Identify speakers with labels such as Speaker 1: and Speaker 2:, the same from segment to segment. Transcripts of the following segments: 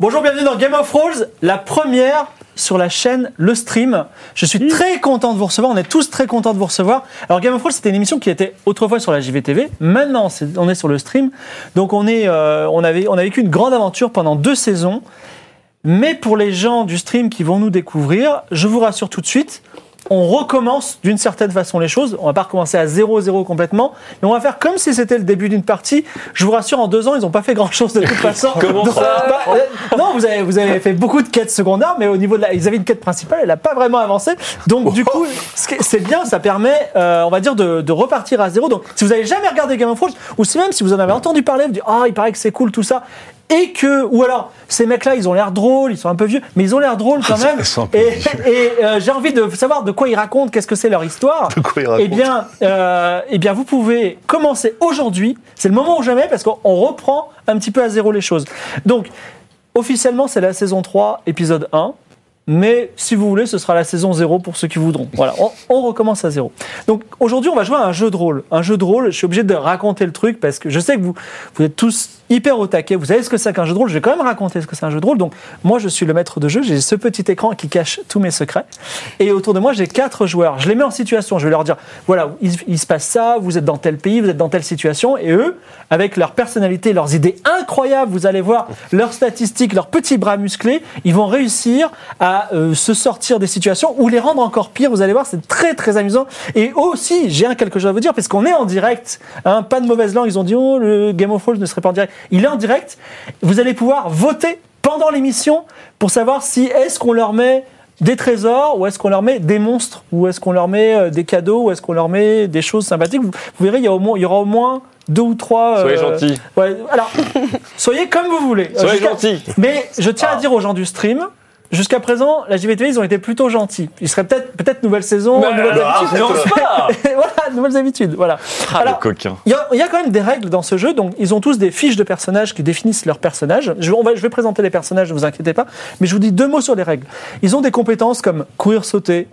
Speaker 1: Bonjour, bienvenue dans Game of Thrones, la première sur la chaîne Le Stream. Je suis très content de vous recevoir, on est tous très contents de vous recevoir. Alors Game of Thrones, c'était une émission qui était autrefois sur la JVTV, maintenant c'est- on est sur le stream. Donc on, est, euh, on, avait, on a vécu une grande aventure pendant deux saisons. Mais pour les gens du stream qui vont nous découvrir, je vous rassure tout de suite, on recommence d'une certaine façon les choses. On va pas recommencer à 0-0 complètement, mais on va faire comme si c'était le début d'une partie. Je vous rassure, en deux ans, ils n'ont pas fait grand-chose de toute façon. Comment ça euh, Non, vous avez, vous avez fait beaucoup de quêtes secondaires, mais au niveau de la, ils avaient une quête principale, elle n'a pas vraiment avancé. Donc du coup, ce qui- c'est bien, ça permet, euh, on va dire, de, de repartir à zéro. Donc si vous avez jamais regardé Game of Thrones, ou si même si vous en avez entendu parler, vous dites ah il paraît que c'est cool tout ça et que ou alors ces mecs-là ils ont l'air drôles, ils sont un peu vieux, mais ils ont l'air drôles quand même.
Speaker 2: Ils sont un peu
Speaker 1: Et, et, euh, j'ai envie de savoir de quoi ils racontent, qu'est-ce que c'est leur histoire.
Speaker 2: De quoi ils racontent.
Speaker 1: Eh bien, euh, eh bien vous pouvez commencer aujourd'hui. C'est le moment ou jamais parce qu'on on reprend un petit peu à zéro les choses. Donc officiellement c'est la saison 3, épisode 1. Mais si vous voulez, ce sera la saison 0 pour ceux qui voudront. Voilà, on, on recommence à zéro. Donc aujourd'hui, on va jouer à un jeu de rôle. Un jeu de rôle, je suis obligé de raconter le truc parce que je sais que vous, vous êtes tous hyper au taquet. Vous savez ce que c'est qu'un jeu de rôle. Je vais quand même raconter ce que c'est un jeu de rôle. Donc moi, je suis le maître de jeu. J'ai ce petit écran qui cache tous mes secrets. Et autour de moi, j'ai quatre joueurs. Je les mets en situation. Je vais leur dire, voilà, il, il se passe ça, vous êtes dans tel pays, vous êtes dans telle situation. Et eux, avec leur personnalité, leurs idées incroyables, vous allez voir leurs statistiques, leurs petits bras musclés, ils vont réussir à euh, se sortir des situations ou les rendre encore pires. Vous allez voir, c'est très très amusant. Et aussi, j'ai un quelque chose à vous dire parce qu'on est en direct. hein, pas de mauvaise langue. Ils ont dit oh le Game of Thrones ne serait pas en direct. Il est en direct. Vous allez pouvoir voter pendant l'émission pour savoir si est-ce qu'on leur met des trésors ou est-ce qu'on leur met des monstres ou est-ce qu'on leur met euh, des cadeaux ou est-ce qu'on leur met des choses sympathiques. Vous, vous verrez, il y, a au moins, il y aura au moins deux ou trois.
Speaker 3: Soyez
Speaker 1: euh,
Speaker 3: gentils.
Speaker 1: Ouais, alors, soyez comme vous voulez. Euh,
Speaker 3: Soyez Ah.
Speaker 1: jusqu'à-
Speaker 3: gentils.
Speaker 1: Mais je tiens à dire aux gens du stream. Jusqu'à présent, la JVTV, ils ont été plutôt gentils. Ils seraient peut-être peut-être nouvelle saison, nouvelles habitudes. voilà, nouvelles habitudes. Voilà. Alors,
Speaker 3: Ah, coquin.
Speaker 1: il y, a, il y a quand même des règles dans ce jeu, donc ils ont tous des fiches de personnages qui définissent leurs personnages. Je, on va, je vais présenter les personnages, ne vous inquiétez pas, mais je vous dis deux mots sur les règles. Ils ont des compétences comme courir, sauter,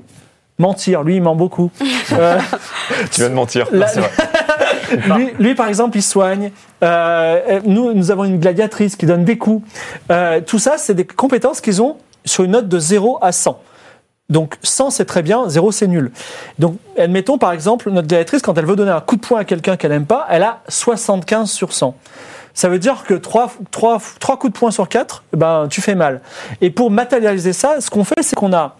Speaker 1: mentir, lui il ment beaucoup. Euh,
Speaker 3: Tu viens de mentir.
Speaker 1: La-
Speaker 3: Non, c'est vrai.
Speaker 1: lui, lui, par exemple, il soigne. Euh, nous, nous avons une gladiatrice qui donne des coups. Euh, tout ça, c'est des compétences qu'ils ont sur une note de 0 à 100. Donc 100 c'est très bien, 0 c'est nul. Donc admettons par exemple notre gladiatrice quand elle veut donner un coup de poing à quelqu'un qu'elle n'aime pas, elle a 75 sur 100. Ça veut dire que 3, coups de poing sur 4, ben, tu fais mal. Et pour matérialiser ça, ce qu'on fait c'est qu'on a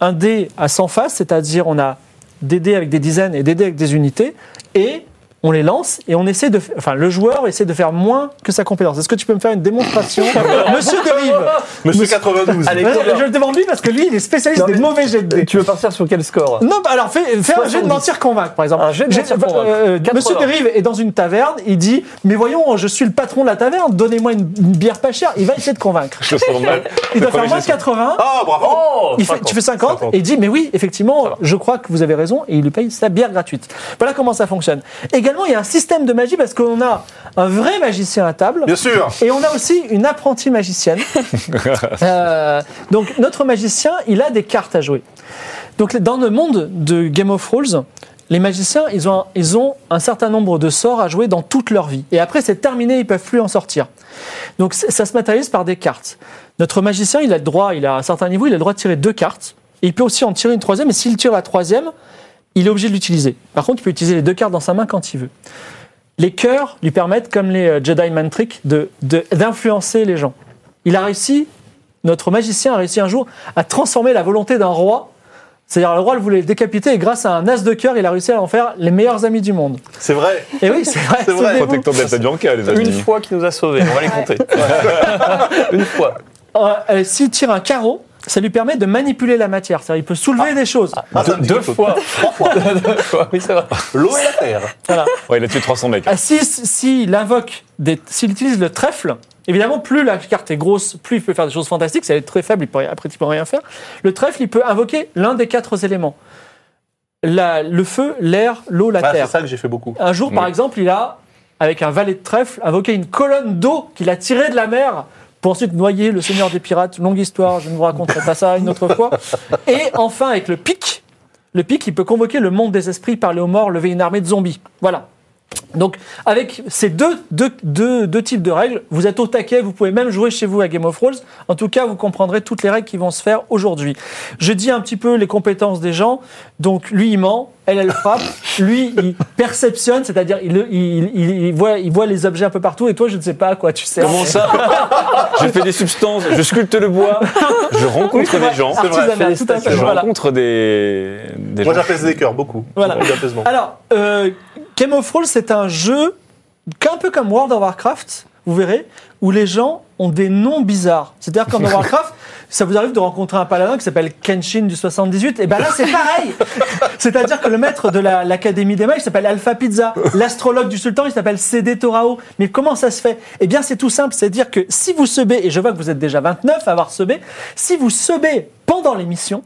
Speaker 1: un dé à 100 faces, c'est-à-dire on a des dés avec des dizaines et des dés avec des unités, et on les lance et on essaie de, f- enfin le joueur essaie de faire moins que sa compétence. Est-ce que tu peux me faire une démonstration, Monsieur Derive
Speaker 2: Monsieur 92.
Speaker 4: Allez,
Speaker 1: Ouais, Je le demande lui parce que lui il est spécialiste
Speaker 4: Non,
Speaker 1: des
Speaker 4: mais-
Speaker 1: mauvais jets de dés.
Speaker 4: Tu veux partir sur quel score
Speaker 1: Non, bah alors fais, fais un jeu de
Speaker 4: 70.
Speaker 1: mentir convaincre, par exemple.
Speaker 4: Un jet de
Speaker 1: J'ai-
Speaker 4: mentir convaincre.
Speaker 1: euh,
Speaker 4: 80.
Speaker 1: Monsieur Derive est dans une taverne, il dit Mais voyons, je suis le patron de la taverne, donnez-moi une, une bière pas chère. Il va essayer de convaincre.
Speaker 3: Je le sens mal.
Speaker 1: Il
Speaker 3: Le
Speaker 1: doit faire
Speaker 3: premier
Speaker 1: moins de
Speaker 3: geste.
Speaker 1: 80.
Speaker 2: Oh, bravo
Speaker 4: Oh
Speaker 1: il fait- tu fais 50,
Speaker 2: 50.
Speaker 1: et il dit mais oui effectivement je crois que vous avez raison et il lui paye sa bière gratuite. Voilà comment ça fonctionne. Également il y a un système de magie parce qu'on a un vrai magicien à table.
Speaker 2: Bien sûr
Speaker 1: Et on a aussi une apprentie magicienne. Euh, donc notre magicien, il a des cartes à jouer. Donc dans le monde de Game of Thrones, les magiciens, ils ont, un, ils ont un certain nombre de sorts à jouer dans toute leur vie. Et après, c'est terminé, ils peuvent plus en sortir. Donc c- ça se matérialise par des cartes. Notre magicien, il a le droit, il a un certain niveau, il a le droit de tirer deux cartes. Et il peut aussi en tirer une troisième. Et s'il tire la troisième, il est obligé de l'utiliser. Par contre, il peut utiliser les deux cartes dans sa main quand il veut. Les cœurs lui permettent, comme les euh, Jedi Mind Trick, de- de- d'influencer les gens. Il a réussi, notre magicien a réussi un jour à transformer la volonté d'un roi. C'est-à-dire, le roi le voulait décapiter et grâce à un as de cœur, il a réussi à en faire les meilleurs amis du monde.
Speaker 2: C'est vrai
Speaker 1: Et oui, c'est vrai.
Speaker 2: C'est vrai.
Speaker 1: souvenez-vous.
Speaker 3: Protecteur de la Bianca, les
Speaker 4: Une
Speaker 3: amis.
Speaker 4: fois qui nous a sauvés, on va les compter. Une fois.
Speaker 1: Euh, euh, S'il tire un carreau, ça lui permet de manipuler la matière. C'est-à-dire, il peut soulever des choses.
Speaker 2: Ah,
Speaker 3: Deux-
Speaker 2: ça me dit
Speaker 3: deux
Speaker 2: quelque chose.
Speaker 3: fois.
Speaker 2: Trois fois.
Speaker 3: Deux fois, oui, c'est vrai.
Speaker 2: L'eau et la terre.
Speaker 3: Ouais, il a tué 300 mecs.
Speaker 1: Ah, si, si- s'il invoque, des- s'il utilise le trèfle, évidemment, plus la carte est grosse, plus il peut faire des choses fantastiques. Si elle est très faible, il peut rien- pratiquement rien faire. Le trèfle, il peut invoquer l'un des quatre éléments. La- le feu, l'air, l'eau, la
Speaker 2: Voilà,
Speaker 1: terre.
Speaker 2: c'est ça que j'ai fait beaucoup.
Speaker 1: Un jour, par exemple, il a, avec un valet de trèfle, invoqué une colonne d'eau qu'il a tirée de la mer pour ensuite noyer le seigneur des pirates. Longue histoire, je ne vous raconterai pas ça une autre fois. Et enfin, avec le pic, le pic, il peut convoquer le monde des esprits, parler aux morts, lever une armée de zombies. Voilà. Donc, avec ces deux, deux, deux, deux types de règles, vous êtes au taquet, vous pouvez même jouer chez vous à Game of Thrones. En tout cas, vous comprendrez toutes les règles qui vont se faire aujourd'hui. Je dis un petit peu les compétences des gens. Donc, lui, il ment, elle, elle frappe. Lui, il perceptionne, c'est-à-dire, il, il, il, il voit, il voit les objets un peu partout. Et toi, je ne sais pas à quoi tu sais.
Speaker 3: Comment ça Je fais des substances, je sculpte le bois,
Speaker 1: Ah,
Speaker 3: je rencontre des gens,
Speaker 2: c'est vrai,
Speaker 1: Artisanat, tout à fait.
Speaker 3: je
Speaker 1: Voilà.
Speaker 3: rencontre des, des
Speaker 2: Moi,
Speaker 3: gens.
Speaker 2: j'apaise des cœurs, beaucoup.
Speaker 1: Voilà.
Speaker 2: Beaucoup d'apaisement.
Speaker 1: Alors, euh, Game of Thrones, c'est un jeu qu'un peu comme World of Warcraft, vous verrez, où les gens ont des noms bizarres. C'est-à-dire qu'en Warcraft, ça vous arrive de rencontrer un paladin qui s'appelle Kenshin du 78, et ben là c'est pareil C'est-à-dire que le maître de la- l'Académie des mages il s'appelle Alpha Pizza, l'astrologue du sultan il s'appelle CD Torao. Mais comment ça se fait Eh bien c'est tout simple, c'est-à-dire que si vous sebez, et je vois que vous êtes déjà 29 à avoir sebé, si vous sebez pendant l'émission,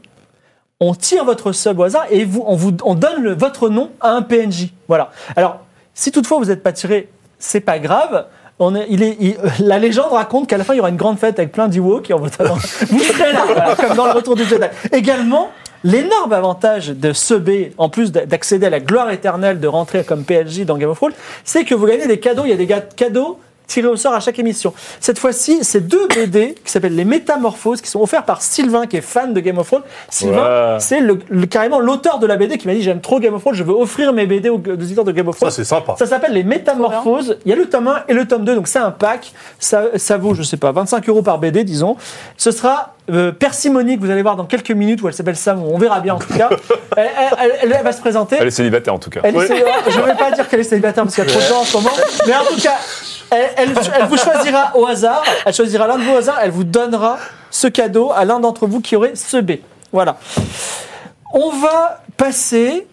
Speaker 1: on tire votre sub au hasard et vous, on, vous, on donne le- votre nom à un PNJ. Voilà. Alors, si toutefois vous n'êtes pas tiré, c'est pas grave. On est- il est, il- la légende raconte qu'à la fin, il y aura une grande fête avec plein d'Iwo qui en votre honneur. Vous serez là, voilà, comme dans le retour du Jedi. Également, l'énorme avantage de ce B, en plus d'a- d'accéder à la gloire éternelle de rentrer comme PNJ dans Game of Thrones, c'est que vous gagnez des cadeaux. Il y a des ga- cadeaux tirés au sort à chaque émission. Cette fois-ci, c'est deux BD qui s'appellent Les Métamorphoses, qui sont offerts par Sylvain, qui est fan de Game of Thrones. Sylvain,
Speaker 3: Ouais.
Speaker 1: c'est le- le- carrément l'auteur de la BD qui m'a dit j'aime trop Game of Thrones, je veux offrir mes BD aux, aux éditeurs de Game of
Speaker 2: Ça,
Speaker 1: Thrones.
Speaker 2: c'est sympa.
Speaker 1: Ça s'appelle les Métamorphoses. Il y a le tome 1 et le tome 2, donc c'est un pack. Ça, ça vaut, je sais pas, 25 euros par BD, disons. Ce sera euh, Persimony, que vous allez voir dans quelques minutes, où elle s'appelle Sam, on verra bien en tout cas. Elle, elle- elle- elle va se présenter.
Speaker 3: Elle est célibataire en tout cas.
Speaker 1: Elle est célibataire. Je ne vais pas dire qu'elle est célibataire parce qu'il y a trop de gens en ce moment. Mais en tout cas, elle, elle- elle vous choisira au hasard. Elle choisira l'un de vous au hasard. Elle vous donnera ce cadeau à l'un d'entre vous qui aurait ce B. Voilà. On va passer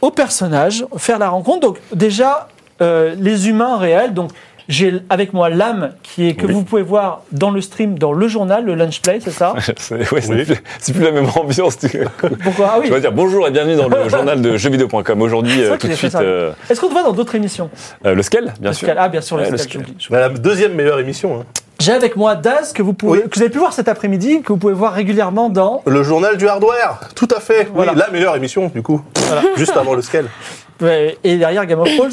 Speaker 1: au personnage, faire la rencontre. Donc déjà, euh, les humains réels. Donc j'ai avec moi l'âme qui est que vous pouvez voir dans le stream, dans le journal, le lunch play, c'est ça
Speaker 3: C'est ouais, c'est plus, c'est plus la même ambiance. Tu,
Speaker 1: Pourquoi Ah oui.
Speaker 3: tu vas dire bonjour et bienvenue dans le journal de jeuxvideo.com. Aujourd'hui,
Speaker 1: C'est vrai
Speaker 3: euh,
Speaker 1: qu'il
Speaker 3: tout de
Speaker 1: est très
Speaker 3: suite,
Speaker 1: sympa.
Speaker 3: euh,
Speaker 1: Est-ce qu'on te voit dans d'autres émissions
Speaker 3: euh, le scale, bien
Speaker 1: Le
Speaker 3: sûr.
Speaker 1: Scal- Ah bien sûr, le
Speaker 3: Ouais, le
Speaker 1: Scal,
Speaker 3: Scal.
Speaker 1: j'oublie.
Speaker 2: Mais la deuxième meilleure émission. hein.
Speaker 1: J'ai avec moi Daz que vous, pouvez,
Speaker 2: Oui.
Speaker 1: que vous avez pu voir cet après-midi, que vous pouvez voir régulièrement dans.
Speaker 2: Le journal du hardware, tout à fait. Oui,
Speaker 1: Voilà.
Speaker 2: la meilleure émission, du coup. Juste avant le scale.
Speaker 1: euh, Et derrière Game of Thrones.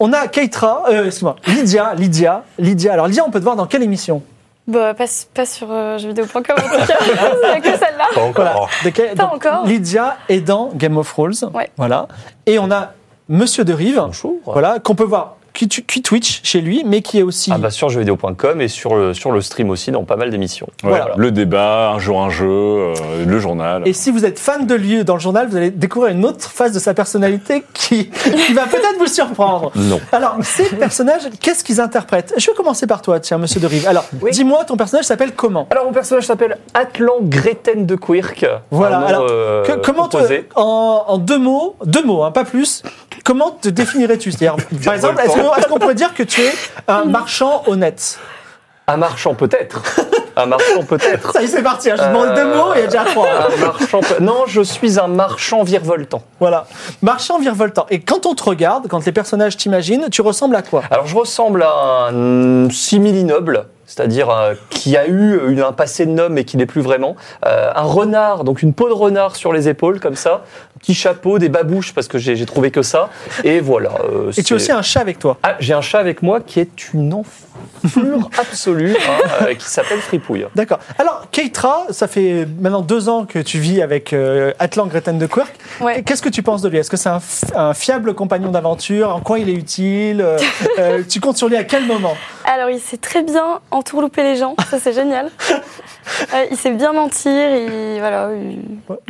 Speaker 1: On a Keitra, euh, excuse-moi, Lydia, Lydia, Lydia. Alors Lydia, on peut te voir dans quelle émission
Speaker 4: Bah, pas, s- pas sur euh, jeuxvideo.com en tout cas, c'est que celle-là.
Speaker 2: Pas encore.
Speaker 5: Oh.
Speaker 1: Voilà. De quelle-
Speaker 4: Pas
Speaker 1: donc,
Speaker 4: encore.
Speaker 1: Lydia est dans Game of Thrones.
Speaker 4: Ouais.
Speaker 1: Voilà. Et on a Monsieur de Rive.
Speaker 5: Bonjour.
Speaker 1: Voilà, qu'on peut voir, qui, tu- qui Twitch chez lui, mais qui est aussi.
Speaker 5: Ah bah sur jeuxvideo.com et sur le, sur le stream aussi dans pas mal d'émissions.
Speaker 3: Ouais,
Speaker 1: Voilà.
Speaker 3: Le débat, un jour un jeu, euh, le journal.
Speaker 1: Et si vous êtes fan de lui dans le journal, vous allez découvrir une autre face de sa personnalité qui, qui va peut-être vous surprendre.
Speaker 5: Non.
Speaker 1: Alors, ces personnages, qu'est-ce qu'ils interprètent Je vais commencer par toi, tiens, monsieur de Rive. Alors,
Speaker 5: Oui.
Speaker 1: dis-moi, ton personnage s'appelle comment
Speaker 5: Alors mon personnage s'appelle Atlan Greten de Quirk.
Speaker 1: Voilà,
Speaker 5: Un nom,
Speaker 1: alors,
Speaker 5: euh,
Speaker 1: Que- Comment te-
Speaker 5: composé.
Speaker 1: en, en deux mots, deux mots, hein, pas plus, comment te définirais-tu C'est-à-dire, Par exemple, est-ce qu'on est-ce qu'on pourrait dire que tu es un marchand honnête
Speaker 5: Un marchand peut-être. Un marchand peut-être.
Speaker 1: Ça y est, c'est parti, hein, je demande deux mots et il y a déjà trois. hein.
Speaker 5: Un marchand peut- Non, je suis un marchand virevoltant.
Speaker 1: Voilà, marchand virevoltant. Et quand on te regarde, quand les personnages t'imaginent, tu ressembles à quoi
Speaker 5: Alors je ressemble à un simili-noble, c'est-à-dire euh, qui a eu une- un passé de noble et qui n'est plus vraiment. Euh, un renard, donc une peau de renard sur les épaules comme ça, un petit chapeau, des babouches parce que j'ai j'ai trouvé que ça. Et voilà. euh,
Speaker 1: Et tu as
Speaker 5: c'est-
Speaker 1: aussi un chat avec toi.
Speaker 5: Ah, j'ai un chat avec moi qui est une enflure absolue, hein, euh, qui s'appelle Fripouille.
Speaker 1: D'accord. Alors, Keitra, ça fait maintenant deux ans que tu vis avec euh, Atlan Greten de Quirk.
Speaker 4: Ouais.
Speaker 1: Qu'est-ce que tu penses de lui Est-ce que c'est un, f- un fiable compagnon d'aventure En quoi il est utile Euh, euh, Tu comptes sur lui à quel moment
Speaker 4: Alors, il sait très bien entourlouper les gens, ça c'est génial. Euh, il sait bien mentir, il, voilà, il-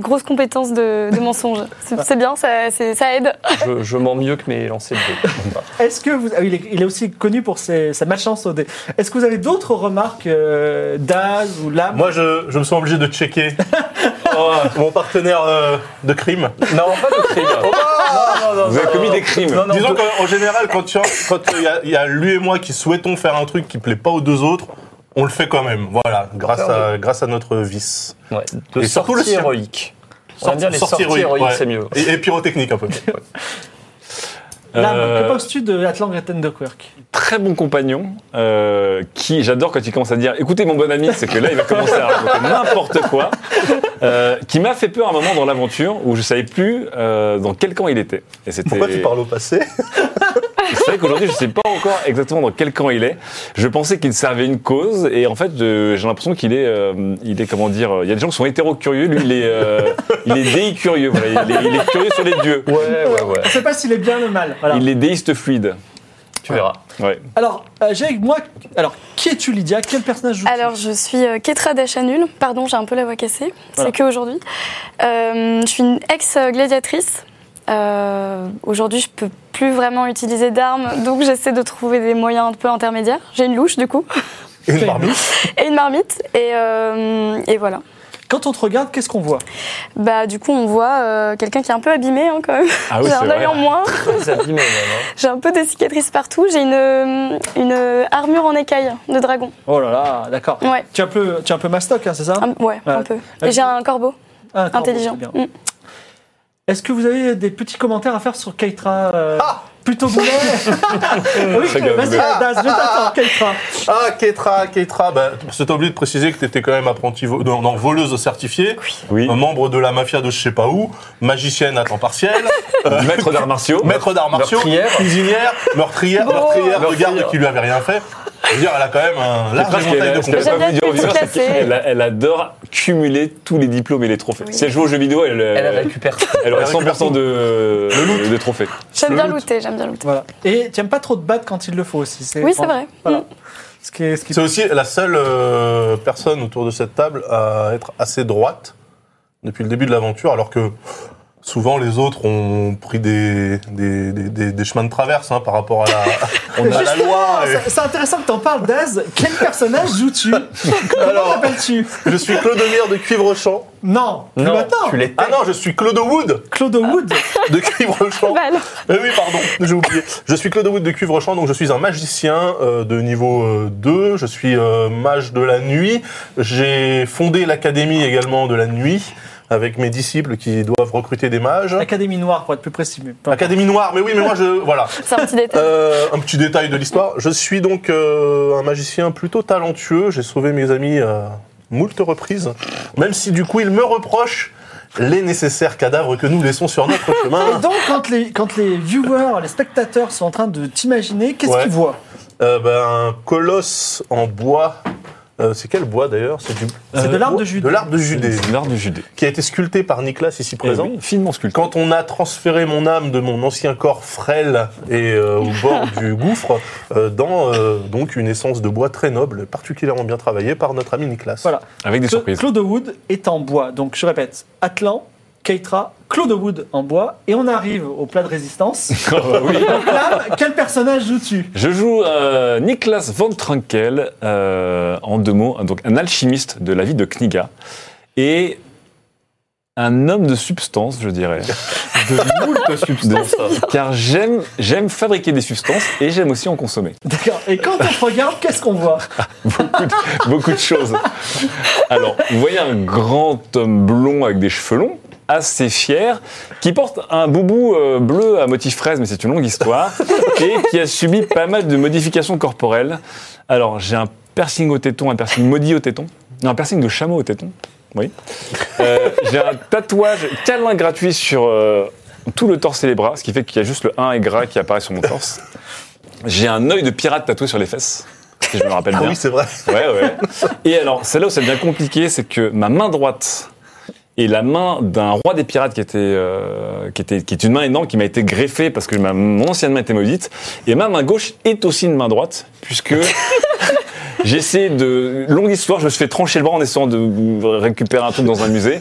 Speaker 4: grosse compétence de, de mensonge. C'est c'est bien, ça, c'est- ça aide.
Speaker 5: Je, je mens mieux que mes lancers de dés.
Speaker 1: Est-ce que vous. ah oui, il, est, il est aussi connu pour ses, sa malchance au dé. Est-ce que vous avez d'autres remarques euh, d'Az ou Lame
Speaker 2: Moi, je, je me sens obligé de checker Oh, mon partenaire euh, de crime. Non, pas de crime.
Speaker 1: Ah,
Speaker 3: Vous avez commis des crimes.
Speaker 2: Disons qu'en général, quand il quand il y, a- il y a lui et moi qui souhaitons faire un truc qui plaît pas aux deux autres, on le fait quand même. Voilà, grâce à, grâce à notre vice.
Speaker 5: Ouais.
Speaker 2: De
Speaker 5: Les
Speaker 2: surtout le
Speaker 5: sorties
Speaker 2: sien.
Speaker 5: héroïques. On aime bien les sorties
Speaker 2: héroïque,
Speaker 5: héroïques,
Speaker 2: ouais.
Speaker 5: c'est mieux.
Speaker 2: Et, et pyrotechnique un peu.
Speaker 1: Lame,
Speaker 3: Euh,
Speaker 1: que penses-tu de Atlan Gretten de Quirk
Speaker 3: très bon compagnon euh, qui j'adore quand il commence à dire écoutez mon bon ami c'est que là il va commencer à raconter n'importe quoi euh, qui m'a fait peur un moment dans l'aventure où je savais plus euh, dans quel camp il était et c'était
Speaker 2: Pourquoi tu parles au passé
Speaker 3: c'est vrai qu'aujourd'hui je sais pas encore exactement dans quel camp il est je pensais qu'il servait une cause et en fait euh, j'ai l'impression qu'il est euh, il est comment dire euh, il y a des gens qui sont hétéro curieux lui il est euh, il est déi curieux voilà, il, est, il est curieux sur les dieux
Speaker 5: Ouais, ouais, ouais.
Speaker 1: Je ne sais pas s'il est bien ou mal. Voilà.
Speaker 3: il est déiste fluide
Speaker 5: Tu verras.
Speaker 3: ouais
Speaker 1: Alors, euh, j'ai avec moi. Alors, qui es-tu, Lydia Quel personnage joues-tu
Speaker 4: Alors, je suis euh, Ketra Dachanul. Pardon, j'ai un peu la voix cassée.
Speaker 1: Voilà.
Speaker 4: C'est que aujourd'hui. Euh, je suis une ex-gladiatrice. Euh, aujourd'hui, je peux plus vraiment utiliser d'armes, donc j'essaie de trouver des moyens un peu intermédiaires. J'ai une louche, du coup,
Speaker 2: Une marmite.
Speaker 4: et une marmite, et, euh, et voilà.
Speaker 1: Quand on te regarde, qu'est-ce qu'on voit
Speaker 4: Bah, du coup, on voit euh, quelqu'un qui est un peu abîmé, hein, quand même.
Speaker 3: ah oui
Speaker 4: j'ai un
Speaker 3: c'est
Speaker 4: œil
Speaker 3: vrai
Speaker 4: en moins,
Speaker 5: Très abîmé, même. hein.
Speaker 4: j'ai un peu des cicatrices partout, j'ai une, euh, une euh, armure en écaille de dragon.
Speaker 1: Oh là là, d'accord.
Speaker 4: Ouais,
Speaker 1: Tu es un peu, tu es un peu mastoc, hein, c'est ça
Speaker 2: Ah.
Speaker 4: un- ouais,
Speaker 1: Ouais.
Speaker 4: un peu.
Speaker 1: Euh,
Speaker 4: Et j'ai un corbeau
Speaker 1: Ah, attends,
Speaker 4: intelligent.
Speaker 1: c'est bien.
Speaker 4: Mm.
Speaker 1: Est-ce que vous avez des petits commentaires à faire sur Keitra euh,
Speaker 2: Ah
Speaker 1: Plutôt boulet Oui,
Speaker 3: Très bien,
Speaker 1: vas-y,
Speaker 3: boulet.
Speaker 1: Daz, je t'attends, Keitra.
Speaker 2: Ah, Ketra, Ketra. Bah, parce que t'as oublié de préciser que t'étais quand même apprenti vo- non, non, voleuse certifiée,
Speaker 3: oui
Speaker 2: un membre de la mafia de je sais pas où, magicienne à temps partiel, euh,
Speaker 3: maître d'arts martiaux
Speaker 2: maître d'arts martiaux,
Speaker 5: Meurtrière.
Speaker 2: cuisinière, meurtrière, meurtrière de
Speaker 5: Meurtrière.
Speaker 2: garde qui lui avait rien fait. Je veux dire, elle a quand même un
Speaker 3: C'est
Speaker 2: large
Speaker 3: presque-
Speaker 2: éventail de
Speaker 3: ce Ah, qu'elle a
Speaker 2: compétences.
Speaker 3: pas
Speaker 4: J'aime bien
Speaker 3: voulu dire aux
Speaker 4: être
Speaker 3: viewers, c'est
Speaker 4: classée.
Speaker 3: qu'elle a- Elle adore cumuler tous les diplômes et les trophées.
Speaker 4: Oui.
Speaker 3: Si elle joue aux jeux vidéo, elle,
Speaker 5: Elle
Speaker 3: elle,
Speaker 5: récupère.
Speaker 3: elle aurait
Speaker 2: elle récupère
Speaker 3: 100% de, de trophées.
Speaker 4: J'aime
Speaker 2: Le
Speaker 4: bien
Speaker 2: loot.
Speaker 4: looter, j'aime bien looter.
Speaker 1: Voilà. Et tu n'aimes pas trop te battre quand il le faut aussi.
Speaker 4: Oui, c'est vrai.
Speaker 1: Voilà.
Speaker 4: Mm.
Speaker 1: Ce qui est- ce qui-
Speaker 2: C'est aussi la seule euh, personne autour de cette table à être assez droite depuis le début de l'aventure, alors que souvent les autres ont pris des, des, des- des- des chemins de traverse hein, par rapport à la, à
Speaker 1: Mais
Speaker 2: la
Speaker 1: justement,
Speaker 2: loi. et-
Speaker 1: c'est- C'est intéressant que t'en parles, Daz. Quel personnage joues-tu Comment
Speaker 2: Alors,
Speaker 1: t'appelles-tu
Speaker 2: je suis Claude Mire de Cuivrechamp.
Speaker 1: Non, plus
Speaker 5: Non,
Speaker 1: maintenant.
Speaker 5: tu l'étais.
Speaker 2: Ah non, je suis Claude Wood
Speaker 1: Claude Wood.
Speaker 2: de Cuivrechamp.
Speaker 4: Bah alors.
Speaker 2: Eh oui, pardon, j'ai oublié. Je suis Claude Wood de Cuivrechamp, donc je suis un magicien euh, de niveau euh, 2. Je suis euh, mage de la nuit. J'ai fondé l'académie également de la nuit avec mes disciples qui doivent recruter des mages.
Speaker 1: Académie Noire, pour être plus précis. mais peu importe.
Speaker 2: Académie noire, mais oui, mais moi je voilà.
Speaker 4: C'est un petit détail.
Speaker 2: Euh, un petit détail de l'histoire. Je suis donc euh, un magicien plutôt talentueux. J'ai sauvé mes amis euh, moult reprises, même si du coup ils me reprochent les nécessaires cadavres que nous laissons sur notre
Speaker 1: Et
Speaker 2: chemin.
Speaker 1: donc, quand les, quand les viewers, les spectateurs sont en train de t'imaginer, qu'est-ce
Speaker 2: Ouais.
Speaker 1: qu'ils voient
Speaker 2: Euh, ben, un colosse en bois. Euh, c'est quel bois d'ailleurs C'est du- Euh, oh,
Speaker 1: C'est de l'arbre de Judée.
Speaker 2: De l'arbre de Judée,
Speaker 3: C'est l'art du Judée.
Speaker 2: qui a été sculpté par Nicolas ici
Speaker 3: Eh
Speaker 2: présent.
Speaker 3: oui, finement sculpté.
Speaker 2: Quand on a transféré mon âme de mon ancien corps frêle et euh, au bord du gouffre euh, dans euh, donc une essence de bois très noble, particulièrement bien travaillée par notre ami Nicolas.
Speaker 1: Voilà.
Speaker 3: Avec des
Speaker 1: Cla-
Speaker 3: surprises.
Speaker 1: Claude Wood est en bois. Donc, je répète, Atlan, Keitra, Claude Wood en bois. Et on arrive au plat de résistance.
Speaker 3: Oui.
Speaker 1: Donc là, quel personnage joues-tu
Speaker 3: Je joue euh, Niklas von Trunkel, euh, en deux mots, donc un alchimiste de la vie de Kniga et un homme de substance, je dirais. De moult substances. Car j'aime j'aime fabriquer des substances et j'aime aussi en consommer.
Speaker 1: D'accord. Et quand on te regarde, qu'est-ce qu'on voit
Speaker 3: beaucoup de choses. Alors, vous voyez un grand homme blond avec des cheveux longs, assez fier, qui porte un boubou euh, bleu à motif fraise, mais c'est une longue histoire, et qui a subi pas mal de modifications corporelles. Alors, j'ai un piercing au téton, un piercing maudit au téton, non, un piercing de chameau au téton, oui. Euh, j'ai un tatouage câlin gratuit sur euh, tout le torse et les bras, ce qui fait qu'il y a juste le 1 et gras qui apparaît sur mon torse. J'ai un œil de pirate tatoué sur les fesses, si je me rappelle
Speaker 2: Ah
Speaker 3: bien.
Speaker 2: oui, c'est vrai.
Speaker 3: Ouais, ouais. Et alors, celle-là où c'est bien compliqué, c'est que ma main droite et la main d'un roi des pirates qui était, euh, qui était qui est une main énorme qui m'a été greffée parce que ma, mon ancienne main était maudite et ma main gauche est aussi une main droite puisque j'ai essayé de longue histoire je me suis fait trancher le bras en essayant de récupérer un truc dans un musée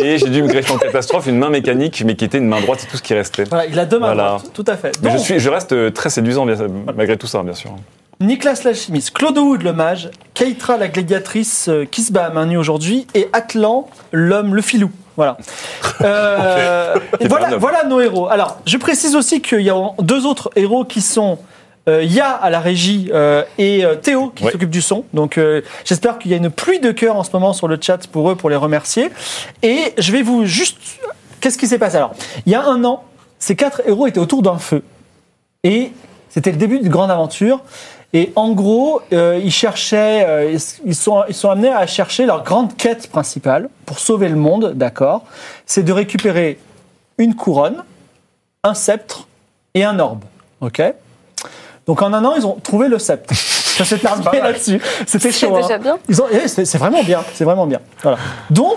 Speaker 3: et j'ai dû me greffer en catastrophe une main mécanique mais qui était une main droite c'est tout ce qui restait
Speaker 1: Voilà, il a deux mains
Speaker 3: Voilà.
Speaker 1: droites, tout à fait.
Speaker 3: mais je
Speaker 1: Donc,
Speaker 3: suis je reste euh, très séduisant bien- malgré tout ça bien sûr
Speaker 1: Nicolas la chimiste, Claude Wood le mage, Keitra la gladiatrice euh, qui se bat à main nue aujourd'hui et Atlan l'homme le filou. Voilà. Euh, et
Speaker 3: C'est pas un
Speaker 1: voilà,
Speaker 3: homme.
Speaker 1: voilà nos héros. Alors, je précise aussi qu'il y a deux autres héros qui sont euh, Ya à la régie euh, et euh, Théo qui
Speaker 3: Ouais.
Speaker 1: s'occupe du son. Donc, euh, j'espère qu'il y a une pluie de cœur en ce moment sur le chat pour eux, pour les remercier. Et je vais vous juste. Qu'est-ce qui s'est passé Alors, il y a un an, ces quatre héros étaient autour d'un feu. Et c'était le début d'une grande aventure. Et en gros, euh, ils cherchaient, euh, ils- ils, sont, ils sont amenés à chercher leur grande quête principale pour sauver le monde, d'accord C'est de récupérer une couronne, un sceptre et un orbe, ok Donc en un an, ils ont trouvé le sceptre. Ça s'est terminé là-dessus. C'était
Speaker 4: C'est
Speaker 1: chaud. hein.
Speaker 4: déjà bien.
Speaker 1: Ils ont- eh, c'est c'est vraiment bien, c'est vraiment bien. Voilà. Donc,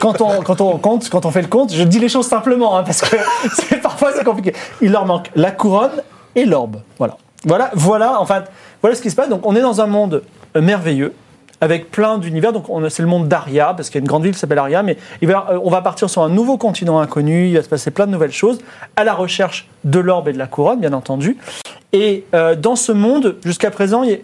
Speaker 1: quand on, quand on compte, quand on fait le compte, je dis les choses simplement, hein, parce que c'est- parfois c'est compliqué. Il leur manque la couronne et l'orbe. Voilà. Voilà, voilà, enfin, voilà ce qui se passe. Donc, on est dans un monde euh, merveilleux. Avec plein d'univers, donc on a- c'est le monde d'Aria, parce qu'il y a une grande ville qui s'appelle Aria, mais il va- euh, on va partir sur un nouveau continent inconnu, il va se passer plein de nouvelles choses, à la recherche de l'orbe et de la couronne, bien entendu. Et euh, dans ce monde, jusqu'à présent, il y a-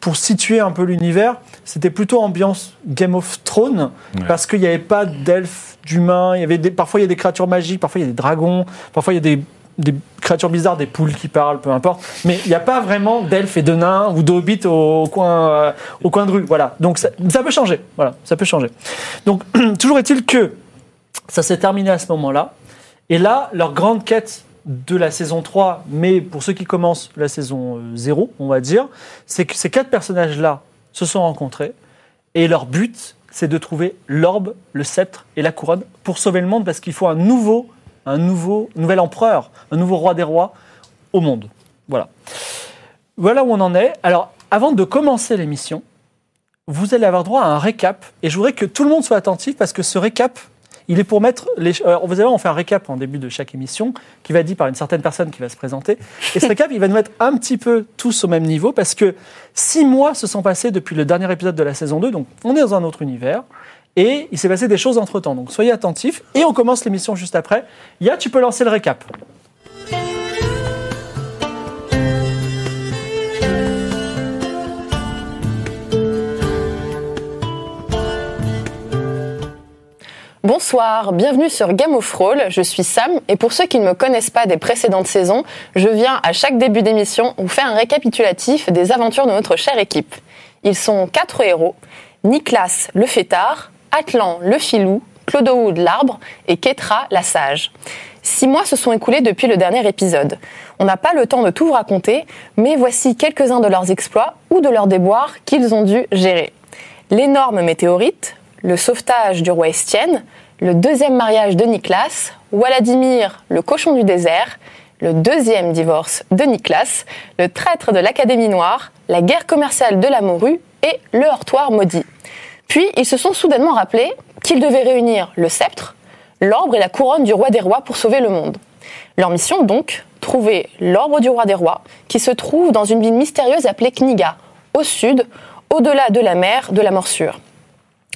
Speaker 1: pour situer un peu l'univers, c'était plutôt ambiance Game of Thrones, parce qu'il n'y avait pas d'elfes, d'humains, il y avait des- parfois il y a des créatures magiques, parfois il y a des dragons, parfois il y a des, des créatures bizarres, des poules qui parlent, peu importe, mais il n'y a pas vraiment d'elfes et de nains ou d'hobbits au, au coin, euh, au coin de rue. Voilà, donc ça, ça peut changer, voilà, ça peut changer. Donc toujours est-il que ça s'est terminé à ce moment-là. Et là, leur grande quête de la saison 3, mais pour ceux qui commencent la saison euh, 0, on va dire, c'est que ces quatre personnages-là se sont rencontrés et leur but, c'est de trouver l'orbe, le sceptre et la couronne pour sauver le monde parce qu'il faut un nouveau, un nouveau, nouvel empereur, un nouveau roi des rois au monde. Voilà. Voilà où on en est. Alors, avant de commencer l'émission, vous allez avoir droit à un récap et je voudrais que tout le monde soit attentif parce que ce récap, il est pour mettre les. euh, vous allez voir, on fait un récap en début de chaque émission qui va être dit par une certaine personne qui va se présenter. Et ce récap, il va nous mettre un petit peu tous au même niveau parce que six mois se sont passés depuis le dernier épisode de la saison 2, donc on est dans un autre univers. Et il s'est passé des choses entre temps, donc soyez attentifs. Et on commence l'émission juste après. Ya, tu peux lancer le récap.
Speaker 6: Bonsoir, bienvenue sur Game of Roll, je suis Sam et pour ceux qui ne me connaissent pas des précédentes saisons, je viens à chaque début d'émission vous faire un récapitulatif des aventures de notre chère équipe. Ils sont quatre héros, Niklas le fêtard, Atlan le filou, Clodowood l'arbre et Ketra la sage. Six mois se sont écoulés depuis le dernier épisode. On n'a pas le temps de tout vous raconter, mais voici quelques-uns de leurs exploits ou de leurs déboires qu'ils ont dû gérer. L'énorme météorite, le sauvetage du roi Estienne, le deuxième mariage de Niklas, Waladimir, le cochon du désert, le deuxième divorce de Niklas, le traître de l'Académie Noire, la guerre commerciale de la Morue et le heurtoir maudit. Puis ils se sont soudainement rappelés qu'ils devaient réunir le sceptre, l'orbre et la couronne du roi des rois pour sauver le monde. Leur mission donc, trouver l'orbre du roi des rois qui se trouve dans une ville mystérieuse appelée Kniga, au sud, au-delà de la mer de la morsure.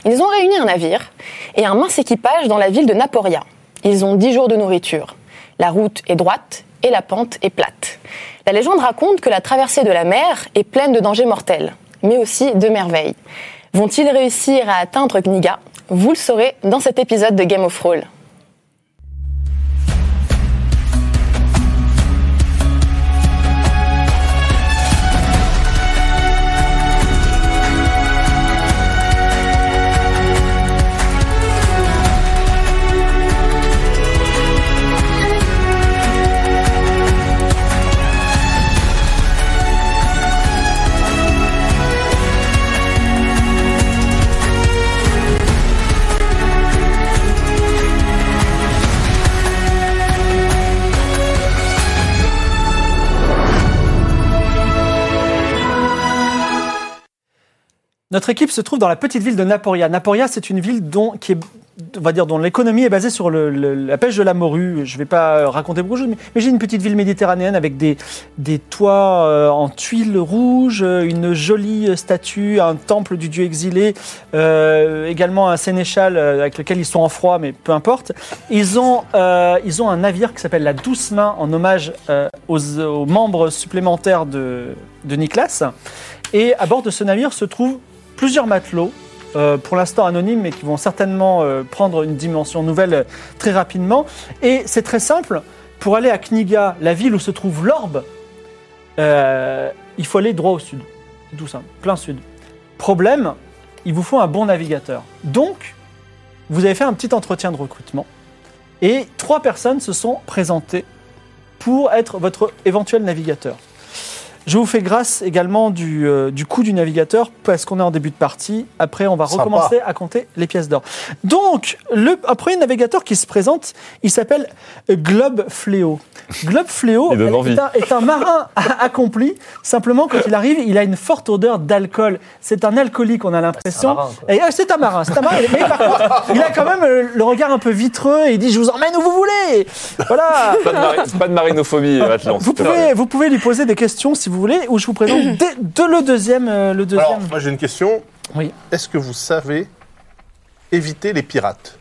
Speaker 6: Ils ont réuni un navire et un mince équipage dans la ville de Naporia. Ils ont dix jours de nourriture. La route est droite et la pente est plate. La légende raconte que la traversée de la mer est pleine de dangers mortels, mais aussi de merveilles. Vont-ils réussir à atteindre Kniga Vous le saurez dans cet épisode de Game of Thrones.
Speaker 1: Notre équipe se trouve dans la petite ville de Naporia. Naporia, c'est une ville dont, qui est on va dire, dont l'économie est basée sur le- le- la pêche de la morue. Je ne vais pas euh, raconter beaucoup de choses, mais, mais j'ai une petite ville méditerranéenne avec des, des toits euh, en tuiles rouges, euh, une jolie euh, statue, un temple du dieu exilé, euh, également un sénéchal euh, avec lequel ils sont en froid, mais peu importe. Ils ont, euh, ils ont un navire qui s'appelle la Douce Main en hommage euh, aux, aux membres supplémentaires de, de Niklas. Et à bord de ce navire se trouvent plusieurs matelots, euh, pour l'instant anonymes, mais qui vont certainement euh, prendre une dimension nouvelle euh, très rapidement. Et c'est très simple, pour aller à Kniga, la ville où se trouve l'orbe, euh, il faut aller droit au sud. C'est tout simple, plein sud. Problème, il vous faut un bon navigateur. Donc, vous avez fait un petit entretien de recrutement et trois personnes se sont présentées pour être votre éventuel navigateur. Je vous fais grâce également du, euh, du coût du navigateur parce qu'on est en début de partie. Après, on va
Speaker 2: Sympa.
Speaker 1: recommencer à compter les pièces d'or. Donc, le, un premier navigateur qui se présente, il s'appelle Globe Fléau. Globe Fléau
Speaker 3: Il donne
Speaker 1: est
Speaker 3: envie.
Speaker 1: un- est un marin accompli. Simplement, quand il arrive, il a une forte odeur d'alcool. C'est un alcoolique, on a l'impression.
Speaker 5: marin, quoi.
Speaker 1: Et, euh, C'est un marin, c'est un marin. Mais par contre, il a quand même euh, le regard un peu vitreux et il dit Je vous emmène où vous voulez Voilà
Speaker 3: Pas de, mari- pas de marinophobie, euh, Atlan.
Speaker 1: vous
Speaker 3: s'il te plaît.
Speaker 1: pouvez, vous pouvez lui poser des questions si vous voulez, ou je vous présente dès, dès le deuxième. euh, Le deuxième.
Speaker 2: Alors, moi j'ai une question.
Speaker 1: Oui.
Speaker 2: Est-ce que vous savez éviter les pirates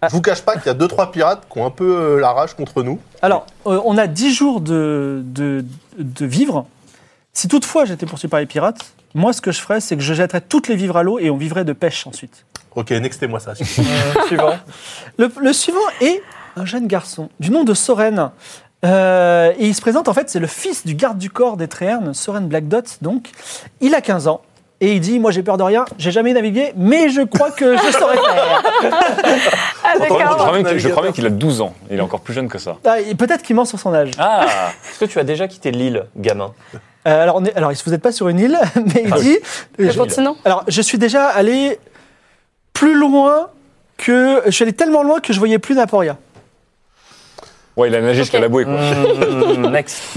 Speaker 1: Ah.
Speaker 2: Je vous cache pas qu'il y a deux trois pirates qui ont un peu euh, la rage contre nous.
Speaker 1: Alors, euh, on a 10 jours de, de, de vivres. Si toutefois j'étais poursuivi par les pirates, moi ce que je ferais, c'est que je jetterais toutes les vivres à l'eau et on vivrait de pêche ensuite.
Speaker 2: Ok, nextez-moi ça.
Speaker 5: Suivant.
Speaker 1: Le, le suivant est un jeune garçon du nom de Soren. Euh, et il se présente, en fait, c'est le fils du garde du corps des Tréhernes, Soren Black Dot, donc. Il a 15 ans. Et il dit, moi j'ai peur de rien, j'ai jamais navigué, mais je crois que je saurais faire.
Speaker 4: Ah,
Speaker 3: Je crois
Speaker 4: d'accord.
Speaker 3: même que- je crois même qu'il a 12 ans. Il est encore plus jeune que ça.
Speaker 1: Ah, et Peut-être qu'il ment sur son âge.
Speaker 3: Ah
Speaker 5: Est-ce que tu as déjà quitté l'île, gamin
Speaker 1: Euh, alors, on est- alors, vous n'êtes pas sur une île, mais il
Speaker 3: Ah
Speaker 1: dit...
Speaker 4: Le
Speaker 1: Je-
Speaker 4: continent.
Speaker 1: Alors, je suis déjà allé plus loin que... Je suis allé tellement loin que je voyais plus Naporia.
Speaker 3: Ouais, il a nagé jusqu'à la bouée, quoi.
Speaker 5: Next.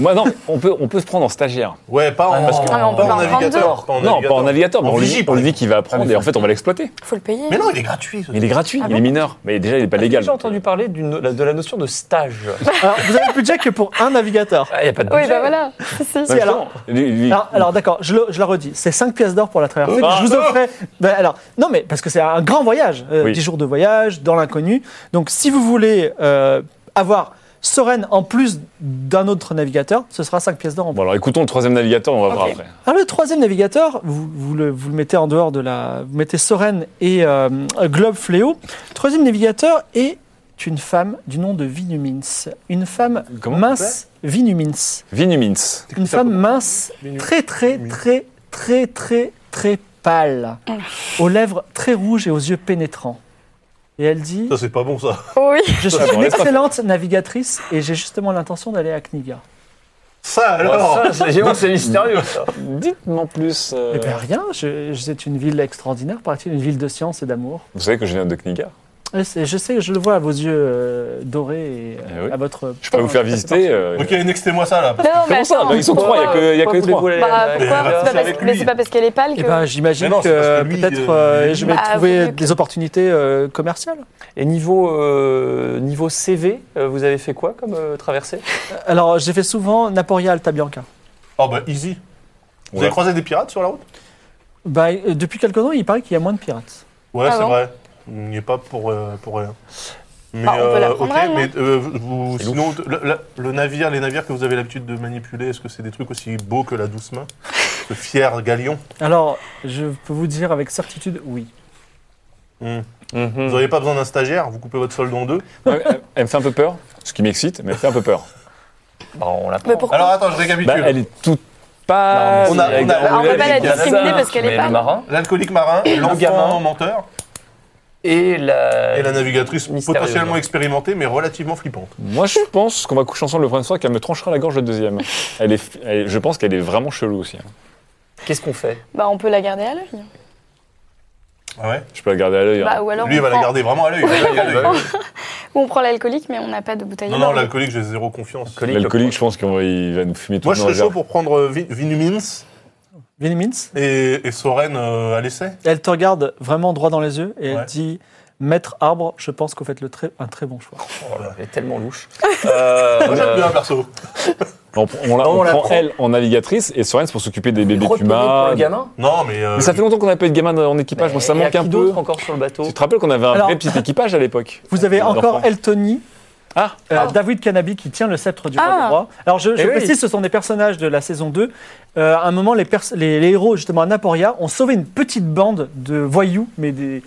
Speaker 3: Moi, non, on peut, on peut se prendre en stagiaire.
Speaker 2: Ouais, pas en,
Speaker 5: Ah, parce que-
Speaker 2: pas
Speaker 4: Ah, on
Speaker 2: en
Speaker 4: peut en prendre
Speaker 2: navigateur.
Speaker 5: deux.
Speaker 2: pas en
Speaker 3: non, pas en navigateur, mais
Speaker 2: En
Speaker 3: on lui,
Speaker 2: vigie,
Speaker 3: on lui
Speaker 2: par
Speaker 3: dit qu'il va apprendre et en fait, on va l'exploiter.
Speaker 4: Faut le payer.
Speaker 2: Mais non, il est gratuit. ce
Speaker 3: Mais il est gratuit, il est mineur. Mais déjà,
Speaker 2: Bah,
Speaker 3: il n'est pas légal.
Speaker 5: Ah, J'ai entendu parler d'une- la- de la notion de stage. Il
Speaker 1: Alors, vous avez le budget que pour un navigateur.
Speaker 5: n'y a pas de
Speaker 4: Oui,
Speaker 5: budget.
Speaker 4: bah voilà. Si, si.
Speaker 3: Ouais,
Speaker 1: alors-
Speaker 3: justement, lui- lui-
Speaker 1: Alors, Ah, alors, d'accord, je, le- je la redis, c'est 5 pièces d'or pour la traversée.
Speaker 3: Ah.
Speaker 1: je vous offrais. ben, alors, non, mais parce que c'est un grand voyage, euh,
Speaker 3: Oui.
Speaker 1: 10 jours de voyage dans l'inconnu. Donc, si vous voulez euh, avoir Soren en plus d'un autre navigateur, ce sera 5 pièces d'or en plus.
Speaker 3: Bon, alors écoutons le troisième navigateur, on va voir après.
Speaker 1: Alors, Ah, le troisième navigateur, vous, vous le, vous le mettez en dehors de la. Vous mettez Soren et euh, Globe Fléau. Le troisième navigateur est une femme du nom de Vinumins. Une femme
Speaker 3: Comment
Speaker 1: mince, Vinumins.
Speaker 3: Vinumins.
Speaker 1: Une femme mince, très très très très très très pâle, aux lèvres très rouges et aux yeux pénétrants. Et elle dit
Speaker 2: Ça, c'est pas bon, ça.
Speaker 4: Oh, oui.
Speaker 1: Je
Speaker 3: ça,
Speaker 1: suis
Speaker 3: on
Speaker 1: une
Speaker 3: laisse pas faire.
Speaker 1: excellente navigatrice et j'ai justement l'intention d'aller à Kniga.
Speaker 2: Ça, alors
Speaker 5: Alors, ça, c'est- c'est mystérieux. ça.
Speaker 3: Dites-moi plus. euh,
Speaker 1: Eh bien, rien, je- je- c'est une ville extraordinaire, paraît-il, une ville de science et d'amour.
Speaker 3: Vous savez que je viens de Kniga.
Speaker 1: Et c'est- Je sais, je le vois à vos yeux euh, dorés et euh,
Speaker 3: Eh oui.
Speaker 1: à votre.
Speaker 3: Je peux vous faire visiter. euh,
Speaker 2: Ok, nextez-moi ça, là.
Speaker 4: Non, non, mais
Speaker 3: Comment ça
Speaker 4: attends.
Speaker 3: Ils sont trois, il n'y a que, il y a que les
Speaker 5: Pourquoi
Speaker 3: trois.
Speaker 5: voulez-vous aller à
Speaker 4: Bah
Speaker 5: la-
Speaker 4: pourquoi
Speaker 2: Euh,
Speaker 4: C'est pas
Speaker 2: c'est
Speaker 4: parce-
Speaker 2: avec
Speaker 4: Mais
Speaker 2: lui.
Speaker 4: c'est pas parce qu'elle est pâle
Speaker 1: Eh
Speaker 4: que.
Speaker 1: ben, j'imagine
Speaker 2: Mais non,
Speaker 1: que
Speaker 2: c'est parce que lui,
Speaker 1: peut-être
Speaker 2: euh,
Speaker 1: euh, je vais
Speaker 4: Bah,
Speaker 1: trouver
Speaker 4: vaut mieux que-
Speaker 1: des opportunités euh, commerciales.
Speaker 5: Et niveau, euh, niveau CV, euh, vous avez fait quoi comme euh, traversée
Speaker 1: Alors, j'ai fait souvent Naporia Alta Bianca.
Speaker 2: Oh, bah, easy. Vous
Speaker 3: Ouais.
Speaker 2: avez croisé des pirates sur la route
Speaker 1: Bah, euh, depuis quelque temps, il paraît qu'il y a moins de pirates.
Speaker 2: Ouais,
Speaker 4: Ah
Speaker 2: c'est
Speaker 4: bon
Speaker 2: vrai. Il n'y est pas pour, euh, pour rien. Mais,
Speaker 4: Ah, on peut la prendre,
Speaker 2: ok,
Speaker 4: elle, non
Speaker 2: mais euh, vous,
Speaker 3: C'est
Speaker 2: sinon, le, le- le navire, les navires que vous avez l'habitude de manipuler, est-ce que c'est des trucs aussi beaux que la douce main Ce fier galion
Speaker 1: Alors, je peux vous dire avec certitude, oui.
Speaker 2: Hmm. Vous n'auriez pas besoin d'un stagiaire Vous coupez votre solde en deux
Speaker 3: Ouais, elle- Elle me fait un peu peur, ce qui m'excite, mais elle fait un peu peur.
Speaker 5: Bah, on l'a
Speaker 4: Mais pourquoi
Speaker 2: Alors, attends, je récapitule.
Speaker 3: Bah, elle est toute pas.
Speaker 2: Non, mais c'est- On a-
Speaker 4: Bah, on peut pas la discriminer parce qu'elle est
Speaker 5: Mais
Speaker 4: pas-
Speaker 5: le marin
Speaker 2: L'alcoolique marin, l'enfant
Speaker 5: gamin.
Speaker 2: menteur
Speaker 5: et la...
Speaker 2: et la navigatrice
Speaker 5: Mystérieuse.
Speaker 2: potentiellement expérimentée mais relativement flippante.
Speaker 3: Moi, je pense qu'on va coucher ensemble le premier soir et qu'elle me tranchera la gorge le deuxième. Elle est, elle- je pense qu'elle est vraiment chelou aussi. hein.
Speaker 5: Qu'est-ce qu'on fait
Speaker 4: Bah on peut la garder à l'œil.
Speaker 2: Ah ouais
Speaker 3: Je peux la garder à l'œil. hein.
Speaker 4: Bah ou alors.
Speaker 2: Lui, il
Speaker 4: on
Speaker 2: va la
Speaker 4: prend-
Speaker 2: garder vraiment à l'œil. il va la garder à l'œil.
Speaker 4: Ou on prend l'alcoolique, mais on n'a pas de bouteille.
Speaker 2: Non,
Speaker 4: à
Speaker 2: non,
Speaker 4: l'œil.
Speaker 2: l'alcoolique, j'ai zéro confiance.
Speaker 1: Bah,
Speaker 3: L'alcoolique, je pense qu'il va il va nous fumer tout
Speaker 2: Moi,
Speaker 3: le
Speaker 2: je
Speaker 3: monde
Speaker 2: serais
Speaker 3: dans
Speaker 2: chaud
Speaker 3: le verre.
Speaker 2: pour prendre euh, Vin- Vinumins
Speaker 1: Vinnie Mintz,
Speaker 2: et, et Soren euh, à l'essai.
Speaker 1: elle te regarde vraiment droit dans les yeux et elle
Speaker 2: Ouais.
Speaker 1: dit Maître Arbre, je pense que vous faites le très- un très bon choix.
Speaker 5: Oh là, elle est tellement louche. Euh,
Speaker 2: Moi, j'aime bien, perso.
Speaker 3: On, on la,
Speaker 5: Non,
Speaker 3: on
Speaker 5: on la
Speaker 3: prend,
Speaker 5: prend.
Speaker 3: elle en navigatrice et Soren c'est pour s'occuper des bébés
Speaker 5: Retenez pour
Speaker 3: pumas.
Speaker 5: le gamin.
Speaker 2: Non, mais. euh,
Speaker 3: Mais ça fait longtemps qu'on n'a pas eu de gamin en équipage, moi ça
Speaker 5: Et à
Speaker 3: manque un
Speaker 5: qui
Speaker 3: peu.
Speaker 5: d'autre encore sur le bateau
Speaker 3: Tu te rappelles qu'on avait un
Speaker 1: Alors-
Speaker 3: vrai petit équipage à l'époque
Speaker 1: Vous avez
Speaker 3: Les
Speaker 1: encore
Speaker 3: enfants.
Speaker 1: Eltony,
Speaker 3: Ah,
Speaker 1: euh, David Canabi qui tient le sceptre du roi
Speaker 4: Ah.
Speaker 1: des rois. Alors je, je
Speaker 5: Eh oui.
Speaker 1: précise, ce sont des personnages de la saison 2. Euh, à un moment, les, pers- les, les héros, justement à Naporia, ont sauvé une petite bande de voyous, mais des,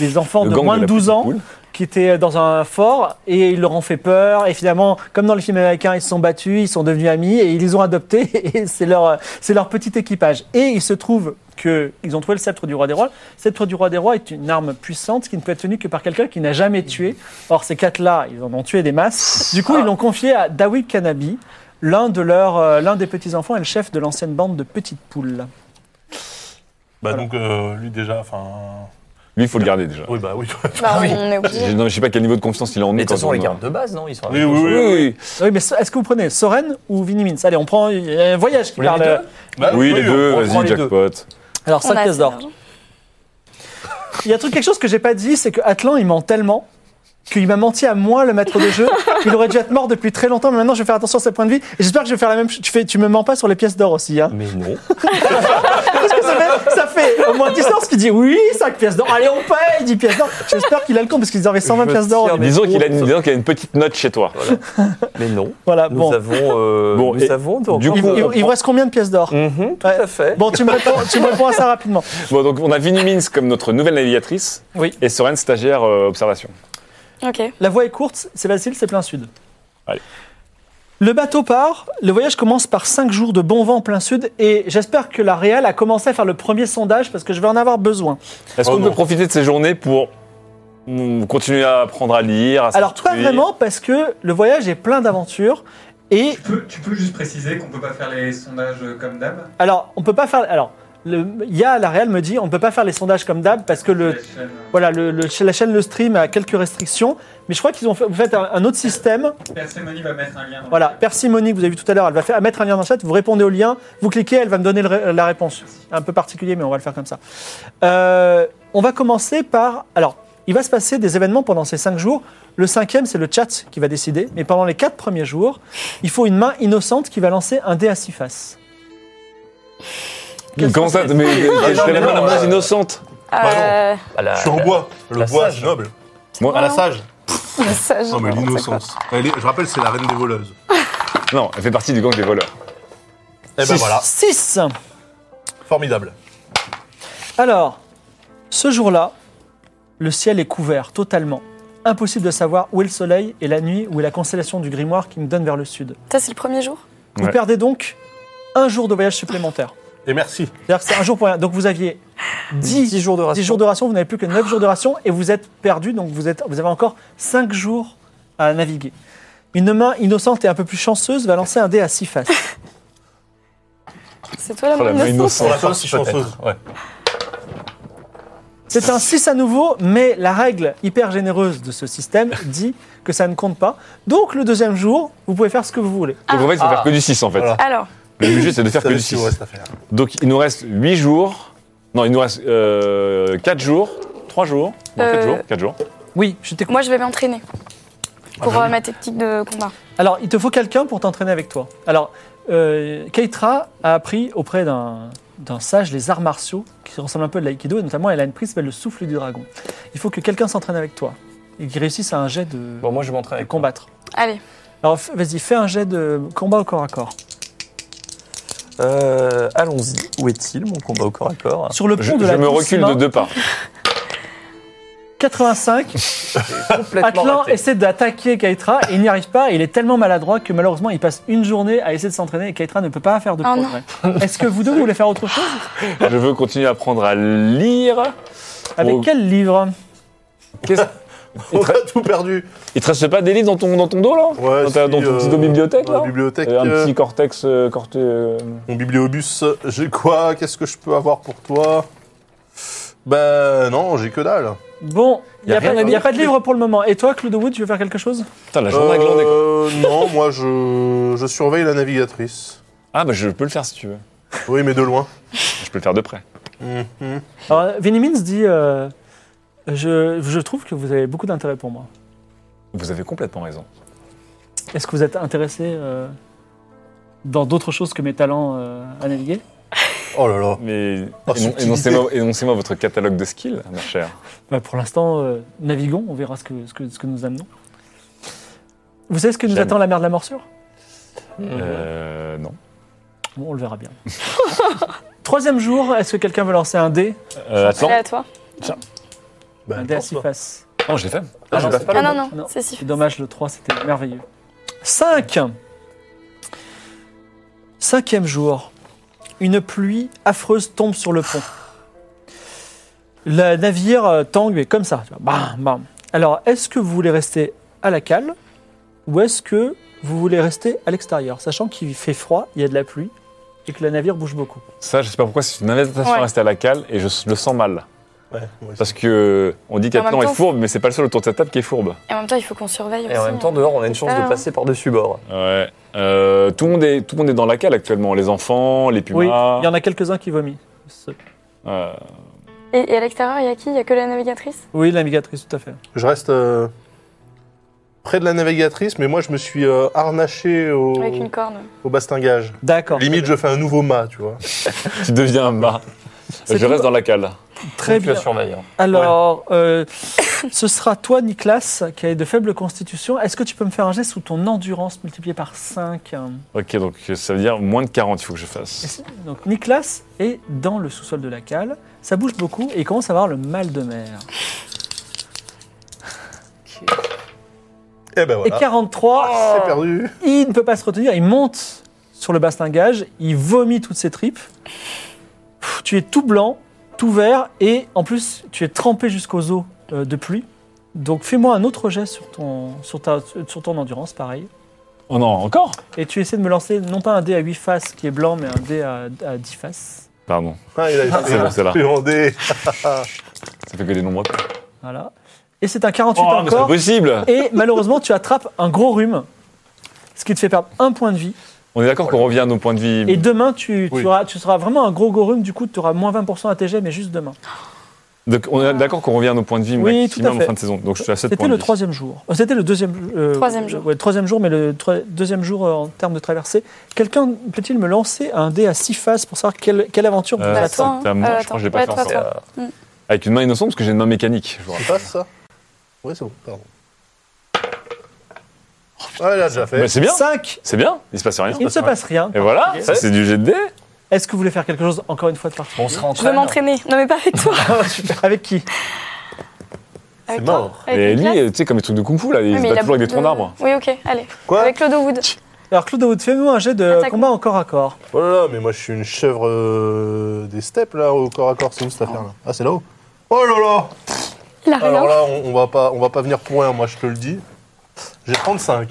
Speaker 1: des enfants
Speaker 3: le
Speaker 1: de
Speaker 3: gang
Speaker 1: moins
Speaker 3: de
Speaker 1: de,
Speaker 3: la
Speaker 1: 12
Speaker 3: petite
Speaker 1: ans,
Speaker 3: poule.
Speaker 1: qui étaient dans un fort, et ils leur ont fait peur. Et finalement, comme dans les films américains, ils se sont battus, ils sont devenus amis, et ils les ont adoptés, et c'est leur, euh, c'est leur petit équipage. Et il se trouve qu'ils ont trouvé le sceptre du roi des rois. Le sceptre du roi des rois est une arme puissante qui ne peut être tenue que par quelqu'un qui n'a jamais tué. Or, ces quatre-là, ils en ont tué des masses. Du coup, ils l'ont confié à Dawi Kanabi, l'un de leurs, euh, l'un des petits-enfants et le chef de l'ancienne bande de petites poules.
Speaker 2: Bah, donc, euh, lui, déjà, enfin.
Speaker 3: Lui il faut le garder déjà.
Speaker 2: Oui, bah oui.
Speaker 4: Bah, on est
Speaker 3: Je,
Speaker 4: obligé.
Speaker 3: non, mais je sais pas quel niveau de confiance il en est.
Speaker 5: Mais de
Speaker 3: quand
Speaker 5: toute façon, les
Speaker 3: on-
Speaker 5: gardes de base, non Ils sont
Speaker 2: Oui,
Speaker 5: avec nous
Speaker 2: oui,
Speaker 5: sur
Speaker 3: Oui,
Speaker 5: le-
Speaker 3: oui,
Speaker 1: Oui, mais est-ce que vous prenez Soren ou Vinimins Allez, on prend il y a un voyage qui
Speaker 5: Vous voulez
Speaker 1: parle.
Speaker 5: les
Speaker 1: euh,
Speaker 5: deux
Speaker 2: Bah,
Speaker 3: oui, les deux,
Speaker 5: on prend
Speaker 3: vas-y,
Speaker 5: les deux.
Speaker 3: jackpot.
Speaker 1: Alors,
Speaker 4: On a
Speaker 1: 5 pièces
Speaker 4: assez
Speaker 1: d'or.
Speaker 4: d'argent.
Speaker 1: Il y a un truc, quelque chose que j'ai pas dit, c'est que Atlan, il ment tellement qu'il m'a menti à moi, le maître de jeu. Il aurait dû être mort depuis très longtemps, mais maintenant je vais faire attention à ce point de vue. Et j'espère que je vais faire la même chose. Tu, fais, tu me mens pas sur les pièces d'or aussi, hein.
Speaker 5: Mais non.
Speaker 1: Parce que ça fait, ça fait au moins 10 ans ce qu'il dit oui, 5 pièces d'or. Allez, on paye 10 pièces d'or. J'espère qu'il a le compte parce qu'ils avaient 120
Speaker 5: Je
Speaker 1: pièces d'or.
Speaker 5: tiens, mais-
Speaker 3: Disons qu'il a,
Speaker 5: bon,
Speaker 3: une- disons qu'il a une petite note chez toi.
Speaker 5: Mais non.
Speaker 1: Voilà,
Speaker 5: Nous
Speaker 1: bon.
Speaker 5: avons. euh,
Speaker 3: Bon,
Speaker 5: nous
Speaker 3: et-
Speaker 5: avons donc.
Speaker 3: du
Speaker 1: Il,
Speaker 3: coup,
Speaker 1: il-
Speaker 3: on
Speaker 1: il
Speaker 3: prend-
Speaker 1: vous reste combien de pièces d'or
Speaker 5: Mhm, tout
Speaker 1: Ouais.
Speaker 5: à fait.
Speaker 1: Bon, tu me, réponds, tu me réponds à ça rapidement.
Speaker 3: Bon, donc on a Vinnie Mins comme notre nouvelle navigatrice
Speaker 1: Oui.
Speaker 3: et Soren stagiaire euh, observation.
Speaker 4: Ok.
Speaker 1: La voie est courte, c'est facile, c'est plein sud.
Speaker 3: Allez.
Speaker 1: Le bateau part, le voyage commence par 5 jours de bon vent en plein sud et j'espère que la Réal a commencé à faire le premier sondage parce que je vais en avoir besoin.
Speaker 3: Est-ce
Speaker 2: Oh
Speaker 3: qu'on
Speaker 2: non.
Speaker 3: peut profiter de ces journées pour mm, continuer à apprendre à lire à
Speaker 1: Alors pas
Speaker 3: s'instruire
Speaker 1: vraiment parce que le voyage est plein d'aventures et
Speaker 7: Tu peux, tu peux juste préciser qu'on peut pas faire les sondages euh, comme d'hab
Speaker 1: alors on peut pas faire alors le Ya la Réal me dit on peut pas faire les sondages comme d'hab parce que le
Speaker 7: La chaîne, euh,
Speaker 1: voilà le, le- la chaîne le stream a quelques restrictions mais je crois qu'ils ont fait, vous faites un- un autre système
Speaker 7: Persémoni va mettre un lien. dans
Speaker 1: Voilà,
Speaker 7: le-
Speaker 1: Persimony, que vous avez vu tout à l'heure, elle va faire, mettre un lien dans le chat, vous répondez au lien, vous cliquez, elle va me donner le ré- la réponse. Un peu particulier, mais on va le faire comme ça. Euh, on va commencer par... Alors, il va se passer des événements pendant ces cinq jours. Le cinquième, c'est le chat qui va décider. Mais pendant les quatre premiers jours, il faut une main innocente qui va lancer un dé à six faces.
Speaker 3: Comment ça Mais mais- je fais la
Speaker 5: non,
Speaker 3: main
Speaker 5: non,
Speaker 3: main
Speaker 5: euh,
Speaker 3: innocente.
Speaker 2: Bah
Speaker 4: Euh,
Speaker 5: À la-
Speaker 2: Je suis en bois. Le
Speaker 5: Ah, la
Speaker 2: bois,
Speaker 5: sage.
Speaker 2: c'est noble.
Speaker 3: Moi,
Speaker 2: À la sage.
Speaker 4: ça, je-
Speaker 2: Non, mais l'innocence. Elle est- Je rappelle, c'est la reine des voleuses.
Speaker 3: Non, elle fait partie du gang des voleurs.
Speaker 2: Eh ben voilà,
Speaker 1: 6
Speaker 2: formidable.
Speaker 1: Alors, ce jour-là, le ciel est couvert totalement. Impossible de savoir où est le soleil et la nuit, où est la constellation du grimoire qui me donne vers le sud.
Speaker 4: Ça, c'est le premier jour
Speaker 1: Vous
Speaker 3: Ouais.
Speaker 1: perdez donc un jour de voyage supplémentaire.
Speaker 2: Et merci.
Speaker 1: C'est-à-dire que c'est un jour pour rien. Donc vous aviez 10,
Speaker 5: 10 jours de ration.
Speaker 1: jours de ration, vous n'avez plus que 9 jours de ration et vous êtes perdu. Donc vous, êtes, vous avez encore 5 jours à naviguer. Une main innocente et un peu plus chanceuse va lancer un dé à 6 faces.
Speaker 4: C'est toi la
Speaker 3: Oh, la
Speaker 4: main
Speaker 3: main
Speaker 4: innocente
Speaker 2: Pour la
Speaker 5: Peut-être,
Speaker 2: force, si chanceuse.
Speaker 5: Ouais.
Speaker 1: C'est un 6 à nouveau, mais la règle hyper généreuse de ce système dit que ça ne compte pas. Donc le deuxième jour, vous pouvez faire ce que vous voulez.
Speaker 3: Donc en fait, il faut
Speaker 5: Ah.
Speaker 3: faire que du 6 en fait.
Speaker 2: Voilà.
Speaker 4: Alors,
Speaker 3: Le budget, c'est de faire
Speaker 2: Ça
Speaker 3: que du
Speaker 2: laisse qui
Speaker 3: 6.
Speaker 2: vous reste à faire.
Speaker 3: Donc il nous reste 8 jours. Non, il nous reste 4 jours. 3 jours. Non, 4
Speaker 4: Euh.
Speaker 3: jours. 4 jours.
Speaker 1: Oui, je t'écoute.
Speaker 4: moi, je vais m'entraîner pour
Speaker 3: Ah, bah
Speaker 4: euh, ma technique de combat.
Speaker 1: Alors, il te faut quelqu'un pour t'entraîner avec toi. Alors, euh, Keitra a appris auprès d'un d'un sage les arts martiaux qui ressemblent un peu à de l'aïkido et notamment elle a une prise qui s'appelle le souffle du dragon. Il faut que quelqu'un s'entraîne avec toi et qu'il réussisse à un jet de,
Speaker 5: Bon, moi, je m'entraîne
Speaker 1: de
Speaker 5: avec
Speaker 1: combattre.
Speaker 4: Allez,
Speaker 1: Alors f- vas-y, fais un jet de combat au corps à corps.
Speaker 5: Euh, Allons-y. Où est-il, mon combat au corps à corps
Speaker 1: Sur le pont
Speaker 3: Ah, Je,
Speaker 1: de
Speaker 3: je
Speaker 1: la
Speaker 3: me
Speaker 1: douce
Speaker 3: recule
Speaker 1: main,
Speaker 3: de deux pas.
Speaker 1: 85,
Speaker 5: Complètement
Speaker 1: Atlan
Speaker 5: raté.
Speaker 1: essaie d'attaquer Keitra et il n'y arrive pas. Il est tellement maladroit que malheureusement il passe une journée à essayer de s'entraîner et Keitra ne peut pas faire de
Speaker 4: Oh
Speaker 1: progrès. Est-ce que vous deux voulez faire autre chose
Speaker 3: Je veux continuer à apprendre à lire.
Speaker 1: Avec
Speaker 3: Oh.
Speaker 1: quel livre
Speaker 3: Qu'est-ce-
Speaker 2: On a tout perdu.
Speaker 3: Il te reste pas des livres dans ton, dans ton dos là
Speaker 2: Ouais,
Speaker 3: Dans, ta-
Speaker 2: si,
Speaker 3: dans ton
Speaker 2: euh,
Speaker 3: petit dos bibliothèque
Speaker 2: dans
Speaker 3: là
Speaker 2: la bibliothèque.
Speaker 3: Euh, Un
Speaker 2: euh,
Speaker 3: petit cortex. euh, corte- euh,
Speaker 2: Mon bibliobus, j'ai quoi Qu'est-ce que je peux avoir pour toi Ben non, j'ai que dalle.
Speaker 1: Bon, il
Speaker 3: Y
Speaker 1: n'y
Speaker 3: a
Speaker 1: a,
Speaker 3: rien
Speaker 1: pas-
Speaker 3: à
Speaker 1: y a
Speaker 3: dire.
Speaker 1: pas de livre pour le moment. Et toi, Claude Wood, tu veux faire quelque chose
Speaker 3: Putain, la journée a glandé quoi.
Speaker 2: Euh, non, moi je, je surveille la navigatrice.
Speaker 3: Ah bah je peux le faire si tu veux.
Speaker 2: Oui, mais de loin.
Speaker 3: Je peux le faire de près.
Speaker 2: Mhm.
Speaker 1: Alors, Vinnie Mins dit euh, je, je trouve que vous avez beaucoup d'intérêt pour moi.
Speaker 3: Vous avez complètement raison.
Speaker 1: Est-ce que vous êtes intéressé euh, dans d'autres choses que mes talents euh, à naviguer
Speaker 2: Oh là là.
Speaker 3: Mais
Speaker 2: Oh,
Speaker 3: énon-
Speaker 2: subtilité.
Speaker 3: énoncez-moi énoncez-moi votre catalogue de skills, ma chère.
Speaker 1: Bah, Pour l'instant, euh, naviguons, on verra ce que, ce, que, ce que nous amenons. Vous savez ce que nous
Speaker 3: Jamais.
Speaker 1: attend la mer de la morsure
Speaker 3: Euh, non.
Speaker 1: Bon, on le verra bien. Troisième jour, est-ce que quelqu'un veut lancer un dé
Speaker 3: Euh, attends.
Speaker 4: Allez, à toi.
Speaker 2: Bah,
Speaker 1: Un dé à
Speaker 2: attends,
Speaker 1: six
Speaker 2: toi.
Speaker 1: faces.
Speaker 3: Non, Oh, je l'ai fait.
Speaker 5: Ah,
Speaker 1: non,
Speaker 5: j'ai pas
Speaker 1: c'est
Speaker 5: fait.
Speaker 1: le
Speaker 4: Ah non,
Speaker 1: bon.
Speaker 4: non,
Speaker 1: Non.
Speaker 4: c'est si.
Speaker 1: C'est dommage, le 3, c'était merveilleux. 5 Cinquième jour, une pluie affreuse tombe sur le pont. Le navire euh, tangue, mais comme ça. tu vois, bam, bam. Alors, est-ce que vous voulez rester à la cale ou est-ce que vous voulez rester à l'extérieur, sachant qu'il fait froid, il y a de la pluie et que le navire bouge beaucoup
Speaker 3: Ça, je sais pas pourquoi, c'est une invitation à
Speaker 4: Ouais.
Speaker 3: rester à la cale et je le sens mal.
Speaker 2: Ouais, ouais,
Speaker 3: Parce que on dit
Speaker 4: En
Speaker 3: qu'Atlan
Speaker 4: même temps,
Speaker 3: est fourbe, mais c'est pas le seul autour de cette table qui est fourbe.
Speaker 4: Et en même temps, il faut qu'on surveille
Speaker 5: Et
Speaker 4: aussi,
Speaker 5: en même temps,
Speaker 4: hein.
Speaker 5: dehors, on a une chance
Speaker 4: Ah,
Speaker 5: de
Speaker 4: hein.
Speaker 5: passer par-dessus bord.
Speaker 3: Ouais. Euh, tout, le monde est, tout le monde est dans la cale actuellement. Les enfants, les
Speaker 1: Oui,
Speaker 3: pumas.
Speaker 1: il y en a quelques-uns qui vomissent.
Speaker 3: Euh,
Speaker 4: Et, et à l'extérieur, il y a qui Il y a que la navigatrice
Speaker 1: Oui, la navigatrice, tout à fait.
Speaker 2: Je reste euh, près de la navigatrice, mais moi je me suis euh, harnaché
Speaker 3: Oh.
Speaker 2: au,
Speaker 4: Avec une corne.
Speaker 2: au bastingage.
Speaker 1: D'accord.
Speaker 2: Limite, je fais un nouveau mât, tu vois.
Speaker 3: tu deviens un mât.
Speaker 1: C'est
Speaker 3: Je
Speaker 1: tout.
Speaker 3: reste dans la cale.
Speaker 1: Très bien.
Speaker 5: surveiller.
Speaker 1: Alors, euh, ce sera toi, Nicolas, qui a de faible constitution. Est-ce que tu peux me faire un geste sous ton endurance multiplié par 5
Speaker 3: Ok, donc euh, ça veut dire moins de 40, il faut que je fasse.
Speaker 1: Donc, Nicolas est dans le sous-sol de la cale. Ça bouge beaucoup et il commence à avoir le mal de mer.
Speaker 2: Et ben voilà. Oh,
Speaker 1: Et 43,
Speaker 2: C'est perdu.
Speaker 1: il ne peut pas se retenir. Il monte sur le bastingage. Il vomit toutes ses tripes. Pff, tu es tout blanc, tout vert et en plus, tu es trempé jusqu'aux os euh, de pluie. Donc, fais-moi un autre geste sur ton, sur ta- sur ton endurance, pareil.
Speaker 3: Oh non, encore
Speaker 1: Et tu essaies de me lancer non pas un dé à 8 faces qui est blanc, mais un dé à, à 10 faces.
Speaker 3: Pardon,
Speaker 2: Ah, il a
Speaker 3: c'est bon, c'est là.
Speaker 2: appréhendé.
Speaker 3: Ça fait que des nombres.
Speaker 1: Voilà. Et c'est un 48
Speaker 3: Oh, mais c'est pas
Speaker 1: encore.
Speaker 3: possible
Speaker 1: Et malheureusement, tu attrapes un gros rhume, ce qui te fait perdre un point de vie.
Speaker 3: On est d'accord qu'on revient à nos points de vie.
Speaker 1: Et demain, tu, tu
Speaker 2: Oui.
Speaker 1: auras, tu seras vraiment un gros gros rhume. Du coup, tu auras moins 20% à tes jets, mais juste demain.
Speaker 3: Donc, on est d'accord qu'on revient à nos points de vie
Speaker 1: Oui, tout à
Speaker 3: maximum en
Speaker 1: fait.
Speaker 3: fin de saison. Donc je suis à 7
Speaker 1: C'était
Speaker 3: points
Speaker 1: le
Speaker 3: de vie.
Speaker 1: troisième jour. Euh, C'était le deuxième. euh,
Speaker 4: Troisième jour.
Speaker 1: ouais, troisième jour, mais le troi- deuxième jour euh, en termes de traversée. Quelqu'un peut-il me lancer un dé à 6 faces pour savoir quelle, quelle aventure
Speaker 3: Euh,
Speaker 1: vous
Speaker 4: Bah,
Speaker 1: attend
Speaker 4: toi,
Speaker 3: c'est à
Speaker 4: hein.
Speaker 3: moi,
Speaker 4: Euh,
Speaker 3: je crois que je l'ai pas
Speaker 4: ouais,
Speaker 3: fait
Speaker 4: toi,
Speaker 3: encore.
Speaker 4: toi.
Speaker 3: Avec une main innocente, parce que j'ai une main mécanique. je vous
Speaker 2: C'est
Speaker 3: rappelle.
Speaker 2: pas Ah, ça Oui, c'est bon, pardon. Ah, il a déjà fait.
Speaker 3: Mais c'est bien,
Speaker 1: 5
Speaker 3: c'est bien, il se passe rien.
Speaker 1: Il ne se passe rien.
Speaker 3: Et voilà, ça c'est du jet de dés.
Speaker 1: Est-ce que vous voulez faire quelque chose encore une fois de particulier
Speaker 5: On se
Speaker 4: Je veux
Speaker 5: rentraîne.
Speaker 4: m'entraîner. Non, mais pas avec toi.
Speaker 1: Avec qui
Speaker 4: Avec toi.
Speaker 2: mort.
Speaker 4: Avec
Speaker 3: Et lui,
Speaker 4: Nicolas.
Speaker 3: euh, tu sais, comme les trucs de Kung Fu, là, il
Speaker 4: Oui,
Speaker 3: se
Speaker 4: mais
Speaker 3: bat
Speaker 4: a
Speaker 3: toujours avec des troncs
Speaker 4: de-
Speaker 3: d'arbres.
Speaker 4: Oui, ok, allez.
Speaker 2: Quoi
Speaker 4: Avec Claude Wood.
Speaker 1: Alors Claude Wood, fais-moi un jet de
Speaker 4: Attaque.
Speaker 1: combat au corps à corps.
Speaker 2: Oh là là, mais moi je suis une chèvre euh, des steppes là, au corps à corps, c'est où cette affaire là Ah, c'est là-haut Oh là là
Speaker 4: Il a
Speaker 2: Ah, Alors
Speaker 4: rien.
Speaker 2: là, on, on va pas, on va pas venir pour rien, moi je te le dis. J'ai 35.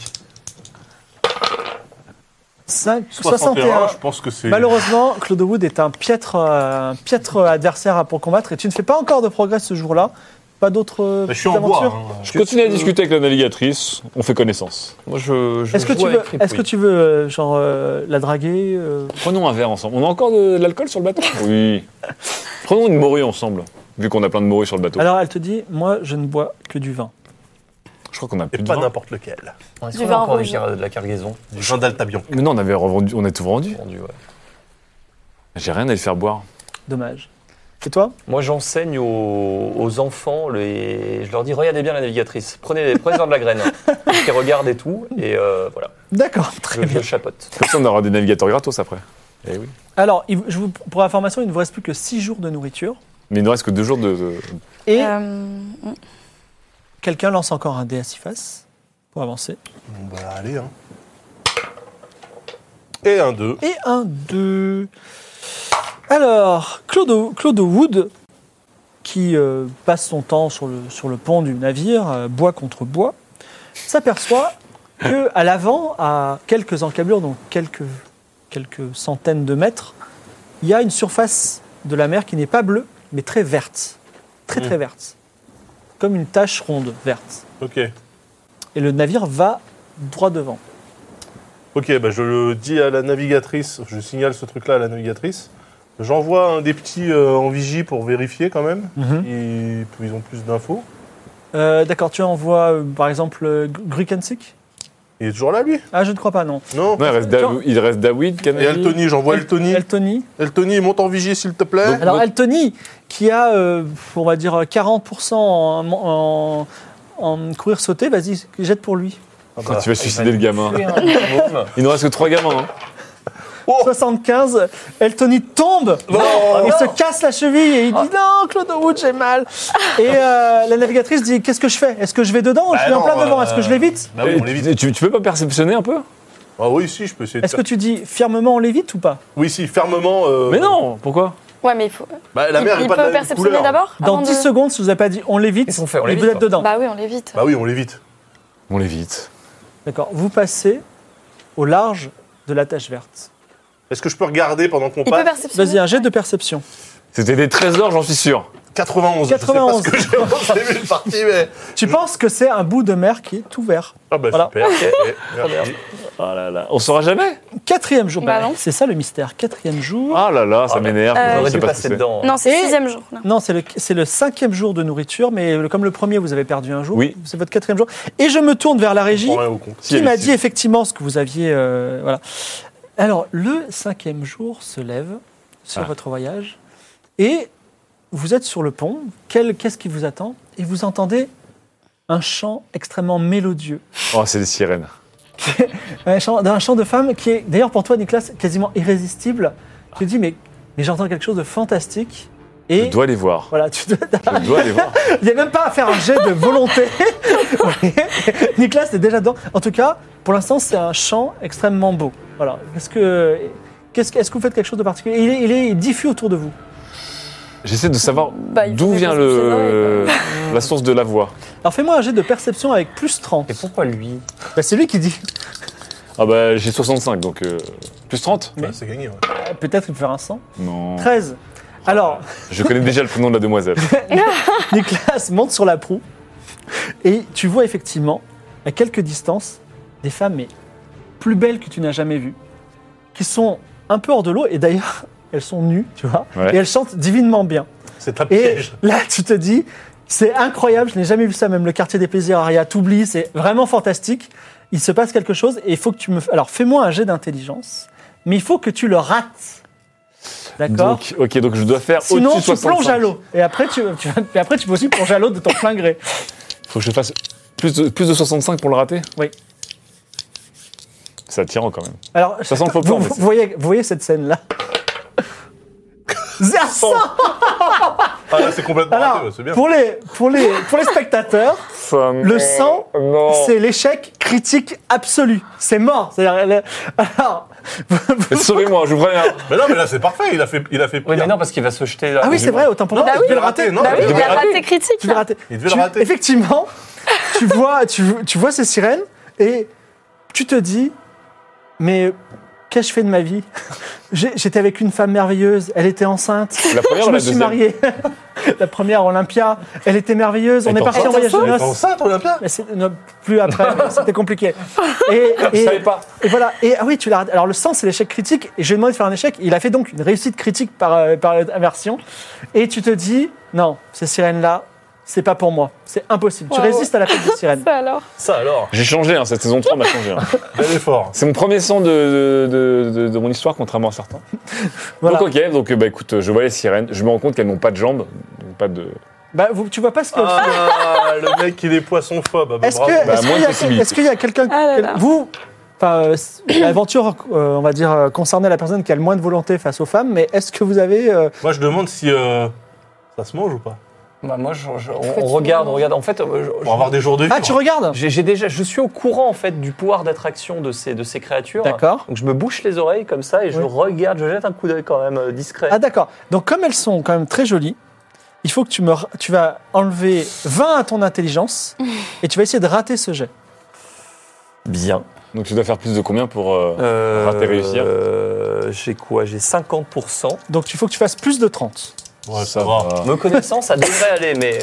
Speaker 1: 5, 61.
Speaker 2: 61, je pense que c'est.
Speaker 1: Malheureusement, Claude Wood est un piètre, euh, un piètre adversaire à pour combattre et tu ne fais pas encore de progrès ce jour-là. Pas d'autres euh,
Speaker 2: Bah, je suis en
Speaker 1: petites
Speaker 2: bois.
Speaker 1: aventures
Speaker 2: hein.
Speaker 3: Je continue à discuter avec la navigatrice, on fait connaissance.
Speaker 5: Moi, je, je
Speaker 1: Est-ce que,
Speaker 5: joue
Speaker 1: tu
Speaker 5: avec
Speaker 1: veux,
Speaker 5: Cripouille.
Speaker 1: est-ce que tu veux euh, genre, euh, la draguer euh,
Speaker 3: Prenons un verre ensemble. On a encore de, de l'alcool sur le bateau Oui. Prenons une morue ensemble, vu qu'on a plein de morues sur le bateau.
Speaker 1: Alors elle te dit, moi je ne bois que du vin.
Speaker 3: je crois qu'on a
Speaker 2: Et
Speaker 3: plus de
Speaker 2: pas
Speaker 3: vin.
Speaker 2: n'importe lequel.
Speaker 4: Du
Speaker 5: Est-ce qu'on a
Speaker 4: vin
Speaker 5: encore
Speaker 4: rouge.
Speaker 5: du car- de la cargaison
Speaker 2: Du vin d'Altabion.
Speaker 3: Mais non, on avait revendu, on a tout vendu.
Speaker 5: Vendu, ouais.
Speaker 3: J'ai rien à le faire boire.
Speaker 1: Dommage. Et toi
Speaker 5: Moi, j'enseigne aux, aux enfants, les, je leur dis regardez bien la navigatrice, prenez, prenez de la graine, qui regarde et tout, et euh, voilà,
Speaker 1: D'accord,
Speaker 5: je,
Speaker 1: très
Speaker 2: Euh,
Speaker 5: je
Speaker 1: bien.
Speaker 5: chapote.
Speaker 3: Comme ça, on aura des navigateurs gratos après. Eh oui.
Speaker 1: Alors, il- je vous, pour information, il ne vous reste plus que 6 jours de nourriture.
Speaker 3: Mais il ne reste que deux jours de. de-
Speaker 1: Et
Speaker 4: Euh,
Speaker 1: quelqu'un lance encore un dé à 6 faces pour avancer.
Speaker 2: Bon, bah allez, hein. Et un 2.
Speaker 1: Et un, deux. Alors, Claude, Claude Wood, qui euh, passe son temps sur le, sur le pont du navire, euh, bois contre bois, s'aperçoit que à l'avant, à quelques encablures, donc quelques, quelques centaines de mètres, il y a une surface de la mer qui n'est pas bleue, mais très verte. Très très verte. Comme une tache ronde verte.
Speaker 2: Ok.
Speaker 1: Et le navire va droit devant.
Speaker 2: Ok, bah je le dis à la navigatrice, je signale ce truc-là à la navigatrice. J'envoie un des petits euh, en vigie pour vérifier quand même.
Speaker 1: Mhm.
Speaker 2: Ils, ils ont plus d'infos.
Speaker 1: Euh, D'accord, tu envois euh, par exemple euh, Grukensic
Speaker 2: Il est toujours là, lui
Speaker 1: Ah, je ne crois pas, non.
Speaker 2: Non
Speaker 3: Non, il reste,
Speaker 1: Tiens.
Speaker 3: Daw- il reste Dawid,
Speaker 2: Et
Speaker 3: Kanali.
Speaker 2: Eltony, j'envoie Eltony.
Speaker 1: Eltony
Speaker 2: Eltony, monte en vigie, s'il te plaît.
Speaker 1: Alors, Eltony, qui a, euh, on va dire, 40% en, en, en courir sauter, vas-y, jette pour lui.
Speaker 2: Ah
Speaker 3: Quand
Speaker 2: bah,
Speaker 3: tu vas suicider le gamin.
Speaker 5: Boum.
Speaker 3: Il ne reste que trois gamins. hein.
Speaker 2: Oh.
Speaker 1: 75, Eltony tombe, il se casse la cheville et il dit
Speaker 2: Ah.
Speaker 1: non, Claude Wood, j'ai mal. Et euh, la navigatrice dit qu'est-ce que je fais Est-ce que je vais dedans ou
Speaker 2: Bah
Speaker 1: je vais en
Speaker 2: non,
Speaker 1: plein devant Est-ce
Speaker 2: euh,
Speaker 1: que je l'évite
Speaker 2: Bah oui, on
Speaker 3: Et
Speaker 2: l'évite.
Speaker 3: tu, tu peux pas perceptionner un peu
Speaker 2: Ah oui, si, je peux essayer de
Speaker 1: Est-ce
Speaker 2: faire.
Speaker 1: que tu dis fermement on l'évite ou pas
Speaker 2: Oui, si, fermement. euh,
Speaker 3: Mais non, pourquoi
Speaker 4: Ouais, mais il faut.
Speaker 2: Bah, la
Speaker 4: il-
Speaker 2: mer est
Speaker 4: il
Speaker 2: pas de
Speaker 4: peut
Speaker 2: la même
Speaker 4: perceptionner
Speaker 2: couleur.
Speaker 4: d'abord
Speaker 1: Dans
Speaker 4: avant
Speaker 1: 10
Speaker 4: de-
Speaker 1: secondes, si vous n'avez pas dit on l'évite,
Speaker 5: Qu'est-ce qu'on fait On
Speaker 1: et
Speaker 5: l'évite,
Speaker 1: vous êtes
Speaker 5: quoi.
Speaker 1: dedans.
Speaker 4: Bah oui, on l'évite.
Speaker 2: Bah oui, on l'évite.
Speaker 3: On l'évite.
Speaker 1: D'accord, vous passez au large de la tache verte.
Speaker 2: Est-ce que je peux regarder pendant qu'on
Speaker 4: Il peut
Speaker 2: passe
Speaker 4: perceptionner.
Speaker 1: Vas-y, un jet de perception.
Speaker 3: C'était des trésors, j'en suis sûr.
Speaker 2: 91. Je sais pas ce que j'ai pensé au début de partie, mais.
Speaker 1: Tu penses que c'est un bout de mer qui est ouvert.
Speaker 2: Ah bah
Speaker 1: Voilà.
Speaker 2: super. ok, merci.
Speaker 3: Oh là là. On saura jamais
Speaker 1: Quatrième jour,
Speaker 4: Bah
Speaker 1: bah,
Speaker 4: non.
Speaker 1: c'est ça le mystère. Quatrième jour.
Speaker 3: Ah là là, ça
Speaker 5: Ah,
Speaker 3: m'énerve.
Speaker 4: Euh,
Speaker 3: je
Speaker 5: J'aurais
Speaker 3: sais
Speaker 5: dû
Speaker 3: pas ce
Speaker 5: passer
Speaker 3: que c'est.
Speaker 5: dedans. hein.
Speaker 4: Non, c'est
Speaker 1: Et-
Speaker 4: le sixième jour. là.
Speaker 1: Non, c'est le, c'est le cinquième jour de nourriture, mais le- comme le premier, vous avez perdu un jour.
Speaker 3: Oui.
Speaker 1: C'est votre quatrième jour. Et je me tourne vers la régie.
Speaker 2: Pour rien au compte.
Speaker 3: Si,
Speaker 1: qui m'a
Speaker 3: Alexis.
Speaker 1: dit effectivement ce que vous aviez. euh, voilà. Alors, le cinquième jour se lève sur
Speaker 3: Ah.
Speaker 1: votre voyage et vous êtes sur le pont. Quel- Qu'est-ce qui vous attend Et vous entendez un chant extrêmement mélodieux.
Speaker 3: Oh, c'est des sirènes.
Speaker 1: Un chant, un chant de femme qui est, d'ailleurs pour toi, Nicolas, quasiment irrésistible. Tu te dis, mais, mais j'entends quelque chose de fantastique.
Speaker 3: Je
Speaker 1: Et
Speaker 3: dois les voir.
Speaker 1: voilà, tu te-
Speaker 3: Je dois les voir.
Speaker 1: Il n'y a même pas à faire un jet de volonté. Nicolas est déjà dedans. En tout cas, pour l'instant, c'est un chant extrêmement beau. Voilà. Est-ce que, qu'est-ce que- est-ce que vous faites quelque chose de particulier il est, il est diffus autour de vous.
Speaker 3: J'essaie de savoir
Speaker 4: Bah, il faut
Speaker 3: d'où
Speaker 4: des
Speaker 3: vient
Speaker 4: choses
Speaker 3: le... la source de la voix.
Speaker 1: Alors fais-moi un jet de perception avec plus 30.
Speaker 5: Et pourquoi lui
Speaker 1: Bah, c'est lui qui dit.
Speaker 3: Ah bah j'ai 65 donc euh, plus 30
Speaker 2: Bah, c'est gagné. ouais.
Speaker 1: Euh, Peut-être il peut faire un 100.
Speaker 3: Non.
Speaker 1: 13. Alors,
Speaker 3: Je connais déjà le prénom de la demoiselle.
Speaker 1: Nicolas monte sur la proue et tu vois effectivement, à quelques distances, des femmes mais plus belles que tu n'as jamais vues, qui sont un peu hors de l'eau et d'ailleurs, elles sont nues, tu vois,
Speaker 3: Ouais.
Speaker 1: et elles chantent divinement bien.
Speaker 2: C'est un
Speaker 1: Et
Speaker 2: piège.
Speaker 1: là, tu te dis, c'est incroyable, je n'ai jamais vu ça, même le quartier des plaisirs, Aria, t'oublies, c'est vraiment fantastique. Il se passe quelque chose et il faut que tu me. Alors, fais-moi un jet d'intelligence, mais il faut que tu le rates. D'accord
Speaker 3: Donc, ok donc je dois faire
Speaker 1: Sinon,
Speaker 3: au-dessus de
Speaker 1: tu
Speaker 3: 65.
Speaker 1: plonges à l'eau. Et après, tu, tu- et après, tu peux aussi plonger à l'eau de ton plein gré.
Speaker 3: Faut que je fasse plus de, plus de 65 pour le rater
Speaker 1: Oui.
Speaker 3: C'est attirant quand même.
Speaker 1: Alors,
Speaker 3: Ça sent le faux
Speaker 1: vous,
Speaker 3: plan,
Speaker 1: vous
Speaker 3: mais c'est-
Speaker 1: voyez, vous voyez cette scène-là C'est à ça
Speaker 2: Ah là, c'est complètement raté,
Speaker 1: Alors,
Speaker 2: ouais, c'est bien.
Speaker 1: pour les, pour, les, pour les spectateurs, le sang,
Speaker 2: Euh,
Speaker 1: c'est l'échec critique absolu. C'est mort. C'est-à-dire, le- alors,
Speaker 3: Sauvez-moi, je vous préviens.
Speaker 2: Mais non, mais là, c'est parfait. Il a fait. Il a fait
Speaker 5: Oui, mais
Speaker 2: pire.
Speaker 5: non, parce qu'il va se jeter là.
Speaker 1: ah oui, c'est vrai, autant pour moi.
Speaker 2: il
Speaker 1: tu
Speaker 2: devait
Speaker 1: le
Speaker 2: le
Speaker 1: rater.
Speaker 2: rater, non
Speaker 4: Bah oui,
Speaker 2: il
Speaker 4: il
Speaker 2: devait
Speaker 4: a
Speaker 2: le rater.
Speaker 4: raté critique.
Speaker 1: Tu le
Speaker 4: là.
Speaker 1: rater.
Speaker 2: Il devait
Speaker 1: Tu-
Speaker 2: le rater.
Speaker 1: Effectivement, tu vois, tu, tu vois ces sirènes et tu te dis, mais qu'ai-je fait de ma vie J'ai- J'étais avec une femme merveilleuse, elle était enceinte.
Speaker 3: La première
Speaker 1: Je
Speaker 3: ou
Speaker 1: me
Speaker 3: la
Speaker 1: suis
Speaker 3: deuxième
Speaker 1: marié. la première Olympia, elle était merveilleuse. On
Speaker 3: Elle
Speaker 1: est
Speaker 3: était
Speaker 1: parti en voyage de
Speaker 2: Elle est
Speaker 1: noces.
Speaker 2: enceinte, Olympia
Speaker 1: Mais c'est- non, plus après, mais c'était compliqué. Et,
Speaker 3: Je
Speaker 1: et-
Speaker 3: savais pas.
Speaker 1: et voilà. Et ah oui, tu l'as. Alors le sens, c'est l'échec critique. Et je lui ai demandé de faire un échec. Il a fait donc une réussite critique par, euh, par inversion. Et tu te dis, non, ces sirènes-là, c'est pas pour moi. C'est impossible. Tu
Speaker 4: Wow.
Speaker 1: résistes à l'appel des sirènes.
Speaker 4: Ça alors
Speaker 5: Ça alors
Speaker 3: J'ai changé, hein, cette saison 3 m'a changé. hein.
Speaker 2: Elle est fort.
Speaker 3: C'est mon premier sang de, de, de- de mon histoire, contrairement à certains.
Speaker 1: Voilà.
Speaker 3: Donc ok, donc euh, bah écoute, je vois les sirènes, je me rends compte qu'elles n'ont pas de jambes, donc pas de...
Speaker 1: Bah, vous, tu vois pas ce que.
Speaker 2: Ah, le mec, il est poisson-phobe. Ah bah,
Speaker 1: Est-ce
Speaker 2: bravo.
Speaker 1: que,
Speaker 3: Bah,
Speaker 1: est-ce
Speaker 3: moins
Speaker 1: qu'il
Speaker 3: de
Speaker 1: y a-
Speaker 3: possibilités.
Speaker 1: est-ce qu'il y a quelqu'un,
Speaker 4: Ah là là.
Speaker 1: quel- vous, enfin, euh, c'est- l'aventure, euh, on va dire, euh, concernait la personne qui a le moins de volonté face aux femmes, mais est-ce que vous avez, euh,
Speaker 2: Moi, je demande si euh, ça se mange ou pas.
Speaker 5: Bah, Moi, je- je- on,
Speaker 4: Faut
Speaker 5: on
Speaker 4: que tu
Speaker 5: regarde,
Speaker 4: me-
Speaker 5: on regarde. En fait, euh, je- je-
Speaker 2: Pour avoir des jours de vie.
Speaker 1: ah, tu regardes,
Speaker 5: j'ai j'ai déjà, je suis au courant en fait du pouvoir d'attraction de ces, de ces créatures.
Speaker 1: d'accord.
Speaker 5: Donc je me bouche les oreilles comme ça et je
Speaker 1: Oui.
Speaker 5: regarde, je jette un coup d'œil quand même euh, discret.
Speaker 1: Ah d'accord. Donc comme elles sont quand même très jolies, il faut que tu me, ra- tu vas enlever 20 à ton intelligence et tu vas essayer de rater ce jet.
Speaker 5: bien.
Speaker 3: Donc tu dois faire plus de combien pour... euh,
Speaker 5: Euh,
Speaker 3: Rater, réussir.
Speaker 5: euh, j'ai quoi J'ai 50%.
Speaker 1: Donc il faut que tu fasses plus de 30.
Speaker 2: Ouais, ça va.
Speaker 5: Me connaissant, ça devrait aller, mais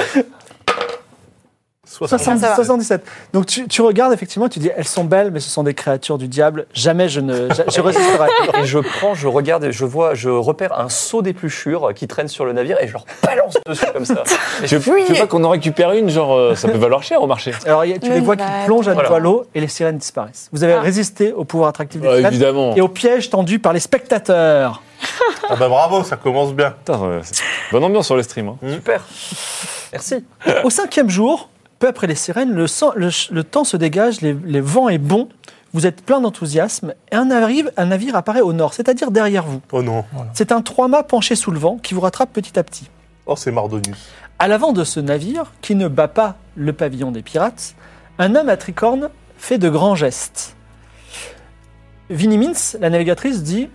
Speaker 2: 60.
Speaker 1: 70, 77. Donc tu, tu regardes effectivement, tu dis elles sont belles, mais ce sont des créatures du diable. Jamais je ne, je, je résisterai.
Speaker 5: Et je prends, je regarde, et je vois, je repère un seau d'épluchure qui traîne sur le navire et je leur balance dessus comme ça. Et
Speaker 3: Tu
Speaker 5: je-
Speaker 3: veux, tu veux pas qu'on en récupère une, genre, euh, ça peut valoir cher au marché
Speaker 1: Alors il y a- tu
Speaker 4: Mais
Speaker 1: les vois qui
Speaker 4: bah,
Speaker 1: plongent à
Speaker 5: Voilà. Ah.
Speaker 1: nouveau à l'eau et les sirènes disparaissent. Vous avez résisté au pouvoir attractif des
Speaker 3: Bah,
Speaker 1: sirènes
Speaker 3: Évidemment.
Speaker 1: et aux pièges tendus par les spectateurs.
Speaker 2: Ah bah bravo, ça commence bien.
Speaker 3: Putain, euh, c'est- bonne ambiance sur le stream. hein.
Speaker 5: Super. Merci.
Speaker 1: Au cinquième jour, peu après les sirènes, le, sang- le ch- le temps se dégage, les, les vents est bon. Vous êtes plein d'enthousiasme et un navire, un navire apparaît au nord, c'est-à-dire derrière vous.
Speaker 2: Oh non.
Speaker 1: C'est un trois-mâts penché sous le vent qui vous rattrape petit à petit.
Speaker 2: Oh, c'est Mardonius.
Speaker 1: À l'avant de ce navire, qui ne bat pas le pavillon des pirates, un homme à tricorne fait de grands gestes. Vinnie Mintz, la navigatrice, dit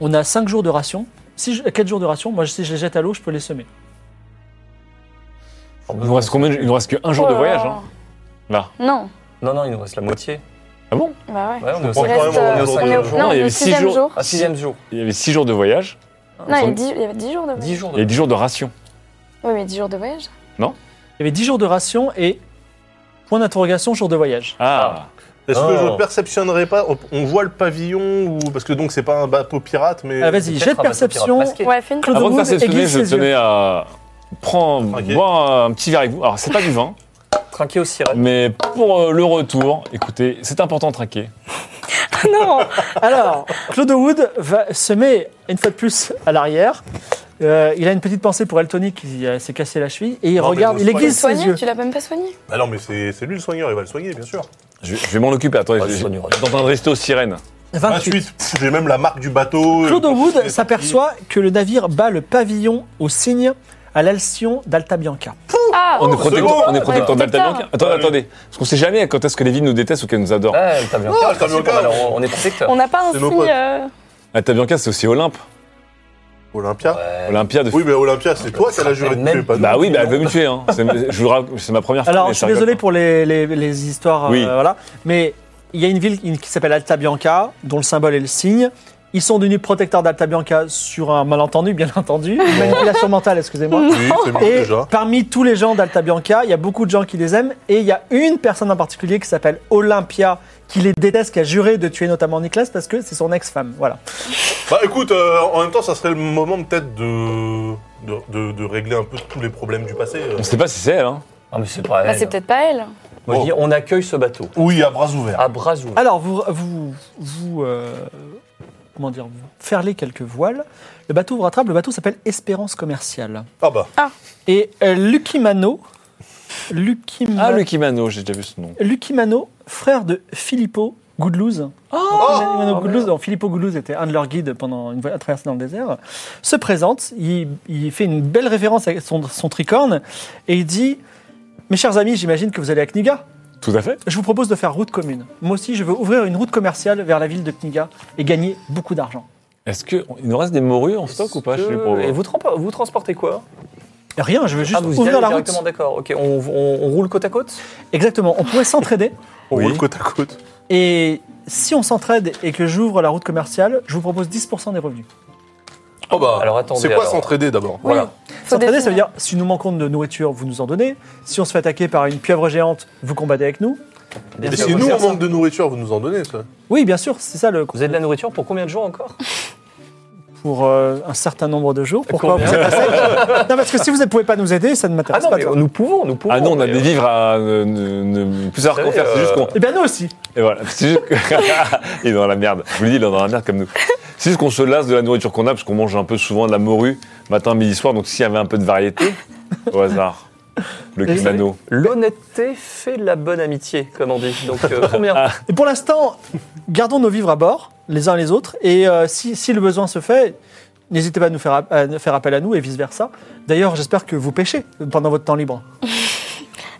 Speaker 1: On a 5 jours de ration. Si je- quatre jours de ration, moi, si je les jette à l'eau, je peux les semer.
Speaker 3: Il nous reste combien de- Il nous reste qu'un jour de
Speaker 4: Oh là
Speaker 3: voyage,
Speaker 4: là.
Speaker 3: hein, là.
Speaker 4: Non.
Speaker 5: Non, non, il nous reste la moitié.
Speaker 3: Ah bon
Speaker 4: Bah ouais.
Speaker 5: Ouais, on est au
Speaker 2: comprends
Speaker 4: Il
Speaker 2: Bon,
Speaker 5: cinquième
Speaker 2: quand même,
Speaker 4: reste,
Speaker 5: jour, on est
Speaker 2: on
Speaker 4: euh, on est
Speaker 5: au cinquième
Speaker 4: au- non,
Speaker 5: jour.
Speaker 3: il y
Speaker 4: on est
Speaker 3: avait
Speaker 4: au
Speaker 3: six
Speaker 4: sixième
Speaker 3: jours.
Speaker 4: jour.
Speaker 5: Ah, sixième jour.
Speaker 3: Il y avait 6 jours de voyage
Speaker 4: Non, il
Speaker 3: Ils
Speaker 4: y a
Speaker 3: ont-
Speaker 4: dix- il y avait 10 jours de
Speaker 5: Dix
Speaker 4: voyage.
Speaker 5: jours.
Speaker 3: et 10 jours de ration.
Speaker 4: Oui, mais 10 jours de voyage.
Speaker 1: Il y avait 10 jours de ration et point d'interrogation, jour de voyage.
Speaker 3: Ah,
Speaker 2: Est-ce
Speaker 5: Oh.
Speaker 2: que je perceptionnerais pas on- On voit le pavillon ou parce que donc c'est pas un bateau pirate, mais.
Speaker 1: Ah, vas-y,
Speaker 5: peut-être
Speaker 1: jet de
Speaker 5: un bateau
Speaker 1: perception.
Speaker 5: pirate masqué.
Speaker 4: Ouais, fais une
Speaker 1: Claude-
Speaker 3: Avant de
Speaker 1: Wood
Speaker 3: faire cette
Speaker 1: aiguille
Speaker 3: sonnée, je
Speaker 1: ses yeux.
Speaker 3: tenais à prendre,
Speaker 2: Ok.
Speaker 3: boire un petit verre avec vous. Alors, c'est pas du vin,
Speaker 5: Trinqué aux sirènes.
Speaker 3: mais pour euh, le retour, écoutez, c'est important de traquer.
Speaker 4: Non
Speaker 1: Alors, Claude Wood va se met une fois de plus à l'arrière. Euh, il a une petite pensée pour Eltony qui euh, s'est cassé la cheville et il
Speaker 2: Non, mais
Speaker 1: regarde,
Speaker 2: je
Speaker 1: il
Speaker 2: le soigne.
Speaker 1: aiguise ses
Speaker 4: Soigné
Speaker 1: yeux.
Speaker 4: Tu l'as même pas soigné
Speaker 2: Ah non, mais c'est c'est lui le soigneur, il va le soigner, bien sûr.
Speaker 3: Je, je vais m'en occuper. Attendez,
Speaker 5: Ah,
Speaker 3: je-
Speaker 5: c'est
Speaker 3: je-
Speaker 5: bon, ouais.
Speaker 3: j'étais en train de rester aux sirènes.
Speaker 1: 28.
Speaker 2: Ensuite, pff, j'ai même la marque du bateau.
Speaker 1: Ah, Claude
Speaker 2: Euh,
Speaker 1: Wood
Speaker 2: c'est-
Speaker 1: s'aperçoit que le navire bat le pavillon au signe à l'Alcyon d'Alta Bianca.
Speaker 4: Ah
Speaker 3: On est
Speaker 4: oh,
Speaker 3: protecteur,
Speaker 2: bon
Speaker 3: on est protecteur
Speaker 4: Ouais,
Speaker 3: d'Alta
Speaker 4: protecteur.
Speaker 3: Bianca. Attendez, attendez. Parce qu'on sait jamais quand est-ce que les villes nous détestent ou qu'elles nous adorent.
Speaker 5: Ah, t'as bien.
Speaker 2: Non,
Speaker 5: Ah,
Speaker 2: t'as bien
Speaker 5: c'est pas mal, On on est protecteur.
Speaker 4: On n'a pas un
Speaker 2: C'est nos
Speaker 4: signe.
Speaker 2: potes.
Speaker 4: euh,
Speaker 3: Alta Bianca, c'est aussi Olympe.
Speaker 2: Olympia
Speaker 3: Olympia de.
Speaker 2: Oui, mais Olympia, c'est toi qui as la jurée de
Speaker 5: même
Speaker 2: tuer, pas nous.
Speaker 3: Bah oui, bah, elle veut me tuer. Hein. C'est, je vous rac- c'est ma première fois.
Speaker 1: Alors,
Speaker 3: mais
Speaker 1: je suis
Speaker 3: ça rigole
Speaker 1: désolé
Speaker 3: pas.
Speaker 1: pour les, les- les histoires, euh,
Speaker 3: Oui.
Speaker 1: voilà, mais il y a une ville qui qui s'appelle Alta Bianca, dont le symbole est le signe. Ils sont devenus protecteurs d'Alta Bianca sur un malentendu, bien entendu. Une manipulation mentale, excusez-moi.
Speaker 2: Oui, c'est bon,
Speaker 1: Et
Speaker 2: déjà.
Speaker 1: parmi tous les gens d'Alta Bianca, il y a beaucoup de gens qui les aiment. Et il y a une personne en particulier qui s'appelle Olympia, qui les déteste, qui a juré de tuer notamment Nicolas parce que c'est son ex-femme. Voilà.
Speaker 2: Bah écoute, euh, en même temps, ça serait le moment peut-être de, de, de- de régler un peu tous les problèmes du passé. euh.
Speaker 3: On sait pas si c'est elle. Hein.
Speaker 5: Ah, mais c'est pas
Speaker 4: Bah, c'est
Speaker 5: elle.
Speaker 4: peut-être pas elle.
Speaker 5: Moi, je dis, on accueille ce bateau.
Speaker 2: Oui, à bras ouverts.
Speaker 5: À bras ouverts.
Speaker 1: Alors, vous, vous, vous, euh, comment dire, vous ferlez quelques voiles. Le bateau vous rattrape. Le bateau s'appelle Espérance commerciale.
Speaker 2: Ah bah,
Speaker 1: Et euh, Lucky Mano, Lucky Ma-
Speaker 3: Ah, le Kimano, j'ai déjà vu ce nom.
Speaker 1: Lucky Mano, frère de Filippo Goodlouse. Mano Goodlouse, donc, Filippo Goodlouse était un de leurs guides pendant une voie- traversée dans le désert. Se présente, il, il fait une belle référence à son, son tricorne et il dit Mes chers amis, j'imagine que vous allez à Kniga.
Speaker 3: Tout à fait.
Speaker 1: Je vous propose de faire route commune. Moi aussi, je veux ouvrir une route commerciale vers la ville de Kniga et gagner beaucoup d'argent.
Speaker 3: Est-ce qu'il nous reste des morues en stock ou pas chez les
Speaker 5: Que-
Speaker 3: pros
Speaker 5: Et vous, trampa- vous transportez quoi
Speaker 1: Rien, je veux juste
Speaker 5: Ah, vous y allez
Speaker 1: ouvrir la route.
Speaker 5: directement, d'accord. Ok, on, on- on roule côte à côte
Speaker 1: Exactement, on pourrait s'entraider.
Speaker 2: on
Speaker 3: Oui.
Speaker 2: roule côte à côte.
Speaker 1: Et si on s'entraide et que j'ouvre la route commerciale, je vous propose 10% des revenus.
Speaker 2: Oh bah,
Speaker 5: Alors, attendez,
Speaker 2: c'est quoi
Speaker 5: alors.
Speaker 2: s'entraider d'abord
Speaker 5: Voilà.
Speaker 1: S'entraider,
Speaker 4: définir.
Speaker 1: ça veut dire si nous manquons de nourriture, vous nous en donnez. Si on se fait attaquer par une pieuvre géante, vous combattez avec nous.
Speaker 2: Et
Speaker 5: Bien sûr,
Speaker 2: si
Speaker 5: on
Speaker 2: nous,
Speaker 5: va
Speaker 2: on
Speaker 5: faire ça.
Speaker 2: manque de nourriture, vous nous en donnez, ça
Speaker 1: Oui, bien sûr, c'est ça le
Speaker 5: Vous avez de la nourriture pour combien de jours encore
Speaker 1: pour euh, un certain nombre de jours. Pourquoi
Speaker 5: Combien
Speaker 1: vous êtes pas sec Non, parce que si vous ne pouvez pas nous aider, ça ne
Speaker 5: Ah
Speaker 1: m'intéresse
Speaker 5: non,
Speaker 1: pas.
Speaker 5: mais
Speaker 1: toi.
Speaker 5: nous pouvons, nous pouvons.
Speaker 3: Ah non, on a
Speaker 5: mais,
Speaker 3: des
Speaker 5: euh,
Speaker 3: vivres à ne, ne- ne- plus savoir
Speaker 5: Vous
Speaker 3: qu'on
Speaker 5: savez,
Speaker 3: faire. C'est juste
Speaker 5: euh,
Speaker 3: qu'on.
Speaker 1: Eh bien, nous aussi.
Speaker 3: Et voilà. C'est juste que- il est dans la merde. Je vous le dis, il est dans la merde comme nous. C'est juste qu'on se lasse de la nourriture qu'on a parce qu'on mange un peu souvent de la morue matin, midi, soir. Donc s'il y avait un peu de variété, au hasard, le
Speaker 1: Et-
Speaker 3: Kimano.
Speaker 5: L'honnêteté fait la bonne amitié, comme on dit. Donc, euh, combien
Speaker 3: Ah,
Speaker 1: Et pour l'instant, gardons nos vivres à bord, les uns les autres. Et euh, si, si le besoin se fait, n'hésitez pas à nous faire, app- à nous faire appel à nous et vice-versa. D'ailleurs, j'espère que vous pêchez pendant votre temps libre.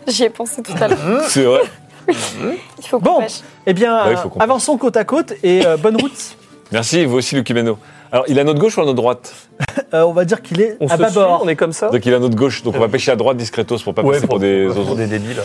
Speaker 4: J'y ai pensé tout à
Speaker 5: Mmh.
Speaker 4: l'heure.
Speaker 3: C'est vrai.
Speaker 4: Il faut
Speaker 1: Bon.
Speaker 4: qu'on pêche.
Speaker 1: Eh bien,
Speaker 3: Bah oui, faut qu'on pêche.
Speaker 1: avançons côte à côte et euh, bonne route.
Speaker 3: Merci, vous aussi, le Kimano. Alors, il a notre gauche ou à notre droite
Speaker 1: Euh, on va dire qu'il est
Speaker 5: On
Speaker 1: à
Speaker 5: se
Speaker 1: bâbord.
Speaker 5: suit, on est comme ça
Speaker 3: Donc, il a notre gauche. Donc, on va pêcher à droite discretos pour pas
Speaker 5: Ah. Euh, Ouais,
Speaker 3: passer pour des
Speaker 5: pour
Speaker 3: autres. Euh,
Speaker 5: des débiles.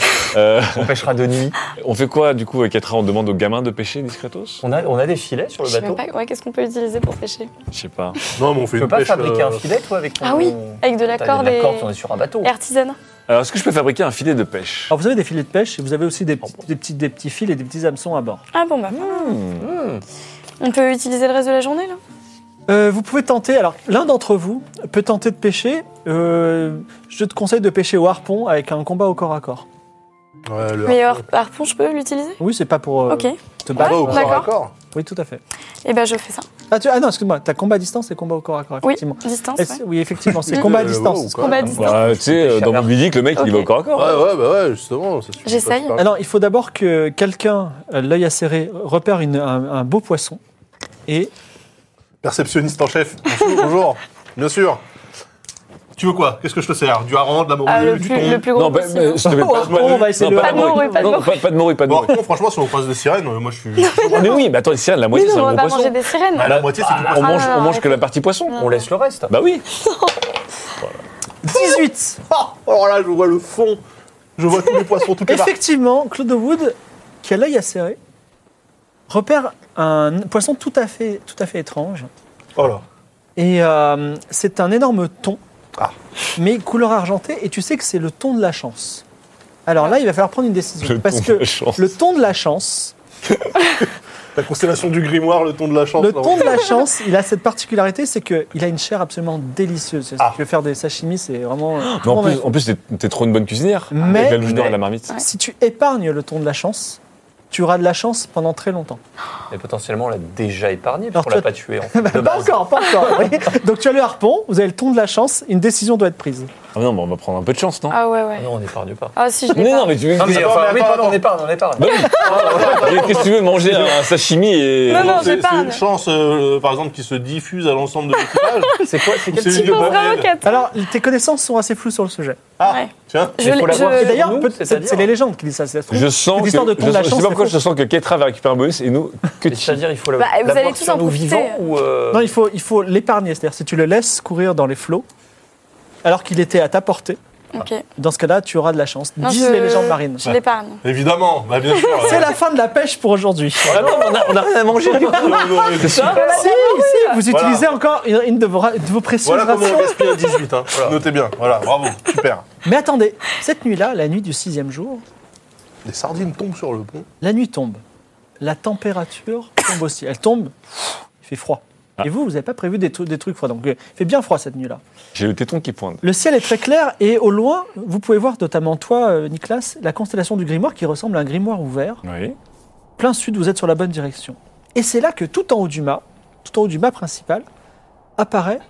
Speaker 5: On pêchera de nuit.
Speaker 3: on fait quoi, du coup, avec Etra On demande aux gamins de pêcher discretos
Speaker 5: On a, on a des filets sur
Speaker 4: Je
Speaker 5: le
Speaker 4: sais même
Speaker 5: bateau.
Speaker 4: pas. Ouais, qu'est-ce qu'on peut utiliser pour pêcher
Speaker 3: Je sais pas.
Speaker 2: Non, mais on fait
Speaker 5: Tu peux
Speaker 2: une
Speaker 5: pas
Speaker 2: pêche.
Speaker 5: fabriquer
Speaker 2: euh,
Speaker 5: un filet, toi, avec ton...
Speaker 4: Ah oui, avec de la
Speaker 5: T'as de
Speaker 4: corde
Speaker 5: la
Speaker 4: et
Speaker 5: corde, on est sur un bateau.
Speaker 4: et artisanat.
Speaker 3: Alors, est-ce que je peux fabriquer un filet de pêche
Speaker 1: Alors vous avez des filets de pêche et vous avez aussi des, petits- des, petits, des petits fils et des petits hameçons à bord.
Speaker 4: Ah bon, bah.
Speaker 5: Mmh.
Speaker 4: On peut utiliser le reste de la journée, là
Speaker 1: Euh, vous pouvez tenter, alors l'un d'entre vous peut tenter de pêcher. Euh, je te conseille de pêcher au harpon avec un combat au corps à corps.
Speaker 2: Ouais, le
Speaker 4: Mais
Speaker 2: harpon.
Speaker 4: har- harpon, je peux l'utiliser
Speaker 1: Oui, c'est pas pour euh,
Speaker 4: Ok. Eh
Speaker 1: te
Speaker 2: On va
Speaker 1: battre.
Speaker 2: au corps à
Speaker 4: d'accord.
Speaker 2: corps.
Speaker 1: Oui, tout à fait.
Speaker 4: ben, je fais ça.
Speaker 1: Ah, tu- ah non, excuse-moi, t'as combat à distance et combat au corps à corps,
Speaker 4: Oui,
Speaker 1: effectivement.
Speaker 4: distance,
Speaker 1: Est-ce-
Speaker 4: ouais.
Speaker 1: Oui, effectivement, c'est
Speaker 4: Mm.
Speaker 1: combat à
Speaker 2: Euh,
Speaker 1: distance.
Speaker 2: wow, quoi.
Speaker 4: Combat à distance.
Speaker 3: Bah, tu sais, euh, dans
Speaker 5: Chaleur.
Speaker 3: Boubidic, le mec, il va
Speaker 4: Ok.
Speaker 3: au corps à corps.
Speaker 2: Ouais, ouais, bah ouais, justement. ça suffit pas,
Speaker 4: J'essaye.
Speaker 2: c'est pas-
Speaker 1: Ah non, il faut d'abord que quelqu'un, euh, l'œil acéré, repère une- un, un beau poisson. Et
Speaker 2: Perceptionniste en chef. Bonjour, bonjour. Bien sûr. Tu veux quoi Qu'est-ce que je te sers Du hareng, de la morue,
Speaker 4: Ah, le,
Speaker 2: du
Speaker 4: plus,
Speaker 2: thon
Speaker 4: le plus gros
Speaker 3: Non, bah,
Speaker 4: possible.
Speaker 3: mais, s'il te plaît,
Speaker 1: Oh,
Speaker 3: pas-
Speaker 1: on va essayer
Speaker 3: non,
Speaker 1: le-
Speaker 3: pas de morue.
Speaker 4: pas de
Speaker 3: Non,
Speaker 4: morue.
Speaker 3: Pas pas de morue, pas de
Speaker 2: Bon,
Speaker 3: morue.
Speaker 2: par contre, Ah, franchement, si on croise des sirènes, euh, moi je suis.
Speaker 3: Mais oui, mais attends, les sirènes, la moitié,
Speaker 4: oui,
Speaker 3: c'est
Speaker 4: mais on
Speaker 3: un gros
Speaker 4: va pas
Speaker 3: poisson.
Speaker 4: manger des sirènes.
Speaker 2: Bah, la moitié, c'est du
Speaker 3: On
Speaker 2: poisson.
Speaker 4: Ah,
Speaker 3: mange,
Speaker 4: non,
Speaker 3: on
Speaker 4: non,
Speaker 3: mange
Speaker 4: arrête.
Speaker 3: que la partie poisson.
Speaker 5: On laisse le reste.
Speaker 3: Bah oui.
Speaker 1: 18
Speaker 2: Ah, alors là, je vois le fond. Je vois tous les poissons, toutes les parties.
Speaker 1: Effectivement, Claude Wood, qui a l'œil acéré, repère un poisson tout à fait, tout à fait étrange.
Speaker 2: Oh là.
Speaker 1: Et euh, c'est un énorme thon,
Speaker 2: Ah.
Speaker 1: mais couleur argentée, et tu sais que c'est le thon de la chance. Alors là, il va falloir prendre une décision.
Speaker 3: Le
Speaker 1: parce
Speaker 3: thon
Speaker 1: que
Speaker 3: de la chance.
Speaker 1: le thon de la chance,
Speaker 2: La constellation du grimoire, le ton de la chance.
Speaker 1: le
Speaker 2: là,
Speaker 1: thon
Speaker 2: on-
Speaker 1: de la chance, il a cette particularité, c'est qu'il a une chair absolument délicieuse.
Speaker 2: Ah.
Speaker 1: Si tu veux faire des sashimi, c'est vraiment...
Speaker 3: Mais en plus, en plus, t'es- t'es trop une bonne cuisinière.
Speaker 1: Mais-
Speaker 3: Avec la louche d'or
Speaker 1: mais-
Speaker 3: et la marmite. Ah,
Speaker 1: Si tu épargnes le thon de la chance, tu auras de la chance pendant très longtemps.
Speaker 5: Mais potentiellement, on l'a déjà épargné,
Speaker 1: Alors,
Speaker 5: puisqu'on l'a
Speaker 1: toi-
Speaker 5: pas tué. En fait, de
Speaker 1: Pas
Speaker 5: base.
Speaker 1: encore, pas encore. oui. Donc tu as le harpon, vous avez le ton de la chance, une décision doit être prise.
Speaker 3: Ah non, mais on va prendre un peu de chance, non
Speaker 4: Ah ouais,
Speaker 5: Ah
Speaker 4: ouais.
Speaker 5: Non, on n'épargne pas.
Speaker 4: Ah si, je l'ai
Speaker 3: Mais
Speaker 4: pas.
Speaker 3: non, mais tu veux.
Speaker 5: Non, mais
Speaker 3: Qu'est-ce
Speaker 5: enfin, oui,
Speaker 2: attends,
Speaker 5: pardon, on
Speaker 2: attends.
Speaker 5: épargne, on
Speaker 3: Bah,
Speaker 5: épargne.
Speaker 3: que tu veux manger un sashimi et.
Speaker 4: Non, non,
Speaker 2: C'est c'est
Speaker 4: j'épargne.
Speaker 2: une chance, euh, par exemple, qui se diffuse à l'ensemble de l'équipage.
Speaker 5: C'est quoi C'est
Speaker 2: Ou
Speaker 5: quel
Speaker 2: c'est
Speaker 5: type
Speaker 4: Tu
Speaker 2: une
Speaker 4: penses
Speaker 2: bonne
Speaker 4: vraiment
Speaker 2: aide
Speaker 4: qu'à toi
Speaker 1: Alors, tes connaissances sont assez floues sur le sujet.
Speaker 2: Ah,
Speaker 4: Ouais.
Speaker 2: tiens.
Speaker 4: Je
Speaker 5: faut
Speaker 4: l'ai-
Speaker 5: l'avoir,
Speaker 4: je-
Speaker 1: Et d'ailleurs,
Speaker 5: Nous,
Speaker 1: peut- c'est
Speaker 5: c'est-à-dire
Speaker 1: c'est les légendes qui disent ça. c'est ça.
Speaker 3: Je sens
Speaker 1: Cette
Speaker 3: que.
Speaker 1: histoire de
Speaker 3: Je,
Speaker 1: thon de la
Speaker 3: je sais
Speaker 1: chance,
Speaker 3: pas pourquoi
Speaker 1: c'est
Speaker 3: je sens que Ketra va récupérer un bonus et nous. Que
Speaker 5: Mais C'est-à-dire, il faut la,
Speaker 4: Bah, vous
Speaker 5: l'avoir
Speaker 4: allez tous
Speaker 5: sur
Speaker 4: en
Speaker 5: nous
Speaker 4: profiter.
Speaker 5: vivants ou. euh,
Speaker 1: Non, il faut il faut l'épargner. C'est-à-dire, si tu le laisses courir dans les flots, alors qu'il était à ta portée,
Speaker 4: Ok.
Speaker 1: dans ce cas-là, tu auras de la chance.
Speaker 4: Non,
Speaker 1: Disent
Speaker 4: je-
Speaker 1: les légendes marines.
Speaker 4: Je l'épargne.
Speaker 2: Évidemment, bah, bien sûr.
Speaker 1: C'est la fin de la pêche pour aujourd'hui.
Speaker 3: Attends, on a, on a rien à manger.
Speaker 2: Euh, C'est ça
Speaker 1: Si, si, vous
Speaker 2: Voilà.
Speaker 1: utilisez encore une une de vos, ra- de vos précieuses
Speaker 2: Voilà comment on
Speaker 1: rations.
Speaker 2: gaspille à 18. Hein. Notez bien. Voilà, bravo. Super.
Speaker 1: Mais attendez, cette nuit-là, la nuit du sixième jour,
Speaker 2: Des sardines tombent sur le pont.
Speaker 1: la nuit tombe. La température tombe aussi. Elle tombe, il fait froid. Et vous, vous n'avez pas prévu des, tru- des trucs froids. Donc, euh, il fait bien froid cette nuit-là.
Speaker 3: J'ai le téton qui pointe.
Speaker 1: Le ciel est très clair et au loin, vous pouvez voir, notamment toi, euh, Nicolas, la constellation du grimoire qui ressemble à un grimoire ouvert.
Speaker 3: Oui.
Speaker 1: Plein sud, vous êtes sur la bonne direction. Et c'est là que tout en haut du mât, tout en haut du mât principal, apparaît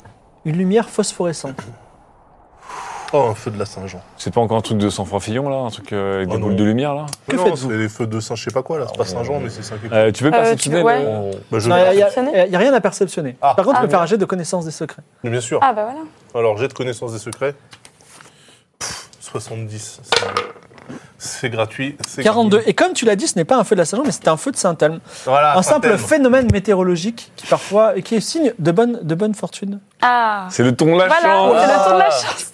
Speaker 1: une lumière phosphorescente.
Speaker 2: Oh, un feu de la Saint-Jean.
Speaker 3: C'est pas encore un truc de sang froid fillon là, un truc euh, avec des
Speaker 2: Oh non.
Speaker 3: boules de lumière là.
Speaker 1: Que
Speaker 2: Non,
Speaker 1: faites-vous
Speaker 2: C'est les feux de Saint, je sais pas quoi là. C'est pas Saint-Jean, mais c'est Saint quelque
Speaker 3: Euh, tu peux
Speaker 4: Euh,
Speaker 3: perceptionner
Speaker 4: tu- ouais.
Speaker 3: le-
Speaker 5: on-
Speaker 2: Bah, je-
Speaker 1: Il n'y a, y a-
Speaker 4: perceptionner
Speaker 1: y a rien à perceptionner.
Speaker 2: Ah.
Speaker 1: Par contre, tu
Speaker 4: Ah,
Speaker 1: peux
Speaker 4: mais-
Speaker 1: faire un jet de connaissance des secrets.
Speaker 2: Bien sûr.
Speaker 4: Ah bah voilà.
Speaker 2: Alors, j'ai de connaissance des secrets. Pff, 70. c'est- C'est gratuit. c'est
Speaker 1: 42.
Speaker 2: gratuit.
Speaker 1: Et comme tu l'as dit, ce n'est pas un feu de la Saint-Jean, mais c'est un feu de Saint-Elme.
Speaker 2: Voilà,
Speaker 1: un simple
Speaker 2: Saint-Elme.
Speaker 1: phénomène météorologique qui parfois qui est signe de bonne, de bonne fortune.
Speaker 4: Ah.
Speaker 3: C'est le ton la
Speaker 4: Voilà, c'est
Speaker 3: chance. Ah,
Speaker 4: la tour de la chance.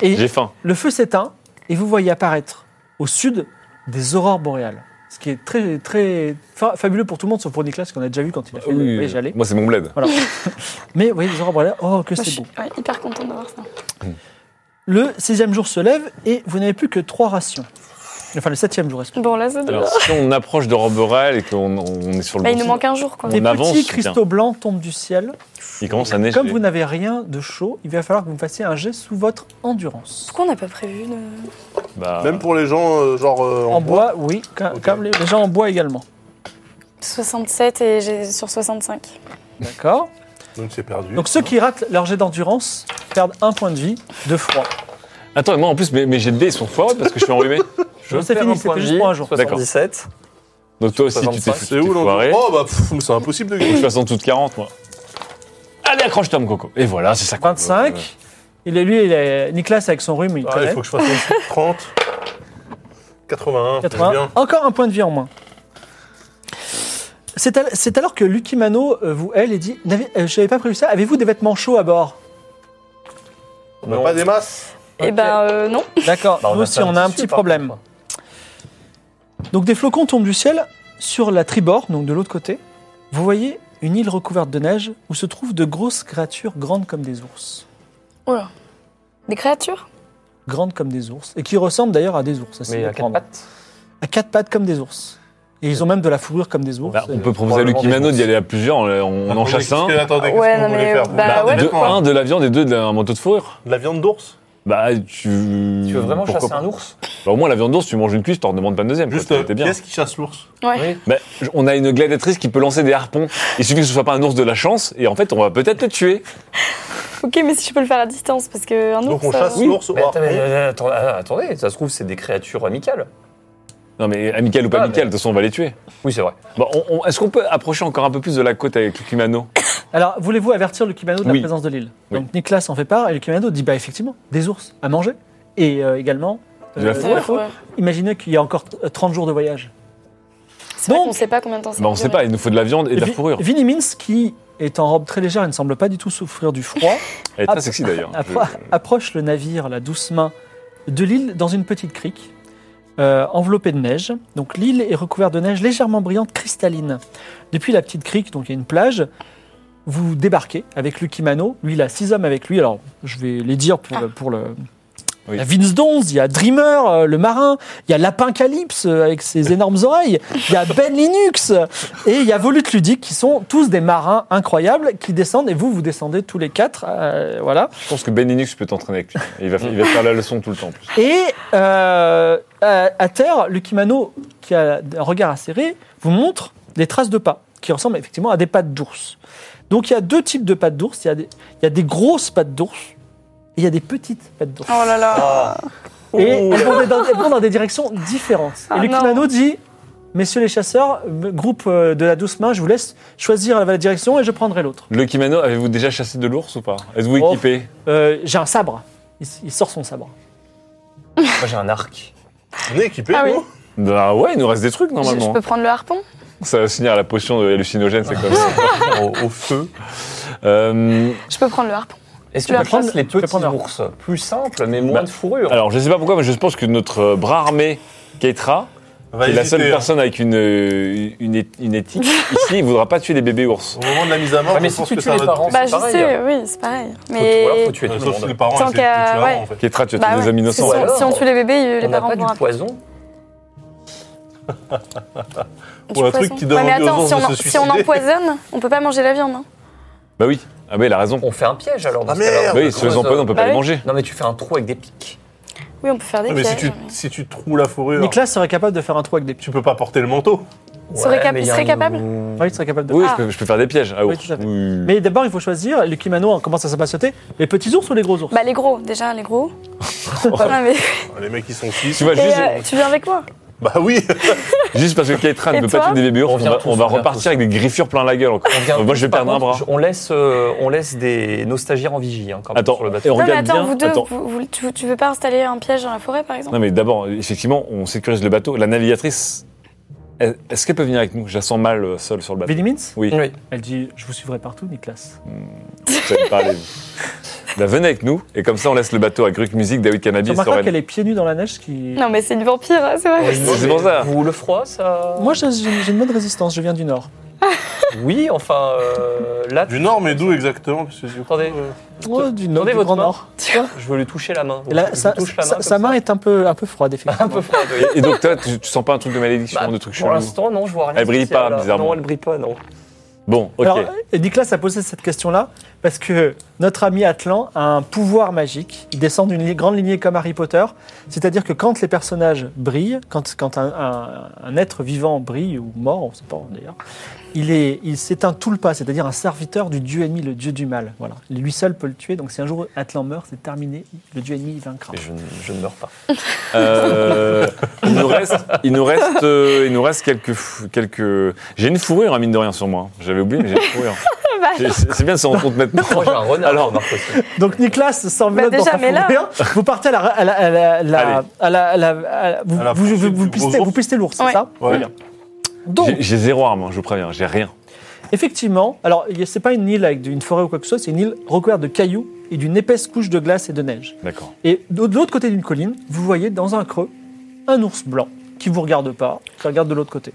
Speaker 1: Et
Speaker 3: J'ai faim.
Speaker 1: le feu s'éteint et vous voyez apparaître au sud des aurores boréales. Ce qui est très, très fa- fabuleux pour tout le monde, sauf pour Nicolas, qu'on a déjà vu quand il a fait le voyage aller.
Speaker 3: Moi c'est mon bled.
Speaker 1: Voilà. Mais vous voyez, les aurores boréales, oh, que
Speaker 4: Moi, je
Speaker 1: c'est
Speaker 4: suis
Speaker 1: beau.
Speaker 4: ouais, hyper contente de voir ça.
Speaker 1: Le sixième jour se lève et vous n'avez plus que trois rations. Enfin, le septième jour, est
Speaker 4: Bon, là, c'est
Speaker 3: Alors
Speaker 4: de
Speaker 3: si on approche de Roberel et qu'on on est sur le
Speaker 4: Bah,
Speaker 3: bon
Speaker 4: il nous
Speaker 3: site,
Speaker 4: manque un jour, quoi.
Speaker 3: On
Speaker 1: Des
Speaker 3: avance,
Speaker 1: petits
Speaker 3: bien.
Speaker 1: cristaux blancs tombent du ciel.
Speaker 3: il commence à neiger.
Speaker 1: Comme vous n'avez rien de chaud, il va falloir que vous me fassiez un jet sous votre endurance.
Speaker 4: Pourquoi on n'a pas prévu de...
Speaker 3: Bah,
Speaker 2: Même pour les gens, euh, genre. euh,
Speaker 1: En bois, oui, ca-
Speaker 2: Ok.
Speaker 1: comme les les gens en bois également.
Speaker 4: 67 et j'ai sur 65
Speaker 1: D'accord
Speaker 2: Donc, c'est perdu.
Speaker 1: Donc ceux qui ratent leur jet d'endurance perdent un point de vie de froid.
Speaker 3: Attends, et moi en plus mes, mes jets de dés ils sont foireux parce que je suis enrhumé.
Speaker 5: Je
Speaker 1: Non, c'est
Speaker 5: perds
Speaker 1: fini,
Speaker 5: un
Speaker 1: c'était
Speaker 5: point de
Speaker 1: juste
Speaker 5: vie,
Speaker 1: pour un jour.
Speaker 5: 77.
Speaker 3: Donc toi aussi tu t'es
Speaker 5: 65.
Speaker 3: tu
Speaker 2: C'est
Speaker 3: t'es
Speaker 2: où
Speaker 3: foiré.
Speaker 2: l'endroit Oh, bah, pff, c'est impossible de
Speaker 3: Faut que je
Speaker 2: gagner.
Speaker 3: fasse en dessous de 40 moi. Allez accroche-toi mon coco. Et voilà, c'est ça. qu'on veut. Euh,
Speaker 1: 25. Il est lui, il est Nicolas avec son rhume, il
Speaker 2: Ah, il
Speaker 1: connaît.
Speaker 2: faut que je fasse une 30. 81.
Speaker 1: 80.
Speaker 2: Bien.
Speaker 1: Encore un point de vie en moins. C'est al- c'est alors que Lucky Mano euh, vous elle et dit N'avez- euh, Je n'avais pas prévu ça, avez-vous des vêtements chauds à bord
Speaker 2: On n'a pas des masses
Speaker 4: Eh ben, euh, non.
Speaker 1: D'accord,
Speaker 5: Bah,
Speaker 1: nous aussi
Speaker 5: fait
Speaker 1: on a un
Speaker 5: tissu,
Speaker 1: petit
Speaker 5: par
Speaker 1: problème.
Speaker 5: contre.
Speaker 1: Donc des flocons tombent du ciel sur la tribord, donc de l'autre côté. Vous voyez une île recouverte de neige où se trouvent de grosses créatures grandes comme des ours.
Speaker 4: Oula. Des créatures
Speaker 1: grandes comme des ours, et qui ressemblent d'ailleurs à des ours. ça, c'est
Speaker 5: Mais
Speaker 1: de
Speaker 5: à quatre
Speaker 1: prendre.
Speaker 5: pattes.
Speaker 1: À quatre pattes comme des ours. Et ils ont même de la fourrure comme des ours.
Speaker 3: Bah, on
Speaker 1: Et-
Speaker 3: peut proposer à Lucky Mano d'y aller à plusieurs, on, on en chasse un.
Speaker 2: Attendez,
Speaker 4: Ouais,
Speaker 2: qu'est-ce
Speaker 4: non,
Speaker 2: qu'on voulait
Speaker 4: mais,
Speaker 2: faire
Speaker 4: bah,
Speaker 2: Bah,
Speaker 4: ouais,
Speaker 3: De
Speaker 2: honnêtement,
Speaker 3: un, de la viande et deux, d'un manteau de fourrure.
Speaker 2: De la viande d'ours
Speaker 3: Bah, tu.
Speaker 5: Tu veux vraiment
Speaker 3: Pourquoi
Speaker 5: chasser
Speaker 3: pas
Speaker 5: un ours
Speaker 3: Bah, Au moins, la viande d'ours, tu manges une cuisse, t'en demandes pas une deuxième.
Speaker 2: Juste,
Speaker 3: quoi,
Speaker 2: euh,
Speaker 3: t'es
Speaker 2: qui
Speaker 3: bien.
Speaker 2: est-ce qui chasse l'ours
Speaker 4: Ouais.
Speaker 3: Bah, je- on a une gladiatrice qui peut lancer des harpons. Il suffit que ce soit pas un ours de la chance, et en fait, on va peut-être le tuer.
Speaker 4: Ok, mais si je peux le faire à distance, parce que un
Speaker 2: Donc
Speaker 4: ours.
Speaker 2: on chasse
Speaker 4: euh,
Speaker 2: l'ours au
Speaker 5: Mais attends, mais,
Speaker 2: harpon.
Speaker 5: euh, attends, ah, attendez, ça se trouve, c'est des créatures amicales.
Speaker 3: Non, mais amical ou pas
Speaker 5: Ah,
Speaker 3: amical, de
Speaker 5: mais-
Speaker 3: toute façon, on va les tuer.
Speaker 5: Oui, c'est vrai.
Speaker 3: Bon, on- on- est-ce qu'on peut approcher encore un peu plus de la côte avec Lucky Mano
Speaker 1: Alors, voulez-vous avertir le Kimano de la
Speaker 3: Oui.
Speaker 1: présence de l'île
Speaker 3: Oui.
Speaker 1: Donc, Nicolas en fait part et le Kimano dit bah, effectivement, des ours à manger et euh, également.
Speaker 3: De la
Speaker 1: euh,
Speaker 3: fourrure.
Speaker 4: ouais.
Speaker 1: Imaginez qu'il y a encore euh, 30 jours de voyage.
Speaker 4: C'est vrai qu'on sait pas combien de temps ça
Speaker 3: Bah, on
Speaker 4: va
Speaker 3: sait pas,
Speaker 4: durer.
Speaker 3: il nous faut de la viande et de la
Speaker 1: Vi-
Speaker 3: fourrure.
Speaker 1: Vinnie Mintz, qui est en robe très légère et ne semble pas du tout souffrir du froid,
Speaker 3: Elle est
Speaker 1: Ah,
Speaker 3: très sexy d'ailleurs.
Speaker 1: appro- approche le navire, la douce main, de l'île dans une petite crique. euh, enveloppée de neige. Donc l'île est recouverte de neige légèrement brillante, cristalline. Depuis la petite crique, donc il y a une plage, vous débarquez avec Lucky Mano. Lui, il a six hommes avec lui. Alors, je vais les dire pour, le- pour le.
Speaker 3: Oui.
Speaker 1: Il y a Vince Donz, il y a Dreamer, euh, le marin, il y a Lapin Calypse euh, avec ses énormes oreilles, il y a Ben Linux et il y a Volut Ludique qui sont tous des marins incroyables qui descendent et vous, vous descendez tous les quatre. euh, voilà.
Speaker 3: Je pense que Ben Linux peut t'entraîner avec lui. Et Il va, il va te faire la leçon tout le temps en plus.
Speaker 1: Et euh, à, à terre, le kimono, qui a un regard acéré, vous montre des traces de pas qui ressemblent effectivement à des pattes d'ours. Donc il y a deux types de pattes d'ours. Il, y a des- il y a des grosses pattes d'ours et il y a des petites pattes d'ours.
Speaker 4: Oh là là.
Speaker 1: Et elles vont, dans, elles vont dans des directions différentes.
Speaker 4: Oh. Ah
Speaker 1: et le
Speaker 4: non.
Speaker 1: kimono dit Messieurs les chasseurs, me- groupe euh, de la douce main, je vous laisse choisir la direction et je prendrai l'autre.
Speaker 3: Lucky Mano, avez-vous déjà chassé de l'ours ou pas Êtes-vous
Speaker 1: Oh.
Speaker 3: équipé
Speaker 1: Euh, J'ai un sabre. Il, s- il sort son sabre.
Speaker 5: Moi, j'ai un arc.
Speaker 2: On est équipés,
Speaker 4: Ah oui.
Speaker 2: nous
Speaker 3: Bah ouais, il nous reste des trucs
Speaker 4: Je, je
Speaker 3: normalement.
Speaker 4: peux prendre le harpon
Speaker 3: Ça va se finir à la potion de hallucinogène, c'est comme ça.
Speaker 5: au, au feu.
Speaker 3: Euh,
Speaker 4: Je peux prendre le harpon.
Speaker 5: Est-ce
Speaker 4: Tu
Speaker 5: que
Speaker 4: vas
Speaker 5: tu prendre les
Speaker 1: vas
Speaker 5: petits
Speaker 1: prendre un-
Speaker 5: ours Plus simple, mais moins
Speaker 3: Bah,
Speaker 5: de fourrure.
Speaker 3: alors je sais pas pourquoi, mais je pense que notre euh, bras armé, Keitra,
Speaker 2: On
Speaker 3: qui
Speaker 2: va
Speaker 3: est la
Speaker 2: hésiter,
Speaker 3: seule
Speaker 2: hein.
Speaker 3: personne avec une, euh, une, éth- une éthique ici, il voudra pas tuer les bébés ours.
Speaker 2: Au moment de la mise à mort,
Speaker 5: Ouais, mais
Speaker 2: je
Speaker 5: si
Speaker 2: pense
Speaker 5: tu
Speaker 2: que
Speaker 5: tues
Speaker 2: ça
Speaker 5: les
Speaker 2: va
Speaker 5: parents,
Speaker 2: être-
Speaker 4: Bah,
Speaker 5: c'est
Speaker 4: je
Speaker 5: pareil. hein.
Speaker 4: sais, oui, c'est pareil.
Speaker 5: Faut- ou alors,
Speaker 4: Mais.
Speaker 5: faut tuer tout
Speaker 2: Euh,
Speaker 5: le
Speaker 2: Sauf si les
Speaker 5: monde.
Speaker 2: parents,
Speaker 4: Tant
Speaker 2: ils
Speaker 4: qu'à-
Speaker 2: étaient tués
Speaker 4: ouais.
Speaker 2: en fait.
Speaker 3: Keitra, tu as tué
Speaker 4: Bah
Speaker 3: des
Speaker 4: ouais,
Speaker 3: hommes
Speaker 4: parce que
Speaker 3: innocents.
Speaker 4: si,
Speaker 5: ouais.
Speaker 4: on- si on tue les bébés, euh, les
Speaker 5: On n'a
Speaker 4: parents
Speaker 5: pas
Speaker 4: vont
Speaker 5: du
Speaker 4: un
Speaker 5: poison.
Speaker 2: Ou un truc qui donne
Speaker 4: mais
Speaker 2: envie aux
Speaker 4: attends,
Speaker 2: ours
Speaker 4: si
Speaker 2: de
Speaker 4: on, en-
Speaker 2: se
Speaker 4: si on
Speaker 2: suicider.
Speaker 4: empoisonne, on peut pas manger la viande. hein.
Speaker 3: Bah oui, ah bah il a raison.
Speaker 5: On fait un piège alors. dans
Speaker 2: Ah,
Speaker 5: ce cas-là.
Speaker 2: merde.
Speaker 3: Bah oui, si les
Speaker 5: creuse,
Speaker 3: empoisons, on peut
Speaker 4: Bah
Speaker 3: pas les
Speaker 4: oui.
Speaker 3: manger.
Speaker 5: Non, mais tu fais un trou avec des pics.
Speaker 4: Oui, on peut faire des
Speaker 2: Ouais, Mais si
Speaker 4: pièges,
Speaker 2: tu, si tu troues la fourrure,
Speaker 1: Nicolas serait capable de faire un trou avec des petits.
Speaker 2: tu peux pas porter le manteau.
Speaker 4: Serait cap-
Speaker 5: mais il y a
Speaker 4: serait
Speaker 5: un-
Speaker 4: capable
Speaker 1: Oui, il serait capable de
Speaker 3: Oui,
Speaker 4: Ah.
Speaker 3: je, peux, je peux faire des pièges à
Speaker 1: Oui,
Speaker 3: ours.
Speaker 1: tout à fait.
Speaker 3: Oui.
Speaker 1: Mais d'abord, il faut choisir, le kimono hein, commence à s'impatienter, les petits ours ou les gros ours
Speaker 4: Bah les gros, déjà les gros. Non, mais-
Speaker 2: Les mecs, ils sont fils.
Speaker 3: Tu vois,
Speaker 4: Et,
Speaker 3: juste,
Speaker 4: euh, tu viens avec moi
Speaker 2: Bah oui
Speaker 3: juste parce que Keitra ne
Speaker 4: Et
Speaker 3: peut pas
Speaker 4: toi
Speaker 3: tuer des bébés ours,
Speaker 5: On
Speaker 3: on,
Speaker 5: vient
Speaker 3: va,
Speaker 5: tous,
Speaker 3: on va
Speaker 5: on vient
Speaker 3: repartir
Speaker 5: tous.
Speaker 3: avec des griffures plein la gueule encore.
Speaker 5: On vient
Speaker 3: Bah, Moi, je vais
Speaker 5: tous, par
Speaker 3: perdre un bras.
Speaker 5: contre, je- On laisse, euh, on laisse des nos stagiaires en vigie hein, quand même,
Speaker 3: Attends,
Speaker 5: sur le
Speaker 3: et
Speaker 5: bateau.
Speaker 3: on
Speaker 4: Non mais
Speaker 3: regarde
Speaker 4: attends,
Speaker 3: bien.
Speaker 4: vous deux,
Speaker 3: Attends.
Speaker 4: vous- vous- tu, tu veux pas installer un piège dans la forêt par exemple
Speaker 3: Non mais d'abord, effectivement, on sécurise le bateau. La navigatrice, elle- est-ce qu'elle peut venir avec nous Je la sens mal euh, seule sur le bateau.
Speaker 1: Vinnie Mintz
Speaker 3: Oui,
Speaker 5: Oui.
Speaker 1: Elle dit Je vous suivrai partout, Nicolas.
Speaker 3: vous savez parler. vous. Bah, venez avec nous, et comme ça on laisse le bateau à Gruc Music, David Canabi
Speaker 1: Tu
Speaker 3: et
Speaker 1: remarqueras
Speaker 3: Soren.
Speaker 1: qu'elle est pieds nus dans la neige ce qui.
Speaker 4: Non mais c'est une vampire, hein, c'est vrai.
Speaker 3: Oui. C'est pour ça.
Speaker 5: Ou le froid, ça.
Speaker 1: Moi, j'ai j'ai une bonne résistance, je viens du Nord.
Speaker 5: Oui, enfin, euh, là.
Speaker 2: Du Nord, mais d'où exactement Parce que du coup,
Speaker 5: Attendez.
Speaker 2: euh,
Speaker 1: Oh, du Nord,
Speaker 5: Tendez
Speaker 1: du
Speaker 5: votre
Speaker 1: Grand
Speaker 5: main.
Speaker 1: Nord.
Speaker 5: Je veux lui toucher la main.
Speaker 1: Et là,
Speaker 5: Je
Speaker 1: sa,
Speaker 5: touche la
Speaker 1: sa-
Speaker 5: main
Speaker 1: sa
Speaker 5: comme
Speaker 1: main
Speaker 5: ça.
Speaker 1: est un peu, un peu froide, effectivement.
Speaker 5: un peu froide. oui.
Speaker 3: Et donc toi, tu, tu sens pas un truc de malédiction,
Speaker 5: Bah,
Speaker 3: de truc
Speaker 5: Pour
Speaker 3: chelou
Speaker 5: l'instant, non, je vois rien.
Speaker 3: Elle brille
Speaker 5: spécial,
Speaker 3: pas,
Speaker 5: là.
Speaker 3: bizarrement.
Speaker 5: Non, elle brille pas, non.
Speaker 3: Bon, ok.
Speaker 1: Alors, euh, Nicolas a posé cette question-là parce que notre ami Atlan a un pouvoir magique. Il descend d'une li- grande lignée comme Harry Potter. C'est-à-dire que quand les personnages brillent, quand, quand un, un- un être vivant brille ou mort, on ne sait pas d'ailleurs, il est- il- c'est un tulpa, c'est-à-dire un serviteur du dieu ennemi, le dieu du mal. Voilà. Lui seul peut le tuer. Donc si un jour Atlan meurt, c'est terminé. Le dieu ennemi vaincra.
Speaker 5: Mais je, ne- je ne meurs pas.
Speaker 3: Euh, il nous reste, il nous reste, euh, il nous reste quelques, fou- quelques. J'ai une fourrure, hein, mine de rien, sur moi. J'avais oublié, mais j'ai une fourrure. C'est- C'est bien de s'en rendre compte maintenant.
Speaker 5: Moi, j'ai un
Speaker 3: Alors,
Speaker 5: renard. Alors, Marc aussi.
Speaker 1: Donc Nicolas s'enveloppe
Speaker 4: Bah,
Speaker 1: dans
Speaker 4: déjà,
Speaker 1: sa
Speaker 4: mais là-
Speaker 1: fourrure. Vous partez à la, à la- à la- à la-
Speaker 3: Allez.
Speaker 1: à la- à la- à la- vous-
Speaker 2: À la
Speaker 1: vous-
Speaker 2: poursuite
Speaker 1: vous- vous
Speaker 2: du gros
Speaker 1: pistez-
Speaker 2: ours.
Speaker 1: vous pistez l'ours, c'est
Speaker 4: Ouais.
Speaker 1: ça
Speaker 2: Ouais.
Speaker 1: Donc,
Speaker 3: J'ai j'ai zéro arme, hein, je vous préviens, j'ai rien.
Speaker 1: effectivement, alors il y a- c'est pas une île avec une forêt ou quoi que ce soit, c'est une île recouverte de cailloux et d'une épaisse couche de glace et de neige.
Speaker 3: D'accord.
Speaker 1: Et de de l'autre côté d'une colline, vous voyez dans un creux un ours blanc qui vous regarde pas, qui regarde de l'autre côté.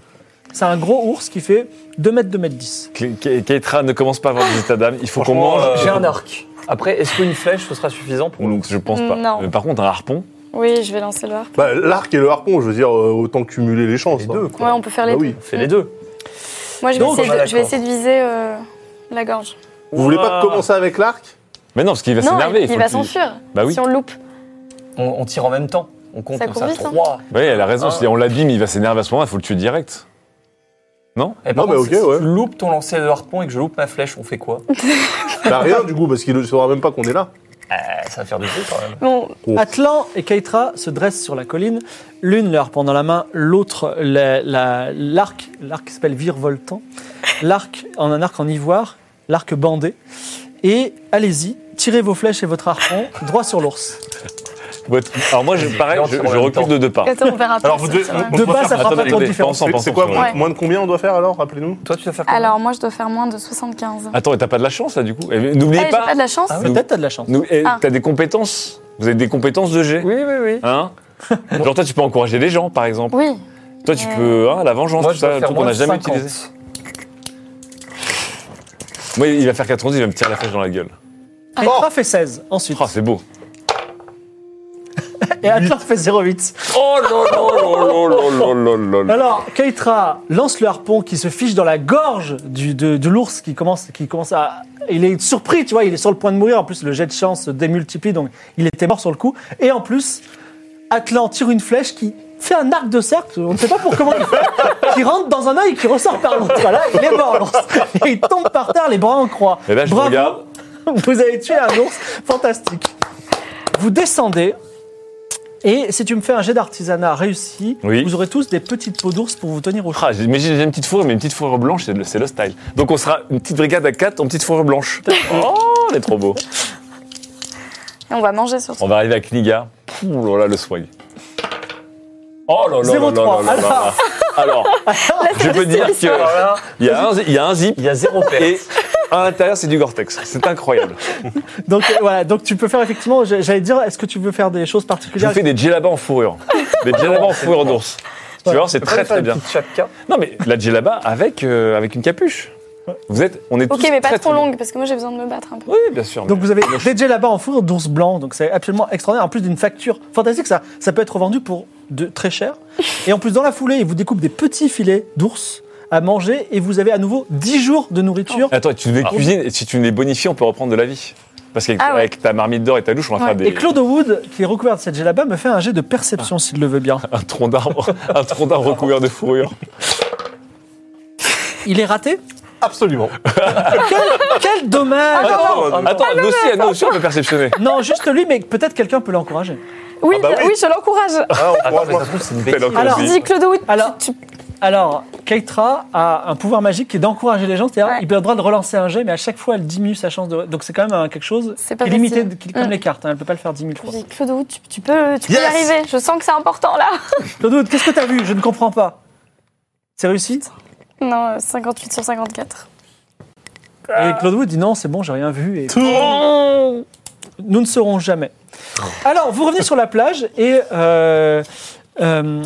Speaker 1: C'est un gros ours qui fait 2 mètres, 2 mètres 10.
Speaker 3: Ke- Ke- Keitra, ne commence pas à avoir des états d'âme. Il faut qu'on
Speaker 2: Franchement,
Speaker 3: mange.
Speaker 2: euh,
Speaker 5: J'ai un arc. Après, est-ce qu'une flèche, ce sera suffisant pour
Speaker 3: Donc je pense pas.
Speaker 4: Non.
Speaker 3: Mais par contre, un harpon,
Speaker 4: Oui, je vais lancer le harpon.
Speaker 2: Bah, L'arc et le harpon, je veux dire, euh, autant cumuler les chances.
Speaker 5: les
Speaker 2: hein.
Speaker 5: deux
Speaker 4: Ouais,
Speaker 5: quoi.
Speaker 4: on peut faire les
Speaker 2: Bah
Speaker 4: deux.
Speaker 2: oui.
Speaker 5: On fait les deux.
Speaker 4: Moi, je vais,
Speaker 5: Donc,
Speaker 4: essayer,
Speaker 5: on est
Speaker 4: de, je vais
Speaker 5: d'accord.
Speaker 4: essayer de viser euh, la gorge.
Speaker 2: Vous voulez pas
Speaker 5: Ouah.
Speaker 2: commencer avec l'arc
Speaker 3: Mais non, parce qu'il va
Speaker 4: non,
Speaker 3: s'énerver.
Speaker 4: il,
Speaker 3: faut
Speaker 4: va
Speaker 3: qu'il-
Speaker 4: s'enfuir.
Speaker 3: Bah oui.
Speaker 4: Si on le loupe.
Speaker 5: On, on tire en même temps. On compte
Speaker 4: Ça
Speaker 5: comme
Speaker 4: court
Speaker 5: ça.
Speaker 4: vite, hein.
Speaker 5: Trois.
Speaker 3: Bah oui, elle a raison.
Speaker 5: Ah.
Speaker 3: Si on l'abîme, il va s'énerver à ce moment-là. Il faut le tuer direct.
Speaker 5: Et
Speaker 2: Non, mais
Speaker 5: contre,
Speaker 2: ok,
Speaker 5: si
Speaker 2: ouais.
Speaker 5: tu loupes ton lancer de harpon et que je loupe ma flèche, on fait quoi
Speaker 2: Bah rien du coup, parce qu'il ne saura même pas qu'on est là.
Speaker 5: Eh, Ça va faire du bruit quand même.
Speaker 4: Bon,
Speaker 1: Atlan et Keitra se dressent sur la colline, l'une leur pendant la main, l'autre la- la- l'arc, l'arc s'appelle virevoltant, l'arc en un arc en ivoire, l'arc bandé. Et allez-y, tirez vos flèches et votre harpon droit sur l'ours.
Speaker 3: Bon, Alors moi, je, pareil,
Speaker 5: Viens,
Speaker 3: je,
Speaker 5: on tire en
Speaker 3: je
Speaker 5: même
Speaker 3: recule
Speaker 5: temps.
Speaker 3: de deux pas.
Speaker 4: attends, on verra
Speaker 2: Alors,
Speaker 4: pas,
Speaker 2: vous
Speaker 4: ça,
Speaker 2: devez-
Speaker 4: ça va.
Speaker 2: On
Speaker 1: De
Speaker 2: peut
Speaker 1: bas,
Speaker 2: faire-
Speaker 1: ça fera
Speaker 3: Attendez,
Speaker 1: pas trop de
Speaker 3: les-
Speaker 1: différence.
Speaker 3: pense en
Speaker 2: C'est- C'est
Speaker 3: pensant
Speaker 2: quoi
Speaker 3: sur-
Speaker 2: moins,
Speaker 4: Ouais.
Speaker 2: moins de combien on doit faire alors Rappelez-nous.
Speaker 5: Toi, tu vas faire quoi
Speaker 4: Alors, moi, je dois faire moins de 75.
Speaker 3: Attends, et t'as pas de la chance là du coup Et
Speaker 4: Eh,
Speaker 3: N'oubliez
Speaker 4: j'ai
Speaker 3: Ah, pas.
Speaker 4: pas de la chance.
Speaker 5: Ah oui.
Speaker 1: Peut-être t'as de la chance.
Speaker 3: nous- eh,
Speaker 4: Ah.
Speaker 3: T'as des compétences. Vous avez des compétences de G.
Speaker 5: Oui, oui, oui.
Speaker 3: Hein Genre toi, tu peux encourager les gens, par exemple.
Speaker 4: Oui.
Speaker 3: Toi, tu
Speaker 4: Ouais.
Speaker 3: peux, hein, la vengeance,
Speaker 5: Moi,
Speaker 3: tout
Speaker 5: je
Speaker 3: ça,
Speaker 5: dois
Speaker 3: un
Speaker 5: faire
Speaker 3: truc qu'on
Speaker 5: moins
Speaker 3: n'a
Speaker 5: de
Speaker 3: jamais
Speaker 5: 50.
Speaker 3: utilisé. Moi, il va faire 90, il va me tirer la flèche dans la gueule.
Speaker 1: Keitra fait 16 ensuite.
Speaker 5: Ah.
Speaker 3: Oh, c'est beau.
Speaker 1: Et Atlan fait 0,8.
Speaker 3: Oh lololololololol.
Speaker 1: Alors, Keitra lance le harpon qui se fiche dans la gorge du, de, de l'ours qui commence, qui commence à. Il est surpris, tu vois, il est sur le point de mourir. En plus, le jet de chance se démultiplie, donc il était mort sur le coup. Et en plus, Atlan tire une flèche qui fait un arc de cercle, on ne sait pas pour comment il fait, qui rentre dans un œil, qui ressort par l'autre. Voilà, il est mort, l'ours. Et il tombe par terre, les bras en croix.
Speaker 3: Et là, Eh ben, je vous
Speaker 1: Bravo.
Speaker 3: regarde.
Speaker 1: Vous avez tué un ours, fantastique. Vous descendez, et si tu me fais un jet d'artisanat réussi,
Speaker 3: Oui.
Speaker 1: vous aurez tous des petites peaux d'ours pour vous tenir au chaud.
Speaker 3: Ah, j'ai- mais j'ai j'ai une petite fourrure, mais une petite fourrure blanche, c'est le, c'est le style. Donc on sera une petite brigade à 4 en petite fourrure blanche. Oh, on est trop beau.
Speaker 4: Et on va manger sur
Speaker 3: On va arriver à Kniga. Ouh là là, le swag. Oh là là là là
Speaker 1: 0,3.
Speaker 3: là là là. Alors, je peux dire qu'il
Speaker 5: Voilà.
Speaker 3: y, a un zi- il y a un zip
Speaker 5: Il y a zéro perte.
Speaker 3: et à l'intérieur, c'est du Gore-Tex. C'est incroyable.
Speaker 1: Donc euh, voilà, donc tu peux faire effectivement, j'a- j'allais dire, est-ce que tu veux faire des choses
Speaker 3: Je
Speaker 1: particulières
Speaker 3: vous fais des djellabas en fourrure. Des djellabas en fourrure d'ours. Tu vois, c'est très très bien.
Speaker 5: Petite chapka.
Speaker 3: Non mais la djellaba avec, euh, avec une capuche. Vous êtes, on est
Speaker 4: Ok,
Speaker 3: tous
Speaker 4: mais pas
Speaker 3: très,
Speaker 4: trop
Speaker 3: très bien.
Speaker 4: longue, parce que moi, j'ai besoin de me battre un peu.
Speaker 3: Oui, bien sûr.
Speaker 1: Donc
Speaker 3: mais-
Speaker 1: vous avez déjà là-bas en fourrure d'ours blanc, donc c'est absolument extraordinaire. En plus d'une facture fantastique, ça, ça peut être vendu pour de, très cher. Et en plus, dans la foulée, ils vous découpent des petits filets d'ours à manger et vous avez à nouveau 10 jours de nourriture.
Speaker 3: Attends, tu les cuisines et si tu les bonifies, on peut reprendre de la vie. Parce qu'avec
Speaker 4: Ah ouais.
Speaker 3: avec ta marmite d'or et ta louche, on va
Speaker 4: Ouais.
Speaker 3: faire des,
Speaker 1: Et Claude Wood, qui est recouvert de cette gelaba, me fait un jet de
Speaker 3: Ah.
Speaker 1: perception s'il le veut bien.
Speaker 3: un tronc d'arbre, un tronc d'arbre recouvert de fourrure.
Speaker 1: Il est raté
Speaker 2: Absolument.
Speaker 1: quel, quel
Speaker 4: Ah
Speaker 1: dommage
Speaker 3: Attends,
Speaker 5: non,
Speaker 3: attends, nous aussi, nous aussi, on peut perceptionner.
Speaker 1: Non, juste lui, mais peut-être quelqu'un peut l'encourager.
Speaker 4: Oui,
Speaker 2: bah
Speaker 4: bien-
Speaker 2: oui.
Speaker 4: oui, je l'encourage.
Speaker 2: Ah, on pourra
Speaker 5: Attends, mais ça
Speaker 2: voir.
Speaker 5: se trouve, c'est une
Speaker 3: Fais-le
Speaker 5: bêtise.
Speaker 3: encore.
Speaker 1: Alors,
Speaker 4: Je dis, Claude Wood,
Speaker 1: Alors-
Speaker 4: tu- tu-
Speaker 1: Alors, Keitra a un pouvoir magique qui est d'encourager les gens, c'est-à-dire
Speaker 4: Ouais.
Speaker 1: il peut le droit de relancer un jet, mais à chaque fois elle diminue sa chance de. Donc c'est quand même euh, quelque chose qui
Speaker 4: C'est
Speaker 1: est
Speaker 4: pas
Speaker 1: limité,
Speaker 4: facile.
Speaker 1: qui- comme
Speaker 4: Mm.
Speaker 1: les cartes, hein, elle peut pas le faire 10 000
Speaker 4: je
Speaker 1: fois.
Speaker 4: dis, Claude Wood, tu, tu peux, tu peux y
Speaker 2: Yes.
Speaker 4: arriver. Je sens que c'est important, là.
Speaker 1: Claude, Wood, qu'est-ce que t'as vu Je ne comprends pas. C'est réussi
Speaker 4: Non, euh, 58 sur 54.
Speaker 3: Ah.
Speaker 1: Et Claude Wood dit non, c'est bon, j'ai rien vu. Et... Oh. Nous ne serons jamais.
Speaker 3: Oh.
Speaker 1: Alors, vous revenez sur la plage et. euh, euh,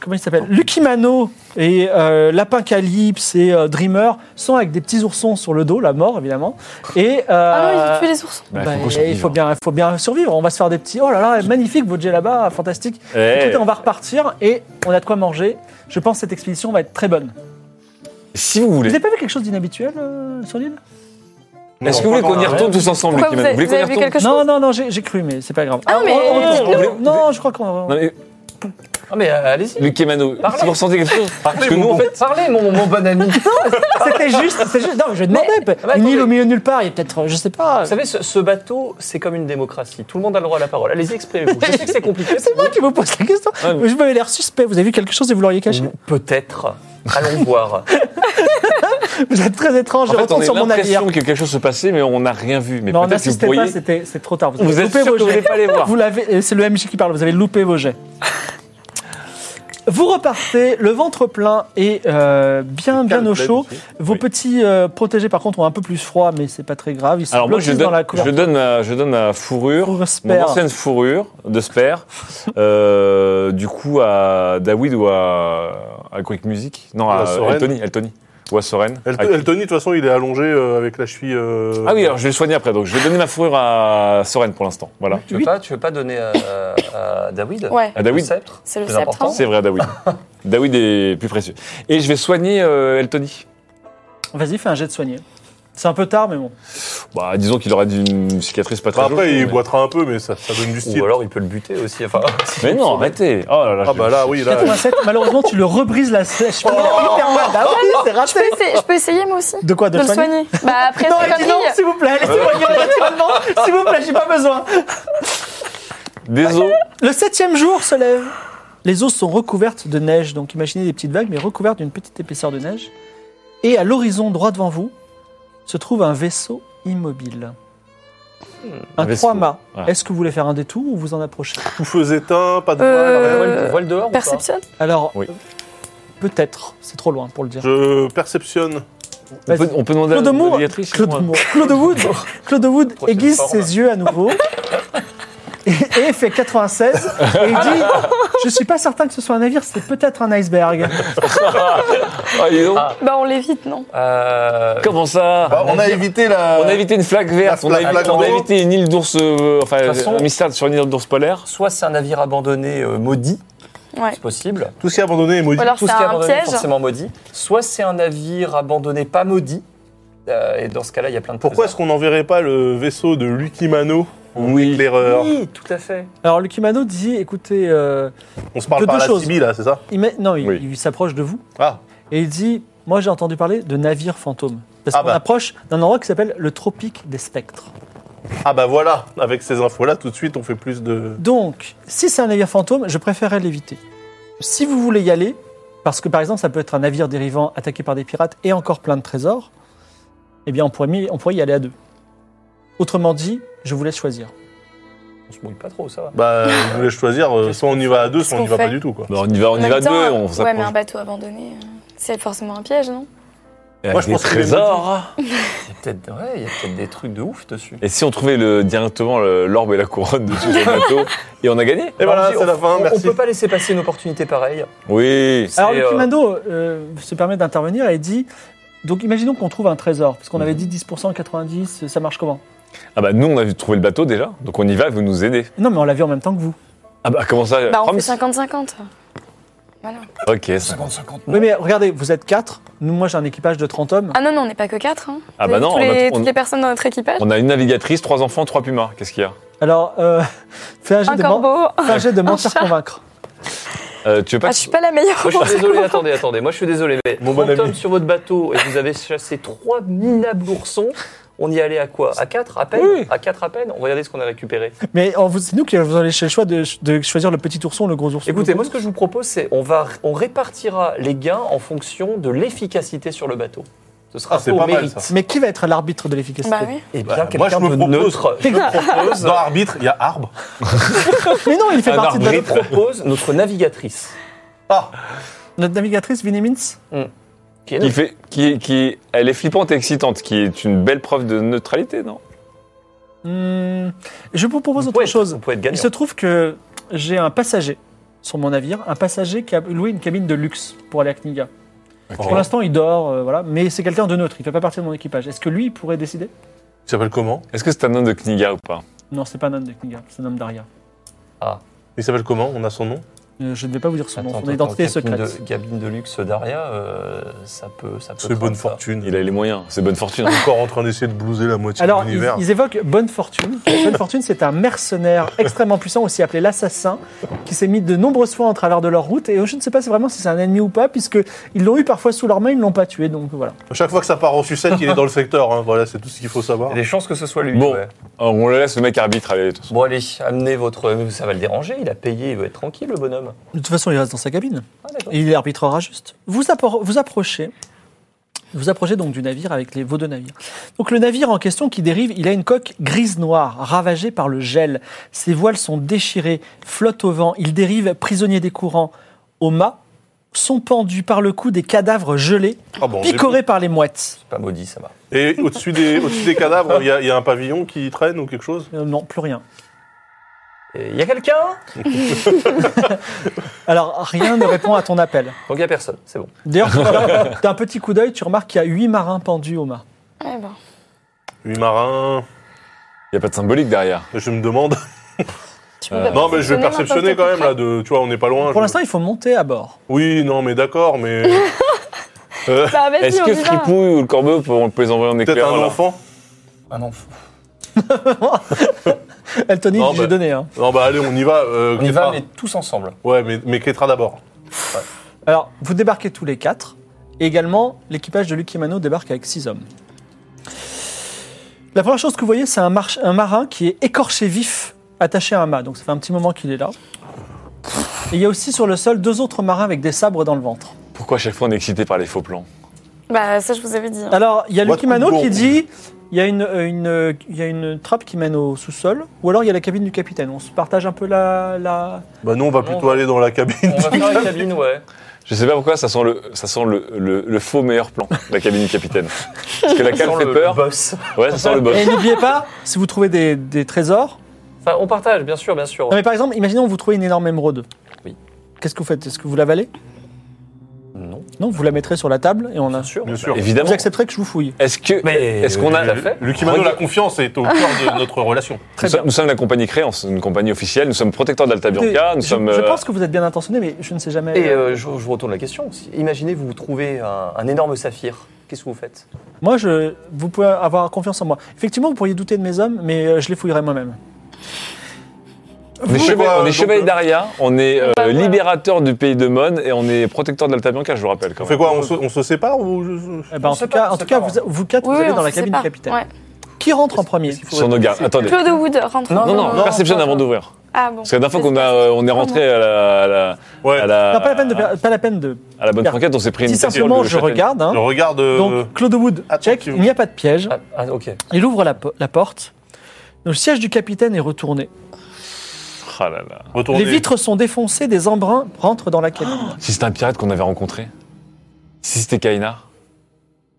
Speaker 1: comment il
Speaker 3: Oh.
Speaker 1: s'appelle Lucky Mano et euh, Lapincalips et euh, Dreamer sont avec des petits oursons sur le dos, la mort évidemment. Et, euh,
Speaker 4: Ah non, ils ont tué les ours.
Speaker 3: Bah,
Speaker 1: Bah,
Speaker 3: faut qu'on
Speaker 1: il
Speaker 3: survive.
Speaker 1: faut bien, faut bien survivre. On va se faire des petits. Oh là là, magnifique votre là-bas, fantastique.
Speaker 3: Eh.
Speaker 1: Écoutez, on va repartir et on a de quoi manger. Je pense que cette expédition va être très bonne.
Speaker 3: Si vous
Speaker 1: Vous
Speaker 3: voulez.
Speaker 1: n'avez pas vu quelque chose d'inhabituel euh, sur l'île
Speaker 3: Est-ce que vous voulez qu'on y retourne tous ensemble,
Speaker 4: Pourquoi
Speaker 3: les
Speaker 4: vous
Speaker 3: Kimanou
Speaker 4: avez,
Speaker 3: Vous
Speaker 4: vous
Speaker 3: voulez
Speaker 4: avez
Speaker 3: qu'on y
Speaker 4: vu
Speaker 3: retourne
Speaker 4: quelque chose
Speaker 1: Non, non, non, j'ai j'ai cru, mais c'est pas grave.
Speaker 4: Ah, mais-
Speaker 1: on- on-
Speaker 3: Vous voulez-
Speaker 1: non, je crois qu'on.
Speaker 3: Non, mais,
Speaker 5: Ah, mais euh, allez-y.
Speaker 3: Luc Kemano,
Speaker 5: Parlez.
Speaker 3: si vous ressentez quelque chose, parce que nous, en fait,
Speaker 5: Parlez, mon, mon bon ami.
Speaker 1: Ah, C'était juste, c'était juste. Non, mais je
Speaker 3: Ah,
Speaker 1: demandais. peut-
Speaker 3: bah,
Speaker 1: une
Speaker 5: mais
Speaker 1: île
Speaker 5: attendez.
Speaker 1: au milieu de nulle part, il y a peut-être, je sais pas.
Speaker 5: Vous savez, ce, ce bateau, c'est comme une démocratie. Tout le monde a le droit à la parole. Allez-y, exprimez-vous. Je sais que c'est compliqué.
Speaker 1: C'est moi qui vous pose la question.
Speaker 3: Ouais, Mm. mais-
Speaker 1: Je m'avais l'air suspect. Vous avez vu quelque chose et vous l'auriez caché
Speaker 5: Peut-être. Allons voir.
Speaker 1: Vous êtes très étrange.
Speaker 3: en
Speaker 1: Je
Speaker 3: fait on
Speaker 1: retourne
Speaker 3: a
Speaker 1: sur mon navire.
Speaker 3: l'impression que quelque chose se passait, mais on n'a rien vu. Mais
Speaker 1: Non,
Speaker 3: peut-être que vous
Speaker 1: n'assistez pas,
Speaker 3: pourriez.
Speaker 1: c'était- c'est trop tard.
Speaker 3: Vous
Speaker 1: avez
Speaker 3: êtes
Speaker 1: loupé
Speaker 3: sûr que
Speaker 1: vos
Speaker 3: vous
Speaker 1: jets.
Speaker 3: voulez pas les voir
Speaker 1: Vous l'avez, euh, c'est le MJ qui parle, vous avez loupé vos jets. Vous repartez, le ventre plein et euh, bien, bien au chaud. Vos
Speaker 3: Oui.
Speaker 1: petits euh, protégés, par contre, ont un peu plus froid, mais c'est pas très grave. Ils sont
Speaker 3: Alors moi,
Speaker 1: bloqués
Speaker 3: je
Speaker 1: dans
Speaker 3: donne,
Speaker 1: la
Speaker 3: je
Speaker 1: couverture.
Speaker 3: donne, à- je donne à fourrure,
Speaker 1: Fourrure
Speaker 3: mon
Speaker 1: spare.
Speaker 3: ancienne fourrure de spare, euh, du coup à David ou à, à Quick Music, non
Speaker 2: Ou
Speaker 3: à
Speaker 2: à Soren.
Speaker 3: Eltony, Eltony. ou à Soren.
Speaker 2: El-
Speaker 3: À-
Speaker 2: Eltony, de toute façon, il est allongé euh, avec la cheville. euh,
Speaker 3: Ah oui, alors je vais le soigner après, donc je vais donner ma fourrure à Soren pour l'instant. Voilà.
Speaker 5: Tu veux pas, tu veux pas donner à, à David
Speaker 4: Ouais,
Speaker 3: À
Speaker 5: Le
Speaker 3: David
Speaker 5: sceptre
Speaker 4: c'est le
Speaker 5: Plus
Speaker 4: sceptre.
Speaker 5: important.
Speaker 3: C'est vrai, à David. David est plus précieux. Et je vais soigner euh, Eltony.
Speaker 1: Vas-y, fais un jet de soigné. C'est un peu tard, mais bon.
Speaker 3: Bah, disons qu'il aura une cicatrice pas très
Speaker 2: bah, après,
Speaker 3: jolie,
Speaker 2: il
Speaker 3: mais-
Speaker 2: boitera un peu, mais ça, ça donne du
Speaker 4: hein.
Speaker 2: style.
Speaker 5: Ou alors il peut le buter aussi. Enfin,
Speaker 3: Mais non, arrêtez. Oh là là.
Speaker 2: ah
Speaker 3: je-
Speaker 2: bah là, oui, là.
Speaker 1: 87, malheureusement, tu le rebrises la sèche. Hyper mal. Bah oui, c'est
Speaker 4: Je peux,
Speaker 1: raté.
Speaker 4: essayer, je peux essayer moi aussi
Speaker 1: De quoi
Speaker 4: de,
Speaker 1: De,
Speaker 4: le
Speaker 1: soigner
Speaker 4: soigner. Bah après
Speaker 1: Non,
Speaker 4: c'est
Speaker 1: elle dit non,
Speaker 4: comme
Speaker 1: s'il vous plaît, laissez-moi guérir naturellement. S'il vous plaît, j'ai pas besoin.
Speaker 3: Désolé.
Speaker 1: Le septième jour se lève. Les eaux sont recouvertes de neige, donc imaginez des petites vagues, mais recouvertes d'une petite épaisseur de neige. Et à l'horizon, droit devant vous, se trouve un vaisseau immobile.
Speaker 3: Un
Speaker 1: Un
Speaker 3: vaisseau.
Speaker 1: trois-mâts.
Speaker 3: Ouais.
Speaker 1: Est-ce que vous voulez faire un détour ou vous en approchez
Speaker 2: Tout feu éteint, pas de
Speaker 4: Euh,
Speaker 2: mal, rien.
Speaker 5: voile, voile dehors. ou pas
Speaker 4: Perception
Speaker 1: Alors,
Speaker 3: Oui.
Speaker 1: euh, peut-être, c'est trop loin pour le dire.
Speaker 2: Je perceptionne.
Speaker 3: On
Speaker 1: Vas-y.
Speaker 3: peut, on peut demander
Speaker 1: Claude
Speaker 3: à la
Speaker 1: Moore.
Speaker 3: médiatrice,
Speaker 1: Claude,
Speaker 3: moi.
Speaker 1: Moore. Claude Wood, Claude Wood
Speaker 5: Prochaine
Speaker 1: aiguise
Speaker 5: forme.
Speaker 1: ses yeux à nouveau et, et fait 96 et il dit Je suis pas certain que ce soit un navire, c'est peut-être un iceberg.
Speaker 3: Ah, dis donc.
Speaker 5: Ah.
Speaker 4: Bah on l'évite non
Speaker 5: Euh,
Speaker 3: Comment ça
Speaker 2: Bah, on a évité la.
Speaker 3: On a évité une flaque verte,
Speaker 2: la
Speaker 3: on a,
Speaker 2: flaque
Speaker 3: évité, on a
Speaker 2: d'eau.
Speaker 3: évité une île d'ours, euh, enfin,
Speaker 5: De toute façon-
Speaker 3: un mystère sur une île d'ours polaire.
Speaker 5: Soit c'est un navire abandonné euh, maudit,
Speaker 4: Ouais.
Speaker 5: c'est possible.
Speaker 2: Tout ce qui est abandonné est maudit.
Speaker 4: Ou alors
Speaker 5: Tout
Speaker 4: c'est
Speaker 5: ce qui est
Speaker 4: un
Speaker 5: abandonné est
Speaker 4: piège.
Speaker 5: forcément maudit. Soit c'est un navire abandonné pas maudit. Euh, et dans ce cas-là, il y a plein de
Speaker 2: Pourquoi est-ce qu'on n'enverrait pas le vaisseau de Lucky Mano en
Speaker 3: Oui.
Speaker 2: éclaireur
Speaker 5: Oui, tout à fait.
Speaker 1: Alors, Lucky Mano dit Écoutez, euh,
Speaker 2: On se parle
Speaker 1: De
Speaker 2: par
Speaker 1: deux
Speaker 2: la
Speaker 1: choses.
Speaker 2: CB, là, c'est ça
Speaker 1: il met- non, il,
Speaker 3: Oui.
Speaker 1: il s'approche de vous
Speaker 2: Ah,
Speaker 1: et il dit Moi j'ai entendu parler de navire fantôme. Parce
Speaker 2: Ah
Speaker 1: qu'on
Speaker 2: bah.
Speaker 1: approche d'un endroit qui s'appelle le tropique des spectres.
Speaker 2: ah bah voilà, avec ces infos-là, tout de suite, on fait plus de.
Speaker 1: Donc, si c'est un navire fantôme, je préférerais l'éviter. Si vous voulez y aller, parce que par exemple, ça peut être un navire dérivant attaqué par des pirates et encore plein de trésors, eh bien, on pourrait, mi- on pourrait y aller à deux. Autrement dit, je vous laisse choisir.
Speaker 5: On se mouille pas trop, ça va.
Speaker 2: Bah, je voulais choisir, euh, soit on y va à deux,
Speaker 4: Qu'est-ce
Speaker 2: soit on y
Speaker 4: qu'on
Speaker 2: va pas
Speaker 4: fait
Speaker 2: du tout, quoi.
Speaker 3: Bah, on y va, on
Speaker 4: En
Speaker 3: y
Speaker 4: même
Speaker 3: va
Speaker 4: temps,
Speaker 3: deux,
Speaker 4: euh,
Speaker 3: on
Speaker 4: Ouais mais un
Speaker 3: s'approche.
Speaker 4: bateau abandonné, euh, c'est forcément un piège non
Speaker 2: Moi, je pense qu'il est
Speaker 5: Il y a peut-être ouais, il y a peut-être des trucs de ouf dessus.
Speaker 3: Et si on trouvait le, directement le- l'orbe et la couronne dessus sur le bateau, et on a gagné
Speaker 2: Et voilà,
Speaker 5: Alors, on-
Speaker 2: c'est la fin,
Speaker 5: on- On
Speaker 2: merci.
Speaker 5: peut pas laisser passer une opportunité pareille.
Speaker 3: Oui.
Speaker 5: C'est,
Speaker 1: Alors, le
Speaker 5: euh,
Speaker 1: Cumando euh, se permet d'intervenir et dit Donc, imaginons qu'on trouve un trésor, parce
Speaker 5: Mhm.
Speaker 1: qu'on avait dit 10%, 90%, ça marche comment
Speaker 3: Ah bah nous, on a vu trouver le bateau déjà, donc on y va, vous nous aidez.
Speaker 1: Non, mais on l'a vu en même temps que vous.
Speaker 3: Ah bah comment ça
Speaker 4: Bah on
Speaker 3: Proms
Speaker 4: fait 50-50. Voilà.
Speaker 3: Ok, ça-
Speaker 5: Mhm.
Speaker 1: Oui, mais regardez, vous êtes quatre. Nous, moi, j'ai un équipage de 30 hommes.
Speaker 4: Ah non non on n'est pas que 4 hein.
Speaker 3: Ah
Speaker 4: Vous
Speaker 3: bah
Speaker 4: avez
Speaker 3: non, on
Speaker 4: tous
Speaker 3: a-
Speaker 4: les-
Speaker 3: on-
Speaker 4: toutes les personnes dans notre équipage.
Speaker 3: on a une navigatrice, trois enfants, trois pumas. Qu'est-ce qu'il y a
Speaker 1: Alors, euh, fais un jet
Speaker 4: Un
Speaker 1: de, men-
Speaker 4: corbeau.
Speaker 1: fais un jet de
Speaker 4: chat.
Speaker 1: mentir-convaincre.
Speaker 3: Euh, Tu veux pas
Speaker 4: Ah, je suis pas la meilleure.
Speaker 5: Moi, je suis désolé, attendez, attendez. Moi, je suis désolé, mais
Speaker 2: Mon
Speaker 5: Mon
Speaker 2: bon ami.
Speaker 5: hommes sur votre bateau et vous avez chassé trois minables oursons. On y allait à quoi À quatre à peine
Speaker 3: Oui.
Speaker 5: À quatre à peine Regardez ce qu'on a récupéré.
Speaker 1: Mais on vous- c'est nous qui avons laissé le choix de, de choisir le petit ourson ou le gros ourson.
Speaker 5: Écoutez, moi, ce que je vous propose, c'est on va on répartira les gains en fonction de l'efficacité sur le bateau. Ce sera
Speaker 2: Ah, c'est
Speaker 5: au
Speaker 2: pas mal,
Speaker 5: mérite.
Speaker 2: ça.
Speaker 1: Mais qui va être l'arbitre de l'efficacité
Speaker 4: Bah oui.
Speaker 5: Et
Speaker 2: Bah,
Speaker 5: bien,
Speaker 2: moi, je
Speaker 5: quelqu'un
Speaker 2: me
Speaker 5: de
Speaker 2: propose.
Speaker 5: neutre. Je propose,
Speaker 2: Dans arbitre, il y a arbre.
Speaker 1: Mais non, il fait
Speaker 3: Un
Speaker 1: partie de
Speaker 5: je
Speaker 1: la-
Speaker 3: arbitre.
Speaker 5: propose notre navigatrice.
Speaker 2: Ah,
Speaker 1: notre navigatrice Vinnie Mintz.
Speaker 5: Qui est
Speaker 3: qui
Speaker 5: neutre.
Speaker 3: fait, qui, qui, elle est flippante et excitante, qui est une belle preuve de neutralité, non
Speaker 1: Hmm, je vous propose
Speaker 5: Vous
Speaker 1: autre
Speaker 5: pouvez être-
Speaker 1: chose.
Speaker 5: Vous pouvez être
Speaker 1: Il se
Speaker 5: gagnant.
Speaker 1: trouve que j'ai un passager sur mon navire, un passager qui a loué une cabine de luxe pour aller à Kniga. Pour l'instant, il dort, euh, voilà, mais c'est quelqu'un de neutre, il ne fait pas partie de mon équipage. Est-ce que lui il pourrait décider
Speaker 2: il s'appelle comment
Speaker 3: Est-ce que c'est un nom de Kniga ou pas
Speaker 1: Non, c'est pas un homme de Kniga, c'est un homme d'Aria.
Speaker 2: Il s'appelle comment On a son nom
Speaker 1: Euh, je ne vais pas vous dire son nom,
Speaker 5: Attends,
Speaker 1: son identité est
Speaker 5: attends, cabine
Speaker 1: secrète.
Speaker 5: de- Cabine de luxe d'Aria, euh, ça peut. ça peut
Speaker 2: C'est
Speaker 5: prendre,
Speaker 2: Bonne
Speaker 5: ça.
Speaker 2: Fortune.
Speaker 3: Il a les moyens, c'est bonne fortune. hein.
Speaker 2: encore en train d'essayer de blouser la moitié
Speaker 1: Alors,
Speaker 2: de
Speaker 1: ils,
Speaker 2: l'univers.
Speaker 1: ils évoquent Bonne Fortune. Bonne Fortune, c'est un mercenaire extrêmement puissant, aussi appelé l'assassin, qui s'est mis de nombreuses fois en travers de leur route. Et je ne sais pas si vraiment si c'est un ennemi ou pas, puisque ils l'ont eu parfois sous leurs mains, ils ne l'ont pas tué. Donc voilà.
Speaker 2: À chaque fois que ça part en sucette, il est dans le secteur. hein. Voilà, c'est tout ce qu'il faut
Speaker 5: Il
Speaker 2: savoir.
Speaker 5: y a des chances que ce soit lui.
Speaker 3: Bon.
Speaker 5: ouais.
Speaker 3: Alors, on le laisse le mec arbitre, allez, de toute façon.
Speaker 5: Bon, allez, amenez votre. mais Ça va le déranger, il a payé, il veut être tranquille, le bonhomme.
Speaker 1: De toute façon, il reste dans sa cabine.
Speaker 5: Ah, d'accord.
Speaker 1: Et il arbitrera juste. Vous, appro- vous approchez. Vous approchez donc du navire avec les, vos deux navires. Donc le navire en question qui dérive, il a une coque grise noire, ravagée par le gel. Ses voiles sont déchirées, flottent au vent. Il dérive prisonnier des courants. Au mât sont pendus par le cou des cadavres gelés,
Speaker 2: Ah bon, on est-
Speaker 1: picorés par les mouettes.
Speaker 5: C'est pas maudit, ça va.
Speaker 2: Et au-dessus des, au des cadavres, il y, a- il y a un pavillon qui traîne ou quelque chose
Speaker 1: Euh, non, plus rien.
Speaker 5: Et Il y a quelqu'un
Speaker 1: Alors, rien ne répond à ton appel.
Speaker 5: Donc il n'y a personne, c'est bon.
Speaker 1: D'ailleurs, tu as un petit coup d'œil, tu remarques qu'il y a huit marins pendus au mât.
Speaker 4: Eh ben.
Speaker 2: Huit marins,
Speaker 3: Il n'y a pas de symbolique derrière.
Speaker 2: je me demande.
Speaker 4: Tu peux
Speaker 3: Euh,
Speaker 4: pas
Speaker 2: Non, mais je vais perceptionner
Speaker 4: perceptionner
Speaker 2: quand même, là, de, tu vois, on n'est pas loin.
Speaker 1: Pour
Speaker 2: je-
Speaker 1: l'instant, il faut monter à bord.
Speaker 2: Oui, non, mais d'accord, mais
Speaker 4: n'importe quoi. Bah, vas-y,
Speaker 3: Est-ce
Speaker 4: on
Speaker 3: que
Speaker 4: y va.
Speaker 3: Fripouille ou le Corbeau pourront les envoyer en
Speaker 2: peut-être
Speaker 3: éclair
Speaker 2: un
Speaker 3: voilà.
Speaker 2: enfant
Speaker 8: Ah non, faut-
Speaker 1: Eltony,
Speaker 2: Non,
Speaker 1: j'ai
Speaker 2: bah-
Speaker 1: donné. hein.
Speaker 2: Non, bah allez, on y va. euh,
Speaker 8: on y
Speaker 2: Kétra.
Speaker 8: va, mais tous ensemble.
Speaker 2: Ouais, mais, mais Kétra d'abord.
Speaker 1: Alors, vous débarquez tous les quatre. Et également, l'équipage de Lucky Mano débarque avec six hommes. La première chose que vous voyez, c'est un, march- un marin qui est écorché vif, attaché à un mât. Donc, ça fait un petit moment qu'il est là. Et il y a aussi sur le sol deux autres marins avec des sabres dans le ventre.
Speaker 3: Pourquoi à chaque fois on est excité par les faux plans
Speaker 4: Bah, ça, je vous avais dit. hein.
Speaker 1: Alors, il y a
Speaker 2: What
Speaker 1: Lucky Mano
Speaker 2: bon.
Speaker 1: qui dit il y, a une, euh, une, euh, il y a une trappe qui mène au sous-sol, ou alors il y a la cabine du capitaine. On se partage un peu la. la...
Speaker 2: Bah nous, on va plutôt aller dans la cabine.
Speaker 5: On va faire la cabine, ouais.
Speaker 3: Je sais pas pourquoi ça sent le, ça sent le, le, le faux meilleur plan, la cabine du capitaine. Parce que la cale
Speaker 5: Sans
Speaker 3: fait
Speaker 5: le
Speaker 3: peur.
Speaker 5: boss.
Speaker 3: Ouais, ça sent le boss.
Speaker 1: Et n'oubliez pas, si vous trouvez des, des trésors.
Speaker 5: Enfin, on partage, bien sûr, bien sûr.
Speaker 1: Non, mais par exemple, imaginons que vous trouvez une énorme émeraude.
Speaker 5: Oui.
Speaker 1: Qu'est-ce que vous faites Est-ce que vous l'avalez
Speaker 5: Non,
Speaker 1: Non, vous la mettrez sur la table et on
Speaker 5: bien
Speaker 1: a.
Speaker 5: sûr.
Speaker 2: Bien sûr.
Speaker 3: Évidemment.
Speaker 1: Vous accepterez que je vous fouille.
Speaker 3: Est-ce que.
Speaker 5: Mais
Speaker 3: Est-ce qu'on a-
Speaker 5: tout à fait
Speaker 2: Lucky Mano, la confiance est au cœur de notre relation.
Speaker 3: nous, sommes, nous sommes la compagnie Créance, une compagnie officielle, nous sommes protecteurs d'Alta Bianca, nous
Speaker 1: je,
Speaker 3: sommes.
Speaker 1: je
Speaker 3: euh,
Speaker 1: pense que vous êtes bien intentionné, mais je ne sais jamais.
Speaker 5: Et euh, je, je vous retourne la question. Si- Imaginez, vous trouvez un, un énorme saphir. Qu'est-ce que vous faites
Speaker 1: Moi, je, vous pouvez avoir confiance en moi. Effectivement, vous pourriez douter de mes hommes, mais euh, je les fouillerai moi-même.
Speaker 3: on
Speaker 2: Vous,
Speaker 3: est, chevalier-
Speaker 2: bah,
Speaker 3: on est
Speaker 2: donc,
Speaker 3: chevalier
Speaker 2: euh,
Speaker 3: d'Aria, on est euh,
Speaker 4: voilà.
Speaker 3: libérateur du pays de Mon et on est protecteur d'Alta Bianca, je vous rappelle quand
Speaker 2: On fait
Speaker 3: même.
Speaker 2: quoi on se, on se sépare ou je-
Speaker 1: Eh ben,
Speaker 8: On
Speaker 1: en
Speaker 8: se
Speaker 1: tout
Speaker 8: sépare, on
Speaker 1: cas, en
Speaker 8: se
Speaker 1: tout cas,
Speaker 8: sépare.
Speaker 1: vous, vous quatre,
Speaker 4: Oui,
Speaker 1: vous
Speaker 4: oui,
Speaker 1: allez
Speaker 4: on
Speaker 1: dans
Speaker 4: se
Speaker 1: la cabine
Speaker 4: sépare.
Speaker 1: du capitaine.
Speaker 4: Ouais.
Speaker 1: Qui rentre en premier
Speaker 3: Sur nos gardes. Attendez.
Speaker 4: Claude Wood rentre.
Speaker 5: Non,
Speaker 3: Non, non,
Speaker 5: non,
Speaker 3: perception
Speaker 5: non,
Speaker 3: avant
Speaker 5: non.
Speaker 3: d'ouvrir.
Speaker 4: Ah bon.
Speaker 3: Parce que la dernière fois qu'on a, euh, on est rentré à la, à la,
Speaker 2: Ouais.
Speaker 3: à la-
Speaker 1: Non, pas la peine de,
Speaker 3: Ah,
Speaker 1: per- pas la peine de.
Speaker 3: à la bonne
Speaker 1: faire.
Speaker 3: franquette, on s'est pris une
Speaker 1: Si
Speaker 3: tête sur
Speaker 1: simplement
Speaker 3: le
Speaker 1: je
Speaker 3: châtaignier.
Speaker 1: regarde, hein.
Speaker 2: Je regarde. euh,
Speaker 1: donc Claude Wood, check,
Speaker 2: attentivement.
Speaker 1: il n'y a pas de piège.
Speaker 5: ah, ah, ok.
Speaker 1: Il ouvre la, po- la porte. Le siège du capitaine est retourné.
Speaker 3: Ah là là.
Speaker 2: retourner.
Speaker 1: Les vitres sont défoncées, des embruns rentrent dans la
Speaker 2: Ah.
Speaker 1: cabine.
Speaker 3: Si c'était un pirate qu'on avait rencontré Si c'était Kainar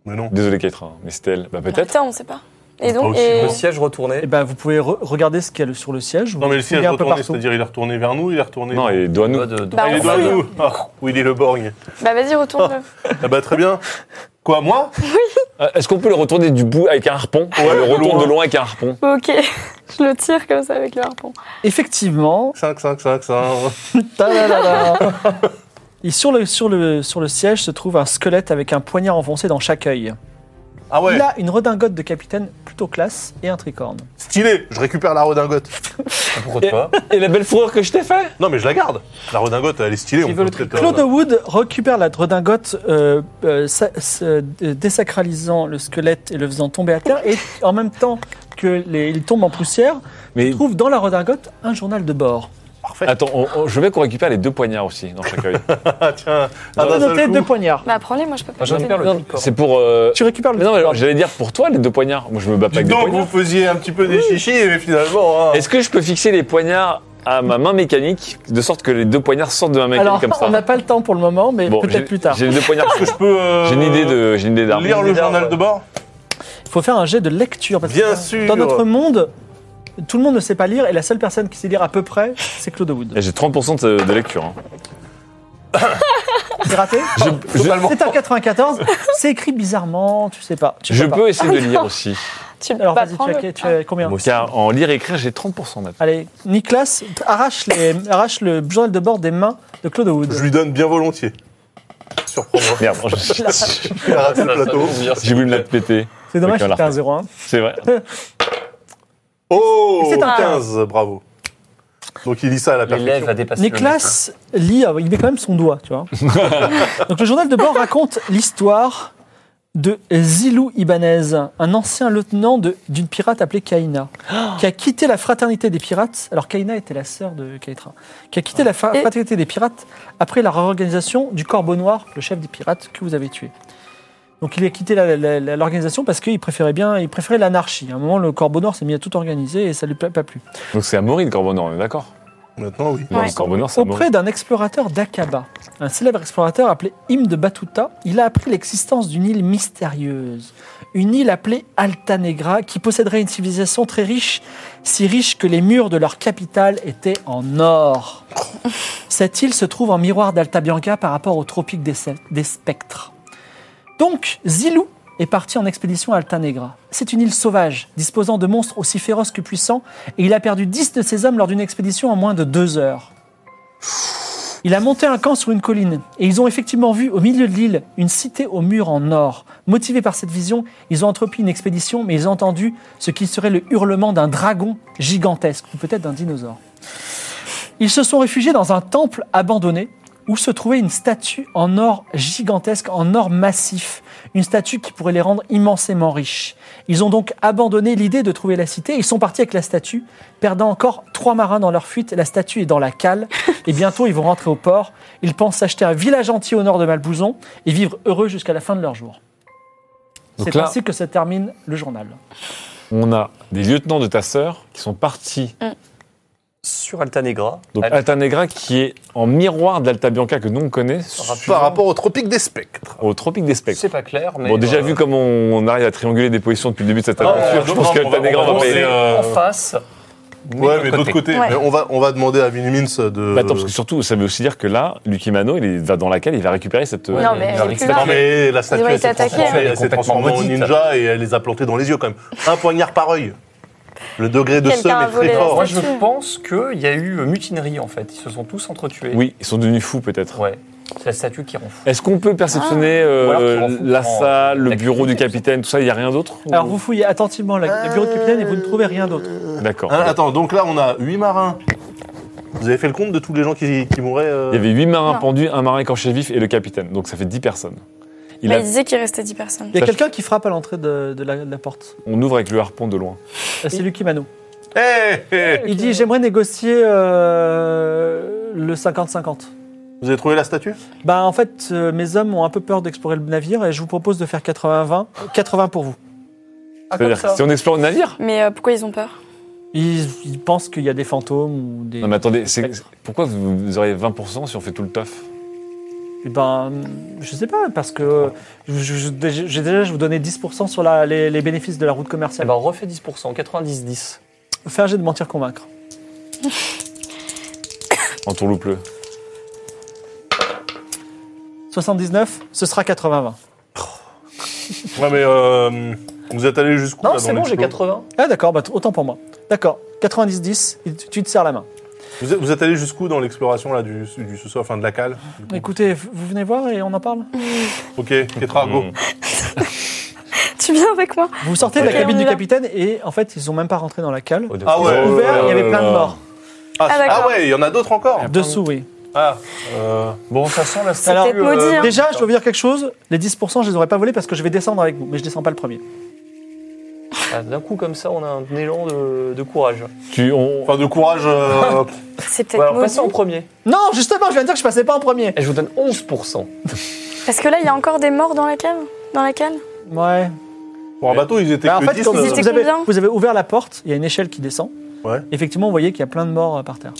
Speaker 2: Mais non.
Speaker 3: Désolé Kaitra, hein, mais c'était elle. Bah peut-être.
Speaker 4: Putain, on sait pas. Et donc,
Speaker 2: Bah, aussi,
Speaker 4: et...
Speaker 5: Le siège retourné.
Speaker 1: Et ben, vous pouvez re- regarder ce qu'il y a le- sur le siège.
Speaker 2: Non, mais le
Speaker 1: il
Speaker 2: siège
Speaker 1: est un peu
Speaker 2: retourné,
Speaker 1: partout.
Speaker 2: c'est-à-dire il est retourné vers nous, il est retourné.
Speaker 3: Non, et doit nous.
Speaker 5: Doigt de- de-
Speaker 4: Bah,
Speaker 2: Ah, il est
Speaker 4: on
Speaker 2: vers
Speaker 4: fouille.
Speaker 2: nous Ah, Oui, il est le borgne.
Speaker 4: Bah, vas-y, retourne.
Speaker 2: Ah bah très bien. Quoi, moi
Speaker 3: Euh, Est-ce qu'on peut le retourner du bout avec un harpon On le retourne
Speaker 2: loin.
Speaker 3: de loin avec un harpon.
Speaker 4: ok. Je le tire comme ça avec le harpon.
Speaker 1: Effectivement.
Speaker 2: 5, 5, 5, 5.
Speaker 1: ta-da-da-da. Et sur le, sur, le, sur le siège se trouve un squelette avec un poignard enfoncé dans chaque œil.
Speaker 2: Ah ouais,
Speaker 1: Il a une redingote de capitaine plutôt classe et un tricorne.
Speaker 2: stylé, je récupère la redingote.
Speaker 5: Pourquoi pas
Speaker 3: Et la belle fourrure que je t'ai fait
Speaker 2: Non, mais je la garde. La redingote, elle est stylée. on peut peut-être, euh,
Speaker 1: Claude Wood récupère la redingote, euh, euh, sa- sa- euh, désacralisant le squelette et le faisant tomber à terre, et en même temps que les- il tombe en poussière,
Speaker 3: Mais
Speaker 1: il trouve dans la redingote un journal de bord.
Speaker 2: Parfait.
Speaker 3: attends, on- on- je veux qu'on récupère les deux poignards aussi dans chaque œil.
Speaker 2: Ah tiens, ah,
Speaker 1: Tu
Speaker 2: d'un
Speaker 1: peux
Speaker 2: seul
Speaker 1: noter
Speaker 2: coup.
Speaker 1: deux poignards.
Speaker 4: Bah, prends-les, moi je peux pas.
Speaker 5: J'en ai
Speaker 4: noter.
Speaker 5: perdu le tricorne.
Speaker 3: C'est pour. euh,
Speaker 1: Tu récupères
Speaker 3: mais
Speaker 1: le.
Speaker 3: non, mais j'allais dire pour toi les deux poignards. Moi je me bats pas
Speaker 2: Dis
Speaker 3: avec des
Speaker 2: donc,
Speaker 3: poignards.
Speaker 2: vous faisiez un petit peu des chichis, mais finalement. hein.
Speaker 3: Est-ce que je peux fixer les poignards à ma main mécanique de sorte que les deux poignards sortent de ma main
Speaker 1: Alors,
Speaker 3: mécanique comme ça
Speaker 1: on n'a pas le temps pour le moment, mais
Speaker 3: Bon, j'ai-
Speaker 1: peut-être plus tard.
Speaker 3: J'ai les deux poignards.
Speaker 2: Est-ce que je peux. euh,
Speaker 3: J'ai une idée de, j'ai une idée d'arme.
Speaker 2: Lire le
Speaker 5: Bizarre,
Speaker 2: journal
Speaker 5: ouais.
Speaker 2: de bord
Speaker 1: Il faut faire un jet de lecture. Parce
Speaker 2: Bien
Speaker 1: que
Speaker 2: sûr.
Speaker 1: Dans notre monde, tout le monde ne sait pas lire, et la seule personne qui sait lire à peu près, c'est Claude Wood.
Speaker 3: Et J'ai 30% de, de lecture. hein.
Speaker 1: C'est raté
Speaker 3: Je- je-
Speaker 2: Totalement.
Speaker 1: C'est un 94, c'est écrit bizarrement, tu sais pas. Tu sais
Speaker 3: Je
Speaker 1: pas.
Speaker 3: peux essayer de lire aussi.
Speaker 4: Tu peux
Speaker 1: Alors
Speaker 4: pas
Speaker 1: vas-y, tu
Speaker 4: prendre.
Speaker 1: as, tu as combien
Speaker 3: Car en lire et écrire, j'ai 30% d'appel.
Speaker 1: Allez, Nicolas arrache, les, arrache le journal de bord des mains de Claude Wood.
Speaker 2: Je lui donne bien volontiers. Surprendre.
Speaker 3: Merde, je-
Speaker 2: Il a raté le plateau.
Speaker 3: j'ai voulu me la péter.
Speaker 1: C'est dommage
Speaker 3: Ok, on
Speaker 1: que
Speaker 3: l'a
Speaker 1: t'as un 0-1.
Speaker 3: C'est vrai.
Speaker 2: Oh
Speaker 1: C'est un
Speaker 2: 15, bravo. Donc il lit ça à la
Speaker 5: L'élève
Speaker 2: perfection.
Speaker 5: a dépassé. le maître.
Speaker 1: Nicolas lit, euh, il met quand même son doigt, tu vois. Donc le journal de bord raconte l'histoire de Zilou Ibanez, un ancien lieutenant de- d'une pirate appelée Kaina, qui a quitté la fraternité des pirates. Alors Kaina était la sœur de Kaitra, qui a quitté la fra-
Speaker 4: Et-
Speaker 1: fraternité des pirates après la réorganisation du Corbeau Noir, le chef des pirates que vous avez tué. Donc il a quitté la- la- la- l'organisation parce qu'il préférait bien, il préférait l'anarchie. À un moment, le Corbeau Noir s'est mis à tout organiser et ça lui a pas plu.
Speaker 3: Donc c'est Amaury de Corbonneau, on est d'accord
Speaker 2: Maintenant, oui.
Speaker 3: Non,
Speaker 4: Ouais.
Speaker 3: encore bonheur, ça
Speaker 1: Auprès d'un explorateur d'Aqaba, un célèbre explorateur appelé Im de Batuta, il a appris l'existence d'une île mystérieuse. Une île appelée Altanegra qui posséderait une civilisation très riche, si riche que les murs de leur capitale étaient en or. Cette île se trouve en miroir d'Alta Bianca par rapport au tropique des, se- des spectres. Donc, Zilou est parti en expédition à Altanegra. C'est une île sauvage, disposant de monstres aussi féroces que puissants, et il a perdu 10 de ses hommes lors d'une expédition en moins de deux heures. Il a monté un camp sur une colline et ils ont effectivement vu au milieu de l'île une cité aux murs en or. Motivés par cette vision, ils ont entrepris une expédition mais ils ont entendu ce qui serait le hurlement d'un dragon gigantesque ou peut-être d'un dinosaure. Ils se sont réfugiés dans un temple abandonné où se trouvait une statue en or gigantesque, en or massif, une statue qui pourrait les rendre immensément riches. Ils ont donc abandonné l'idée de trouver la cité, ils sont partis avec la statue, perdant encore trois marins dans leur fuite, la statue est dans la cale, et bientôt ils vont rentrer au port, ils pensent acheter un village entier au nord de Malbouzon et vivre heureux jusqu'à la fin de leur jour.
Speaker 3: Donc
Speaker 1: C'est
Speaker 3: là-
Speaker 1: ainsi que se termine le journal.
Speaker 3: On a des lieutenants de ta sœur qui sont partis.
Speaker 5: Sur Altanegra.
Speaker 3: Donc
Speaker 5: Allez.
Speaker 3: Altanegra qui est en miroir d'Alta Bianca que nous on connaît
Speaker 2: Par rapport au tropique des spectres.
Speaker 3: au tropique des spectres.
Speaker 5: C'est pas clair, mais.
Speaker 3: Bon, déjà
Speaker 5: euh,
Speaker 3: vu comme on, on arrive à trianguler des positions depuis le début de cette
Speaker 5: Ah,
Speaker 3: aventure, je
Speaker 5: donc
Speaker 3: pense
Speaker 5: on va-
Speaker 3: qu'Altanegra
Speaker 5: on va
Speaker 3: va euh,
Speaker 5: avancer.
Speaker 3: payer.
Speaker 5: en face.
Speaker 2: Ouais, mais de l'autre côté,
Speaker 4: Ouais.
Speaker 2: mais on, va, on va demander à Vinimins de.
Speaker 3: Bah, attends, parce que surtout, ça veut aussi dire que là, Lucky Mano, il est- va dans la cale, il va récupérer cette. euh,
Speaker 4: Non, mais elle est plus là.
Speaker 2: non, mais la statue,
Speaker 4: Ils ont
Speaker 2: elle
Speaker 4: été
Speaker 2: s'est transformée,
Speaker 3: hein.
Speaker 4: attaqués,
Speaker 2: elle s'est
Speaker 8: complètement
Speaker 2: transformée en
Speaker 8: maudite.
Speaker 2: ninja et elle les a plantés dans les yeux quand même. Un poignard par œil. Le degré de
Speaker 4: Quelqu'un
Speaker 2: somme
Speaker 4: a
Speaker 2: est
Speaker 4: volé
Speaker 2: très
Speaker 4: la
Speaker 2: fort.
Speaker 8: Moi,
Speaker 4: statue.
Speaker 8: je pense qu'il y a eu euh, mutinerie, en fait. Ils se sont tous entretués.
Speaker 3: Oui, ils sont devenus fous peut-être.
Speaker 8: Ouais. C'est la statue qui rend fou.
Speaker 3: Est-ce qu'on peut perceptionner euh,
Speaker 8: Ou alors qu'ils en foutent
Speaker 3: la
Speaker 8: en-
Speaker 3: salle, le
Speaker 8: la
Speaker 3: bureau du
Speaker 8: cuisine,
Speaker 3: capitaine, tout ça Il n'y a rien d'autre
Speaker 1: Alors
Speaker 3: Ou-
Speaker 1: vous fouillez attentivement la, le bureau de capitaine et vous ne trouvez rien d'autre.
Speaker 3: D'accord.
Speaker 2: Hein, Euh, attends, donc là, on a 8 marins. Vous avez fait le compte de tous les gens qui, qui mouraient euh,
Speaker 3: Il y avait 8 marins
Speaker 4: Non.
Speaker 3: pendus, un marin écorché vif et le capitaine. Donc ça fait 10 personnes. Il
Speaker 4: Bah,
Speaker 3: a-
Speaker 4: il disait qu'il restait 10 personnes.
Speaker 1: Il y a
Speaker 3: Ça-
Speaker 1: quelqu'un qui frappe à l'entrée de, de la, de la porte.
Speaker 3: On ouvre avec le harpon de loin.
Speaker 1: Euh, C'est Lucky Mano.
Speaker 2: Hey, hey.
Speaker 1: Il dit j'aimerais négocier euh, le 50-50.
Speaker 2: Vous avez trouvé la statue
Speaker 1: Bah en fait euh, mes hommes ont un peu peur d'explorer le navire et je vous propose de faire 80-20, 80 pour vous.
Speaker 5: Ah, comme
Speaker 3: C'est-à-dire
Speaker 5: ça.
Speaker 3: que si on explore le navire
Speaker 4: Mais euh, pourquoi ils ont peur
Speaker 1: Ils, ils pensent qu'il y a des fantômes ou des
Speaker 3: Non mais attendez, c'est- pourquoi vous, vous auriez 20% si on fait tout le taf
Speaker 1: ben je sais pas parce que je- je- je- déjà- j'ai déjà je vous donnais 10% sur la- les, les bénéfices de la route
Speaker 5: Eh
Speaker 1: commerciale.
Speaker 5: ben, refait 10%, 90-10.
Speaker 1: Faire j'ai de mentir convaincre.
Speaker 3: En tourloupe-le.
Speaker 1: 79, ce sera 80-20.
Speaker 2: Ouais, mais euh, vous êtes allé jusqu'où là,
Speaker 5: Non,
Speaker 2: dans
Speaker 5: c'est bon, j'ai
Speaker 2: l'explo
Speaker 5: 80.
Speaker 1: Ah d'accord, bah, t- autant pour moi. D'accord, 90-10, et tu tu te serres la main.
Speaker 2: Vous êtes, vous êtes allé jusqu'où dans l'exploration là du, du sous-sol, enfin de la cale du coup
Speaker 1: Écoutez, vous venez voir et on en parle
Speaker 2: Ok, Ketra, go.
Speaker 3: Mm.
Speaker 4: Tu viens avec moi
Speaker 1: Vous sortez de la
Speaker 4: Ok, on
Speaker 1: cabine
Speaker 4: y
Speaker 1: du
Speaker 4: va.
Speaker 1: capitaine et en fait ils sont même pas rentrés dans la cale.
Speaker 2: Ah ouais.
Speaker 3: Oh
Speaker 1: ouvert,
Speaker 3: là
Speaker 1: il y avait
Speaker 3: là
Speaker 1: plein de
Speaker 3: là.
Speaker 1: morts.
Speaker 2: Ah,
Speaker 4: Ah,
Speaker 2: c'est- ah
Speaker 4: d'accord.
Speaker 2: ouais, il y en a d'autres encore
Speaker 1: Dessous, oui.
Speaker 2: Ah, euh,
Speaker 8: Bon, ça sent la
Speaker 1: Alors,
Speaker 8: statue.
Speaker 4: peut-être maudit, hein.
Speaker 1: Déjà, je dois vous dire quelque chose. Les 10%, je les aurais pas volés parce que je vais descendre avec vous, mais je descends pas le premier.
Speaker 5: Ah, D'un coup, comme ça, on a un élan de, de courage.
Speaker 3: Tu, on-
Speaker 2: enfin de courage. euh,
Speaker 4: C'est
Speaker 5: Ouais,
Speaker 4: peut-être
Speaker 5: alors, passez en
Speaker 4: maudit.
Speaker 5: premier.
Speaker 1: Non, justement, je viens de dire que je passais pas en premier.
Speaker 5: Et je vous donne 11%.
Speaker 4: Parce que là, il y a encore des morts dans la cave Dans la cale
Speaker 1: Ouais.
Speaker 2: pour un bateau, ils étaient
Speaker 1: Bah, en
Speaker 2: que
Speaker 1: fait,
Speaker 2: 10,
Speaker 1: quand
Speaker 2: euh,
Speaker 1: vous,
Speaker 4: Ils étaient
Speaker 1: avez,
Speaker 4: combien
Speaker 1: vous avez ouvert la porte, il y a une échelle qui descend.
Speaker 2: Ouais.
Speaker 1: Effectivement, vous voyez qu'il y a plein de morts euh, par terre.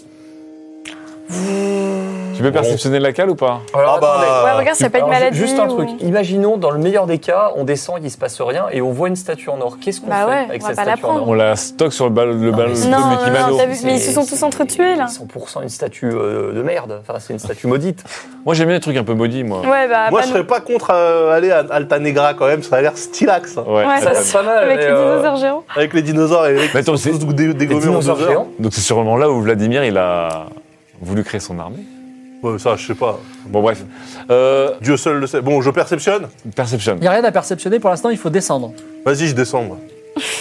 Speaker 3: tu peux perceptionner la cale ou pas
Speaker 5: Alors,
Speaker 2: Ah bah,
Speaker 5: attendez.
Speaker 4: Ouais, regarde, c'est pas une
Speaker 5: Alors, ju-
Speaker 4: maladie.
Speaker 5: Juste un
Speaker 4: ou-
Speaker 5: truc. Imaginons, dans le meilleur des cas, on descend, il se passe rien et on voit une statue en or. Qu'est-ce qu'on
Speaker 4: Bah
Speaker 5: fait
Speaker 4: ouais,
Speaker 5: avec
Speaker 4: on va
Speaker 5: cette
Speaker 4: pas la
Speaker 5: statue en
Speaker 4: prendre.
Speaker 3: On
Speaker 5: or
Speaker 3: la stocke sur le ballon le ballon
Speaker 5: mais
Speaker 3: de
Speaker 5: c'est-
Speaker 4: Non, non,
Speaker 3: Mickey
Speaker 4: non,
Speaker 3: Mano.
Speaker 4: t'as vu, mais ils se sont
Speaker 5: C'est-
Speaker 4: tous entretués là.
Speaker 5: 100% une statue euh, de merde. Enfin, c'est une statue maudite.
Speaker 3: Moi j'aime bien les trucs un peu maudits moi.
Speaker 4: Ouais, bah,
Speaker 2: Moi,
Speaker 4: pas
Speaker 2: je serais pas contre euh, aller à Altanegra quand même, ça a l'air stylax. hein.
Speaker 3: Ouais.
Speaker 4: Ouais,
Speaker 5: Ça,
Speaker 3: attends.
Speaker 5: c'est pas mal.
Speaker 4: avec
Speaker 5: mais,
Speaker 4: les
Speaker 5: euh,
Speaker 4: dinosaures géants.
Speaker 2: Avec les dinosaures et les mecs
Speaker 3: Mais attends,
Speaker 2: qui sont
Speaker 3: c'est-
Speaker 2: tous dé-
Speaker 5: les
Speaker 2: dégommés en
Speaker 5: dinosaures
Speaker 2: deux heures.
Speaker 5: géants.
Speaker 3: Donc c'est sûrement là où Vladimir il a voulu créer son armée.
Speaker 2: Ouais, ça, je sais pas.
Speaker 3: Bon bref. Euh,
Speaker 2: Dieu seul le sait. Bon, je perceptionne.
Speaker 3: perception.
Speaker 1: Il n'y a rien à perceptionner pour l'instant, il faut descendre.
Speaker 2: Vas-y, je descends. moi. Je suis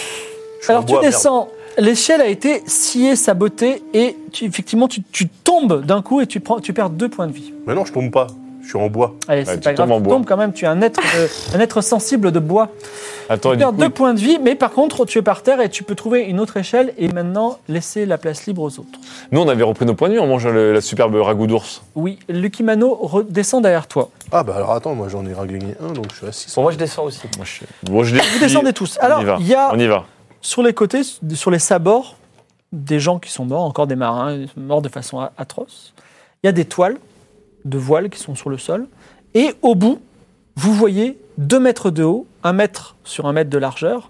Speaker 1: Alors
Speaker 2: en
Speaker 1: tu
Speaker 2: bois, merde.
Speaker 1: descends, l'échelle a été sciée, sabotée, et tu- effectivement, tu, tu tombes d'un coup et tu, prends, tu perds deux points de vie.
Speaker 2: Mais non, je tombe pas. Je suis en bois.
Speaker 1: Allez,
Speaker 3: Bah,
Speaker 1: c'est
Speaker 3: tu
Speaker 1: pas grave,
Speaker 3: tombes en
Speaker 1: tu
Speaker 3: bois.
Speaker 1: tombes quand même, tu es un être, de- un être sensible de bois.
Speaker 3: Attends,
Speaker 1: tu
Speaker 3: et du
Speaker 1: perds
Speaker 3: coup,
Speaker 1: deux points de vie, mais par contre, tu es par terre et tu peux trouver une autre échelle et maintenant laisser la place libre aux autres.
Speaker 3: nous on avait repris nos points de vue, on mange le- la superbe ragoût d'ours.
Speaker 1: Oui, Lukimano redescend derrière toi.
Speaker 2: Ah bah alors attends, moi j'en ai gagné un, donc je suis à 6.
Speaker 5: Bon, moi, je descends aussi.
Speaker 3: Moi, je... Bon, je
Speaker 1: Vous descendez tous. Alors,
Speaker 3: on y va.
Speaker 1: il y a
Speaker 3: On y va.
Speaker 1: sur les côtés, sur les sabords, des gens qui sont morts, encore des marins, ils sont morts de façon a- atroce. Il y a des toiles de voiles qui sont sur le sol. Et au bout, vous voyez 2 mètres de haut, 1 mètre sur 1 mètre de largeur,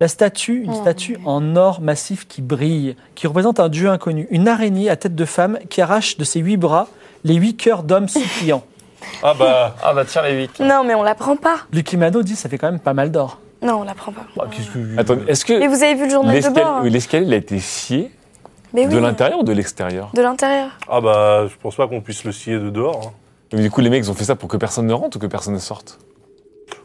Speaker 1: la statue, une
Speaker 4: Oh.
Speaker 1: statue en or massif qui brille, qui représente un dieu inconnu, une araignée à tête de femme qui arrache de ses huit bras les huit cœurs d'hommes suppliants.
Speaker 8: Ah bah, ah bah tiens les 8.
Speaker 4: Non, mais on la prend pas.
Speaker 1: Le Kimano dit ça fait quand même pas mal d'or.
Speaker 4: Non, on la prend pas.
Speaker 3: Attendez, est-ce
Speaker 4: Mais
Speaker 3: que
Speaker 4: vous avez vu le journal de
Speaker 3: l'escal-
Speaker 4: bord
Speaker 3: oui, l'escalier il a été scié
Speaker 4: Mais Eh oui.
Speaker 3: de l'intérieur ou de l'extérieur
Speaker 4: De l'intérieur.
Speaker 2: Ah bah, je pense pas qu'on puisse le scier de dehors. hein.
Speaker 3: Donc, Du coup, les mecs, ils ont fait ça pour que personne ne rentre ou que personne ne sorte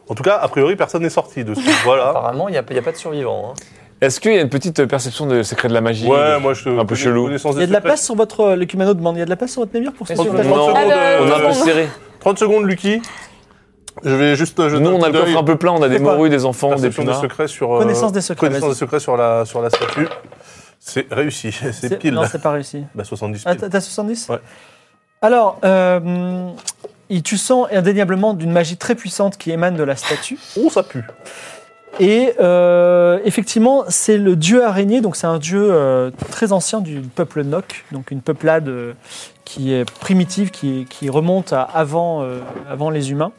Speaker 2: En tout cas, a priori, personne n'est sorti de ce Voilà.
Speaker 5: Apparemment, il n'y a, il y a pas de survivants. hein.
Speaker 3: Est-ce qu'il y a une petite perception de secret de la magie
Speaker 2: Ouais, moi je
Speaker 3: Un peu chelou.
Speaker 1: Il y a de la place sur votre. Le Kimano demande il y a de la place sur votre navire pour ce
Speaker 5: Bien
Speaker 1: sauvetage
Speaker 2: sûr.
Speaker 3: Non,
Speaker 2: secondes, euh,
Speaker 3: on est un peu
Speaker 2: secondes.
Speaker 3: serré.
Speaker 2: 30 secondes, Lucky. Je vais juste. euh, jeter
Speaker 3: Nous,
Speaker 2: un
Speaker 3: on
Speaker 2: coup
Speaker 3: a le
Speaker 2: d'œil.
Speaker 3: coffre un peu plein, on a des
Speaker 1: C'est quoi
Speaker 3: morues, des enfants, des
Speaker 2: Perception des
Speaker 3: punards.
Speaker 2: secrets sur. euh,
Speaker 1: Connaissance des secrets,
Speaker 2: Connaissance
Speaker 1: vas-y.
Speaker 2: des secrets sur la, sur la statue. C'est réussi. C'est
Speaker 1: C'est-
Speaker 2: pile.
Speaker 1: Non, c'est pas réussi.
Speaker 2: Bah, 70
Speaker 1: Ah,
Speaker 2: pile.
Speaker 1: t'as t'as 70
Speaker 2: Ouais.
Speaker 1: Alors, euh, il- tu sens indéniablement d'une magie très puissante qui émane de la statue.
Speaker 2: Oh, ça pue.
Speaker 1: Et euh, effectivement, c'est le dieu araignée, donc c'est un dieu euh, très ancien du peuple Nok, donc une peuplade euh, qui est primitive, qui, qui remonte à avant, euh, avant les humains.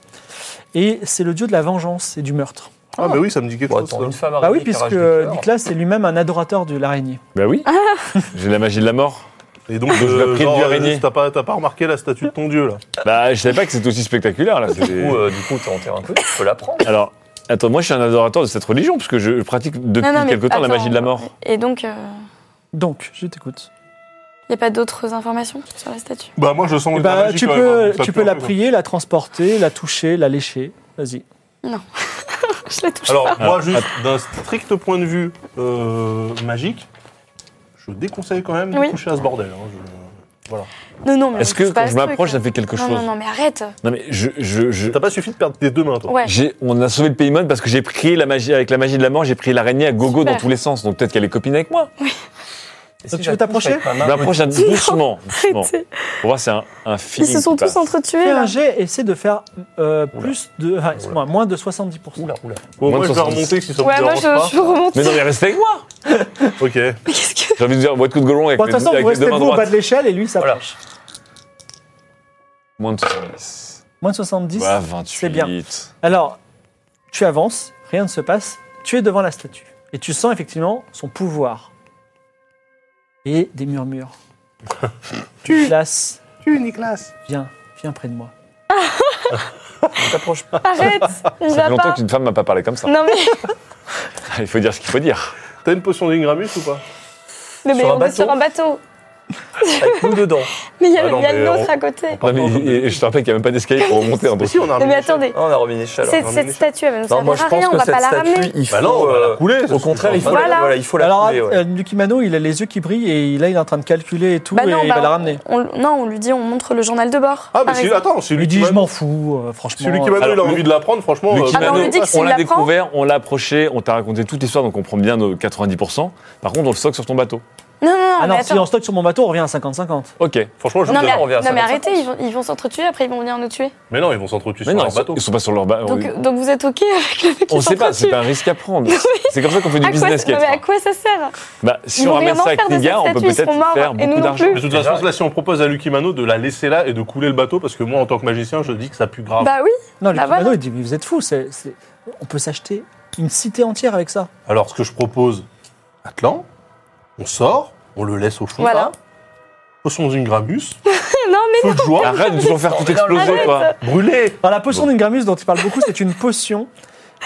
Speaker 1: Et c'est le dieu de la vengeance et du meurtre.
Speaker 2: Ah,
Speaker 4: Oh.
Speaker 2: bah oui, ça me dit quelque
Speaker 5: Bon,
Speaker 2: chose.
Speaker 5: attends, une
Speaker 2: ça.
Speaker 5: femme
Speaker 1: Bah oui,
Speaker 5: araignée Ah, qui
Speaker 1: puisque
Speaker 5: arrache des fleurs.
Speaker 1: Nicolas est lui-même un adorateur de l'araignée.
Speaker 3: Bah oui,
Speaker 4: Ah.
Speaker 3: j'ai la magie de la mort.
Speaker 2: Et donc,
Speaker 3: je l'ai
Speaker 2: euh,
Speaker 3: pris
Speaker 2: genre,
Speaker 3: du
Speaker 2: euh,
Speaker 3: araignée.
Speaker 2: t'as pas, t'as pas remarqué la statue de ton dieu, là
Speaker 3: Bah, je savais pas que c'était aussi spectaculaire là.
Speaker 5: Du
Speaker 3: c'était-
Speaker 5: coup, euh, du coup, t'es en terrain inconnu, tu peux la prendre.
Speaker 3: Alors, attends, moi je suis un adorateur de cette religion parce que je pratique depuis
Speaker 4: Non, non, mais
Speaker 3: quelque temps la
Speaker 4: attends.
Speaker 3: magie de la mort.
Speaker 4: Et donc, il
Speaker 1: Donc, je t'écoute.
Speaker 4: n'y a pas d'autres informations sur la statue
Speaker 2: Bah, moi, je sens
Speaker 1: Eh
Speaker 2: une
Speaker 1: bah,
Speaker 2: magie
Speaker 1: tu
Speaker 2: quand
Speaker 1: peux,
Speaker 2: même, hein. Ça
Speaker 1: tu
Speaker 2: pue
Speaker 1: peux
Speaker 2: un
Speaker 1: la
Speaker 2: peu,
Speaker 1: prier, la transporter, la toucher, la lécher. Vas-y.
Speaker 4: Je la touche.
Speaker 2: Alors, moi,
Speaker 3: Ah,
Speaker 2: juste d'un strict point de vue euh, magique, je déconseille quand même de
Speaker 4: Oui.
Speaker 2: toucher à ce bordel. hein. Je-
Speaker 4: Non, non, mais
Speaker 3: Est-ce
Speaker 4: on
Speaker 3: que
Speaker 4: touche
Speaker 3: quand
Speaker 4: pas à
Speaker 3: je
Speaker 4: ce truc,
Speaker 3: m'approche, ça
Speaker 4: hein.
Speaker 3: me fait quelque
Speaker 4: Non,
Speaker 3: chose
Speaker 4: non, non, mais arrête.
Speaker 3: Non mais je, je, je-
Speaker 2: T'as pas suffi de perdre tes deux mains, toi.
Speaker 4: Ouais.
Speaker 3: j'ai- on a sauvé le pays mode parce que j'ai pris la magie avec la magie de la mort, j'ai pris l'araignée à gogo dans
Speaker 4: Super.
Speaker 3: tous les sens. Donc peut-être qu'elle est copine avec moi.
Speaker 8: Et
Speaker 1: Donc, tu
Speaker 8: je la
Speaker 1: veux t'approcher
Speaker 8: touche avec ma main
Speaker 3: Je m'approche un- doucement, doucement.
Speaker 4: Arrêtez.
Speaker 3: Pour voir, c'est un, un feeling.
Speaker 4: Ils se sont
Speaker 3: qui passe.
Speaker 4: tous entretués
Speaker 1: Fais
Speaker 4: là.
Speaker 1: un jet, essaie de faire euh, plus de. enfin, excuse-moi, moins de 70%.
Speaker 8: Oula, oula.
Speaker 2: Bon,
Speaker 3: Moins
Speaker 2: moi,
Speaker 3: de
Speaker 2: je vais
Speaker 3: 70.
Speaker 2: remonter si ça vous
Speaker 4: Ouais, moi
Speaker 2: dérange
Speaker 4: je, je remonte.
Speaker 3: Mais non, mais restez avec moi
Speaker 2: pas. Ok.
Speaker 4: Mais qu'est-ce que.
Speaker 3: J'ai envie de dire, boîte coup de golon avec,
Speaker 1: Bon, de
Speaker 3: les-
Speaker 1: toute façon,
Speaker 3: avec
Speaker 1: vous
Speaker 3: les
Speaker 1: restez
Speaker 3: deux
Speaker 1: vous
Speaker 3: mains
Speaker 1: au bas
Speaker 3: droites.
Speaker 1: de l'échelle et lui, ça
Speaker 8: Voilà.
Speaker 3: Moins de 70.
Speaker 1: Moins de 70.
Speaker 3: Voilà, 28.
Speaker 1: c'est bien. Alors, tu avances, rien ne se passe, tu es devant la statue. Et tu sens effectivement son pouvoir. Et des murmures. tu Nicolas.
Speaker 2: Tu, Nicolas.
Speaker 1: Viens, viens près de moi.
Speaker 5: T'approches pas.
Speaker 4: Arrête On y
Speaker 3: Ça fait
Speaker 4: va pas
Speaker 3: longtemps qu'une femme m'a pas parlé comme ça.
Speaker 4: Non, mais,
Speaker 3: Il faut dire ce qu'il faut dire.
Speaker 2: T'as une potion d'Ingramus ou pas
Speaker 4: non, mais
Speaker 5: Sur un
Speaker 4: on est
Speaker 5: bateau
Speaker 4: sur un bateau.
Speaker 5: Avec nous dedans.
Speaker 4: Mais il y a,
Speaker 2: Ah non,
Speaker 4: il y a
Speaker 2: mais
Speaker 4: le nôtre
Speaker 2: on-
Speaker 4: à côté.
Speaker 3: Non, mais, et- et je te rappelle qu'il n'y a même pas d'escalier pour remonter. Hein, donc.
Speaker 2: Mais si, on a
Speaker 4: Non, mais
Speaker 2: remis l'échelle.
Speaker 4: attendez,
Speaker 5: Ah, on a remis une échelle.
Speaker 4: cette,
Speaker 5: alors.
Speaker 4: cette statue elle va nous
Speaker 5: Non,
Speaker 4: servir
Speaker 5: moi je
Speaker 4: à rien,
Speaker 5: pense
Speaker 4: on
Speaker 5: que
Speaker 4: va
Speaker 5: cette
Speaker 4: pas la
Speaker 5: statue,
Speaker 4: ramener.
Speaker 5: il faut.
Speaker 2: Bah non, on va la
Speaker 5: euh,
Speaker 2: couler.
Speaker 5: Au contraire, il faut,
Speaker 4: Voilà.
Speaker 5: la, voilà, il faut la
Speaker 1: Alors,
Speaker 5: couler, ouais.
Speaker 1: euh, Lucky Mano, il a les yeux qui brillent et il- là, il est en train de calculer et tout,
Speaker 4: Bah
Speaker 1: et
Speaker 4: non,
Speaker 1: il
Speaker 4: bah,
Speaker 1: va la
Speaker 4: on-
Speaker 1: ramener.
Speaker 4: on- non, on lui dit on montre le journal de bord.
Speaker 2: Ah, mais
Speaker 4: par
Speaker 2: c'est-
Speaker 4: exemple.
Speaker 2: attends, c'est
Speaker 1: Il
Speaker 2: lui qui
Speaker 1: dit,
Speaker 2: m'a
Speaker 1: je m'en fous, euh, franchement.
Speaker 2: Celui qui m'a donné, il a
Speaker 3: Alors,
Speaker 2: envie de la prendre, franchement.
Speaker 3: Lucky
Speaker 2: euh,
Speaker 4: bah, on
Speaker 3: Mano,
Speaker 4: lui dit que s'il
Speaker 3: on l'a
Speaker 4: la prend-
Speaker 3: découvert, on l'a approché, on t'a raconté toute l'histoire, donc on prend bien nos 90%. Par contre, on le stocke sur ton bateau.
Speaker 4: Non, non, non,
Speaker 1: Ah
Speaker 4: mais
Speaker 1: non, si
Speaker 4: attends.
Speaker 1: on stocke sur mon bateau, on revient à 50-50.
Speaker 3: Ok.
Speaker 2: Franchement, je
Speaker 4: Non,
Speaker 2: veux
Speaker 4: mais,
Speaker 2: dire-
Speaker 5: on revient à
Speaker 4: non, mais
Speaker 5: 50.
Speaker 4: arrêtez, ils vont, ils vont s'entretuer, après ils vont venir nous tuer.
Speaker 2: Mais non, ils vont s'entretuer
Speaker 3: Mais
Speaker 2: sur
Speaker 3: non,
Speaker 2: leur
Speaker 3: ils sont,
Speaker 2: bateau.
Speaker 3: ils sont pas sur leur bateau.
Speaker 4: Donc, euh, donc vous êtes ok avec le fait
Speaker 3: On
Speaker 4: qu'ils
Speaker 3: ne sait pas, c'est
Speaker 4: s'entretuent
Speaker 3: pas un risque à prendre. C'est comme ça qu'on fait du
Speaker 4: à quoi,
Speaker 3: business
Speaker 4: ça-
Speaker 3: case.
Speaker 4: non, mais à quoi ça sert
Speaker 3: Bah, si
Speaker 4: Ils
Speaker 3: on
Speaker 4: vont rien
Speaker 3: ramène
Speaker 4: en
Speaker 3: ça à
Speaker 4: faire de
Speaker 3: Kniga,
Speaker 4: cette
Speaker 3: on peut
Speaker 4: statue, ils
Speaker 3: peut-être
Speaker 4: seront morts,
Speaker 3: faire
Speaker 4: et nous
Speaker 3: beaucoup
Speaker 4: non
Speaker 3: d'argent.
Speaker 4: plus.
Speaker 2: Mais de toute façon, là, si on propose à Lucky Mano de la laisser là et de couler le bateau, parce que moi, en tant que magicien, je dis que ça pue grave.
Speaker 4: Bah oui,
Speaker 1: Non, Lucky
Speaker 4: Ah, voilà.
Speaker 1: Mano, il dit, mais vous êtes fous, c'est- c'est- on peut s'acheter une cité entière avec ça.
Speaker 2: Alors, ce que je propose, Atlan, on sort, on le laisse au fond.
Speaker 4: Voilà.
Speaker 2: là. Potion d'Ingramus,
Speaker 4: non mais
Speaker 2: feu de joie,
Speaker 3: Arrête de toujours faire tout exploser,
Speaker 4: arrête.
Speaker 3: toi.
Speaker 2: brûler.
Speaker 1: Alors, la potion d'Ingramus dont tu parles beaucoup, c'est une potion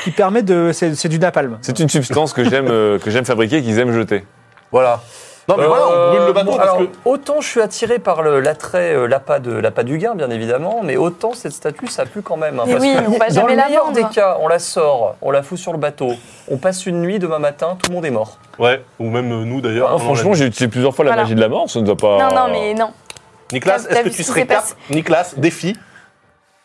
Speaker 1: qui permet de. C'est c'est du napalm.
Speaker 3: C'est une substance que j'aime euh, que j'aime fabriquer et qu'ils aiment jeter.
Speaker 2: Voilà. Non, mais voilà, on brûle
Speaker 5: Euh,
Speaker 2: le bateau
Speaker 5: bon,
Speaker 2: parce
Speaker 5: alors,
Speaker 2: que.
Speaker 5: Autant je suis attiré par le- l'attrait, euh, l'appât de- l'appât du gain, bien évidemment, mais autant cette statue, ça pue quand même. hein,
Speaker 4: Mais
Speaker 5: parce
Speaker 4: oui,
Speaker 5: que
Speaker 4: on va
Speaker 5: dans
Speaker 4: jamais
Speaker 5: le
Speaker 4: la
Speaker 5: meilleur
Speaker 4: vendre.
Speaker 5: des cas, on la sort, on la fout sur le bateau, on passe une nuit, demain matin, tout le monde est mort.
Speaker 2: Ouais, ou même euh, nous d'ailleurs.
Speaker 3: Ah, franchement, j'ai utilisé plusieurs fois la
Speaker 4: Voilà.
Speaker 3: magie de la mort, ça ne doit pas.
Speaker 4: non, non, mais non.
Speaker 2: Nicolas,
Speaker 4: T'as-
Speaker 2: est-ce
Speaker 4: t'as
Speaker 2: que
Speaker 4: vu
Speaker 2: tu
Speaker 4: ce qui
Speaker 2: serais
Speaker 4: s'est
Speaker 2: cap Nicolas, défi.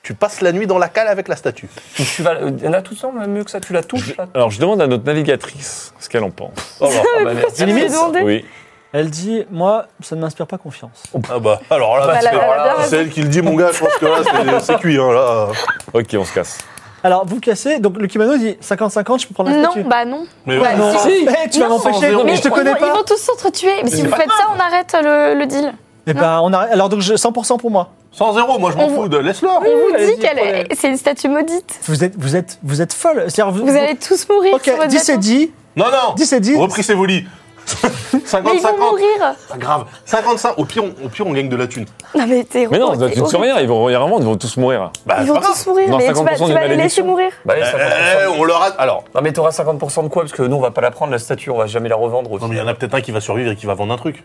Speaker 2: Tu passes la nuit dans la cale avec la statue.
Speaker 5: Ou tu vas, euh, là, tout ça, même mieux que ça, tu la touches. là.
Speaker 3: Alors, je demande à notre navigatrice ce qu'elle en pense.
Speaker 5: Oh, alors, ah bah, merci.
Speaker 4: Tu lui
Speaker 1: limite,
Speaker 4: demandais
Speaker 3: Oui.
Speaker 1: Elle dit, moi, ça ne m'inspire pas confiance.
Speaker 2: Ah bah, alors là,
Speaker 4: Bah,
Speaker 2: c'est-
Speaker 4: elle a- elle a bien
Speaker 2: c'est elle qui le dit, mon gars, je pense que là, c'est- c'est cuit, hein, là.
Speaker 3: Ok, on se casse.
Speaker 1: Alors, vous cassez. Donc, le kimono dit 50-50, je peux prendre la
Speaker 4: Non,
Speaker 1: statue.
Speaker 4: bah non.
Speaker 2: Mais
Speaker 4: Ouais,
Speaker 2: ouais.
Speaker 1: non,
Speaker 4: si.
Speaker 1: Eh, tu vas
Speaker 4: Non,
Speaker 1: m'empêcher.
Speaker 2: zéro.
Speaker 1: Je te
Speaker 4: ils
Speaker 1: connais
Speaker 4: vont- Ils
Speaker 1: pas.
Speaker 4: vont tous s'entretuer. Mais si vous faites ça, on arrête le, le deal.
Speaker 1: Eh ben, on arrête. Alors, donc, je- 100% pour moi.
Speaker 2: Sans zéro, moi je m'en
Speaker 4: On
Speaker 2: fous, de... laisse-leur.
Speaker 4: On vous
Speaker 1: allez-y,
Speaker 4: dit qu'elle
Speaker 1: prenez-le.
Speaker 4: est, c'est une statue maudite.
Speaker 1: Vous êtes, vous êtes, vous êtes folle. C'est-à-dire,
Speaker 4: Vous allez tous mourir.
Speaker 1: Ok,
Speaker 4: sur votre
Speaker 1: 10 et
Speaker 4: bateau.
Speaker 1: 10.
Speaker 2: Non, non
Speaker 1: 10 et 10.
Speaker 2: Repris, c'est vos lits.
Speaker 4: Mais ils vont
Speaker 2: 50-50,
Speaker 4: mourir.
Speaker 2: pas Ah, grave. 55, au pire, on, au pire, on gagne de la thune.
Speaker 4: Non mais t'es
Speaker 3: Mais non, ça doit
Speaker 4: horrible, t'es
Speaker 3: être une
Speaker 4: horrible.
Speaker 3: surveillance, ils vont rien vraiment, ils vont tous mourir.
Speaker 2: Bah,
Speaker 4: Ils
Speaker 2: c'est
Speaker 4: vont
Speaker 2: pas grave.
Speaker 4: tous mourir.
Speaker 3: Non,
Speaker 4: mais tu vas,
Speaker 3: 50% des
Speaker 4: tu vas les laisser
Speaker 3: malédictions.
Speaker 4: mourir.
Speaker 8: Bah, allez,
Speaker 2: Eh,
Speaker 8: 50%.
Speaker 2: on leur a...
Speaker 8: Alors, non mais t'auras 50% de quoi Parce que nous on va pas la prendre la statue, on va jamais la revendre aussi.
Speaker 2: Non, mais il y en a peut-être un qui va survivre et qui va vendre un truc.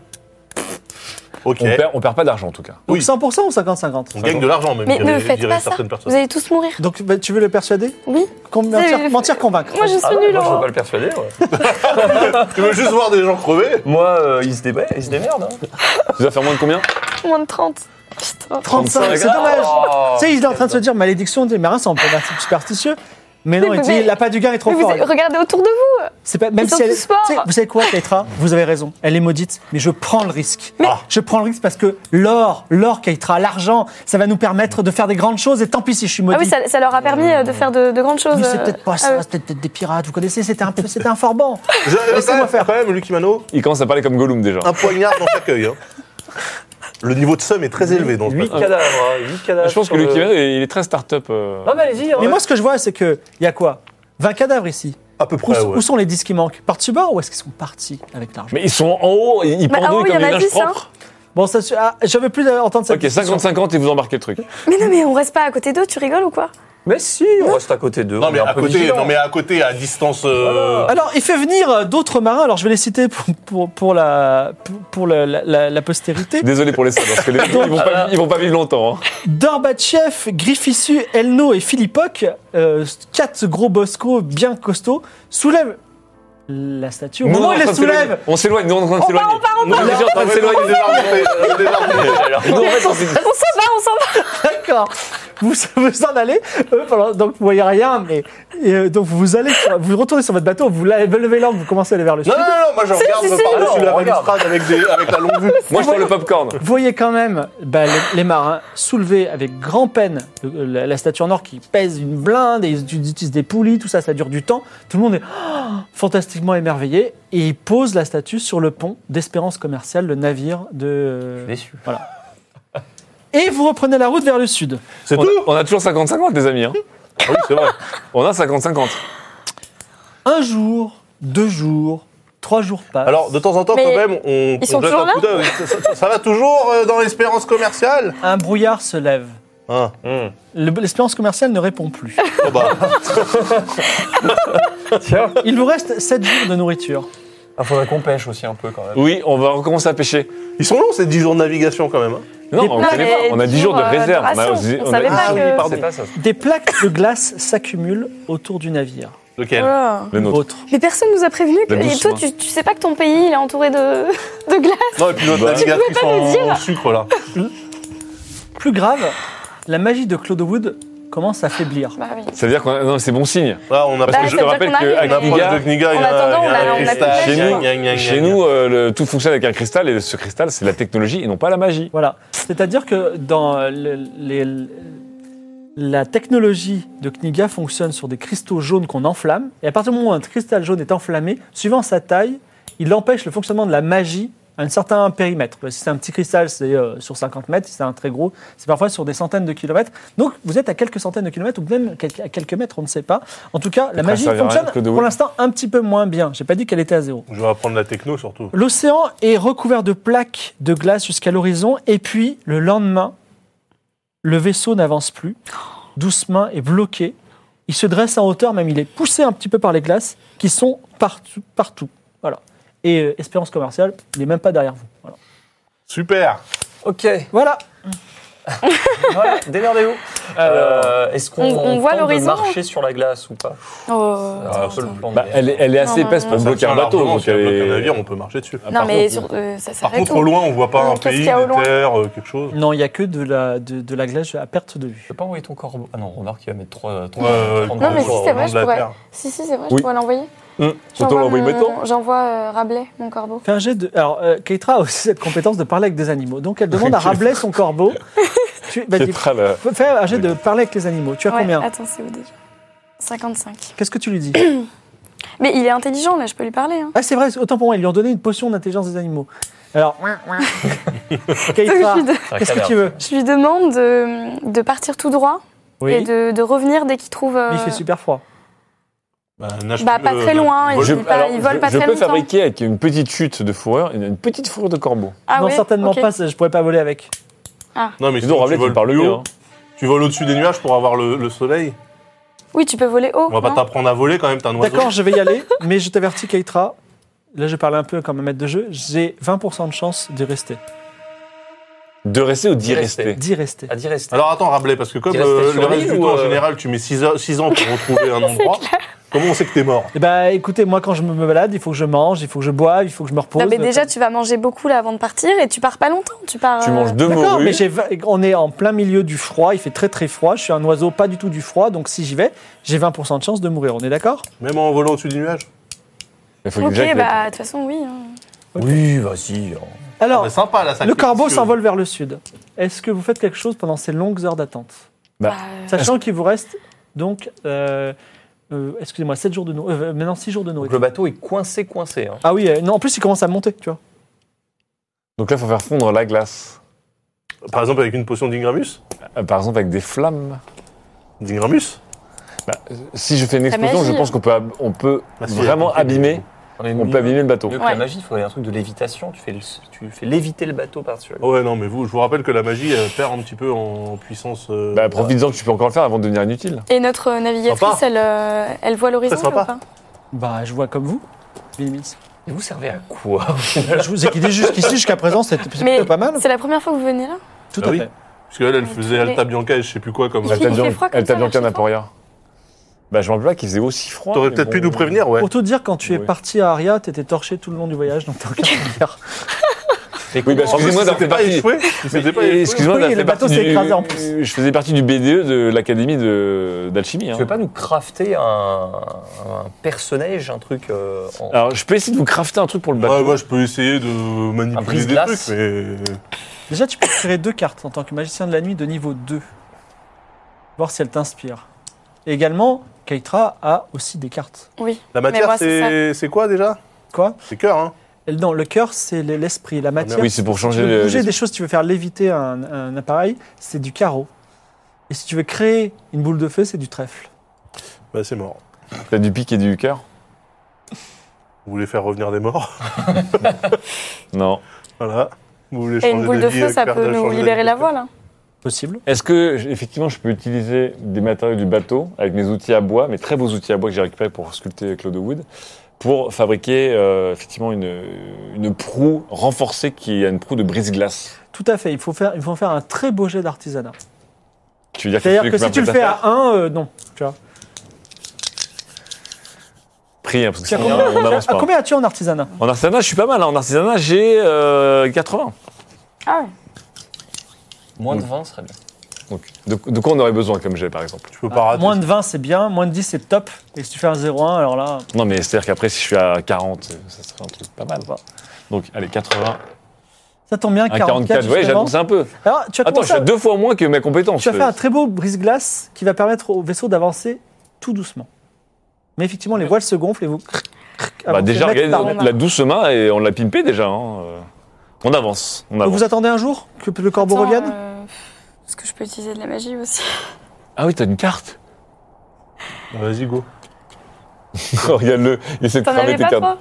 Speaker 2: Ok.
Speaker 3: On perd, on perd pas d'argent en tout cas.
Speaker 1: Donc,
Speaker 2: Oui.
Speaker 1: 100% ou 50-50
Speaker 2: On gagne de l'argent, même.
Speaker 4: Mais
Speaker 2: dirait-
Speaker 4: ne faites
Speaker 2: dirait
Speaker 4: pas ça.
Speaker 2: certaines personnes.
Speaker 4: Vous allez tous mourir.
Speaker 1: Donc, bah, tu veux le persuader
Speaker 4: Oui.
Speaker 1: Com-
Speaker 4: C'est-
Speaker 1: Mentir, mentir, convaincre.
Speaker 4: Moi je suis
Speaker 8: Ah ouais,
Speaker 4: nulle.
Speaker 8: moi je veux
Speaker 4: en-
Speaker 8: pas le persuader. ouais.
Speaker 2: Tu veux juste voir des gens crever
Speaker 8: moi euh, il, se dé- ouais, il se démerde. hein.
Speaker 3: Tu vas faire moins de combien
Speaker 4: Moins de 30. Putain.
Speaker 1: 35, c'est dommage.
Speaker 8: Oh.
Speaker 1: Tu sais, il est en train de se dire malédiction, des marins, c'est un peu un type superstitieux. Mais non,
Speaker 4: Mais
Speaker 1: il
Speaker 4: vous
Speaker 1: dit
Speaker 4: avez-
Speaker 1: la pas du gars est trop
Speaker 4: Mais vous
Speaker 1: forte.
Speaker 4: avez- regardez autour de vous.
Speaker 1: C'est pas même
Speaker 4: Ils sont
Speaker 1: si elle.
Speaker 4: tous morts.
Speaker 1: Tu sais, Vous savez quoi, Keitra Vous avez raison. Elle est maudite, mais je prends le risque. Ah. Je prends le risque parce que l'or, l'or, Keitra, l'argent, ça va nous permettre de faire des grandes choses. Et tant pis si je suis
Speaker 4: Ah
Speaker 1: maudite.
Speaker 4: oui, ça, ça leur a permis euh, de faire de, de grandes choses.
Speaker 1: Oui, c'est
Speaker 4: euh,
Speaker 1: peut-être pas
Speaker 4: ah
Speaker 1: ça,
Speaker 4: ouais.
Speaker 1: c'est peut-être peut-être des pirates. Vous connaissez, c'était un peu, c'était un forban.
Speaker 2: Je- quand,
Speaker 1: Laissez-moi
Speaker 2: même,
Speaker 1: faire.
Speaker 2: quand même, Lucky Mano,
Speaker 3: Il commence à parler comme Gollum déjà.
Speaker 2: un poignard dans chaque œil. hein. Le niveau de somme est très élevé dans ce
Speaker 8: 8
Speaker 2: passage.
Speaker 8: cadavres, hein, 8
Speaker 5: Ah,
Speaker 8: cadavres.
Speaker 3: Je pense que
Speaker 8: sur
Speaker 3: le
Speaker 8: le-
Speaker 3: Kimeno, il est très start-up. euh.
Speaker 8: Non mais allez-y.
Speaker 1: Mais moi, ce que je vois, c'est que il y a quoi 20 cadavres ici.
Speaker 2: À peu
Speaker 1: Où,
Speaker 2: près, ouais.
Speaker 1: où sont les 10 qui manquent Par-dessus bord ou est-ce qu'ils sont partis avec l'argent
Speaker 3: Mais ils sont en haut, ils ils
Speaker 4: Bah, en haut,
Speaker 3: pendouillent
Speaker 4: il y
Speaker 3: comme
Speaker 4: en
Speaker 3: des
Speaker 4: a
Speaker 3: linges
Speaker 4: 10. hein.
Speaker 3: propres.
Speaker 1: Bon, ça, su- ah, je veux plus entendre cette
Speaker 3: Ok,
Speaker 1: discussion.
Speaker 3: 50-50 et vous embarquez le truc.
Speaker 4: Mais non, mais on reste pas à côté d'eux, tu rigoles ou quoi
Speaker 8: Mais si, on reste à côté d'eux.
Speaker 2: Non
Speaker 8: on
Speaker 2: mais,
Speaker 8: est un
Speaker 2: à
Speaker 8: peu
Speaker 2: côté,
Speaker 8: vigilants.
Speaker 2: non mais à côté, à distance... euh,
Speaker 1: Alors, il fait venir euh, d'autres marins. Alors, je vais les citer pour, pour, pour la, pour, pour la, la- la- la postérité.
Speaker 3: Désolé pour les salles, parce que les ils, vont pas, ils vont pas vivre longtemps. hein.
Speaker 1: Dorbatchev, Griffissu, Elno et Philippoc, euh, quatre gros boscos bien costauds, soulèvent la statue. Au
Speaker 3: Nous,
Speaker 1: moment
Speaker 3: on
Speaker 1: où
Speaker 3: est
Speaker 1: ils la
Speaker 3: en train de s'éloigner.
Speaker 1: soulèvent,
Speaker 3: On s'éloigne, nous on est en train de
Speaker 4: On
Speaker 3: s'éloigner.
Speaker 4: part, on part, on
Speaker 3: Nous, on est déjà en train de s'éloigner.
Speaker 2: Ah, on est déjà remonté, on est déjà remonté.
Speaker 8: Alors,
Speaker 3: Nous, en fait, on s'est dit-
Speaker 4: On s'en va, on s'en va
Speaker 1: D'accord. Vous vous en allez. Eux, pendant- donc vous voyez rien, mais et, euh, donc vous allez, sur- vous retournez sur votre bateau, vous la- vous levez l'angle, vous commencez à aller vers le sud.
Speaker 2: Non, non, non, moi je regarde
Speaker 4: si, si,
Speaker 2: par-dessus
Speaker 8: non,
Speaker 2: la
Speaker 8: on regarde.
Speaker 2: balustrade avec, des- avec la longue vue.
Speaker 3: Moi je prends le popcorn.
Speaker 1: Vous voyez quand même bah, les, les marins soulever avec grand peine le- la, la statue en or qui pèse une blinde et ils utilisent des poulies, tout ça, ça dure du temps. Tout le monde est ah, fantastiquement émerveillé et ils posent la statue sur le pont d'Espérance Commerciale, le navire de.
Speaker 8: déçu.
Speaker 1: Et vous reprenez la route vers le sud.
Speaker 2: C'est
Speaker 3: On a,
Speaker 2: tout
Speaker 3: on a toujours 50-50 les amis. hein.
Speaker 2: Ah Oui, c'est vrai.
Speaker 3: On a 50-50.
Speaker 1: Un jour, deux jours, trois jours passent.
Speaker 2: Ah. Alors, de temps en temps,
Speaker 4: Mais
Speaker 2: quand même, on,
Speaker 4: ils sont
Speaker 2: on jette
Speaker 4: toujours
Speaker 2: un coup d'œil. Ça, ça- ça va toujours euh, dans l'espérance commerciale
Speaker 1: un brouillard se lève.
Speaker 2: Hein,
Speaker 1: Le- L'espérance commerciale ne répond plus.
Speaker 2: oh bah,
Speaker 8: Tiens,
Speaker 1: Il vous reste 7 jours de nourriture.
Speaker 8: il Ah, faudrait qu'on pêche aussi un peu quand même.
Speaker 3: Oui, on va recommencer à pêcher.
Speaker 2: Ils sont longs ces 10 jours de navigation quand même. hein.
Speaker 3: Non, on
Speaker 4: Non,
Speaker 3: connaît
Speaker 4: mais
Speaker 3: pas. On a 10 jours de
Speaker 4: euh,
Speaker 3: réserve. Bah,
Speaker 4: ration.
Speaker 3: a-
Speaker 4: On savait
Speaker 3: a-
Speaker 4: pas
Speaker 3: Ah oui,
Speaker 4: que-
Speaker 3: pardon.
Speaker 8: C'est pas ça. ça.
Speaker 1: Des plaques de glace s'accumulent autour du navire.
Speaker 2: Lequel
Speaker 4: Voilà.
Speaker 3: Le nôtre.
Speaker 1: Vôtre.
Speaker 4: Mais personne nous a prévenu que.
Speaker 3: La
Speaker 4: Et
Speaker 3: douce
Speaker 4: toi,
Speaker 3: main.
Speaker 4: tu, tu sais pas que ton pays il est entouré de, de glace
Speaker 2: Non, et puis l'autre
Speaker 3: Bah,
Speaker 2: navigatrice
Speaker 4: tu pouvais pas nous
Speaker 2: en,
Speaker 4: dire.
Speaker 2: en sucre là.
Speaker 1: Plus grave, la magie de Claude Wood commence à faiblir.
Speaker 4: Bah oui.
Speaker 3: Ça veut dire qu'on a- non, c'est bon signe.
Speaker 2: Là, on a
Speaker 3: Parce
Speaker 4: Bah,
Speaker 3: que
Speaker 4: ça
Speaker 3: je
Speaker 4: veut
Speaker 3: te
Speaker 4: dire
Speaker 3: rappelle
Speaker 4: qu'on arrive,
Speaker 3: qu'à
Speaker 4: mais-
Speaker 2: On approche
Speaker 3: Kniga,
Speaker 2: de Kniga,
Speaker 4: En
Speaker 2: il y a,
Speaker 4: attendant,
Speaker 2: il y a un
Speaker 4: on a- on a plus de
Speaker 2: cristal.
Speaker 4: place.
Speaker 3: Chez nous,
Speaker 2: Gna, gna, gna,
Speaker 3: Chez
Speaker 2: gna.
Speaker 3: nous, euh, le- tout fonctionne avec un cristal et ce cristal, c'est la technologie et non pas la magie.
Speaker 1: Voilà. C'est-à-dire que dans euh, le- les- la technologie de Kniga fonctionne sur des cristaux jaunes qu'on enflamme. Et à partir du moment où un cristal jaune est enflammé, suivant sa taille, il empêche le fonctionnement de la magie à un certain périmètre. Si c'est un petit cristal, c'est euh, sur 50 mètres. Si c'est un très gros, c'est parfois sur des centaines de kilomètres. Donc vous êtes à quelques centaines de kilomètres ou même quel- à quelques mètres, on ne sait pas. En tout cas, la
Speaker 3: Ça
Speaker 1: magie
Speaker 3: servira à rien,
Speaker 1: fonctionne
Speaker 3: Claude
Speaker 1: pour
Speaker 3: Wood.
Speaker 1: l'instant un petit peu moins bien. J'ai pas dit qu'elle était à zéro.
Speaker 2: Je vais apprendre la techno surtout.
Speaker 1: L'océan est recouvert de plaques de glace jusqu'à l'horizon, et puis le lendemain, le vaisseau n'avance plus. Doucement est bloqué. Il se dresse en hauteur, même il est poussé un petit peu par les glaces qui sont partout. partout. Voilà. Et euh, Espérance commerciale, il n'est même pas derrière vous. Voilà.
Speaker 2: Super
Speaker 8: Ok,
Speaker 1: Voilà.
Speaker 8: voilà, démerdez-vous. Euh, Est-ce qu'on
Speaker 4: On- on voit
Speaker 8: tente de
Speaker 4: l'horizon
Speaker 8: marcher sur la glace ou pas Ah,
Speaker 4: Oh.
Speaker 8: Alors, c'est le plan de
Speaker 3: Bah,
Speaker 8: guerre.
Speaker 3: elle, est- elle est assez
Speaker 4: Non,
Speaker 3: épaisse
Speaker 4: non,
Speaker 3: pour
Speaker 2: Ça
Speaker 3: bloquer
Speaker 2: tient
Speaker 3: un bateau.
Speaker 2: largement,
Speaker 3: donc
Speaker 2: Si on
Speaker 3: elle
Speaker 2: bloque
Speaker 3: est-
Speaker 2: un navire, on peut marcher dessus.
Speaker 3: Ah,
Speaker 4: Non,
Speaker 3: par
Speaker 4: mais
Speaker 3: contre,
Speaker 4: sur, euh, ça
Speaker 2: Par
Speaker 4: s'arrête
Speaker 2: contre,
Speaker 4: où
Speaker 2: au loin, on voit pas
Speaker 4: Non,
Speaker 2: un
Speaker 4: qu'est-ce
Speaker 2: pays,
Speaker 4: qu'il y a au
Speaker 2: une
Speaker 4: loin
Speaker 2: terre, euh, quelque chose.
Speaker 1: Non, il n'y a que de la, de, de la glace à perte de vue.
Speaker 8: Je peux pas envoyer ton corbeau. Ah non, remarque, il va mettre 3.
Speaker 2: Euh,
Speaker 4: Non, mais si,
Speaker 2: au
Speaker 4: c'est
Speaker 2: nom
Speaker 4: vrai,
Speaker 2: de
Speaker 4: je
Speaker 2: la
Speaker 4: pourrais.
Speaker 2: terre.
Speaker 4: Si, si, c'est vrai,
Speaker 3: Oui.
Speaker 4: je pourrais l'envoyer.
Speaker 3: Hum, Autant
Speaker 4: J'envoie
Speaker 3: l'envoyer
Speaker 4: mon-
Speaker 3: maintenant.
Speaker 4: J'envoie euh, Rabelais, mon corbeau.
Speaker 1: Fais un jet de. Alors, euh, Keitra a aussi cette compétence de parler avec des animaux. Donc, elle demande à Rabelais son corbeau. tu, bah, dis-
Speaker 3: Keitra, là.
Speaker 1: fais un jet de parler avec les animaux. Tu as
Speaker 4: Ouais,
Speaker 1: combien
Speaker 4: Attends, c'est où déjà 55.
Speaker 1: Qu'est-ce que tu lui dis
Speaker 4: Mais il est intelligent, là, je peux lui parler. hein.
Speaker 1: Ah, c'est vrai, autant pour moi, ils lui ont donné une potion d'intelligence des animaux. Alors,
Speaker 4: Donc,
Speaker 1: Keitra,
Speaker 4: je, lui de-
Speaker 1: qu'est-ce que tu veux
Speaker 4: je lui demande de, de partir tout droit et de, de revenir dès qu'il trouve. euh,
Speaker 1: Mais il fait super froid.
Speaker 2: Bah, nage
Speaker 4: Bah,
Speaker 2: plus,
Speaker 4: pas très loin,
Speaker 2: vole-
Speaker 4: il- pas-
Speaker 3: alors,
Speaker 4: vole pas
Speaker 3: je
Speaker 4: très
Speaker 3: peux
Speaker 4: longtemps.
Speaker 3: fabriquer avec une petite chute de fourrure une, une petite fourrure de corbeau.
Speaker 4: Ah
Speaker 1: non,
Speaker 4: ouais,
Speaker 1: certainement
Speaker 4: ok.
Speaker 1: pas, ça, je pourrais pas voler avec.
Speaker 2: Non, mais
Speaker 3: Dis donc,
Speaker 2: sinon, tu
Speaker 3: Rabelais, tu
Speaker 2: voles
Speaker 3: parles
Speaker 2: plus
Speaker 3: bien,
Speaker 2: haut.
Speaker 3: hein.
Speaker 2: Tu voles au-dessus des nuages pour avoir le, le soleil.
Speaker 4: Oui, tu peux voler haut.
Speaker 2: On va pas
Speaker 4: non
Speaker 2: t'apprendre à voler quand même, t'es un oiseau.
Speaker 1: D'accord, je vais y aller, mais je t'avertis, Keitra, là je parle un peu comme un maître de jeu, j'ai 20% de chance d'y rester.
Speaker 3: De rester ou d'y
Speaker 8: D'y
Speaker 3: rester
Speaker 8: rester.
Speaker 1: D'y rester.
Speaker 5: Ah.
Speaker 8: À dire rester.
Speaker 2: Alors attends, Rabelais, parce que comme
Speaker 8: Il restait
Speaker 2: euh,
Speaker 8: sur
Speaker 2: le reste
Speaker 8: l'île
Speaker 2: du
Speaker 8: ou,
Speaker 2: temps, en
Speaker 8: euh,
Speaker 2: général, tu mets 6 ans pour retrouver un endroit, comment on sait que t'es mort
Speaker 1: Eh ben, écoutez, moi quand je me balade, il faut que je mange, il faut que je boive, il faut que je me repose.
Speaker 4: Non, mais déjà, tu vas manger beaucoup là avant de partir et tu pars pas longtemps. Tu pars.
Speaker 3: Tu
Speaker 4: euh,
Speaker 3: manges deux
Speaker 1: D'accord,
Speaker 3: morues.
Speaker 1: mais j'ai vingt- on est en plein milieu du froid, il fait très très froid, je suis un oiseau pas du tout du froid, donc si j'y vais, j'ai 20% de chance de mourir, on est d'accord
Speaker 2: Même en volant au-dessus des nuages
Speaker 3: Il faut que
Speaker 4: Ok,
Speaker 3: Jack l'ait.
Speaker 4: bah, de toute façon, oui. hein.
Speaker 8: Oui, vas-y. hein.
Speaker 1: Alors,
Speaker 2: C'est sympa là, ça
Speaker 1: le
Speaker 2: clique,
Speaker 1: corbeau
Speaker 2: parce que-
Speaker 1: s'envole vers le sud. Est-ce que vous faites quelque chose pendant ces longues heures d'attente
Speaker 3: Bah,
Speaker 4: Bah, euh,
Speaker 1: Sachant qu'il vous reste donc, euh, euh, excusez-moi, 7 jours de nourriture, maintenant 6 jours de
Speaker 8: Donc
Speaker 1: nourriture.
Speaker 8: le bateau est coincé, coincé. hein.
Speaker 1: Ah oui, euh, non, en plus il commence à monter, tu vois.
Speaker 3: Donc là, il faut faire fondre la glace.
Speaker 2: Par exemple, avec une potion d'Ingramus
Speaker 3: Euh, Par exemple, avec des flammes.
Speaker 2: D'Ingramus
Speaker 3: Si je fais une
Speaker 4: La
Speaker 3: explosion,
Speaker 4: magie.
Speaker 3: je pense qu'on peut, ab- on peut
Speaker 2: Ah, si,
Speaker 3: vraiment
Speaker 2: elle est compliquée,
Speaker 3: abîmer. On peut abîmer le bateau.
Speaker 8: Mieux que
Speaker 4: Ouais.
Speaker 8: la magie, il faudrait un truc de lévitation. Tu fais, le- tu fais léviter le bateau par-dessus. la glace.
Speaker 2: Oh Ouais, non, mais vous, je vous rappelle que la magie elle perd un petit peu en puissance. euh,
Speaker 3: Bah, profites-en que tu peux encore le faire avant de devenir inutile.
Speaker 4: Et notre navigatrice,
Speaker 2: Sympa.
Speaker 4: elle, euh, elle voit l'horizon
Speaker 2: Très sympa.
Speaker 4: là, ou pas
Speaker 1: Bah, je vois comme vous, Minimis.
Speaker 8: Et vous servez à quoi
Speaker 1: Euh, je vous ai guidé jusqu'ici, jusqu'à présent, c'était c'était
Speaker 4: Mais-
Speaker 1: plutôt pas mal.
Speaker 4: C'est la première fois que vous venez là
Speaker 1: Tout
Speaker 2: Bah
Speaker 1: à
Speaker 2: oui.
Speaker 1: fait.
Speaker 2: Parce que elle, elle
Speaker 4: Ouais,
Speaker 2: faisait
Speaker 4: tous les-
Speaker 2: Alta Bianca et je sais plus quoi comme.
Speaker 4: Il fait- il fait
Speaker 1: Ah,
Speaker 4: froid comme
Speaker 3: Elle t'a
Speaker 4: ça,
Speaker 3: bien
Speaker 4: là, chez toi
Speaker 3: Naporia. Bah, je me rappelle pas qu'il faisait aussi froid.
Speaker 2: T'aurais
Speaker 3: mais
Speaker 2: peut-être
Speaker 3: bon.
Speaker 2: pu nous prévenir, ouais.
Speaker 1: Pour tout dire, quand tu es
Speaker 3: Oui.
Speaker 1: parti à Aria, t'étais torché tout le long du voyage, donc t'as aucun souvenir.
Speaker 3: Oui, bah, excusez-moi d'avoir fait
Speaker 2: C'était pas
Speaker 3: partie.
Speaker 2: échoué Il s'était pas échoué.
Speaker 3: Excuse-moi,
Speaker 1: Oui,
Speaker 3: d'avoir
Speaker 1: le
Speaker 3: fait
Speaker 1: bateau
Speaker 3: partie
Speaker 1: s'est
Speaker 3: du-
Speaker 1: écrasé en plus.
Speaker 3: Je faisais partie du BDE de l'académie de- d'alchimie. hein.
Speaker 8: Tu veux pas nous crafter un, un personnage, un truc euh, en-
Speaker 3: Alors, je peux essayer de vous crafter un truc pour le bateau.
Speaker 2: Ouais, moi je peux essayer de manipuler des trucs,
Speaker 8: brise-glace.
Speaker 2: mais.
Speaker 1: Déjà, tu peux tirer deux cartes en tant que magicien de la nuit de niveau 2. Voir si elles t'inspirent. Et également, Keitra a aussi des cartes.
Speaker 4: Oui.
Speaker 2: La
Speaker 4: moi,
Speaker 2: matière,
Speaker 4: c'est
Speaker 2: c'est c'est quoi déjà
Speaker 1: Quoi
Speaker 2: C'est cœur, hein
Speaker 1: Elle- Non, le cœur, c'est l'esprit, la
Speaker 2: Ah,
Speaker 1: matière.
Speaker 3: Ah, Oui, c'est pour
Speaker 1: tu
Speaker 3: changer
Speaker 1: veux
Speaker 3: le.
Speaker 1: bouger des choses, tu veux faire léviter un, un appareil, c'est du carreau. Et si tu veux créer une boule de feu, c'est du trèfle.
Speaker 2: Bah, c'est mort.
Speaker 3: T'as du pic et du cœur
Speaker 2: Vous voulez faire revenir des morts
Speaker 3: Non.
Speaker 2: Voilà. Vous voulez
Speaker 4: Et
Speaker 2: changer
Speaker 4: une boule
Speaker 2: des
Speaker 4: de
Speaker 2: vies
Speaker 4: feu,
Speaker 2: avec
Speaker 4: ça
Speaker 2: faire-
Speaker 4: peut nous
Speaker 2: changer
Speaker 4: libérer
Speaker 2: des-
Speaker 4: la hein. voie là.
Speaker 1: Possible.
Speaker 3: Est-ce que, j- effectivement, je peux utiliser des matériaux du bateau avec mes outils à bois, mes très beaux outils à bois que j'ai récupérés pour sculpter Claude Wood, pour fabriquer euh, effectivement une, une proue renforcée qui a une proue de brise-glace
Speaker 1: Tout à fait, il faut faire, il faut faire un très beau jet d'artisanat.
Speaker 3: Tu veux dire
Speaker 1: C'est-à-dire
Speaker 3: celui
Speaker 1: que
Speaker 3: qui m'a
Speaker 1: si tu le
Speaker 3: fait
Speaker 1: fais
Speaker 3: affaire,
Speaker 1: à 1, non. Tu vois.
Speaker 3: Prie, hein, parce que
Speaker 1: Tu as
Speaker 3: sinon,
Speaker 1: combien,
Speaker 3: on n'avance
Speaker 1: Ah,
Speaker 3: pas.
Speaker 1: combien as-tu en artisanat
Speaker 3: En artisanat, je suis pas mal. hein. En artisanat, j'ai euh, 80.
Speaker 4: Ah ouais.
Speaker 8: moins de 20 serait bien.
Speaker 3: Donc, de, de quoi on aurait besoin comme jet, par exemple
Speaker 2: Tu peux pas rater.
Speaker 1: Moins de 20, c'est bien. Moins de 10, c'est top. Et si tu fais un 0,1, alors là,
Speaker 3: Non, mais c'est-à-dire qu'après, si je suis à 40, ça serait un truc pas mal. Donc, allez, 80,
Speaker 1: ça tombe bien.
Speaker 3: un
Speaker 1: 44,
Speaker 3: 44. Ouais,
Speaker 1: justement.
Speaker 3: j'annonce un peu.
Speaker 1: Alors, tu as,
Speaker 3: Attends, je
Speaker 1: commencé
Speaker 3: suis
Speaker 1: à-
Speaker 3: à deux fois moins que mes compétences.
Speaker 1: tu as fait un très beau brise-glace qui va permettre au vaisseau d'avancer tout doucement. Mais effectivement, les voiles se gonflent et vous.
Speaker 3: Bah,
Speaker 1: avancez
Speaker 3: déjà,
Speaker 1: mètre
Speaker 3: regardez,
Speaker 1: par
Speaker 3: on-
Speaker 1: mètre.
Speaker 3: la douce main, et on l'a pimpé déjà. hein. Euh, On avance, on
Speaker 1: Donc
Speaker 3: avance.
Speaker 1: vous attendez un jour que le corbeau
Speaker 4: Attends,
Speaker 1: revienne
Speaker 4: euh, Est-ce que je peux utiliser de la magie aussi
Speaker 3: Ah oui, t'as une carte
Speaker 2: Vas-y, go.
Speaker 3: Regarde-le, Oh, il essaie de
Speaker 4: T'en
Speaker 3: cramer
Speaker 4: avais
Speaker 3: tes
Speaker 4: pas
Speaker 3: cartes.
Speaker 4: toi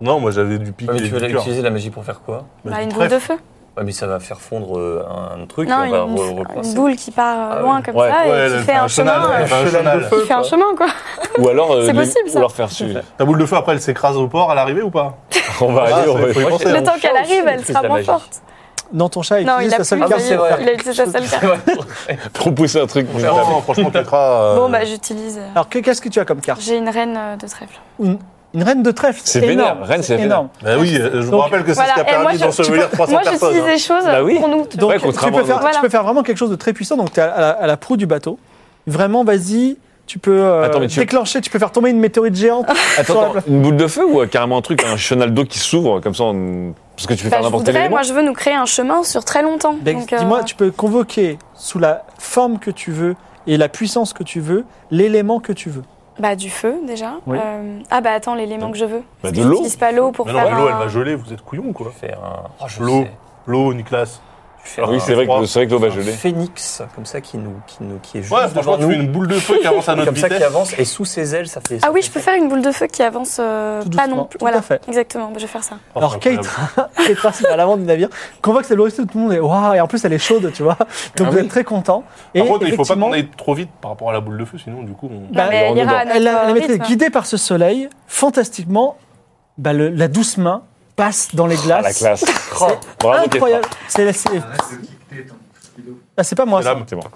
Speaker 2: Non, moi j'avais du pic
Speaker 8: Ouais,
Speaker 2: et
Speaker 8: mais tu
Speaker 2: du
Speaker 8: veux
Speaker 2: cœur.
Speaker 8: utiliser la magie pour faire quoi
Speaker 2: Bah,
Speaker 4: Bah,
Speaker 2: du
Speaker 4: une boule
Speaker 2: trèfle.
Speaker 4: de feu.
Speaker 8: Ouais, mais ça va faire fondre euh, un, un truc.
Speaker 4: Non,
Speaker 8: et on va
Speaker 4: une,
Speaker 8: re-
Speaker 4: une
Speaker 8: replacer.
Speaker 4: boule qui part euh,
Speaker 8: Ah
Speaker 4: loin
Speaker 8: ouais.
Speaker 4: comme
Speaker 3: Ouais.
Speaker 4: ça
Speaker 2: Ouais,
Speaker 4: et
Speaker 2: elle
Speaker 4: qui fait un chemin.
Speaker 2: elle
Speaker 4: euh,
Speaker 2: fait un
Speaker 8: Chenal.
Speaker 2: chenal.
Speaker 8: Elle
Speaker 4: Qui fait un chemin quoi.
Speaker 3: Ou alors, euh,
Speaker 4: C'est
Speaker 3: les-
Speaker 4: possible,
Speaker 3: ou
Speaker 4: ça.
Speaker 3: leur faire suivre.
Speaker 2: Ta boule de feu, après, elle s'écrase au port à l'arrivée ou pas
Speaker 3: On va
Speaker 2: Ah,
Speaker 3: aller, on
Speaker 2: c'est-
Speaker 3: va
Speaker 2: faut y
Speaker 8: Moi,
Speaker 2: penser.
Speaker 8: j'ai-
Speaker 4: Le
Speaker 8: on
Speaker 4: temps
Speaker 8: fait
Speaker 4: qu'elle
Speaker 8: aussi
Speaker 4: arrive,
Speaker 8: une
Speaker 4: elle
Speaker 8: prise de
Speaker 4: sera
Speaker 8: la
Speaker 4: moins
Speaker 8: magie.
Speaker 4: forte.
Speaker 1: Non, ton chat
Speaker 4: Non, il
Speaker 1: utilise
Speaker 4: a
Speaker 1: la
Speaker 4: plus.
Speaker 1: seule
Speaker 8: Ah,
Speaker 1: carte.
Speaker 8: oui, c'est vrai.
Speaker 4: Il a utilisé sa seule carte.
Speaker 3: Propousser un truc.
Speaker 2: Non, franchement, tu écrases.
Speaker 4: Bon bah j'utilise. euh,
Speaker 1: Alors que- qu'est-ce que tu as comme carte
Speaker 4: J'ai une reine euh, de trèfle.
Speaker 1: une, une reine de trèfle.
Speaker 3: C'est vénère,
Speaker 1: énorme,
Speaker 3: reine, c'est
Speaker 1: énorme.
Speaker 2: Bah oui, euh, je vous
Speaker 1: Donc,
Speaker 2: rappelle que c'est ce qui a
Speaker 4: Voilà, et moi
Speaker 2: permis
Speaker 4: je- tu
Speaker 2: d'ensevelir
Speaker 4: peux-
Speaker 2: 300
Speaker 4: moi,
Speaker 2: personnes.
Speaker 4: j'utilise
Speaker 2: hein.
Speaker 4: des choses
Speaker 3: Bah oui.
Speaker 4: pour nous.
Speaker 1: Donc
Speaker 3: Ouais,
Speaker 1: tu, peux
Speaker 3: contrairement
Speaker 1: faire,
Speaker 3: aux
Speaker 4: autres.
Speaker 1: tu peux faire vraiment quelque chose de très puissant. Donc tu es à, la- à la proue du bateau. Vraiment, vas-y. Tu peux euh,
Speaker 3: Attends, mais tu-
Speaker 1: déclencher, tu peux faire tomber une météorite géante. sur
Speaker 3: Attends,
Speaker 1: la
Speaker 3: attends,
Speaker 1: pla-
Speaker 3: une boule de feu ou euh, carrément un truc, un chenal d'eau qui s'ouvre comme ça on- Parce que tu peux
Speaker 4: Bah,
Speaker 3: faire
Speaker 4: je
Speaker 3: n'importe quel
Speaker 4: voudrais,
Speaker 3: élément.
Speaker 4: moi je veux nous créer un chemin sur très longtemps.
Speaker 1: Ben,
Speaker 4: Donc, euh,
Speaker 1: Dis-moi, tu peux convoquer sous la forme que tu veux et la puissance que tu veux l'élément que tu veux.
Speaker 4: Bah, du feu déjà.
Speaker 1: Oui.
Speaker 4: Euh, ah, bah attends, l'élément que je veux.
Speaker 3: Bah,
Speaker 4: Parce
Speaker 3: de
Speaker 4: que
Speaker 3: l'eau.
Speaker 4: j'utilise pas l'eau pour
Speaker 2: Mais non,
Speaker 4: faire.
Speaker 2: mais l'eau, elle
Speaker 4: un-
Speaker 2: va geler, vous êtes couillon quoi.
Speaker 8: Faire un. Oh, je
Speaker 2: L'eau. Ah
Speaker 8: sais.
Speaker 2: L'eau, Nicolas.
Speaker 8: Tu fais
Speaker 3: Ah Oui,
Speaker 8: un-
Speaker 3: c'est vrai
Speaker 2: froid.
Speaker 3: que, c'est vrai que l'eau va
Speaker 8: un
Speaker 3: geler.
Speaker 8: phénix, comme ça, qui nous, qui nous, qui est juste
Speaker 2: Ouais,
Speaker 8: devant
Speaker 2: franchement, tu
Speaker 8: nous,
Speaker 2: fais une boule de feu qui avance à notre
Speaker 8: comme ça,
Speaker 2: vitesse.
Speaker 8: qui avance, et sous ses ailes, ça fait.
Speaker 4: Ah oui, je peux faire une boule de feu qui avance euh,
Speaker 1: Tout
Speaker 4: pas
Speaker 1: doucement,
Speaker 4: non
Speaker 1: tout
Speaker 4: plus. Voilà,
Speaker 1: à fait.
Speaker 4: exactement. Bah, je vais faire ça.
Speaker 2: Oh,
Speaker 1: Alors
Speaker 2: c'est incroyable.
Speaker 1: Keitra, Keitra c'est à l'avant du navire, convoque ses loristes, tout le monde est waouh, et en plus elle est chaude, tu vois. Donc vous êtes très content. Et
Speaker 2: Ah Par contre, il faut pas
Speaker 1: effectivement,
Speaker 2: qu'on aille trop vite par rapport à la boule de feu, sinon, du coup, on.
Speaker 1: Bah,
Speaker 4: Non, mais elle
Speaker 3: on est
Speaker 4: ira
Speaker 3: dans-
Speaker 4: à notre
Speaker 1: elle, a- elle a été
Speaker 4: rythme.
Speaker 1: guidée par ce soleil, fantastiquement, bah, le- la douce main passe dans les
Speaker 2: Oh,
Speaker 3: Ah, la
Speaker 1: glaces.
Speaker 3: classe. Bravo,
Speaker 1: Incroyable. C'est c'est-
Speaker 7: Arrête de kicker ton stylo.
Speaker 1: ah, c'est pas moi.
Speaker 2: C'est la
Speaker 1: ça.
Speaker 3: Keitra.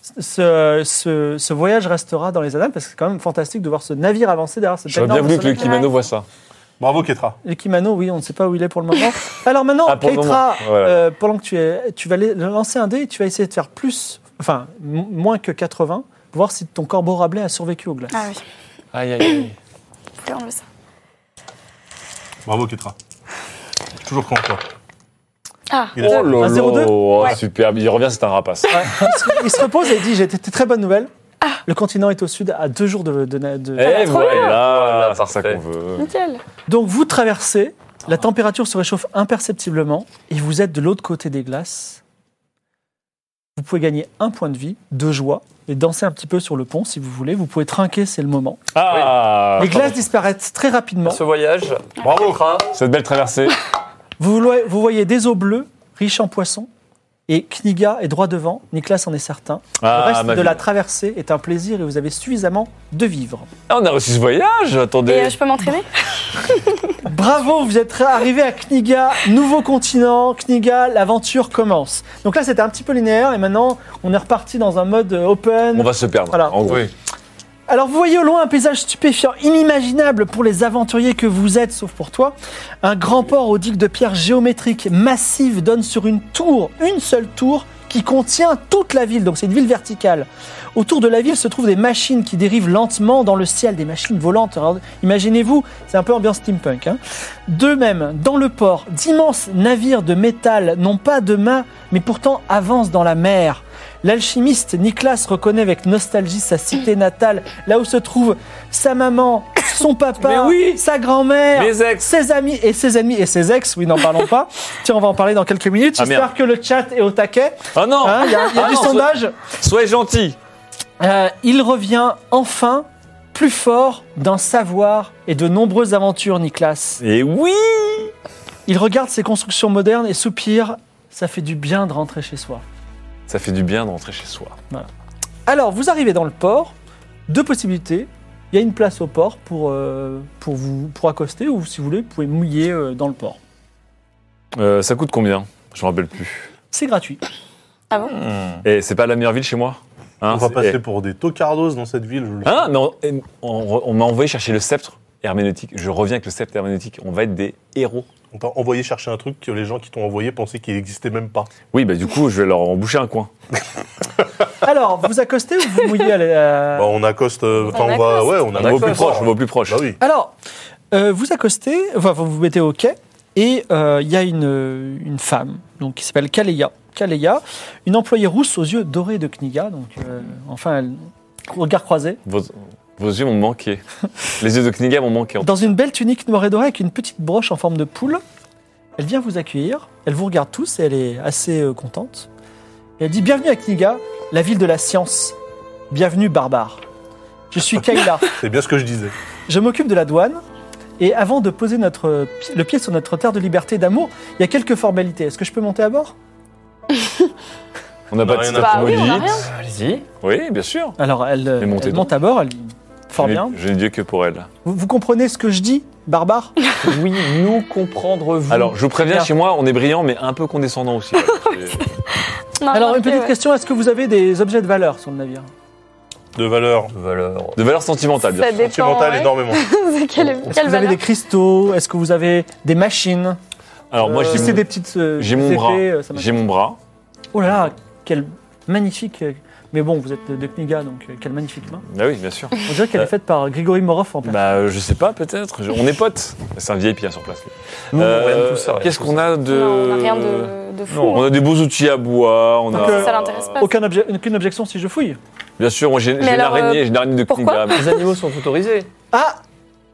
Speaker 3: C'est bon.
Speaker 1: Ce, ce- ce voyage restera dans les annales parce que c'est quand même fantastique de voir ce navire avancer derrière ce
Speaker 3: J'aurais bien voulu que le
Speaker 1: soleil.
Speaker 3: kimono voit ça.
Speaker 2: Bravo, Ketra.
Speaker 1: Le kimono, oui, on ne sait pas où il est pour le moment. Alors maintenant,
Speaker 3: Ah, pour le
Speaker 1: Keitra,
Speaker 3: moment. Voilà.
Speaker 1: euh, pendant que tu es, tu vas aller lancer un dé et tu vas essayer de faire plus, enfin, m- moins que 80, pour voir si ton corbeau rablais a survécu aux glaces.
Speaker 4: Ah oui,
Speaker 3: Aïe, aïe, aïe.
Speaker 4: faut lui enlever ça.
Speaker 2: Bravo, Ketra. Toujours contre toi.
Speaker 4: Ah.
Speaker 2: Il a-
Speaker 3: Oh là
Speaker 1: Un 0-2.
Speaker 3: là, oh,
Speaker 4: Ouais.
Speaker 3: superbe. Il revient, c'est un rapace.
Speaker 1: Ouais. il, se, il se repose et il dit J'ai été très bonne nouvelle. Le continent est au sud à deux jours de. de- de-
Speaker 3: Eh
Speaker 4: trop bien.
Speaker 3: voilà,
Speaker 8: Voilà,
Speaker 3: c'est ça
Speaker 8: parfait.
Speaker 3: qu'on veut.
Speaker 4: Nickel.
Speaker 3: Eh.
Speaker 1: Donc vous traversez,
Speaker 3: Oh.
Speaker 1: la température se réchauffe imperceptiblement et vous êtes de l'autre côté des glaces. Vous pouvez gagner un point de vie, de joie, et danser un petit peu sur le pont si vous voulez. Vous pouvez trinquer, c'est le moment.
Speaker 3: Ah
Speaker 1: Les glaces disparaissent très rapidement.
Speaker 8: Ce voyage,
Speaker 2: Bravo.
Speaker 8: Ketra,
Speaker 3: Cette belle traversée.
Speaker 1: Vous, lo- vous voyez des eaux bleues, riches en poissons, et Kniga est droit devant, Niklas en est certain. Le
Speaker 3: Ah,
Speaker 1: reste
Speaker 3: ma
Speaker 1: de
Speaker 3: vie.
Speaker 1: la traversée est un plaisir et vous avez suffisamment de vivre.
Speaker 3: Ah, On a aussi ce voyage,
Speaker 4: Et
Speaker 3: attendez.
Speaker 4: euh, je peux m'entraîner
Speaker 1: Bravo, vous êtes arrivé à Kniga, nouveau continent, Kniga, l'aventure commence. Donc là, c'était un petit peu linéaire et maintenant, on est reparti dans un mode euh, open.
Speaker 3: On va se perdre.
Speaker 1: Voilà.
Speaker 3: En gros.
Speaker 1: Alors vous voyez au loin un paysage stupéfiant, inimaginable pour les aventuriers que vous êtes, sauf pour toi. Un grand port aux digues de pierre géométriques massives donne sur une tour, une seule tour, qui contient toute la ville, donc c'est une ville verticale. Autour de la ville se trouvent des machines qui dérivent lentement dans le ciel, des machines volantes. Alors, Imaginez-vous, c'est un peu ambiance steampunk. Hein. De même, dans le port, d'immenses navires de métal n'ont pas de mât, mais pourtant avancent dans la mer. L'alchimiste Niklas reconnaît avec nostalgie sa cité natale, là où se trouvent sa maman, son papa, sa grand-mère,
Speaker 3: Mes ex.
Speaker 1: ses amis et ses amis et ses ex. Oui, n'en parlons pas. Tiens, on va en parler dans quelques minutes.
Speaker 3: Ah, merde.
Speaker 1: J'espère que le chat est au taquet.
Speaker 3: Ah non
Speaker 1: Hein, Il y a, il y a
Speaker 3: Ah
Speaker 1: du
Speaker 3: non,
Speaker 1: sondage.
Speaker 3: Soyez gentil.
Speaker 1: Euh, il revient enfin plus fort d'un savoir et de nombreuses aventures, Niklas.
Speaker 3: Et oui
Speaker 1: Il regarde ces constructions modernes et soupire. Ça fait du bien de rentrer chez soi.
Speaker 3: Ça fait du bien de rentrer chez soi.
Speaker 1: Alors, vous arrivez dans le port. Deux possibilités. Il y a une place au port pour, euh, pour vous pour accoster ou si vous voulez, vous pouvez mouiller euh, dans le port.
Speaker 3: Euh, ça coûte combien Je me rappelle plus.
Speaker 1: C'est gratuit.
Speaker 4: Ah bon
Speaker 3: Et c'est pas la meilleure ville chez moi hein,
Speaker 8: Ah,
Speaker 2: On va
Speaker 3: c'est-
Speaker 2: passer
Speaker 3: eh.
Speaker 2: pour des tocardos dans cette ville. je le
Speaker 3: Hein, mais on, eh, on- on m'a envoyé chercher le sceptre herméneutique. Je reviens avec le sceptre herméneutique. On va être des héros.
Speaker 2: On t'a envoyé chercher un truc que les gens qui t'ont envoyé pensaient qu'il n'existait même pas.
Speaker 3: Oui, bah du coup, je vais leur emboucher un coin.
Speaker 1: Alors, vous accostez ou vous mouillez à la-
Speaker 2: Bah, on accoste. euh, Enfin,
Speaker 4: Ah. On
Speaker 2: on, va.
Speaker 4: accoste.
Speaker 2: Ouais, on
Speaker 3: On va au
Speaker 2: accoste.
Speaker 3: plus proche, on va au plus proche.
Speaker 2: Bah oui.
Speaker 1: Alors, euh, vous accostez, enfin, vous vous mettez au quai, et euh, il y a une, euh, une femme donc, qui s'appelle Kaleya. Kaleya, une employée rousse aux yeux dorés de Kniga, donc euh, enfin, elle, regard croisé,
Speaker 3: Vos, vos yeux m'ont manqué. Les yeux de Kniga m'ont manqué.
Speaker 1: dans une belle tunique noire et dorée avec une petite broche en forme de poule. Elle vient vous accueillir, elle vous regarde tous et elle est assez euh, contente. Et elle dit Bienvenue à Kniga, la ville de la science. Bienvenue, barbare. Je suis Kayla.
Speaker 2: C'est bien ce que je disais.
Speaker 1: Je m'occupe de la douane. Et avant de poser notre, pi- le pied sur notre terre de liberté et d'amour, il y a quelques formalités. Est-ce que je peux monter à bord
Speaker 3: On n'a
Speaker 2: On
Speaker 3: pas
Speaker 2: a
Speaker 3: de
Speaker 2: rien
Speaker 3: sceptre
Speaker 2: à
Speaker 4: Bah oui, on a
Speaker 3: maudit.
Speaker 4: rien.
Speaker 8: allez-y.
Speaker 3: Oui, bien sûr.
Speaker 1: Alors, elle, euh,
Speaker 3: Mais montez
Speaker 1: elle
Speaker 3: donc.
Speaker 1: monte à bord, elle dit fort
Speaker 3: Je n'ai-
Speaker 1: bien. Mmh.
Speaker 3: Je n'ai Dieu que pour elle.
Speaker 1: Vous, vous comprenez ce que je dis, barbare
Speaker 5: Oui, nous comprendre vous.
Speaker 3: Alors, je vous préviens,
Speaker 1: Bien.
Speaker 3: chez moi, on est brillant, mais un peu condescendant aussi. C'est-
Speaker 4: Non,
Speaker 1: Alors,
Speaker 4: remarquez,
Speaker 1: une petite
Speaker 4: Ah, ouais.
Speaker 1: question est-ce que vous avez des objets de valeur sur le navire
Speaker 2: De valeur
Speaker 8: Valeur.
Speaker 3: de valeur sentimentale, bien
Speaker 4: Ça
Speaker 3: sûr.
Speaker 4: dépend.
Speaker 2: sentimentale
Speaker 4: ouais.
Speaker 2: énormément.
Speaker 4: C'est quelle
Speaker 1: Est-ce que
Speaker 4: quelle
Speaker 1: vous avez
Speaker 4: valeur
Speaker 1: des cristaux Est-ce que vous avez des machines
Speaker 3: Alors, moi,
Speaker 1: Euh,
Speaker 3: j'ai
Speaker 1: c'est
Speaker 3: mon,
Speaker 1: des petites. euh,
Speaker 3: j'ai
Speaker 1: des
Speaker 3: mon
Speaker 1: épées,
Speaker 3: bras.
Speaker 1: euh, ça
Speaker 3: j'ai
Speaker 1: m'intéresse.
Speaker 3: mon bras.
Speaker 1: oh là là, quelle magnifique. euh, Mais bon, vous êtes de Kniga, donc euh, quelle magnifique main.
Speaker 3: Bah oui, bien sûr.
Speaker 1: On dirait qu'elle est faite par Grigory Morov en personne.
Speaker 3: bah, euh, je sais pas, peut-être. Je- On est potes. C'est un VIP hein, sur place. lui.
Speaker 8: Nous,
Speaker 3: Euh,
Speaker 8: rien de tout ça. rien de
Speaker 3: Qu'est-ce
Speaker 8: tout
Speaker 3: qu'on
Speaker 8: ça.
Speaker 3: a de.
Speaker 4: Non, on a rien de, de fou.
Speaker 3: Non, on a des beaux outils à bois. On
Speaker 1: Donc,
Speaker 3: a...
Speaker 1: euh,
Speaker 4: Ça l'intéresse pas.
Speaker 1: Aucun objet, aucune objection si je fouille.
Speaker 3: Bien sûr, moi, j'ai j'ai une
Speaker 4: alors,
Speaker 3: araignée,
Speaker 4: euh,
Speaker 3: j'ai une araignée de
Speaker 4: pourquoi
Speaker 3: Klingram.
Speaker 8: Les animaux sont autorisés.
Speaker 1: Ah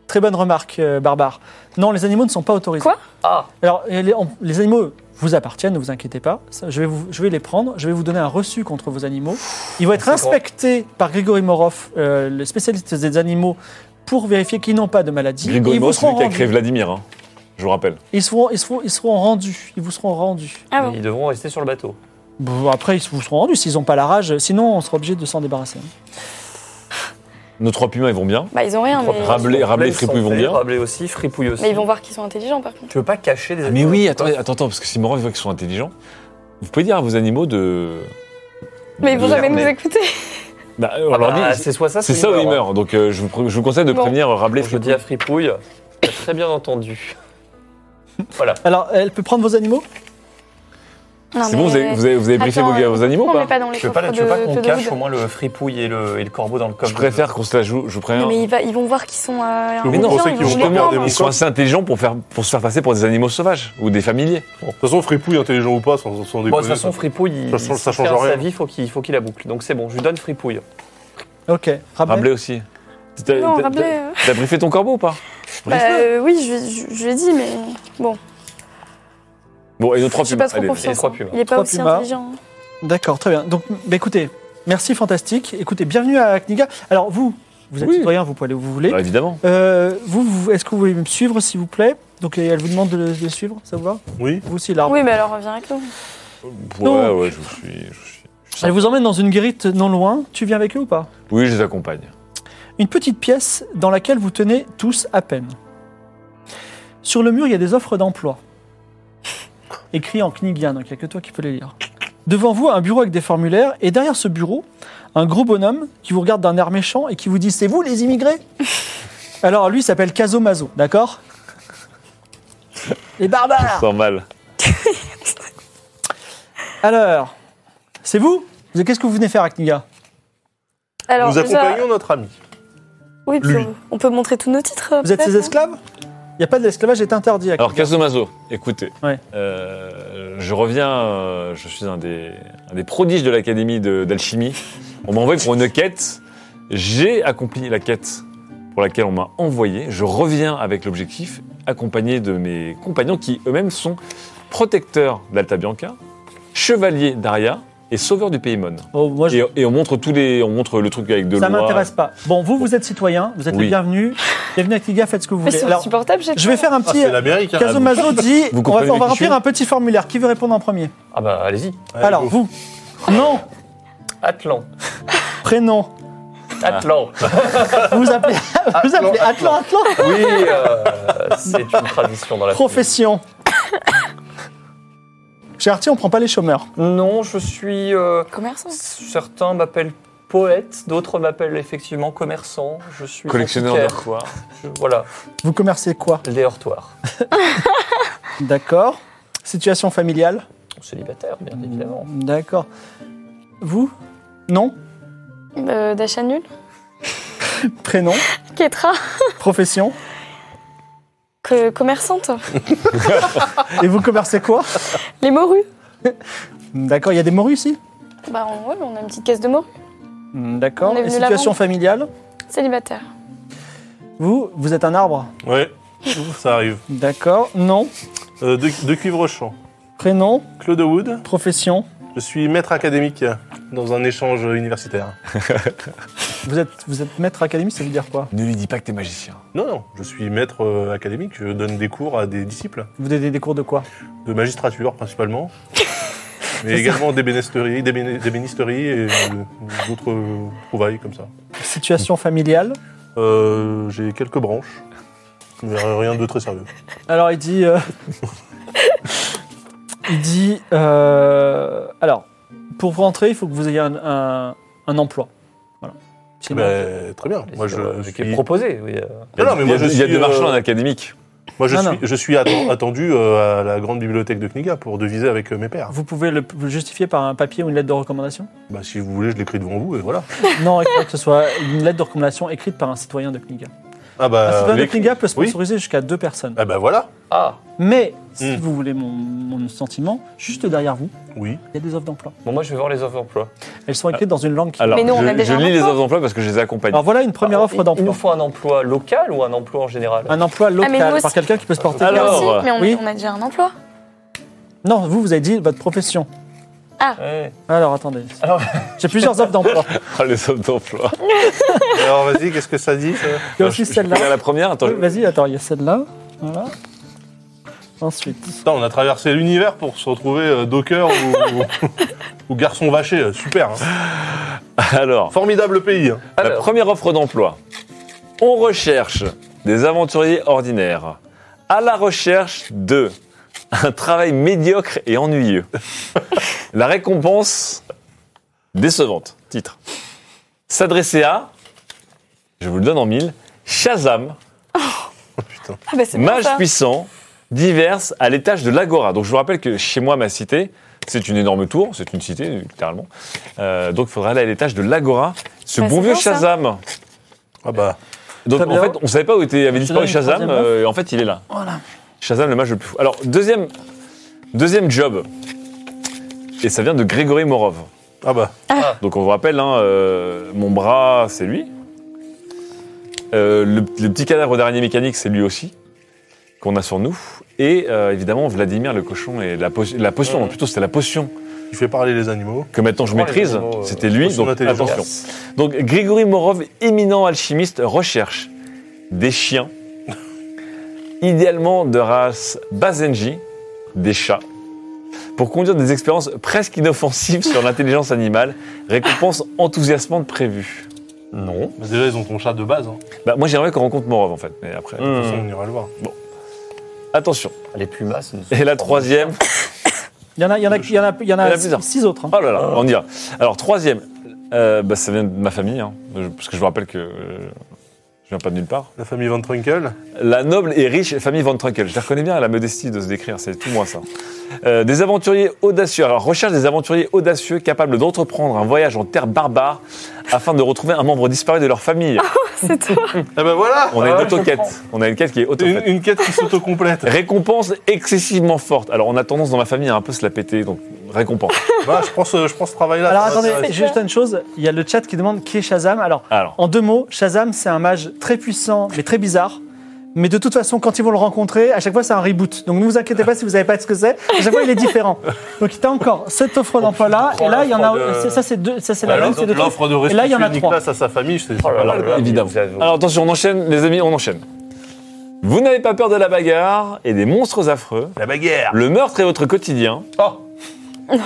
Speaker 1: Très bonne remarque, euh, Barbare. Non, les animaux ne sont pas autorisés.
Speaker 4: Quoi
Speaker 8: Ah.
Speaker 1: Alors, euh, les, on- les animaux vous appartiennent, ne vous inquiétez pas. Ça, Je vais, vous- je vais les prendre, je vais vous donner un reçu contre vos animaux. Ils vont être
Speaker 8: C'est
Speaker 1: inspectés par Grégory Moroff, euh, le spécialiste des animaux, pour vérifier qu'ils n'ont pas de maladie. Et
Speaker 3: Grigory
Speaker 1: ils, vous
Speaker 3: Moss, celui
Speaker 1: seront
Speaker 3: qui a créé
Speaker 1: rendus.
Speaker 3: Vladimir, hein. je vous rappelle.
Speaker 1: Ils, seront, ils, seront, ils seront rendus. Ils vous seront rendus.
Speaker 4: Ah
Speaker 8: Mais
Speaker 4: bon
Speaker 8: Ils devront rester sur le bateau.
Speaker 1: Bon, après, ils vous seront rendus s'ils n'ont pas la rage. Sinon, on sera obligé de s'en débarrasser.
Speaker 3: Nos trois pumas, ils vont bien.
Speaker 4: Bah, ils ont rien, mais.
Speaker 3: Rabelais, Rabelais, Fripouille vont bien.
Speaker 8: Rabelais aussi, Fripouille aussi.
Speaker 4: Mais ils vont voir qu'ils sont intelligents par contre.
Speaker 8: Tu veux pas cacher
Speaker 5: Euh,
Speaker 8: des
Speaker 3: Ah, Mais oui, attends, attends, attends, parce que si Moran voit qu'ils sont intelligents, vous pouvez dire à vos animaux de.
Speaker 4: Mais ils vont jamais
Speaker 8: mais-
Speaker 4: nous écouter.
Speaker 3: Bah, on
Speaker 8: Ah
Speaker 3: leur
Speaker 8: bah,
Speaker 3: dit.
Speaker 8: c'est soit ça,
Speaker 3: C'est
Speaker 8: soit
Speaker 3: ça
Speaker 8: il
Speaker 3: où ils
Speaker 8: meurt.
Speaker 3: meurent. Donc euh, je, vous, pr- je vous conseille de
Speaker 4: Bon.
Speaker 3: prévenir Rabelais.
Speaker 8: Je dis à Fripouille, t'as très bien entendu.
Speaker 1: Alors, elle peut prendre vos animaux
Speaker 4: Non,
Speaker 3: C'est bon,
Speaker 4: mais-
Speaker 3: vous avez, vous avez, vous avez briefé
Speaker 4: Attends,
Speaker 3: vos, vos animaux ou
Speaker 4: on
Speaker 3: pas
Speaker 4: met pas dans les
Speaker 8: Tu veux pas,
Speaker 4: coffres
Speaker 8: tu veux pas
Speaker 4: de-
Speaker 8: qu'on
Speaker 4: de
Speaker 8: cache
Speaker 4: Wood.
Speaker 8: au moins le Fripouille et le, et le corbeau dans le coffre
Speaker 3: Je préfère qu'on se la joue, je vous préviens.
Speaker 4: Non, mais il va- ils, vont voir qu'ils sont. euh,
Speaker 2: Mais
Speaker 3: non,
Speaker 4: intelligents,
Speaker 3: on
Speaker 2: sait
Speaker 4: ils
Speaker 2: qu'ils
Speaker 4: vont
Speaker 2: vont
Speaker 4: les
Speaker 2: pas
Speaker 4: prendre.
Speaker 2: regarder
Speaker 3: Ils sont assez intelligents pour, faire, pour se faire passer pour des animaux sauvages ou des familiers.
Speaker 2: De toute façon, fripouille intelligent ou pas, sans, sans déconner.
Speaker 8: Bon, de toute façon, Fripouille, il,
Speaker 2: Ça change- ça
Speaker 8: s'il
Speaker 2: change
Speaker 8: perd
Speaker 2: rien.
Speaker 8: sa vie, faut qu'il faut qu'il la boucle. Donc c'est bon, je lui donne Fripouille.
Speaker 1: Ok. Rabelais.
Speaker 3: Rabelais aussi. T'as-
Speaker 4: Non,
Speaker 3: t'as-
Speaker 4: Rabelais. euh,
Speaker 3: T'as briefé ton corbeau ou pas
Speaker 4: bah, euh, oui, je, je, je l'ai dit, mais bon,
Speaker 3: Bon, et nos trois
Speaker 4: je suis
Speaker 3: pumas.
Speaker 4: pas trop
Speaker 3: allez.
Speaker 8: et les
Speaker 4: confiance.
Speaker 8: trois
Speaker 4: hein.
Speaker 8: pumas.
Speaker 4: Il est pas
Speaker 1: Trois
Speaker 4: aussi
Speaker 1: pumas.
Speaker 4: intelligent. hein.
Speaker 1: D'accord, très bien. Donc, bah, écoutez, merci fantastique. Écoutez, bienvenue à Kniga. Alors, vous, vous êtes
Speaker 3: Oui.
Speaker 1: citoyen, vous pouvez aller où vous voulez.
Speaker 3: Alors, Bah, évidemment.
Speaker 1: Euh, vous, vous- est-ce que vous voulez me suivre, s'il vous plaît Donc, euh, elle vous demande de le, de le suivre, ça vous va
Speaker 2: Oui.
Speaker 1: Vous aussi, l'arbre.
Speaker 4: Oui, mais alors reviens avec nous.
Speaker 3: Ouais, ouais, je suis. je suis- je suis-
Speaker 1: Elle vous emmène dans une guérite non loin. Tu viens avec eux ou pas
Speaker 3: Oui, je les accompagne.
Speaker 1: Une petite pièce dans laquelle vous tenez tous à peine. Sur le mur, il y a des offres d'emploi. Écrit en Knigian, donc il n'y a que toi qui peux les lire. Devant vous, un bureau avec des formulaires, et derrière ce bureau, un gros bonhomme qui vous regarde d'un air méchant et qui vous dit C'est vous les immigrés Alors lui il s'appelle Casomazo, d'accord Les
Speaker 4: Ah.
Speaker 1: barbares
Speaker 3: Sans mal.
Speaker 1: Alors, c'est vous Vous- Qu'est-ce que vous venez faire à Kniga
Speaker 4: Alors,
Speaker 2: Nous
Speaker 4: déjà-
Speaker 2: accompagnons notre ami.
Speaker 4: oui, puis
Speaker 2: lui.
Speaker 4: on- on peut montrer tous nos titres. euh,
Speaker 1: Vous êtes
Speaker 4: peut-être,
Speaker 1: ses
Speaker 4: hein.
Speaker 1: esclaves Il n'y a pas de l'esclavage est interdit à
Speaker 3: Alors,
Speaker 1: Kniga.
Speaker 3: Casomazo, écoutez.
Speaker 1: Ouais.
Speaker 3: euh, je reviens. euh, je suis un des, un des prodiges de l'Académie de- d'Alchimie. On m'a envoyé pour une quête. J'ai accompli la quête pour laquelle on m'a envoyé. Je reviens avec l'objectif, accompagné de mes compagnons qui eux-mêmes sont protecteurs d'Alta Bianca, chevaliers d'Aria et sauveurs du Paymon.
Speaker 1: Oh, moi, je-
Speaker 3: Et, et on montre tous les, on montre le truc avec de
Speaker 1: Ça
Speaker 3: l'oie.
Speaker 1: m'intéresse pas. Bon, vous, vous êtes citoyen, vous êtes
Speaker 3: Oui.
Speaker 1: les bienvenus. Bienvenue à Kniga, faites ce que vous
Speaker 4: Mais
Speaker 1: voulez.
Speaker 4: c'est
Speaker 1: Alors,
Speaker 4: insupportable, j'ai
Speaker 1: je vais faire un
Speaker 2: Ah,
Speaker 1: petit.
Speaker 2: c'est l'Amérique. hein.
Speaker 1: Casomazo dit
Speaker 3: Vous
Speaker 1: on va, on
Speaker 3: comprenez
Speaker 1: va
Speaker 3: qui je
Speaker 1: remplir
Speaker 3: suis
Speaker 1: un petit formulaire. Qui veut répondre en premier
Speaker 8: Ah bah allez-y,
Speaker 2: Allez,
Speaker 1: Alors,
Speaker 2: go.
Speaker 1: vous. Non,
Speaker 8: Atlan,
Speaker 1: prénom.
Speaker 8: Atlan.
Speaker 3: Ah.
Speaker 1: Vous vous appelez, vous vous appelez Atlan, Atlan.
Speaker 8: Oui, euh, c'est une tradition dans la
Speaker 1: Profession. Chez Artie, on prend pas les chômeurs.
Speaker 8: famille. Non, je suis. euh,
Speaker 4: Commerçant.
Speaker 8: certains m'appellent poète, d'autres m'appellent effectivement commerçant. Je suis
Speaker 3: Collectionneur
Speaker 8: antiquaire.
Speaker 3: d'or,
Speaker 8: Je- Voilà,
Speaker 1: Vous commercez quoi
Speaker 8: les hortoirs.
Speaker 1: D'accord. Situation familiale
Speaker 8: Célibataire, bien évidemment.
Speaker 1: D'accord. Vous Non.
Speaker 4: Euh, D'achat nul.
Speaker 1: Prénom.
Speaker 4: Ketra.
Speaker 1: Profession.
Speaker 4: Que- commerçante.
Speaker 1: Et vous commercez quoi
Speaker 4: Les morues.
Speaker 1: D'accord, il y a des morues ici
Speaker 4: Bah, on, ouais, on a une petite caisse de morues.
Speaker 1: Hmm, D'accord.
Speaker 4: On est
Speaker 1: Et
Speaker 4: venu la
Speaker 1: situation
Speaker 4: vendre.
Speaker 1: familiale
Speaker 4: Célibataire.
Speaker 1: Vous, vous êtes un arbre
Speaker 2: Ouais, ça arrive.
Speaker 1: D'accord. Non.
Speaker 2: Euh, de, de cuivre champ.
Speaker 1: Prénom.
Speaker 2: Claude Wood,
Speaker 1: Profession.
Speaker 2: je suis maître académique dans un échange universitaire.
Speaker 1: Vous êtes, vous êtes maître académique, ça veut dire quoi
Speaker 3: Ne lui dis pas que t'es magicien.
Speaker 2: Non, non, je suis maître euh, académique, je donne des cours à des disciples,
Speaker 1: Vous donnez des cours de quoi
Speaker 2: de magistrature principalement, mais également d'ébénisterie d'ébéni- d'ébénisterie et euh, d'autres euh, trouvailles comme ça.
Speaker 1: Situation familiale.
Speaker 2: Euh, J'ai quelques branches, mais rien de très sérieux.
Speaker 1: Alors il dit. euh, il dit. euh, Alors, pour rentrer, il faut que vous ayez un, un- un emploi. Voilà. Sinon-
Speaker 2: Ben, très bien, moi je,
Speaker 8: Euh,
Speaker 2: je
Speaker 8: qui est
Speaker 2: suis-
Speaker 8: proposé, oui. euh.
Speaker 2: Non, non, mais
Speaker 3: il y
Speaker 2: moi
Speaker 3: a,
Speaker 2: je
Speaker 3: il y a
Speaker 2: suis,
Speaker 3: des marchands
Speaker 2: euh,
Speaker 3: en académique.
Speaker 2: Moi, je
Speaker 1: Non,
Speaker 2: suis,
Speaker 1: non.
Speaker 2: je suis atten- attendu euh, à la grande bibliothèque de Kniga pour deviser avec euh, mes pères.
Speaker 1: Vous pouvez le le justifier par un papier ou une lettre de recommandation
Speaker 2: Bah, si vous voulez, je l'écris devant vous et voilà.
Speaker 1: Non, il faudrait que ce soit une lettre de recommandation écrite par un citoyen de Kniga.
Speaker 2: Ah bah.
Speaker 1: Un festival de
Speaker 2: les-
Speaker 1: Kringa peut
Speaker 2: oui.
Speaker 1: sponsoriser jusqu'à deux personnes.
Speaker 2: Ah bah voilà.
Speaker 5: Ah,
Speaker 1: Mais si
Speaker 3: Hmm.
Speaker 2: Mm.
Speaker 1: vous voulez mon, mon sentiment, juste derrière vous,
Speaker 2: Oui.
Speaker 1: il y a des offres d'emploi.
Speaker 5: bon, moi je vais voir les offres d'emploi.
Speaker 1: Elles sont écrites dans une langue. qui-
Speaker 3: Ah. Alors,
Speaker 6: Mais nous, on
Speaker 3: je,
Speaker 6: a déjà
Speaker 3: je
Speaker 6: un
Speaker 3: lis les
Speaker 6: emploi.
Speaker 3: offres d'emploi parce que je les accompagne.
Speaker 1: Alors voilà une première
Speaker 5: Alors,
Speaker 1: offre
Speaker 5: il- Il nous
Speaker 1: d'emploi.
Speaker 5: faut un emploi local ou un emploi en général
Speaker 1: Un emploi
Speaker 4: mais nous
Speaker 1: local
Speaker 4: aussi.
Speaker 1: par quelqu'un qui peut se porter.
Speaker 4: Mais
Speaker 3: Alors,
Speaker 4: aussi, mais on,
Speaker 1: oui.
Speaker 4: on a déjà un emploi.
Speaker 1: Non, vous, vous avez dit votre profession.
Speaker 5: Ouais.
Speaker 1: Alors attendez.
Speaker 5: Alors-
Speaker 1: J'ai plusieurs offres d'emploi.
Speaker 3: Ah, les offres d'emploi.
Speaker 2: Alors vas-y, qu'est-ce que ça dit ça
Speaker 1: Il y a
Speaker 3: Alors,
Speaker 1: aussi
Speaker 3: je- je peux
Speaker 1: celle-là.
Speaker 3: lire La première, attends.
Speaker 1: Oui,
Speaker 3: je-
Speaker 1: Vas-y, attends, il y a celle-là. Voilà. Ensuite.
Speaker 2: Putain, on a traversé l'univers pour se retrouver euh, docker ou, ou- ou garçon vaché. euh, Super. hein.
Speaker 3: Alors,
Speaker 2: Formidable pays. hein.
Speaker 3: la
Speaker 5: Alors.
Speaker 3: première offre d'emploi. On recherche des aventuriers ordinaires à la recherche de un travail médiocre et ennuyeux. la récompense décevante. Titre. S'adresser à, je vous le donne en mille, Shazam,
Speaker 4: Ah bah c'est bien
Speaker 3: Mage
Speaker 4: ça.
Speaker 3: puissant, diverse, à l'étage de l'Agora. Donc je vous rappelle que chez moi, ma cité, c'est une énorme tour, c'est une cité, littéralement. Euh, donc il faudra aller à l'étage de l'Agora. Ce
Speaker 4: Bah,
Speaker 3: bon
Speaker 4: c'est
Speaker 3: vieux
Speaker 4: bien, ça.
Speaker 3: Shazam.
Speaker 2: Ah bah.
Speaker 3: Donc
Speaker 1: Très
Speaker 3: en
Speaker 1: bien.
Speaker 3: fait, on savait pas où était, avait
Speaker 1: Je
Speaker 3: disparu
Speaker 1: donne une
Speaker 3: Shazam,
Speaker 1: troisième
Speaker 3: euh, et en fait, il est là. Shazam, le mage le plus fou. Alors, deuxième, deuxième job. Et ça vient de Grégory Morov.
Speaker 2: Ah bah.
Speaker 3: Donc on vous rappelle, hein, euh, mon bras, c'est lui. Euh, le, le petit cadavre au dernier mécanique, c'est lui aussi, qu'on a sur nous. Et euh, évidemment, Vladimir le cochon et la, po- la potion, non, plutôt c'était la potion
Speaker 2: Il fait parler les animaux.
Speaker 3: que maintenant je
Speaker 5: Oh, les
Speaker 3: maîtrise,
Speaker 5: animaux, euh,
Speaker 3: c'était lui,
Speaker 2: potion
Speaker 3: donc
Speaker 2: d'intelligence.
Speaker 3: attention. Donc Grigory Morov, éminent alchimiste, recherche des chiens, idéalement de race Bazenji, des chats, pour conduire des expériences presque inoffensives sur l'intelligence animale, récompense enthousiasmante prévue.
Speaker 5: Non.
Speaker 2: Bah, déjà, ils ont ton chat de base. hein.
Speaker 3: Bah, moi j'aimerais qu'on rencontre Morov en fait, mais après.
Speaker 2: De toute façon, on ira le voir.
Speaker 3: Attention.
Speaker 5: Hmm. Les pumas, c'est une-
Speaker 3: Et la troisième.
Speaker 1: Il y en a, il y en a, il y en a, il y en a
Speaker 3: Il y en a
Speaker 1: six,
Speaker 3: plusieurs.
Speaker 1: six autres. hein.
Speaker 3: Oh là là, on y va. Alors troisième, euh, bah, ça vient de ma famille, hein, je- parce que je vous rappelle que euh, je viens pas de nulle part.
Speaker 2: La famille Van Trunkel.
Speaker 3: La noble et riche famille Van Trunkel. Je la reconnais bien, la modestie de se décrire, c'est tout moi ça. Euh, des aventuriers audacieux. Alors, recherche des aventuriers audacieux capables d'entreprendre un voyage en terre barbare afin de retrouver un membre disparu de leur famille.
Speaker 4: C'est toi.
Speaker 2: Ah bah voilà
Speaker 3: On a
Speaker 5: Ah,
Speaker 3: une
Speaker 5: je comprends.
Speaker 3: auto-quête. On a une quête qui est auto
Speaker 2: une, une quête qui s'autocomplète.
Speaker 3: Récompense excessivement forte. Alors, on a tendance dans ma famille à un peu se la péter, donc récompense.
Speaker 2: bah, je prends ce, je prends ce
Speaker 3: Ah,
Speaker 2: travail-là. Ah,
Speaker 1: Alors
Speaker 2: ça
Speaker 1: attendez,
Speaker 2: m'intéresse.
Speaker 1: juste une chose, il y a le chat qui demande qui est Shazam. Alors,
Speaker 3: Alors,
Speaker 1: en deux mots, Shazam, c'est un mage très puissant, mais très bizarre. Mais de toute façon, quand ils vont le rencontrer, à chaque fois, c'est un reboot. Donc ne vous inquiétez pas si vous n'avez pas ce que c'est. À chaque fois, il est différent. Donc il y a encore cette offre d'emploi-là. Et là, il y en
Speaker 2: l'offre de-
Speaker 1: a. c'est- Ça, c'est deux. Ça, c'est
Speaker 2: Bah,
Speaker 1: la langue,
Speaker 2: l'offre
Speaker 1: c'est deux trucs.
Speaker 2: l'offre de
Speaker 1: Et là, il y en a
Speaker 2: restituer
Speaker 1: trois.
Speaker 2: Nicolas à sa famille, c'est
Speaker 5: Oh là là,
Speaker 2: Voilà.
Speaker 5: là,
Speaker 3: évidemment.
Speaker 5: vous avez-
Speaker 3: Alors, attention, on enchaîne, les amis, on enchaîne. Vous n'avez pas peur de la bagarre et des monstres affreux.
Speaker 2: La bagarre
Speaker 3: Le meurtre est votre quotidien.
Speaker 5: Ah,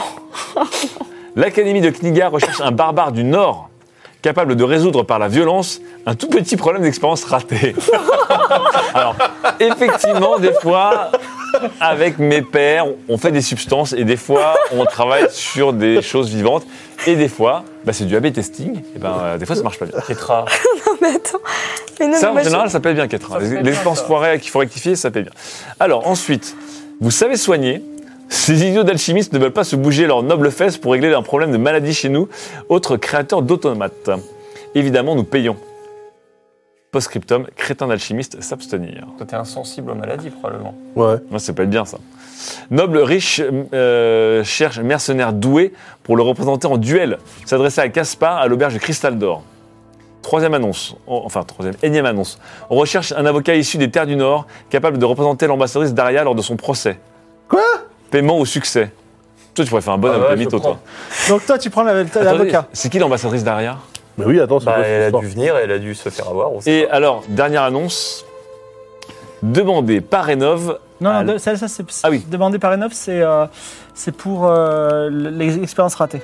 Speaker 3: L'Académie de Kniga recherche un barbare du Nord capable de résoudre par la violence un tout petit problème d'expérience ratée. Alors, effectivement, des fois, avec mes pères, on fait des substances et des fois, on travaille sur des choses vivantes. Et des fois, bah, c'est du A-B testing. Et ben, euh, des fois, ça marche pas bien.
Speaker 5: Tetra.
Speaker 4: Mais attends. Mais non,
Speaker 3: Ça,
Speaker 4: mais moi,
Speaker 3: en
Speaker 4: je-
Speaker 3: général, ça paye bien, Ketra.
Speaker 5: Ça paye
Speaker 3: Les,
Speaker 5: bien,
Speaker 3: les expenses
Speaker 5: ça.
Speaker 3: foirées qu'il faut rectifier, ça paye bien. Alors, ensuite, vous savez soigner. Ces idiots d'alchimistes ne veulent pas se bouger leurs nobles fesses pour régler un problème de maladie chez nous, autres créateurs d'automates. Évidemment, nous payons. Postscriptum, crétin d'alchimiste, s'abstenir.
Speaker 5: Toi, t'es insensible aux maladies, probablement.
Speaker 2: Ouais.
Speaker 3: Moi, ça peut être bien, ça. Noble, riche, euh, cherche mercenaire doué pour le représenter en duel. S'adresser à Caspar à l'auberge de Cristal d'Or. Troisième annonce, en- enfin troisième, énième annonce. On recherche un avocat issu des terres du Nord, capable de représenter l'ambassadrice Daria lors de son procès.
Speaker 2: Quoi
Speaker 3: Paiement au succès. Toi, tu pourrais faire un bon
Speaker 5: Ah ouais,
Speaker 3: avocat
Speaker 5: je
Speaker 3: mytho,
Speaker 5: prends.
Speaker 3: toi.
Speaker 1: Donc toi, tu prends la- l'avocat.
Speaker 3: Attendez, C'est qui l'ambassadrice Daria
Speaker 2: Mais oui, attends, c'est
Speaker 5: Bah,
Speaker 2: quoi cette
Speaker 5: elle a
Speaker 2: histoire
Speaker 5: dû venir et elle a dû se faire avoir. on sait
Speaker 3: Et
Speaker 5: pas.
Speaker 3: alors, dernière annonce. Demandez par Rénov.
Speaker 1: Non, non,
Speaker 3: Ah,
Speaker 1: de- ça, ça c'est
Speaker 3: Ah oui.
Speaker 1: demandé par Enov, c'est euh, c'est pour euh, l'expérience ratée.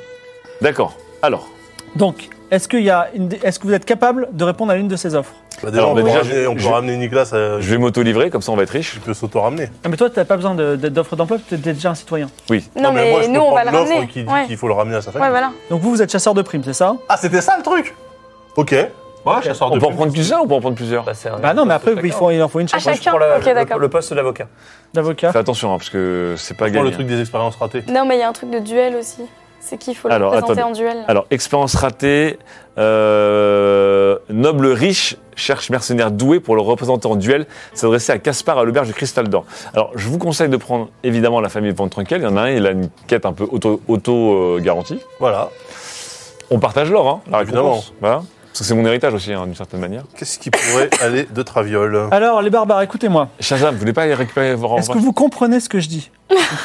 Speaker 3: D'accord. Alors,
Speaker 1: Donc, est-ce qu'il y a une- est-ce que vous êtes capable de répondre à l'une de ces offres
Speaker 2: Bah, déjà,
Speaker 3: Alors,
Speaker 2: on,
Speaker 3: mais
Speaker 2: peut
Speaker 3: déjà,
Speaker 2: ramener,
Speaker 3: je-
Speaker 2: on peut
Speaker 3: je-
Speaker 2: ramener Nicolas, euh,
Speaker 3: je vais m'auto-livrer, comme ça on va être riche.
Speaker 2: il peut s'auto-ramener.
Speaker 1: Ah, Mais toi, tu n'as pas besoin de- de- d'offre d'emploi, tu es déjà un citoyen.
Speaker 4: Non, mais,
Speaker 2: moi, je peux
Speaker 4: nous, on va
Speaker 2: prendre
Speaker 4: le
Speaker 2: l'offre
Speaker 4: ramener.
Speaker 2: qui dit
Speaker 4: ouais.
Speaker 2: qu'il faut le ramener à sa
Speaker 4: Ouais,
Speaker 2: famille.
Speaker 4: voilà.
Speaker 1: Donc vous, vous êtes chasseur de primes, c'est ça
Speaker 2: Ah, c'était ça le truc Ok. Ouais, chasseur
Speaker 3: On
Speaker 2: de
Speaker 3: peut en
Speaker 2: primes.
Speaker 3: prendre plusieurs ou on peut en prendre plusieurs
Speaker 5: Bah, c'est un-
Speaker 1: Bah non, mais après,
Speaker 5: c'est
Speaker 1: il,
Speaker 5: chacun.
Speaker 1: faut, il en faut une
Speaker 4: Ah,
Speaker 1: chaque
Speaker 5: Moi, je
Speaker 4: chacun.
Speaker 5: prends la-
Speaker 4: Ok,
Speaker 5: le-
Speaker 4: d'accord.
Speaker 5: Le poste d'avocat.
Speaker 1: d'avocat.
Speaker 3: Fais attention, hein, parce que c'est pas
Speaker 2: On prend
Speaker 3: gagné.
Speaker 2: le truc des expériences ratées.
Speaker 4: Non, mais il y a un truc de duel aussi. C'est qu'il faut le
Speaker 3: Alors,
Speaker 4: présenter
Speaker 3: attendez.
Speaker 4: en duel.
Speaker 3: Alors, expérience ratée, euh, noble riche cherche mercenaire doué pour le représenter en duel, s'adresser à Caspar à l'auberge du Cristal d'Or. Alors, je vous conseille de prendre évidemment la famille Van Trunkel. Il y en a un, il a une quête un peu auto-garantie.
Speaker 2: Voilà.
Speaker 3: On partage l'or, hein, la
Speaker 2: Évidemment.
Speaker 3: récompense. Voilà. Parce que c'est mon héritage aussi, hein, d'une certaine manière.
Speaker 2: Qu'est-ce qui pourrait aller de traviole
Speaker 1: Alors, les barbares, écoutez-moi.
Speaker 3: Shazam, vous voulez pas aller récupérer vos
Speaker 1: Est-ce que vous comprenez ce que je dis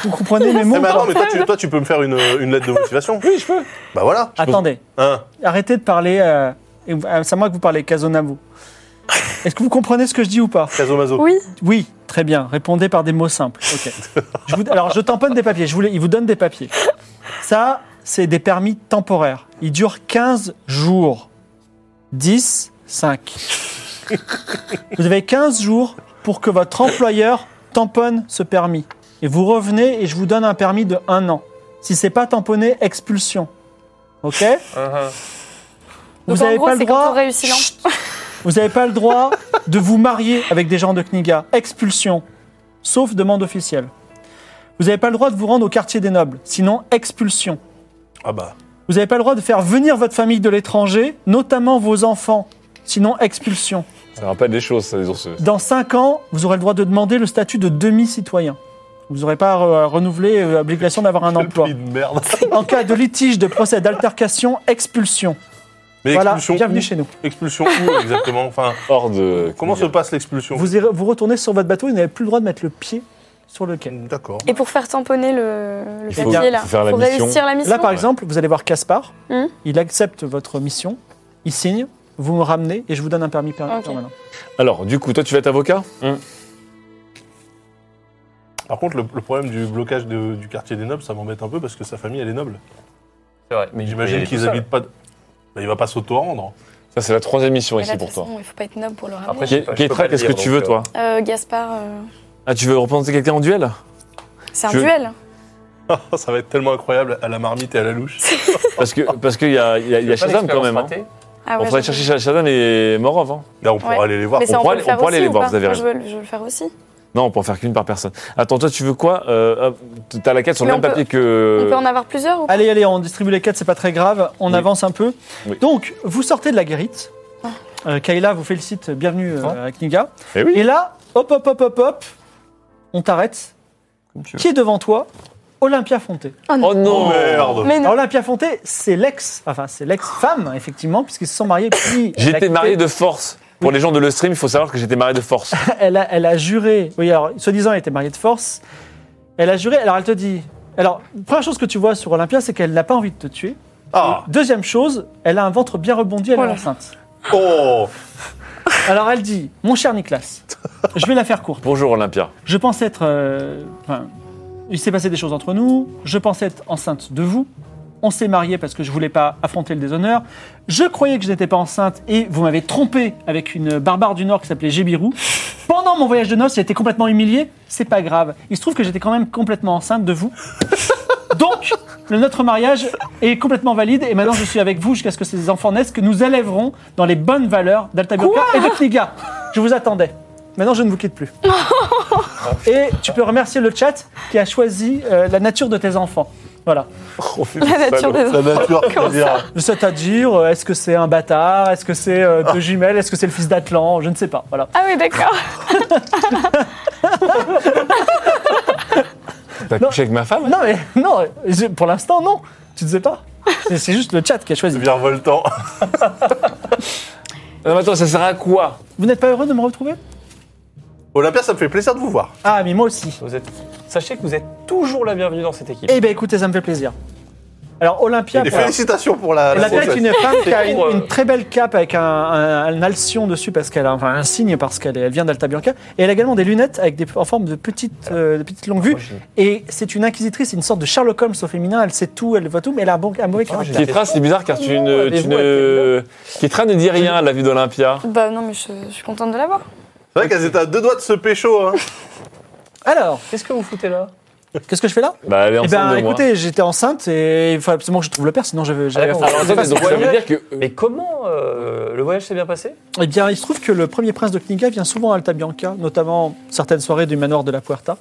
Speaker 1: Vous comprenez mes
Speaker 2: Eh
Speaker 1: mots
Speaker 2: ben attends, mais toi tu, toi, tu peux me faire une, une lettre de motivation
Speaker 3: Oui, je peux.
Speaker 2: Bah voilà.
Speaker 1: Attendez,
Speaker 2: Hein.
Speaker 1: arrêtez de parler. euh, et vous- euh, c'est à moi que vous parlez, Kazonabu. Est-ce que vous comprenez ce que je dis ou pas
Speaker 2: Casomazo.
Speaker 4: Oui,
Speaker 1: Oui, très bien. Répondez par des mots simples. Ok. Je vous- alors, je tamponne des papiers. Je vous les- il vous donne des papiers. Ça, c'est des permis temporaires. Ils durent 15 jours. 10, 5. Vous avez 15 jours pour que votre employeur tamponne ce permis. Et vous revenez et je vous donne un permis de 1 an. Si c'est pas tamponné, expulsion. Ok
Speaker 4: Uh-huh. Donc,
Speaker 1: Vous
Speaker 4: en
Speaker 1: n'avez
Speaker 4: gros,
Speaker 1: pas le
Speaker 4: c'est quand
Speaker 1: droit.
Speaker 4: on réussit l'an.
Speaker 1: Chut vous n'avez pas le droit de vous marier avec des gens de Kniga. Expulsion. Sauf demande officielle. Vous n'avez pas le droit de vous rendre au quartier des nobles. Sinon, expulsion.
Speaker 2: Ah bah.
Speaker 1: Vous n'avez pas le droit de faire venir votre famille de l'étranger, notamment vos enfants. Sinon, expulsion.
Speaker 3: Ça rappelle des choses, ça, les ours.
Speaker 1: Dans 5 ans, vous aurez le droit de demander le statut de demi-citoyen. Vous n'aurez pas euh, renouvelé euh, l'obligation d'avoir un
Speaker 2: Quel
Speaker 1: emploi.
Speaker 2: prix de merde.
Speaker 1: En cas de litige, de procès, d'altercation, expulsion.
Speaker 2: Mais
Speaker 1: Voilà,
Speaker 2: expulsion
Speaker 1: bienvenue
Speaker 2: où
Speaker 1: chez nous.
Speaker 2: Expulsion où exactement Enfin,
Speaker 3: Hors de.
Speaker 2: comment se passe l'expulsion
Speaker 1: Vous, irez- vous retournez sur votre bateau, vous n'avez plus le droit de mettre le pied sur le quai.
Speaker 2: D'accord.
Speaker 4: Et pour faire tamponner le, le
Speaker 3: Il
Speaker 1: faut
Speaker 4: papier, là,
Speaker 3: faire la
Speaker 4: pour
Speaker 3: mission.
Speaker 4: réussir la mission.
Speaker 1: Là, par exemple, vous allez voir Caspar.
Speaker 4: Hmm.
Speaker 1: Il accepte votre mission. Il signe. Vous me ramenez et je vous donne un permis per-
Speaker 4: Ok.
Speaker 1: permanent.
Speaker 3: Alors, du coup, toi, tu vas être avocat
Speaker 2: Par contre, le, le problème du blocage de- du quartier des nobles, ça m'embête un peu parce que sa famille, elle est noble.
Speaker 8: C'est vrai.
Speaker 2: Mais
Speaker 8: il
Speaker 2: j'imagine
Speaker 8: est tout
Speaker 2: qu'ils
Speaker 8: seul.
Speaker 2: habitent pas. de- Bah, il va pas s'auto-rendre.
Speaker 3: Ça, c'est la troisième mission
Speaker 4: Mais là,
Speaker 3: ici
Speaker 4: de
Speaker 3: pour
Speaker 4: toute
Speaker 3: toi.
Speaker 4: façon, il faut pas être noble pour le
Speaker 8: Après,
Speaker 4: ramener.
Speaker 8: je peux pas- je peux pas
Speaker 3: Kétra,
Speaker 8: le
Speaker 3: qu'est-ce que
Speaker 8: dire,
Speaker 3: tu
Speaker 8: donc,
Speaker 3: veux, toi
Speaker 4: Euh, Gaspard, euh,
Speaker 3: Ah, tu veux représenter quelqu'un en duel
Speaker 4: c'est un
Speaker 3: Tu veux-
Speaker 4: duel.
Speaker 2: ça va être tellement incroyable à la marmite et à la louche.
Speaker 3: Parce que parce qu'il y a, il y a, il y a
Speaker 8: euh, pas
Speaker 3: Shazam quand
Speaker 8: d'expérience
Speaker 3: même. hein.
Speaker 8: ratée.
Speaker 4: Ah
Speaker 3: On
Speaker 4: ouais,
Speaker 3: pourrait
Speaker 4: j'avoue.
Speaker 3: chercher Shazam et Morov. hein.
Speaker 2: Là, on pourra
Speaker 4: Ouais.
Speaker 2: aller les voir.
Speaker 4: Mais ça,
Speaker 3: on
Speaker 4: on,
Speaker 3: pourra
Speaker 4: peut
Speaker 3: aller-
Speaker 4: le faire
Speaker 3: on pourra
Speaker 4: aussi
Speaker 3: aller les
Speaker 4: ou
Speaker 3: voir,
Speaker 4: pas
Speaker 3: vous avez Euh,
Speaker 4: Moi, je veux, le- je veux le faire aussi.
Speaker 3: Non, on peut en faire qu'une par personne. Attends, toi, tu veux quoi Euh, hop, T'as la quête sur le
Speaker 4: Mais
Speaker 3: même
Speaker 4: on peut-
Speaker 3: papier
Speaker 4: On peut en
Speaker 3: que.
Speaker 4: avoir plusieurs ou pas
Speaker 1: Allez, allez, on distribue les quatre, c'est pas très grave. On
Speaker 3: Oui.
Speaker 1: avance un peu.
Speaker 3: Oui.
Speaker 1: Donc, vous sortez de la guérite. Euh, Kayla vous félicite. Bienvenue euh, à Kniga.
Speaker 3: Eh oui.
Speaker 1: Et là, hop, hop, hop, hop, hop, on t'arrête. Qui est devant toi Olympia Fonté.
Speaker 3: Oh non
Speaker 2: Oh merde
Speaker 4: Mais non.
Speaker 1: Olympia Fonté, c'est l'ex, enfin, c'est l'ex-femme, effectivement, puisqu'ils se sont mariés. puis elle a
Speaker 3: J'étais
Speaker 1: quitté-
Speaker 3: marié de force. Pour les gens de le stream, il faut savoir que j'étais marié de force.
Speaker 1: elle a, elle a juré. Oui, alors, soi-disant, elle était mariée de force. Elle a juré. Alors, elle te dit. Alors, première chose que tu vois sur Olympia, c'est qu'elle n'a pas envie de te tuer.
Speaker 2: Ah
Speaker 1: Deuxième chose, elle a un ventre bien rebondi, elle
Speaker 4: Oh
Speaker 1: est
Speaker 4: là.
Speaker 1: enceinte.
Speaker 2: Oh
Speaker 1: Alors, elle dit Mon cher Nicolas, je vais la faire courte.
Speaker 3: Bonjour Olympia.
Speaker 1: Je pense être. euh, enfin, il s'est passé des choses entre nous. Je pense être enceinte de vous. On s'est mariés parce que je voulais pas affronter le déshonneur. Je croyais que je n'étais pas enceinte et vous m'avez trompé avec une barbare du Nord qui s'appelait Gébirou. Pendant mon voyage de noces, j'ai été complètement humilié. C'est pas grave. Il se trouve que j'étais quand même complètement enceinte de vous. Donc, le- notre mariage est complètement valide et maintenant je suis avec vous jusqu'à ce que ces enfants naissent que nous élèverons dans les bonnes valeurs d'Altabianca et de Kniga. Je vous attendais. Maintenant, je ne vous quitte plus. Et tu peux remercier le chat qui a choisi euh, la nature de tes enfants. Voilà.
Speaker 4: La nature des
Speaker 2: La nature, c'est-à-dire.
Speaker 1: C'est-à-dire, euh, est-ce que c'est un bâtard Est-ce que c'est euh, deux jumelles Est-ce que c'est le fils d'Atlan Je ne sais pas. Voilà.
Speaker 4: Ah oui, d'accord.
Speaker 3: T'as
Speaker 1: Non.
Speaker 3: couché avec ma femme
Speaker 1: Non, mais non, je- pour l'instant, non. Tu ne sais pas. C'est- C'est juste le chat qui a choisi.
Speaker 2: Bien voltant.
Speaker 3: Non, mais attends, ça sert à quoi
Speaker 1: Vous n'êtes pas heureux de me retrouver
Speaker 2: Olympia, ça me fait plaisir de vous voir.
Speaker 1: Ah, mais moi aussi.
Speaker 8: Vous êtes... Sachez que vous êtes toujours la bienvenue dans cette équipe.
Speaker 1: Eh ben, écoutez, ça me fait plaisir. Alors, Olympia,
Speaker 2: Et
Speaker 1: pour-
Speaker 2: félicitations pour la. la
Speaker 1: Olympia est
Speaker 2: grossesse.
Speaker 1: une femme qui a une,
Speaker 8: pour, euh,
Speaker 1: une très belle cape avec un, un, un alcyon dessus parce qu'elle a enfin, un signe parce qu'elle est- elle vient d'Alta Bianca et elle a également des lunettes avec des, en forme de petites, euh, de petites longues vues et c'est une inquisitrice, une sorte de Sherlock Holmes au féminin. Elle sait tout, elle voit tout, mais elle a un, bon, un
Speaker 3: Ah,
Speaker 1: mauvais caractère.
Speaker 3: Kétra, c'est bizarre car tu ne.
Speaker 1: avez-vous
Speaker 3: Tu ne... Kétra ne dit rien à la vue d'Olympia.
Speaker 4: Bah non, mais je, je suis contente de l'avoir.
Speaker 2: C'est vrai qu'elles étaient à deux doigts de se pécho. Hein.
Speaker 1: Alors,
Speaker 8: Qu'est-ce que vous foutez là
Speaker 1: qu'est-ce que je fais là
Speaker 3: Bah, elle est
Speaker 1: Eh
Speaker 3: enceinte
Speaker 1: ben,
Speaker 3: de moi. Ah,
Speaker 1: écoutez, j'étais enceinte et il faut absolument que je trouve le père, sinon j'avais. j'avais-
Speaker 8: d'accord.
Speaker 3: Alors, attendez, donc ça veut dire que.
Speaker 8: Mais comment euh, le voyage s'est bien passé
Speaker 1: Eh bien, il se trouve que le premier prince de Kniga vient souvent à Alta Bianca, notamment certaines soirées du manoir de la Puerta.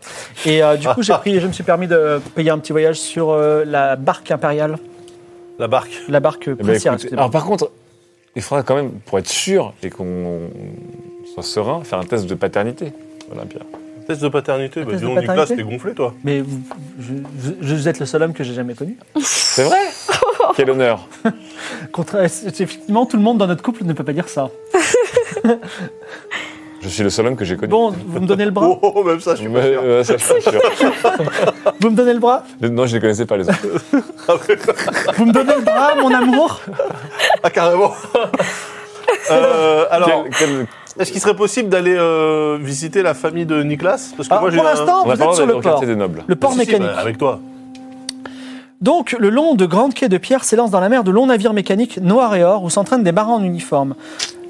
Speaker 1: Et euh, du coup, j'ai pris, je me suis permis de payer un petit voyage sur euh, la barque impériale.
Speaker 2: La barque.
Speaker 1: La barque
Speaker 3: Eh ben,
Speaker 1: princière,
Speaker 3: écoute, alors par contre, il faudra quand même, pour être sûr et qu'on soit serein, faire un test de paternité, Olympia.
Speaker 2: Test de paternité, bah,
Speaker 1: test
Speaker 2: dis
Speaker 1: de
Speaker 2: donc, Nicolas,
Speaker 1: paternité
Speaker 2: t'es gonflé, toi.
Speaker 1: Mais vous, je- vous- vous êtes le seul homme que j'ai jamais connu.
Speaker 3: C'est vrai Quel honneur
Speaker 1: Contra- c'est- effectivement, tout le monde dans notre couple ne peut pas dire ça.
Speaker 3: Je suis le seul homme que j'ai connu.
Speaker 1: Bon, vous me donnez le bras
Speaker 2: Oh, oh, même ça, je suis pas
Speaker 3: Ouais,
Speaker 2: sûr.
Speaker 3: ouais, ça, je suis pas sûr.
Speaker 1: Vous me donnez le bras
Speaker 3: Non, je les connaissais pas les autres.
Speaker 1: Vous me donnez le bras, mon amour
Speaker 2: Ah, carrément. Euh, alors,
Speaker 3: Quel- quel-
Speaker 2: est-ce qu'il serait possible d'aller euh, visiter la famille de Nicolas Parce que
Speaker 1: Alors,
Speaker 2: moi, j'ai
Speaker 1: Pour
Speaker 2: un-
Speaker 1: l'instant, vous
Speaker 3: on a pas le
Speaker 1: êtes
Speaker 3: droit
Speaker 1: sur
Speaker 3: d'aller
Speaker 1: le
Speaker 3: au
Speaker 1: port.
Speaker 3: quartier des nobles.
Speaker 1: Le port
Speaker 2: Si, si, bah,
Speaker 1: mécanique.
Speaker 2: avec toi.
Speaker 1: Donc, le long de grandes quais de pierre s'élance dans la mer de longs navires mécaniques noirs et or où s'entraînent des marins en uniforme.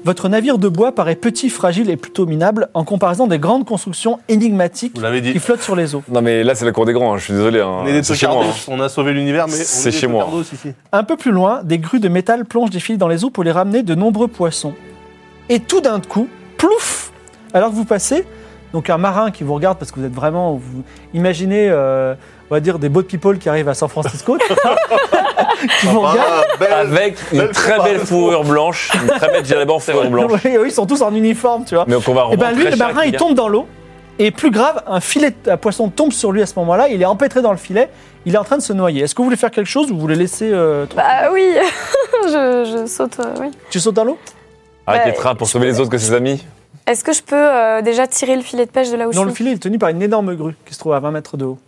Speaker 1: Votre navire de bois paraît petit, fragile et plutôt minable en comparaison des grandes constructions énigmatiques
Speaker 2: Vous l'avez dit.
Speaker 1: qui flottent sur les eaux.
Speaker 3: Non, mais là, c'est la cour des grands, hein, je suis désolé. hein.
Speaker 2: On est des
Speaker 3: C'est chez moi.
Speaker 2: tocardos, on a sauvé l'univers, mais on est
Speaker 3: C'est
Speaker 2: des
Speaker 3: chez moi.
Speaker 2: tocardos ici.
Speaker 1: Un peu plus loin, des grues de métal plongent des fils dans les eaux pour les ramener de nombreux poissons. Et tout d'un coup, plouf Alors que vous passez, donc un marin qui vous regarde parce que vous êtes vraiment, vous imaginez, euh, on va dire, des boat people qui arrivent à San Francisco, qui vous regardent.
Speaker 2: Ah, belle-
Speaker 3: hein. Avec une
Speaker 2: Belle
Speaker 3: très belle fourrure blanche, une très belle djellaba en fourrure blanche.
Speaker 1: Oui, oui, ils sont tous en uniforme, tu vois.
Speaker 3: Mais qu'on va
Speaker 1: Et
Speaker 3: revendre
Speaker 1: ben lui,
Speaker 3: très
Speaker 1: le
Speaker 3: cher,
Speaker 1: marin, il
Speaker 3: gars.
Speaker 1: tombe dans l'eau. Et plus grave, un filet à poisson tombe sur lui à ce moment-là. Il est empêtré dans le filet. Il est en train de se noyer. Est-ce que vous voulez faire quelque chose ou vous voulez laisser euh, tr-
Speaker 4: Bah oui, je, je saute, euh, oui.
Speaker 1: Tu sautes dans l'eau
Speaker 3: Arrête
Speaker 4: Ouais.
Speaker 3: les trains pour sauver les autres que ses amis.
Speaker 4: Est-ce que je peux euh, déjà tirer le filet de pêche de là où
Speaker 1: Non,
Speaker 4: je
Speaker 1: le
Speaker 4: suis
Speaker 1: filet il est tenu par une énorme grue qui se trouve à 20 mètres de haut.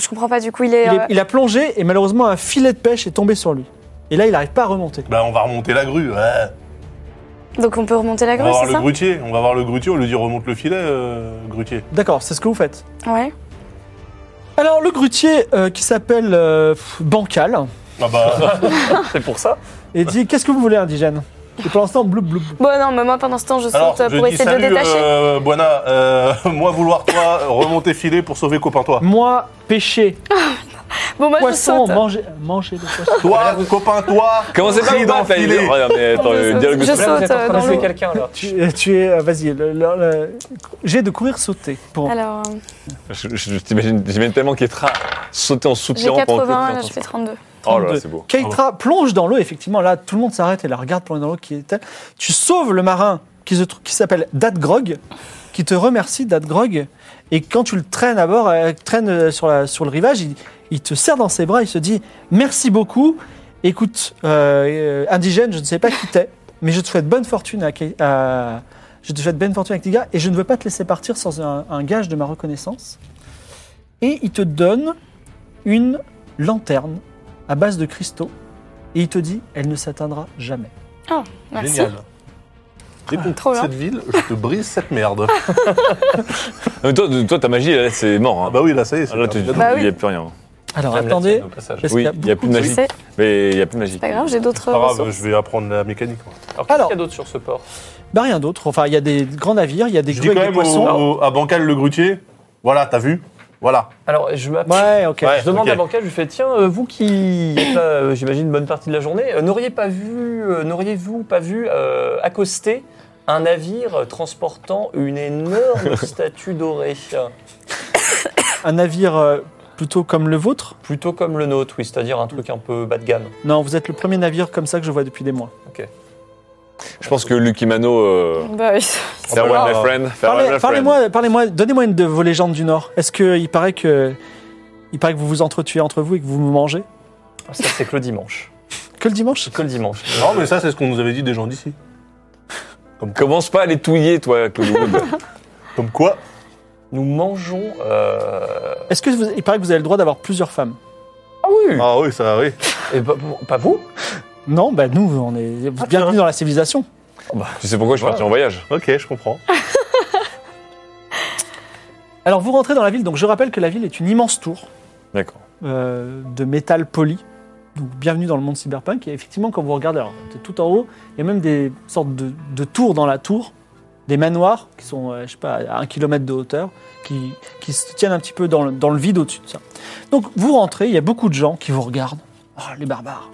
Speaker 4: Je comprends pas, du coup, il est...
Speaker 1: Il, est-
Speaker 4: euh,
Speaker 1: il a plongé et malheureusement un filet de pêche est tombé sur lui. Et là, il n'arrive pas à remonter.
Speaker 2: Bah, on va remonter la grue. ouais.
Speaker 4: euh, Donc on peut remonter la
Speaker 2: On va
Speaker 3: Oh,
Speaker 4: grue,
Speaker 2: voir
Speaker 4: c'est
Speaker 2: le
Speaker 4: ça
Speaker 2: grutier. On va voir le grutier. On lui dit remonte le filet, euh, grutier.
Speaker 1: D'accord, c'est ce que vous faites.
Speaker 4: Ouais.
Speaker 1: Alors, le grutier euh, qui s'appelle euh, pff, Bancal
Speaker 2: Ah bah,
Speaker 5: C'est pour ça.
Speaker 1: et dit Qu'est-ce que vous voulez, indigène Et pour l'instant, bloub bloub.
Speaker 4: Bon, non, mais moi, pendant ce temps, je saute
Speaker 2: alors,
Speaker 4: euh,
Speaker 2: je
Speaker 4: pour
Speaker 2: dis
Speaker 4: essayer de
Speaker 2: salut,
Speaker 4: le détacher.
Speaker 2: euh, Buana. euh, moi, vouloir toi, remonter filet pour sauver copain toi.
Speaker 1: Moi, pêcher,
Speaker 4: Bon, moi,
Speaker 1: poisson,
Speaker 4: Ah, je saute.
Speaker 1: manger, manger des poissons.
Speaker 2: Toi, copain toi.
Speaker 3: Comment c'est pas
Speaker 2: pris
Speaker 3: vous
Speaker 2: dans
Speaker 3: battre, là, il-
Speaker 2: filet.
Speaker 3: Regarde, mais attends,
Speaker 4: Je
Speaker 3: le dialogue de
Speaker 4: saute.
Speaker 3: Sophie.
Speaker 5: Là, vous êtes en
Speaker 4: euh,
Speaker 5: train
Speaker 4: dans
Speaker 5: de tuer
Speaker 4: l'eau.
Speaker 5: quelqu'un, là.
Speaker 1: Tu, euh, tu es. Vas-y, le, le- le- j'ai de courir sauter. Pour...
Speaker 4: Alors, euh,
Speaker 3: Je, je t'imagine j'imagine tellement qu'Etra sauter en
Speaker 4: j'ai
Speaker 3: soupirant pendant que tu
Speaker 4: 80, là,
Speaker 3: entends
Speaker 4: je
Speaker 3: ça.
Speaker 4: fais 32.
Speaker 3: Oh là là,
Speaker 1: 32.
Speaker 3: c'est beau.
Speaker 1: Keitra plonge dans l'eau, effectivement. Là, tout le monde s'arrête et la regarde plonger dans l'eau. Qui est... Tu sauves le marin qui, se tr- qui s'appelle Datgrog, qui te remercie, Datgrog. Et quand tu le traînes à bord, euh, traîne euh, sur, la- sur le rivage, il, il te serre dans ses bras, il se dit Merci beaucoup. Écoute, euh, euh, indigène, je ne sais pas qui t'es, mais je te souhaite bonne fortune à. Ke- à- je te souhaite bonne fortune avec tes gars et je ne veux pas te laisser partir sans un- un gage de ma reconnaissance. Et il te donne une lanterne à base de cristaux et il te dit elle ne s'atteindra jamais.
Speaker 4: Merci.
Speaker 2: Génial. Dès qu'on
Speaker 4: Trop
Speaker 2: quitte
Speaker 4: bien.
Speaker 2: cette ville, je te brise cette merde.
Speaker 3: Non, mais toi, de- toi, ta magie, là, c'est mort.
Speaker 2: Ah
Speaker 3: hein.
Speaker 2: bah oui, là, ça y est. c'est
Speaker 3: Là, tu- il
Speaker 2: terminé.
Speaker 3: n'y
Speaker 4: Bah oui.
Speaker 3: a plus rien.
Speaker 1: Alors
Speaker 5: Même la
Speaker 1: attendez,
Speaker 5: tienne, au passage.
Speaker 1: parce qu'il
Speaker 3: Oui,
Speaker 1: y a
Speaker 3: il n'y a
Speaker 1: beaucoup
Speaker 3: plus de
Speaker 4: Je
Speaker 3: magie.
Speaker 4: sais,
Speaker 3: Mais il n'y a plus de magie.
Speaker 4: pas grave, j'ai d'autres
Speaker 2: Pas grave,
Speaker 4: ressources.
Speaker 2: je vais apprendre la mécanique. moi.
Speaker 5: Alors, qu'est-ce
Speaker 1: Alors-
Speaker 5: qu'il y a d'autre sur ce port
Speaker 1: bah, rien d'autre. Enfin, il y a des grands navires, il y a des
Speaker 2: Je
Speaker 1: grues
Speaker 2: dis quand
Speaker 1: avec des
Speaker 2: même
Speaker 1: poissons.
Speaker 2: au- au- à Bancal le grutier. Voilà, t'as vu Voilà.
Speaker 5: Alors, je m'appelle.
Speaker 1: Ouais, ok.
Speaker 2: Ouais.
Speaker 5: Je demande
Speaker 2: ok.
Speaker 5: à Bancal, je lui fais tiens, euh, vous qui êtes là, euh, j'imagine, une bonne partie de la journée, euh, n'auriez pas vu, euh, n'auriez-vous pas vu euh, accoster un navire transportant une énorme statue dorée euh,
Speaker 1: Un navire euh, plutôt comme le vôtre.
Speaker 5: Plutôt comme le nôtre, oui, c'est-à-dire un truc un peu bas de gamme.
Speaker 1: Non, vous êtes le premier navire comme ça que je vois depuis des mois.
Speaker 3: Je pense que Lucky Mano. euh,
Speaker 4: Bah, oui.
Speaker 3: Farewell, my friend.
Speaker 2: Ah,
Speaker 3: Farewell, my
Speaker 1: Parlez-
Speaker 3: friend.
Speaker 1: Parlez-moi, parlez-moi, donnez-moi une de vos légendes du Nord. Est-ce que il paraît que il paraît que vous vous entretuez entre vous et que vous vous mangez
Speaker 5: Ah, Ça, c'est que le dimanche.
Speaker 1: que le dimanche
Speaker 5: Que le dimanche.
Speaker 2: Non, mais ça, c'est ce qu'on nous avait dit des gens d'ici.
Speaker 3: Commence pas à les touiller, toi, Claude Wood.
Speaker 2: Comme quoi
Speaker 5: Nous mangeons. euh,
Speaker 1: Est-ce que vous, il paraît que vous avez le droit d'avoir plusieurs femmes
Speaker 5: Ah oui
Speaker 2: Ah oui, ça, oui.
Speaker 5: Et pas, pour- pas vous
Speaker 1: Non, bah nous, on est
Speaker 5: Ah,
Speaker 1: bienvenue dans la civilisation.
Speaker 3: tu sais pourquoi je suis parti en voyage
Speaker 2: Ok, je comprends.
Speaker 1: Alors vous rentrez dans la ville. Donc je rappelle que la ville est une immense tour.
Speaker 3: D'accord.
Speaker 1: euh, de métal poli. Donc bienvenue dans le monde cyberpunk. Et effectivement, quand vous regardez, alors t'es tout en haut, il y a même des sortes de, de tours dans la tour, des manoirs qui sont, euh, je sais pas, à un kilomètre de hauteur, qui, qui se tiennent un petit peu dans le, dans le vide au-dessus de ça. Donc vous rentrez, il y a beaucoup de gens qui vous regardent. Ah, les barbares.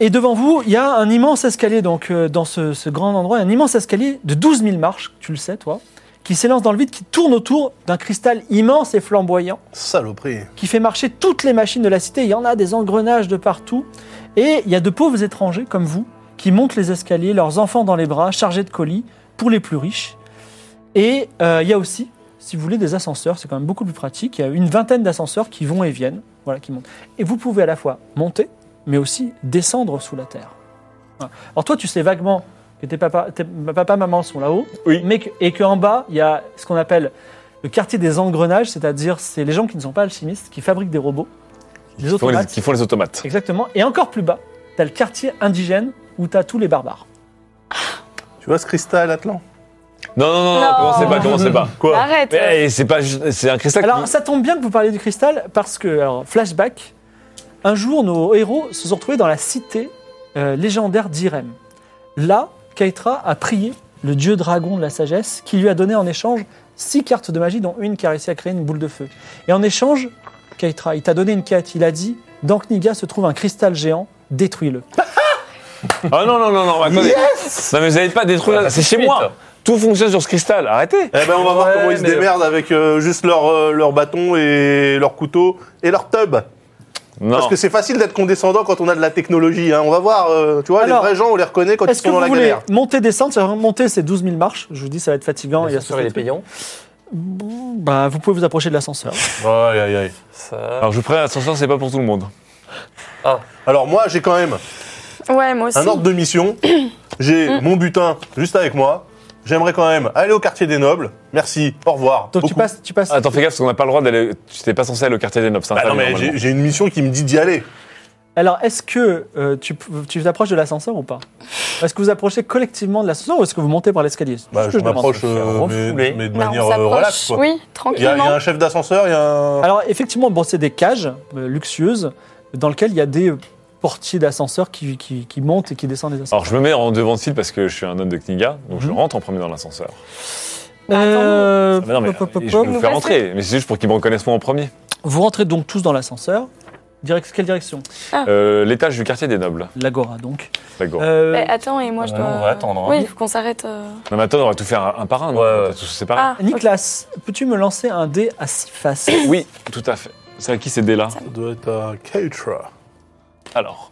Speaker 1: Et devant vous, il y a un immense escalier, donc euh, dans ce, ce grand endroit, un immense escalier de 12 000 marches, tu le sais toi, qui s'élance dans le vide, qui tourne autour d'un cristal immense et flamboyant
Speaker 2: Saloperie.
Speaker 1: qui fait marcher toutes les machines de la cité. Il y en a des engrenages de partout. Et il y a de pauvres étrangers comme vous qui montent les escaliers, leurs enfants dans les bras, chargés de colis, pour les plus riches. Et euh, il y a aussi, si vous voulez, des ascenseurs, c'est quand même beaucoup plus pratique. Il y a une vingtaine d'ascenseurs qui vont et viennent, voilà, qui montent. Et vous pouvez à la fois monter, mais aussi descendre sous la terre. Voilà. Alors toi, tu sais vaguement que tes papas, tes papa, maman sont là-haut,
Speaker 3: Oui.
Speaker 1: mais que- et qu'en bas, il y a ce qu'on appelle le quartier des engrenages, c'est-à-dire c'est les gens qui ne sont pas alchimistes, qui fabriquent des robots, des
Speaker 3: Qui font les-
Speaker 1: automates.
Speaker 3: qui font les automates.
Speaker 1: Exactement. Et encore plus bas, t'as le quartier indigène où t'as tous les barbares.
Speaker 2: Tu vois ce cristal Atlan
Speaker 3: Non, non, non, non,
Speaker 4: Non.
Speaker 3: commencez pas, commencez pas.
Speaker 2: Quoi
Speaker 4: Arrête.
Speaker 3: Mais, eh, c'est pas, juste- c'est un cristal.
Speaker 1: Alors,
Speaker 3: qui-
Speaker 1: ça tombe bien que vous parliez du cristal parce que, alors, flashback, un jour, nos héros se sont retrouvés dans la cité euh, légendaire d'Irem. Là, Keitra a prié le dieu dragon de la sagesse qui lui a donné en échange six cartes de magie, dont une qui a réussi à créer une boule de feu. Et en échange, Keitra, il t'a donné une quête. Il a dit Dans Kniga se trouve un cristal géant, détruis-le.
Speaker 2: Oh,
Speaker 3: Ah non, non, non, non, attendez. non, mais vous n'allez pas détruire.
Speaker 8: Ouais,
Speaker 3: c'est chez
Speaker 8: suite.
Speaker 3: moi. Tout fonctionne sur ce cristal. Arrêtez.
Speaker 2: Eh ben, on va voir
Speaker 8: Ouais,
Speaker 2: comment ils se
Speaker 8: mais-
Speaker 2: démerdent avec euh, juste leur, euh, leur bâton et leur couteau et leur tub. Parce
Speaker 3: Non.
Speaker 2: que c'est facile d'être condescendant quand on a de la technologie. hein. On va voir, euh, tu vois,
Speaker 1: Alors,
Speaker 2: les vrais gens, on les reconnaît quand ils
Speaker 1: Est-ce que
Speaker 2: sont
Speaker 1: vous
Speaker 2: dans la
Speaker 1: voulez
Speaker 2: galère.
Speaker 1: monter, descendre C'est-à-dire monter ces 12 000 marches. Je vous dis, ça va être fatigant. Il y a
Speaker 8: L'ascenseur, il est
Speaker 1: 60 trucs.
Speaker 8: payant.
Speaker 1: Bah, vous pouvez vous approcher de l'ascenseur.
Speaker 2: Aïe, aïe, aïe.
Speaker 8: Ça...
Speaker 3: Alors je prends l'ascenseur, c'est pas pour tout le monde.
Speaker 2: Alors moi, j'ai quand même
Speaker 4: Ouais, moi aussi.
Speaker 2: un ordre de mission.
Speaker 1: Mm.
Speaker 2: J'ai mon butin juste avec moi. J'aimerais quand même aller au quartier des nobles. Merci, au revoir.
Speaker 1: Donc tu
Speaker 2: Beaucoup.
Speaker 1: passes, tu passes.
Speaker 3: Attends, fais gaffe parce qu'on n'a pas le droit d'aller. Tu t'es pas censé aller au quartier des nobles. c'est
Speaker 2: Bah non,
Speaker 3: interdit,
Speaker 2: mais
Speaker 3: normalement.
Speaker 2: j'ai j'ai une mission qui me dit d'y aller.
Speaker 1: Alors, est-ce que euh, tu p- tu t'approches de l'ascenseur ou pas Est-ce que vous approchez collectivement de l'ascenseur ou est-ce que vous montez par l'escalier C'est
Speaker 2: Bah,
Speaker 1: ce que
Speaker 2: je
Speaker 1: demande.
Speaker 2: m'approche, euh,
Speaker 8: refouler.
Speaker 2: mais, mais de
Speaker 4: Bah, on
Speaker 2: manière euh,
Speaker 4: s'approche.
Speaker 2: relaxe. quoi.
Speaker 4: Oui,
Speaker 2: Il y, a- il y a
Speaker 4: tranquillement. Eh,
Speaker 2: un chef d'ascenseur, il y a un.
Speaker 1: Alors, effectivement, bon, c'est des cages euh, luxueuses dans lesquelles il y a des euh, portiers d'ascenseur qui, qui- qui montent et qui descendent des ascenseurs.
Speaker 3: Alors je me mets en devant de file parce que je suis un homme de Kniga, donc je
Speaker 1: Mhm.
Speaker 3: rentre en premier dans l'ascenseur.
Speaker 1: Euh,
Speaker 3: Ah, mais non, mais
Speaker 1: pop, pop,
Speaker 3: je
Speaker 1: pop,
Speaker 3: vais vous
Speaker 4: nous
Speaker 3: faire
Speaker 4: passer.
Speaker 3: rentrer, mais c'est juste pour qu'ils me reconnaissent moi en premier.
Speaker 1: Vous rentrez donc tous dans l'ascenseur. Direct, quelle direction
Speaker 3: Euh, L'étage du quartier des nobles.
Speaker 1: L'agora, donc.
Speaker 3: D'accord.
Speaker 1: Euh,
Speaker 4: Eh, attends, et moi je
Speaker 8: Ouais,
Speaker 4: dois.
Speaker 8: on va attendre, hein.
Speaker 4: Oui, il faut qu'on s'arrête. euh.
Speaker 3: Non mais attends, on va tout faire un, un par un, non
Speaker 8: Ouais,
Speaker 3: On va
Speaker 8: ouais.
Speaker 3: pas tous se séparer.
Speaker 4: Ah, ok.
Speaker 1: Nicolas, peux-tu me lancer un dé à six faces
Speaker 3: Oui, tout à fait. C'est à qui ces dés là
Speaker 2: Ça doit être un Keitra.
Speaker 3: Alors.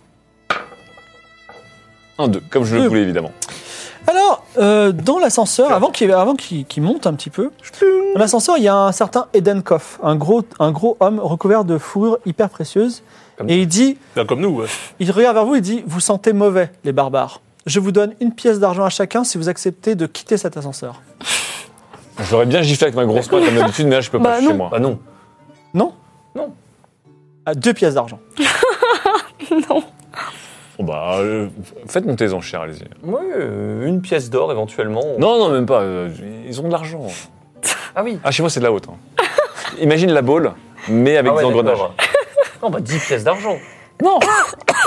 Speaker 3: Un, deux, comme je le
Speaker 1: Deux.
Speaker 3: voulais évidemment.
Speaker 1: Alors, euh, dans l'ascenseur, avant qu'il avant qu'il- qu'il monte un petit peu, dans l'ascenseur, il y a un certain Edenkoff, un gros, un gros homme recouvert de fourrure hyper précieuse.
Speaker 8: Comme
Speaker 1: et il dit,
Speaker 2: Comme nous, ouais.
Speaker 1: il regarde vers vous et dit, vous sentez mauvais, les barbares. Je vous donne une pièce d'argent à chacun si vous acceptez de quitter cet ascenseur.
Speaker 3: Je l'aurais bien giflé avec ma grosse patte comme d'habitude, mais là je peux
Speaker 4: Bah
Speaker 3: pas je suis
Speaker 4: non.
Speaker 3: chez moi.
Speaker 8: Bah non.
Speaker 1: Non
Speaker 8: Non.
Speaker 1: Ah, deux pièces d'argent.
Speaker 3: Bon, bah, euh, faites monter les enchères, allez-y.
Speaker 8: Oui, euh, une pièce d'or éventuellement.
Speaker 3: Non, non, même pas. euh, ils ont de l'argent.
Speaker 8: Ah oui.
Speaker 3: Ah, chez moi, c'est de la haute. hein. Imagine la boule, mais avec
Speaker 8: Ah ouais,
Speaker 3: des engrenages.
Speaker 8: d'accord. Non, bah 10 pièces d'argent.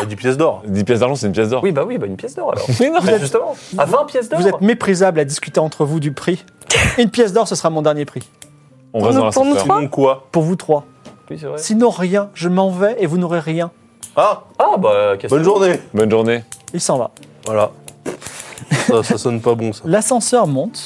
Speaker 2: 10 pièces d'or.
Speaker 3: 10 pièces d'argent, c'est une pièce d'or.
Speaker 8: Oui, bah oui, bah une pièce d'or alors.
Speaker 3: Mais non.
Speaker 8: Bah, justement, à 20 pièces d'or.
Speaker 1: Vous êtes méprisables à discuter entre vous du prix. Une pièce d'or, ce sera mon dernier prix.
Speaker 3: On reste
Speaker 4: nous-
Speaker 3: dans
Speaker 4: pour nous
Speaker 3: l'ascenseur.
Speaker 4: trois
Speaker 2: Sinon quoi
Speaker 1: Pour vous trois.
Speaker 8: Oui, c'est vrai.
Speaker 1: Sinon, rien. Je m'en vais et vous n'aurez rien.
Speaker 2: Ah,
Speaker 8: Ah bah qu'est-ce
Speaker 2: bonne
Speaker 8: que-
Speaker 2: journée.
Speaker 3: Bonne journée.
Speaker 1: Il s'en va.
Speaker 2: Voilà. Ça, ça sonne pas bon, ça.
Speaker 1: L'ascenseur monte.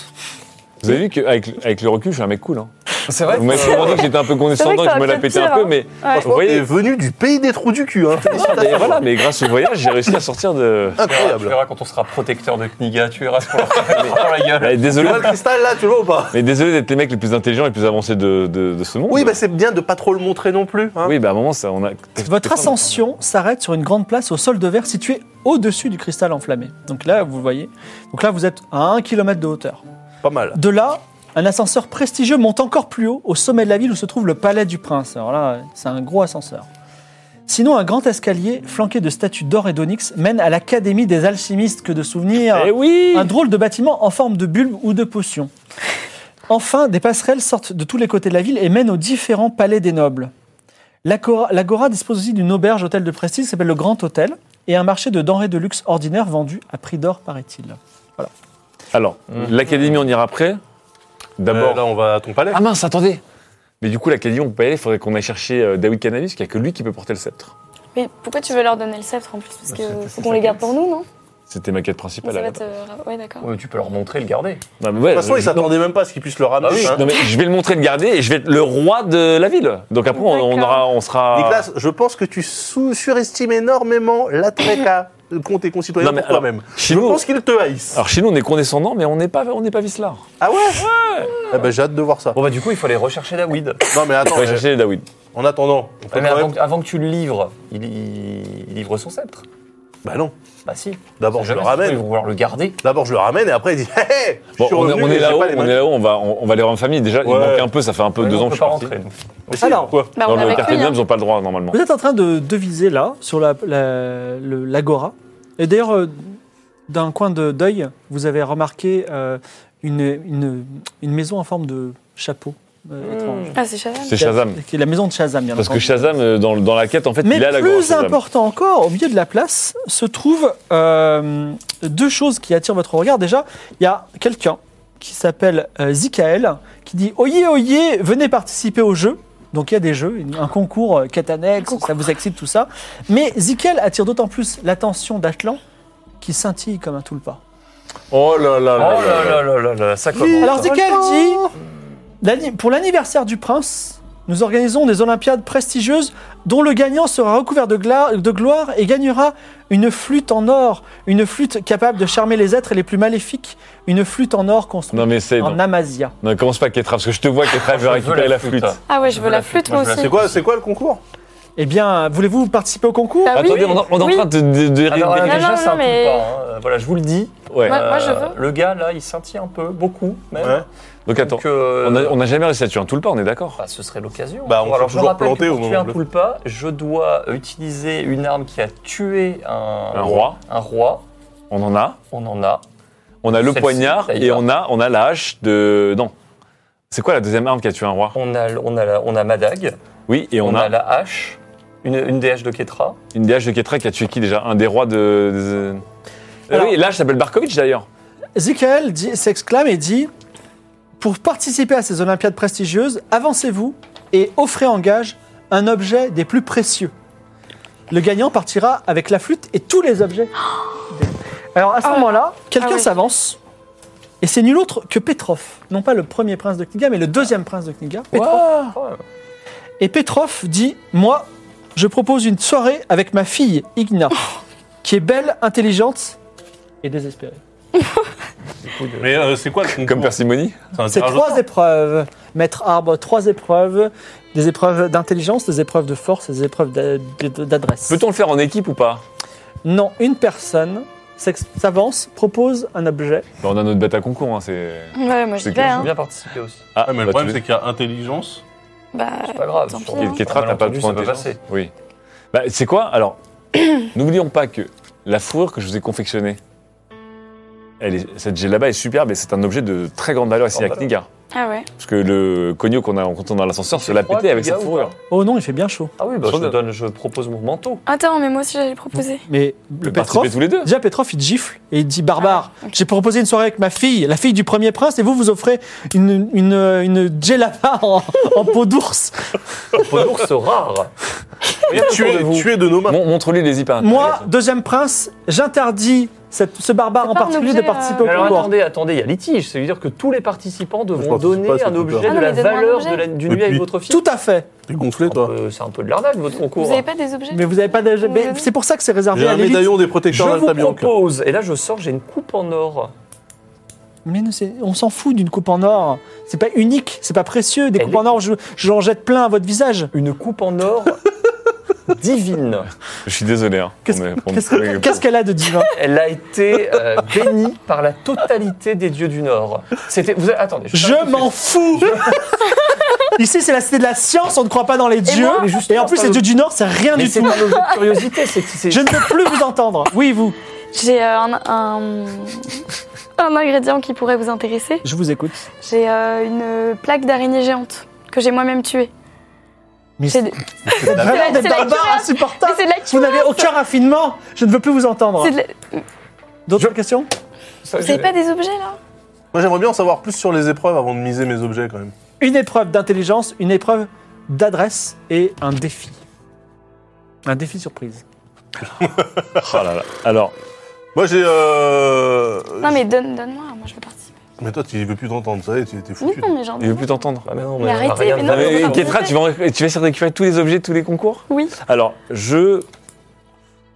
Speaker 3: Vous avez vu qu'avec avec le recul, je suis un mec cool. Hein.
Speaker 8: C'est vrai.
Speaker 3: Vous m'avez sûrement dit que j'étais un peu
Speaker 4: C'est
Speaker 3: condescendant,
Speaker 4: vrai
Speaker 3: que
Speaker 4: que
Speaker 3: je me la
Speaker 4: t'aurais pu
Speaker 3: pétais
Speaker 4: le
Speaker 3: un peu,
Speaker 4: dire,
Speaker 3: mais
Speaker 4: Ouais.
Speaker 3: vous
Speaker 2: T'es
Speaker 3: voyez,
Speaker 2: venu du pays des trous du cul, hein.
Speaker 3: mais voilà, mais grâce au voyage, j'ai réussi à sortir de.
Speaker 8: Tu
Speaker 2: Incroyable.
Speaker 8: verras quand on sera protecteur de Kniga, tu verras ce qu'on leur fera dans la gueule.
Speaker 3: Eh,
Speaker 2: Tu
Speaker 3: désolé,
Speaker 2: vois le cristal là, tu le vois ou pas
Speaker 3: mais désolé d'être les mecs les plus intelligents et les plus avancés de, de- de ce monde.
Speaker 2: Oui, bah c'est bien de pas trop le montrer non plus. Hein.
Speaker 3: Oui, bah à un moment, ça, on a.
Speaker 1: Votre ascension s'arrête sur une grande place au sol de verre située au-dessus du cristal enflammé. Donc là, vous voyez. Donc là, vous êtes à 1 km de hauteur.
Speaker 2: Pas mal.
Speaker 1: De là, un ascenseur prestigieux monte encore plus haut, au sommet de la ville où se trouve le palais du prince. Alors là, c'est un gros ascenseur. Sinon, un grand escalier flanqué de statues d'or et d'onyx mène à l'académie des alchimistes que de souvenirs.
Speaker 3: Eh oui
Speaker 1: Un drôle de bâtiment en forme de bulbe ou de potion. Enfin, des passerelles sortent de tous les côtés de la ville et mènent aux différents palais des nobles. L'Agora l'Agora dispose aussi d'une auberge hôtel de prestige qui s'appelle le Grand Hôtel et un marché de denrées de luxe ordinaire vendu à prix d'or, paraît-il.
Speaker 3: Alors,
Speaker 8: Mmh.
Speaker 3: l'académie, on ira après.
Speaker 2: D'abord,
Speaker 5: Euh,
Speaker 8: Euh,
Speaker 3: D'abord.
Speaker 2: là, on va à ton palais.
Speaker 3: Ah mince, attendez Mais du coup, l'académie, on peut pas y aller, il faudrait qu'on aille chercher euh, David Cannabis, parce qu'il n'y a que lui qui peut porter le sceptre.
Speaker 4: Mais pourquoi tu veux leur donner le sceptre en plus Parce que faut qu'on les garde pour nous, non
Speaker 3: C'était ma quête principale.
Speaker 4: Ça
Speaker 3: à
Speaker 4: va
Speaker 3: la
Speaker 4: te. Ouais, d'accord.
Speaker 8: Ouais, tu peux leur montrer, le garder.
Speaker 3: base. Non, mais ouais,
Speaker 2: De toute façon,
Speaker 3: je-
Speaker 2: ils s'attendaient même pas à ce qu'ils puissent le ramener.
Speaker 3: Ah oui,
Speaker 2: hein.
Speaker 3: non, mais je vais le montrer, le garder, et je vais être le roi de la ville. Donc après, on, on
Speaker 4: D'accord.
Speaker 3: aura, on sera...
Speaker 2: Nicolas, je pense que tu sous- surestimes énormément l'attrait qu'a compte euh, tes concitoyens
Speaker 3: Non, mais
Speaker 2: pour
Speaker 3: alors,
Speaker 2: toi-même.
Speaker 3: chez
Speaker 2: Je
Speaker 3: nous-
Speaker 2: pense qu'ils te haïssent.
Speaker 3: Alors chez nous, on est condescendant, mais on n'est pas, on n'est pas vicelard.
Speaker 2: Ah ouais Eh ben, j'ai hâte de voir ça.
Speaker 5: Bon, bah, du coup, il faut aller rechercher David.
Speaker 2: Non, mais attends,
Speaker 3: On va
Speaker 2: euh,
Speaker 3: chercher les David.
Speaker 2: en attendant, on peut
Speaker 5: Ouais, mais
Speaker 2: quand
Speaker 5: avant,
Speaker 2: même-
Speaker 5: avant que tu le livres, il, il livre son sceptre.
Speaker 2: Bah non.
Speaker 5: Bah si.
Speaker 2: D'abord,
Speaker 5: On sait
Speaker 2: je le
Speaker 5: jamais, ça se trouve, Ils
Speaker 2: ramène.
Speaker 5: vont vouloir le garder.
Speaker 2: D'abord, je le ramène et après, il dit Hé hé, je
Speaker 3: Bon,
Speaker 2: suis
Speaker 3: on, est-
Speaker 2: revenu,
Speaker 3: on
Speaker 2: mais
Speaker 3: est
Speaker 2: j'ai
Speaker 3: là-haut,
Speaker 2: pas les
Speaker 3: on
Speaker 2: mains.
Speaker 3: est là-haut, on va, on, on va les rendre en famille. Déjà, il
Speaker 2: Ouais.
Speaker 3: manque un peu, ça fait un peu deux
Speaker 5: Nous,
Speaker 3: ans
Speaker 5: on
Speaker 3: que je
Speaker 5: peut
Speaker 3: suis
Speaker 5: pas
Speaker 3: parti.
Speaker 5: rentrer. nous.
Speaker 2: Mais si,
Speaker 1: Alors.
Speaker 2: pourquoi
Speaker 4: Bah,
Speaker 3: Non,
Speaker 4: on
Speaker 3: le carte
Speaker 4: avait que lui,
Speaker 3: Premium,
Speaker 4: hein.
Speaker 3: ils n'ont pas le droit normalement.
Speaker 1: Vous êtes en train de deviser là, sur la- la- le- l'agora. Et d'ailleurs, euh, d'un coin de- d'œil, vous avez remarqué euh, une, une- une maison en forme de chapeau euh, étrange.
Speaker 4: Ah, c'est Chanel.
Speaker 3: C'est Shazam.
Speaker 1: Qui est la maison de Shazam, bien
Speaker 3: Parce que
Speaker 1: entendu.
Speaker 3: Shazam, euh, dans, dans la quête, en fait,
Speaker 1: Mais
Speaker 3: il a la grosse
Speaker 1: plus
Speaker 3: Shazam.
Speaker 1: important encore, au milieu de la place, se trouvent euh, deux choses qui attirent votre regard. Déjà, il y a quelqu'un qui s'appelle euh, Zikael, qui dit Oyez, oyez, venez participer au jeu. Donc il y a des jeux, une- un concours euh, quête annexe, ça vous excite tout ça. Mais Zikael attire d'autant plus l'attention d'Atlan qui scintille comme un tout le pas.
Speaker 2: Oh là là
Speaker 5: Oh
Speaker 2: là
Speaker 5: là là là là là, ça commence.
Speaker 1: Alors Zikael dit L'anni- Pour l'anniversaire du prince, nous organisons des Olympiades prestigieuses dont le gagnant sera recouvert de, gla- de gloire et gagnera une flûte en or, une flûte capable de charmer les êtres les plus maléfiques, une flûte en or construite
Speaker 3: Non, mais c'est.
Speaker 1: en
Speaker 3: Non,
Speaker 1: Amasia.
Speaker 3: Non, commence pas, Ketra, parce que je te vois, Ketra, elle veut
Speaker 5: Je
Speaker 3: récupérer
Speaker 5: veux
Speaker 3: la flûte.
Speaker 4: Ah ouais, je veux la flûte, moi
Speaker 2: C'est
Speaker 4: aussi.
Speaker 2: quoi, c'est quoi le concours
Speaker 1: Eh bien, voulez-vous participer au concours
Speaker 4: Bah oui.
Speaker 3: Attendez, on, est- on est en
Speaker 4: Oui.
Speaker 3: train de. de, de-
Speaker 5: Alors,
Speaker 3: de-
Speaker 5: là,
Speaker 4: Non,
Speaker 5: déjà,
Speaker 4: non,
Speaker 5: c'est un
Speaker 4: non, mais-
Speaker 5: tout pas, hein. Euh, Voilà, je vous le dis.
Speaker 3: Ouais.
Speaker 4: Moi- moi, je
Speaker 5: Euh,
Speaker 4: veux.
Speaker 5: Le gars, là, il scintille un peu, beaucoup, même.
Speaker 2: Ouais.
Speaker 3: Donc attends,
Speaker 5: Donc, euh,
Speaker 3: on a- on n'a jamais réussi à tuer un tout le pas, on est d'accord
Speaker 5: bah, ce serait l'occasion.
Speaker 2: Bah, on peut
Speaker 5: alors, je me
Speaker 2: toujours
Speaker 5: rappelle que
Speaker 2: planter
Speaker 5: pour
Speaker 2: au
Speaker 5: tuer
Speaker 2: moment
Speaker 5: un
Speaker 2: bleu.
Speaker 5: poulpa, je dois utiliser une arme qui a tué un,
Speaker 3: Un roi,
Speaker 5: Un roi,
Speaker 3: on en a.
Speaker 5: on en a.
Speaker 3: On a le
Speaker 5: Celle-ci,
Speaker 3: poignard et
Speaker 5: d'ailleurs.
Speaker 3: on a, on a la hache de. Non. C'est quoi la deuxième arme qui a tué un roi
Speaker 5: On a, on a, la- on a Madag,
Speaker 3: Oui, et on,
Speaker 5: on,
Speaker 3: a,
Speaker 5: a... la hache, une, une DH de Ketra.
Speaker 3: une des haches de Ketra qui a tué qui déjà Un des rois de. de- Euh,
Speaker 1: Alors-
Speaker 3: oui, l'âge s'appelle Barkovitch d'ailleurs.
Speaker 1: Zikael dit- s'exclame et dit Pour participer à ces Olympiades prestigieuses, avancez-vous et offrez en gage un objet des plus précieux. Le gagnant partira avec la flûte et tous les objets. Alors à ce
Speaker 4: Ah.
Speaker 1: moment-là, quelqu'un
Speaker 4: Ah oui.
Speaker 1: s'avance et c'est nul autre que Petrov, non pas le premier prince de Kniga, mais le deuxième prince de Kniga. Petrov. Et Petrov dit Moi, je propose une soirée avec ma fille, Igna,
Speaker 4: Oh.
Speaker 1: qui est belle, intelligente et désespérée.
Speaker 2: Mais euh, c'est quoi le concours
Speaker 3: Comme Persimony.
Speaker 2: C'est un
Speaker 1: C'est
Speaker 2: tirage au
Speaker 1: trois épreuves. Maître arbre, trois épreuves. Des épreuves d'intelligence, des épreuves de force, et des épreuves d'a- d'a- d'adresse.
Speaker 3: Peut-on le faire en équipe ou pas
Speaker 1: Non, une personne s'ex- s'avance, propose un objet.
Speaker 3: Bah, On a notre bête à concours, hein, c'est.
Speaker 4: Ouais, moi, j'y
Speaker 3: C'est
Speaker 4: vais,
Speaker 3: que
Speaker 5: Je veux
Speaker 4: hein.
Speaker 5: bien participer aussi.
Speaker 3: Ah,
Speaker 2: Ah, mais le
Speaker 3: bah,
Speaker 2: problème,
Speaker 3: tu-
Speaker 2: c'est qu'il y a intelligence.
Speaker 4: Bah,
Speaker 5: C'est pas grave.
Speaker 4: Tant
Speaker 5: sur-
Speaker 4: pis, hein.
Speaker 3: Ketra,
Speaker 5: Ah,
Speaker 3: t'as pas de
Speaker 5: malentendu,
Speaker 3: point
Speaker 5: ça peut
Speaker 3: d'intelligence.
Speaker 5: passer.
Speaker 3: Oui. Bah, c'est quoi Alors, n'oublions pas que la fourrure que je vous ai confectionnée, elle est- cette gel là-bas est superbe et c'est un objet de très grande valeur ici à
Speaker 5: Grande
Speaker 3: Kniga.
Speaker 4: Ah ouais.
Speaker 3: Parce que le cogno qu'on a rencontré dans l'ascenseur se l'a
Speaker 5: froid,
Speaker 3: pété avec
Speaker 5: Kniga,
Speaker 3: cette
Speaker 5: ou
Speaker 3: fourrure.
Speaker 5: pas
Speaker 1: Oh non, il fait bien chaud.
Speaker 5: Ah oui, bah, je,
Speaker 3: Sur le-
Speaker 5: donne, je propose mon manteau.
Speaker 4: Attends, mais moi aussi, j'allais le proposer.
Speaker 1: Mais
Speaker 3: On peut
Speaker 1: le Petrov,
Speaker 3: participer tous les deux.
Speaker 1: déjà Petrov, il te gifle et il dit barbare.
Speaker 4: Ah,
Speaker 1: J'ai proposé une soirée avec ma fille, la fille du premier prince, et vous, vous offrez une, une, une djellaba en, en peau d'ours.
Speaker 5: Peau d'ours rare.
Speaker 2: Tuer
Speaker 5: autour de vous.
Speaker 2: tuer de nos mains.
Speaker 3: Mon- Montre-lui les hyper.
Speaker 1: Moi, deuxième prince, j'interdis cette- ce barbare
Speaker 4: C'est
Speaker 1: en
Speaker 4: pas un
Speaker 1: particulier de
Speaker 4: objet,
Speaker 1: participer
Speaker 4: euh,
Speaker 1: au
Speaker 5: Mais alors
Speaker 1: concours.
Speaker 5: attendez, attendez, il y a litige. Ça veut dire que tous les participants devront
Speaker 2: participe
Speaker 5: donner
Speaker 2: pas à ce
Speaker 5: un
Speaker 2: truc-là.
Speaker 5: objet
Speaker 4: Ah
Speaker 5: de
Speaker 4: non,
Speaker 5: la
Speaker 4: mais donne-moi un
Speaker 5: valeur
Speaker 4: objet.
Speaker 5: de la- du
Speaker 2: Mais
Speaker 5: nuit avec
Speaker 2: puis-
Speaker 5: votre fille.
Speaker 1: Tout à fait.
Speaker 2: T'es gonflé,
Speaker 5: C'est un
Speaker 2: toi.
Speaker 5: peu- Oh, euh, C'est un peu de l'arnaque, votre concours.
Speaker 4: Vous avez pas des objets
Speaker 1: Mais vous n'avez pas d'objet.
Speaker 4: Vous
Speaker 1: Ah, mais
Speaker 4: avez-
Speaker 1: C'est pour ça que c'est
Speaker 2: J'ai
Speaker 1: réservé à
Speaker 2: un
Speaker 1: l'élite.
Speaker 2: médaillon des
Speaker 5: Je
Speaker 2: protecteurs
Speaker 5: vous
Speaker 2: d'Alta Bianca.
Speaker 5: propose, et là je sors, j'ai une coupe en or.
Speaker 1: Mais non, c'est- on s'en fout d'une coupe en or. C'est pas unique, c'est pas précieux. Des
Speaker 5: Elle
Speaker 1: coupes en or, je, j'en jette plein à votre visage.
Speaker 5: Une coupe en or divine.
Speaker 3: Je suis désolé. hein.
Speaker 1: Qu'est-ce,
Speaker 3: On est- on-
Speaker 1: qu'est-ce-
Speaker 3: oui,
Speaker 1: qu'est-ce qu'elle a de divin
Speaker 5: Elle a été euh, bénie par la totalité des dieux du Nord. C'était. Vous, attendez.
Speaker 1: Je m'en fous Ici, c'est la cité de la science, on ne crois pas dans les dieux.
Speaker 5: moi Mais
Speaker 1: Et,
Speaker 5: justement,
Speaker 1: en plus,
Speaker 5: c'est
Speaker 1: les
Speaker 5: un-
Speaker 1: dieux du Nord, c'est rien
Speaker 5: Mais
Speaker 1: du
Speaker 5: c'est
Speaker 1: tout.
Speaker 5: un objet de curiosité. C'est. c'est-
Speaker 1: Je ne peux plus vous entendre. Oui, vous.
Speaker 4: J'ai euh, un, un, un ingrédient qui pourrait vous intéresser.
Speaker 1: Je vous écoute.
Speaker 4: J'ai euh, une plaque d'araignée géante que j'ai moi-même tuée.
Speaker 1: Mais
Speaker 4: J'ai-
Speaker 1: c'est vraiment
Speaker 4: la-
Speaker 1: des
Speaker 4: c'est la
Speaker 1: barbares
Speaker 4: cuirasse. Mais
Speaker 1: insupportables.
Speaker 4: c'est de la
Speaker 1: Vous
Speaker 4: cuirasse.
Speaker 1: n'avez aucun raffinement. Je ne veux plus vous entendre.
Speaker 4: C'est de la-
Speaker 1: D'autres questions
Speaker 5: ça,
Speaker 4: Vous avez pas des objets là
Speaker 2: Moi, j'aimerais bien en savoir plus sur les épreuves avant de miser mes objets, quand même.
Speaker 1: Une épreuve d'intelligence, une épreuve d'adresse et un défi. Un défi surprise.
Speaker 3: bon. Oh là là. Alors,
Speaker 2: Moi, j'ai. euh,
Speaker 4: Non mais donne, donne-moi, moi je vais participer.
Speaker 2: Mais toi, tu veux plus t'entendre, ça y est, t'es t'es foutu.
Speaker 4: Non mais j'en
Speaker 3: il
Speaker 4: ai.
Speaker 3: veut plus t'entendre.
Speaker 5: Ah, mais non,
Speaker 4: Mais
Speaker 5: mais
Speaker 4: arrêtez,
Speaker 5: regarde,
Speaker 4: mais non,
Speaker 5: regarde,
Speaker 1: Ah,
Speaker 3: Mais,
Speaker 5: regarde.
Speaker 3: Ketra, tu vas, en- tu vas essayer de récupérer tous les objets, de tous les concours
Speaker 4: Oui.
Speaker 3: Alors, je.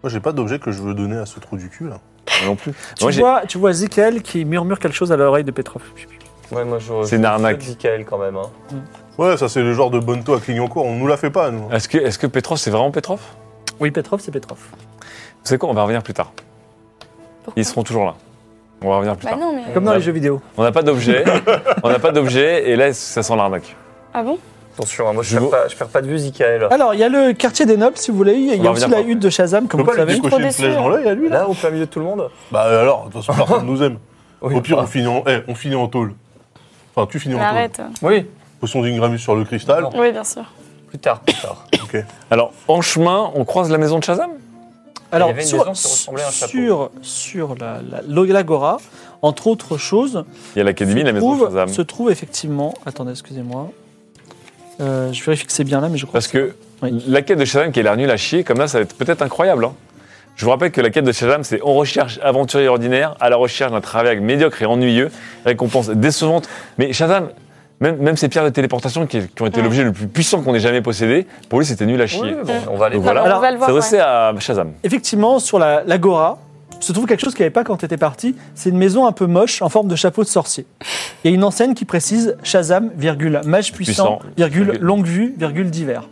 Speaker 2: Moi, j'ai pas d'objet que je veux donner à ce trou du cul, là.
Speaker 3: Moi non plus.
Speaker 1: Tu,
Speaker 3: Moi, j'ai-
Speaker 1: vois, tu vois Zikael qui murmure quelque chose à l'oreille de Petrov.
Speaker 8: Ouais, moi, je.
Speaker 3: C'est une arnaque.
Speaker 8: Michael, quand même. Hein.
Speaker 2: Ouais, ça, c'est le genre de bonneto à Clignancourt. On nous la fait pas, nous.
Speaker 3: Est-ce que, est que Petrov, c'est vraiment Petrov
Speaker 1: Oui, Petrov, c'est Petrov.
Speaker 3: Vous savez quoi On va revenir plus tard.
Speaker 4: Pourquoi
Speaker 3: Ils seront toujours là. On va revenir plus
Speaker 4: Bah
Speaker 3: tard.
Speaker 4: non, mais.
Speaker 1: Comme dans
Speaker 3: Ouais.
Speaker 1: les jeux vidéo.
Speaker 3: On n'a pas d'objet. on n'a pas d'objet. Et là, ça sent l'arnaque.
Speaker 4: Ah bon
Speaker 8: Attention, hein, moi, je
Speaker 3: Je
Speaker 8: perds
Speaker 3: vous-
Speaker 8: pas, je perds pas de vue, Michael.
Speaker 1: Alors, il y a le quartier des nobles, si vous voulez. Il y a
Speaker 3: On va
Speaker 1: aussi
Speaker 3: revenir
Speaker 1: la
Speaker 3: par-
Speaker 1: hutte de Shazam,
Speaker 2: On
Speaker 1: comme
Speaker 2: peut
Speaker 1: vous
Speaker 2: pas
Speaker 1: le
Speaker 2: lui
Speaker 1: savez.
Speaker 2: décocher une
Speaker 4: déçu.
Speaker 2: flèche dans l'œil, à lui, là
Speaker 8: Là, au plein milieu de tout le monde
Speaker 2: Bah, alors, de toute façon, personne nous aime.
Speaker 8: Oui.
Speaker 2: Au pire, on finit en, eh, on finit en tôle. Enfin, tu finis
Speaker 4: Mais
Speaker 2: en tôle.
Speaker 4: Bah, Arrête.
Speaker 8: Oui.
Speaker 2: Potion d'Ingramus sur le cristal.
Speaker 8: Non.
Speaker 4: Oui, bien sûr.
Speaker 8: Plus tard, plus tard.
Speaker 2: Ok.
Speaker 3: Alors, en chemin, on croise la maison de Shazam
Speaker 1: Alors,
Speaker 8: Il y avait une
Speaker 1: sur,
Speaker 8: maison qui ressemblait à un chapeau.
Speaker 1: sur, sur la- la- l'Agora, entre autres choses,
Speaker 3: Il y a l'académie, la
Speaker 1: se,
Speaker 3: maison de
Speaker 1: trouve,
Speaker 3: Shazam.
Speaker 1: se trouve effectivement. Attendez, excusez-moi. Euh, je vérifie que c'est bien là, mais je crois
Speaker 3: Parce que
Speaker 1: Oui.
Speaker 3: la quête de Shazam qui est l'air nulle à chier, comme là, ça va être peut-être incroyable. hein. Je vous rappelle que la quête de Shazam, c'est on recherche aventurier ordinaire à la recherche d'un travail médiocre et ennuyeux, récompense décevante. Mais Shazam, même, même ces pierres de téléportation qui, qui ont été
Speaker 4: Ouais.
Speaker 3: l'objet le plus puissant qu'on ait jamais possédé, pour lui, c'était nul à
Speaker 8: Oui,
Speaker 3: chier.
Speaker 8: bon, on va aller.
Speaker 3: Donc voilà,
Speaker 4: Alors,
Speaker 1: Alors,
Speaker 4: on va le voir.
Speaker 3: c'est
Speaker 4: ouais.
Speaker 3: aussi à Shazam.
Speaker 1: effectivement, sur la- l'Agora, se trouve quelque chose qu'il n'y avait pas quand tu étais parti. C'est une maison un peu moche en forme de chapeau de sorcier. Il y a une enseigne qui précise Shazam, virgule, mage puissant,
Speaker 3: Puissant,
Speaker 1: virgule,
Speaker 3: virgule.
Speaker 1: longue vue, virgule, divers.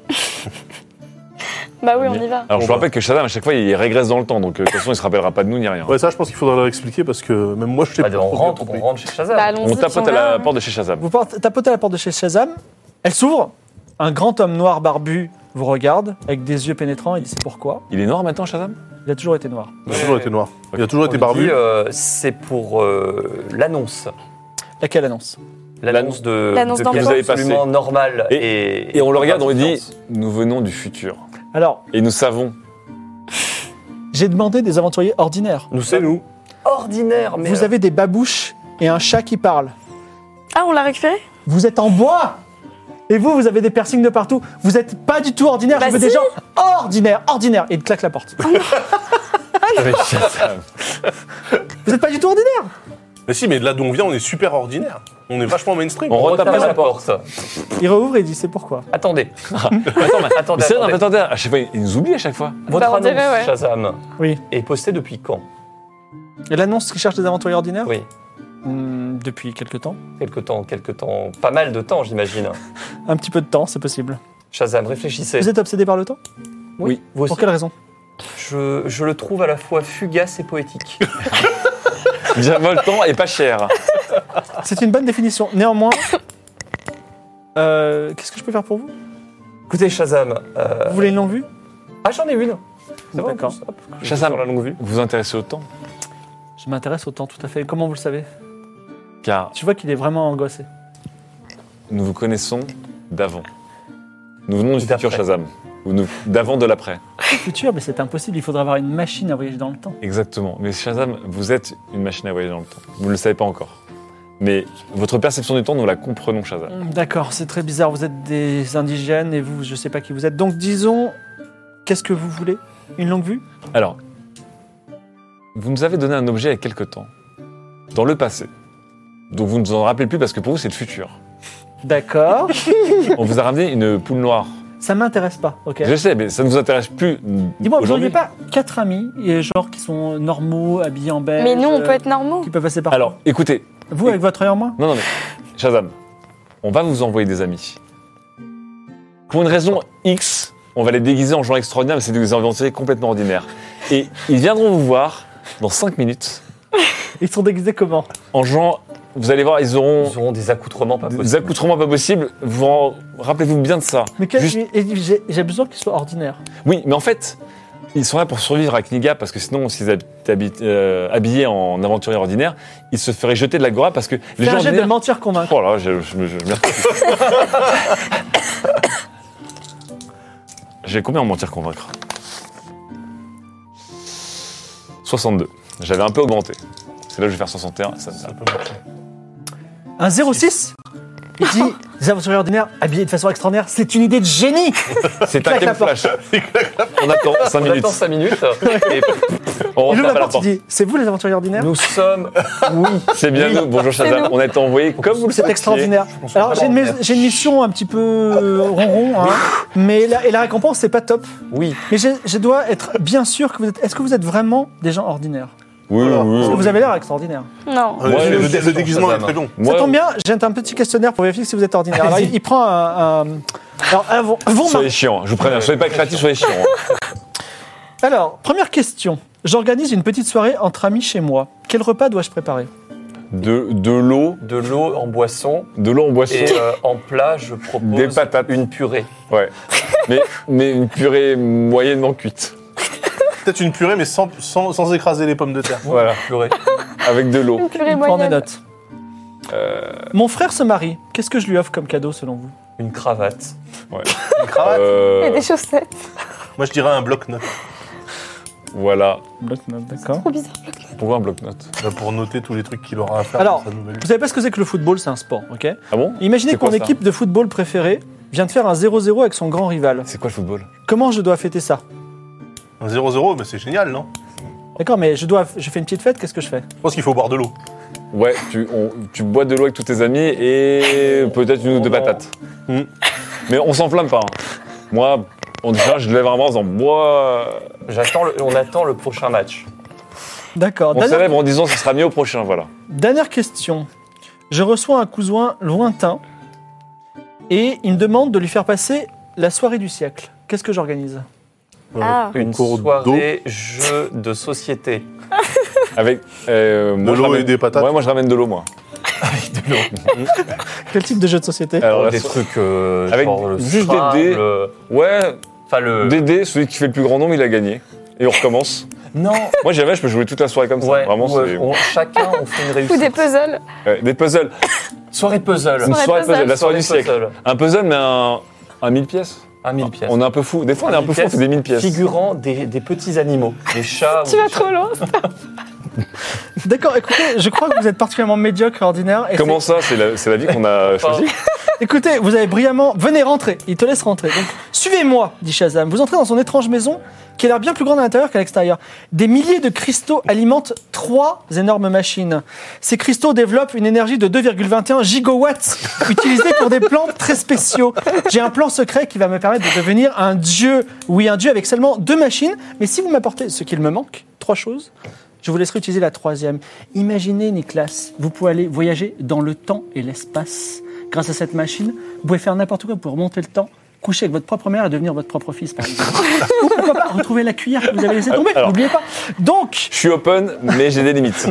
Speaker 4: Bah oui, on y va.
Speaker 3: Alors je vous rappelle que Shazam, à chaque fois, il régresse dans le temps, donc euh, de toute façon, il se rappellera pas de nous ni rien.
Speaker 2: Ouais, ça, je pense qu'il faudra leur expliquer parce que même moi, je sais
Speaker 8: Bah,
Speaker 2: pas.
Speaker 8: on
Speaker 2: trop
Speaker 8: rentre,
Speaker 2: bien
Speaker 8: on
Speaker 2: compris.
Speaker 8: rentre chez Shazam.
Speaker 4: Bah, allons-y.
Speaker 3: On
Speaker 4: si
Speaker 3: tapote
Speaker 4: on
Speaker 3: à la
Speaker 4: va,
Speaker 3: porte de chez Shazam.
Speaker 1: Vous porte- tapotez à la porte de chez Shazam, elle s'ouvre, un grand homme noir barbu vous regarde avec des yeux pénétrants et dit c'est pourquoi.
Speaker 3: Il est noir maintenant, Shazam
Speaker 1: Il a toujours été noir.
Speaker 2: Il a toujours été noir. Il a toujours
Speaker 8: On
Speaker 2: été
Speaker 8: lui
Speaker 2: barbu.
Speaker 8: dit, euh, c'est pour euh, l'annonce.
Speaker 1: Laquelle annonce
Speaker 8: L'annonce de.
Speaker 4: L'annonce
Speaker 8: de
Speaker 4: d'enfance.
Speaker 8: quelque
Speaker 3: Vous avez
Speaker 8: chose absolument
Speaker 3: passé.
Speaker 8: normal. Et,
Speaker 3: Et on le regarde, on lui
Speaker 8: confiance.
Speaker 3: dit, nous venons du futur.
Speaker 1: Alors,
Speaker 3: Et nous savons.
Speaker 1: j'ai demandé des aventuriers ordinaires.
Speaker 8: Nous, c'est nous. Ordinaire, mais. euh,
Speaker 1: Vous
Speaker 5: euh,
Speaker 1: avez des babouches et un chat qui parle.
Speaker 4: Ah, on l'a récupéré
Speaker 1: Vous êtes en bois Et vous, vous avez des piercings de partout. Vous n'êtes pas du tout ordinaire.
Speaker 4: Bah
Speaker 1: je veux
Speaker 4: si.
Speaker 1: des gens ordinaires, ordinaires. Et il claque la porte.
Speaker 4: Ah,
Speaker 3: Avec Shazam.
Speaker 1: vous n'êtes pas du tout ordinaire
Speaker 2: Mais si, mais de là d'où on vient, on est super ordinaire. On est vachement mainstream.
Speaker 3: On
Speaker 8: On
Speaker 3: retape
Speaker 8: tape à
Speaker 3: à
Speaker 8: la porte.
Speaker 1: Il rouvre et il dit c'est pourquoi.
Speaker 8: Attendez.
Speaker 3: Attends, mais-
Speaker 8: Attendez,
Speaker 3: mais c'est- non, mais
Speaker 8: attendez.
Speaker 3: attendez, à chaque fois, il nous oublie à chaque fois.
Speaker 8: Votre
Speaker 4: Bah, on
Speaker 8: annonce,
Speaker 4: dirait, ouais.
Speaker 8: Shazam,
Speaker 1: Oui.
Speaker 8: est postée depuis quand
Speaker 1: Elle annonce qu'il cherche des aventuriers ordinaires
Speaker 8: Oui.
Speaker 1: Hmm, depuis quelque temps.
Speaker 8: Quelque temps, quelque temps. Pas mal de temps, j'imagine.
Speaker 1: Un petit peu de temps, c'est possible.
Speaker 8: Shazam, réfléchissez.
Speaker 1: Vous êtes obsédé par le temps
Speaker 8: Oui, vous aussi.
Speaker 1: Pour quelle raison
Speaker 8: Je, je le trouve à la fois fugace et poétique.
Speaker 3: Déjà, temps et pas cher.
Speaker 1: C'est une bonne définition. Néanmoins, euh, qu'est-ce que je peux faire pour vous
Speaker 8: Écoutez, Shazam. euh,
Speaker 1: Vous voulez une longue vue
Speaker 8: Ah, j'en ai une. C'est bon,
Speaker 1: D'accord.
Speaker 8: en plus. Hop, je vais
Speaker 3: Shazam,
Speaker 8: sur la longue vue.
Speaker 3: vous vous intéressez au temps
Speaker 1: Je m'intéresse au temps, tout à fait. Comment vous le savez
Speaker 3: Car
Speaker 1: Tu vois qu'il est vraiment angoissé.
Speaker 3: nous vous connaissons d'avant. Nous venons du
Speaker 8: D'après.
Speaker 3: futur Shazam. Ou nous- D'avant de l'après.
Speaker 1: Futur, mais c'est impossible. Il faudrait avoir une machine à voyager dans le temps.
Speaker 3: Exactement. Mais Shazam, vous êtes une machine à voyager dans le temps. Vous ne le savez pas encore. Mais votre perception du temps, nous la comprenons, Shazam.
Speaker 1: Mm, D'accord, c'est très bizarre. Vous êtes des indigènes et vous, je sais pas qui vous êtes. Donc disons, qu'est-ce que vous voulez Une longue vue
Speaker 3: Alors, vous nous avez donné un objet il y a quelque temps, dans le passé. Donc vous ne vous en rappelez plus parce que pour vous, c'est le futur.
Speaker 1: D'accord.
Speaker 3: On vous a ramené une poule noire.
Speaker 1: ça m'intéresse pas, ok
Speaker 3: Je sais, mais ça ne vous intéresse plus.
Speaker 1: Dis-moi, vous n'auriez
Speaker 3: aujourd'hui.
Speaker 1: pas quatre amis, et genre qui sont normaux, habillés en beige
Speaker 4: Mais nous, on
Speaker 1: euh,
Speaker 4: peut être normaux.
Speaker 1: Qui peuvent passer par
Speaker 3: Alors, écoutez,
Speaker 1: Vous, avec votre œil en main
Speaker 3: non, non, mais Shazam, on va vous envoyer des amis. Pour une raison X, on va les déguiser en gens extraordinaires, mais c'est des aventuriers complètement ordinaires. Et ils viendront vous voir dans 5 minutes
Speaker 1: Ils sont déguisés comment
Speaker 3: en gens. Vous allez voir, ils auront
Speaker 8: Ils auront des accoutrements pas
Speaker 3: des
Speaker 8: possibles.
Speaker 3: accoutrements pas possibles. Vous en- rappelez-vous bien de ça.
Speaker 1: Mais quel-
Speaker 3: Juste-
Speaker 1: et j'ai j'ai besoin qu'ils soient ordinaires.
Speaker 3: Oui, mais en fait, ils sont là pour survivre à Kniga parce que sinon, s'ils étaient habi- euh, habillés en aventurier ordinaire, ils se feraient jeter de l'agora parce que
Speaker 1: Fais
Speaker 3: les
Speaker 1: un
Speaker 3: gens.
Speaker 1: jet de
Speaker 3: ordinaires-
Speaker 1: mentir convaincre.
Speaker 3: Oh là, je, je, je- merde. J'ai combien en mentir convaincre 62. J'avais un peu augmenté. C'est là que je vais faire 61. Ça, ça.
Speaker 1: Un 06 Il dit Les aventuriers ordinaires habillés de façon extraordinaire, c'est une idée de génie
Speaker 3: C'est un
Speaker 1: Claque la
Speaker 3: camouflage. On attend 5
Speaker 8: On
Speaker 3: minutes.
Speaker 8: attend 5 minutes et
Speaker 3: On
Speaker 1: Il ouvre
Speaker 3: retape
Speaker 1: la
Speaker 3: à la
Speaker 1: porte,
Speaker 3: porte.
Speaker 1: il dit C'est vous les aventuriers ordinaires
Speaker 8: Nous sommes. Oui.
Speaker 3: C'est bien nous. Bonjour Shazam. On est envoyé comme vous le
Speaker 1: C'est
Speaker 3: souhaitiez.
Speaker 1: extraordinaire. Alors, j'ai une, mais- j'ai une mission un petit peu euh, ronron, hein, mais la, et la récompense, c'est pas top.
Speaker 8: Oui.
Speaker 1: Mais je, je dois être bien sûr que vous êtes. Est-ce que vous êtes vraiment des gens ordinaires
Speaker 3: Oui, oui, oui.
Speaker 1: Parce que vous avez l'air extraordinaire.
Speaker 4: Non.
Speaker 2: Euh,
Speaker 3: Ouais,
Speaker 2: le, le-
Speaker 3: je suis
Speaker 2: le déguisement est très long.
Speaker 8: hein.
Speaker 3: Moi,
Speaker 1: Ça tombe bien, j'ai un petit questionnaire pour vérifier si vous êtes ordinaire. Alors, il, il prend un. un- alors, avant, avant ma-
Speaker 3: Soyez chiant. Je vous préviens. Soyez pas créatif. Soyez chiant.
Speaker 1: alors, première question. J'organise une petite soirée entre amis chez moi. Quel repas dois-je préparer
Speaker 3: De de l'eau,
Speaker 8: De l'eau en boisson
Speaker 3: de l'eau en boisson.
Speaker 8: et euh, en plat, je propose
Speaker 3: Des patates.
Speaker 8: une purée.
Speaker 3: Ouais. Mais mais une purée moyennement cuite.
Speaker 2: Peut-être une purée, mais sans, sans, sans écraser les pommes de terre.
Speaker 3: Voilà.
Speaker 8: Purée.
Speaker 3: Avec de l'eau.
Speaker 4: Purée
Speaker 1: Il prend des
Speaker 4: moyenne.
Speaker 1: notes.
Speaker 3: Euh,
Speaker 1: Mon frère se marie. Qu'est-ce que je lui offre comme cadeau selon vous
Speaker 8: Une cravate.
Speaker 2: Une cravate
Speaker 3: Euh,
Speaker 4: Et des chaussettes.
Speaker 2: Moi, je dirais un bloc-notes
Speaker 3: voilà.
Speaker 1: Bloc-notes, d'accord.
Speaker 4: Trop bizarre.
Speaker 3: Pourquoi un bloc-notes
Speaker 2: euh, pour noter tous les trucs qu'il aura à faire
Speaker 1: Alors,
Speaker 2: dans sa nouvelle
Speaker 1: Vous savez pas ce que c'est que le football, c'est un sport, ok
Speaker 3: Ah bon
Speaker 1: Imaginez
Speaker 3: C'est quoi,
Speaker 1: qu'on
Speaker 3: ça
Speaker 1: équipe de football préférée vient de faire un 0-0 avec son grand rival.
Speaker 3: C'est quoi le football
Speaker 1: Comment je dois fêter ça
Speaker 2: Un 0-0, mais c'est génial, non
Speaker 1: D'accord, mais je dois, je fais une petite fête, qu'est-ce que je fais
Speaker 2: Je pense qu'il faut boire de l'eau.
Speaker 3: Ouais, tu, on- tu bois de l'eau avec tous tes amis et peut-être une ou deux
Speaker 8: Oh non.
Speaker 3: patates. Hmm. Mais on s'en plaint pas. hein. Moi, en déjà, je lève un bras en disant moi.
Speaker 8: J'attends le- on attend le prochain match.
Speaker 1: D'accord.
Speaker 3: On
Speaker 1: Dernière,
Speaker 3: célèbre en disant ce sera mieux au prochain, voilà.
Speaker 1: dernière question. Je reçois un cousin lointain et il me demande de lui faire passer la soirée du siècle. Qu'est-ce que j'organise
Speaker 4: Ah.
Speaker 2: Un
Speaker 8: Une
Speaker 2: concours
Speaker 8: soirée jeu de société.
Speaker 3: Avec euh, moi, je
Speaker 2: l'eau et
Speaker 3: ramène-
Speaker 2: des patates.
Speaker 3: Ouais, moi je ramène de l'eau, moi.
Speaker 1: Quel type de jeu de société
Speaker 3: Alors, la
Speaker 8: des
Speaker 3: so-
Speaker 8: trucs euh,
Speaker 3: Avec
Speaker 8: genre le
Speaker 3: juste des
Speaker 8: Scrabble,
Speaker 3: dés.
Speaker 8: euh,
Speaker 3: Ouais,
Speaker 8: Enfin le.
Speaker 3: Dédé, celui qui fait le plus grand nombre, il a gagné. Et on recommence.
Speaker 8: Non.
Speaker 3: moi j'avais, je peux jouer toute la soirée comme ça.
Speaker 8: Ouais.
Speaker 3: Vraiment,
Speaker 8: ou, euh,
Speaker 3: c'est-
Speaker 8: on- chacun on fait une
Speaker 4: Ou des
Speaker 8: réussite.
Speaker 4: puzzles.
Speaker 3: Ouais, des puzzles.
Speaker 8: Soirée puzzle.
Speaker 3: Une soirée puzzle, la soirée du
Speaker 8: Soirée
Speaker 3: siècle.
Speaker 8: puzzle.
Speaker 3: Un puzzle, mais un, un mille pièces.
Speaker 8: À 1000 pièces.
Speaker 3: On est un peu fou. Des fois, on est
Speaker 8: À
Speaker 3: un
Speaker 8: mille
Speaker 3: peu fou, on fait des mille pièces.
Speaker 8: Figurant des, des petits animaux, des chats.
Speaker 4: Tu
Speaker 8: ou des
Speaker 4: vas trop loin.
Speaker 1: D'accord, écoutez, je crois que vous êtes particulièrement médiocre et ordinaire. et
Speaker 3: Comment ça C'est la, c'est la vie qu'on a
Speaker 8: chats.
Speaker 3: choisie
Speaker 1: Écoutez, vous avez brillamment. Venez rentrer. Il te laisse rentrer. Donc, suivez-moi, dit Shazam. Vous entrez dans son étrange maison qui a l'air bien plus grande à l'intérieur qu'à l'extérieur. Des milliers de cristaux alimentent trois énormes machines. Ces cristaux développent une énergie de 2,21 gigawatts utilisée pour des plans très spéciaux. J'ai un plan secret qui va me permettre de devenir un dieu. Oui, un dieu avec seulement deux machines. Mais si vous m'apportez ce qu'il me manque, trois choses, je vous laisserai utiliser la troisième. Imaginez, Nicolas, vous pouvez aller voyager dans le temps et l'espace. Grâce à cette machine, vous pouvez faire n'importe quoi, vous pouvez remonter le temps, coucher avec votre propre mère et devenir votre propre fils, par exemple. Ou pourquoi pas retrouver la cuillère que vous avez laissée tomber,
Speaker 3: Alors-
Speaker 1: n'oubliez pas. Donc,
Speaker 3: Je suis open, mais j'ai des limites.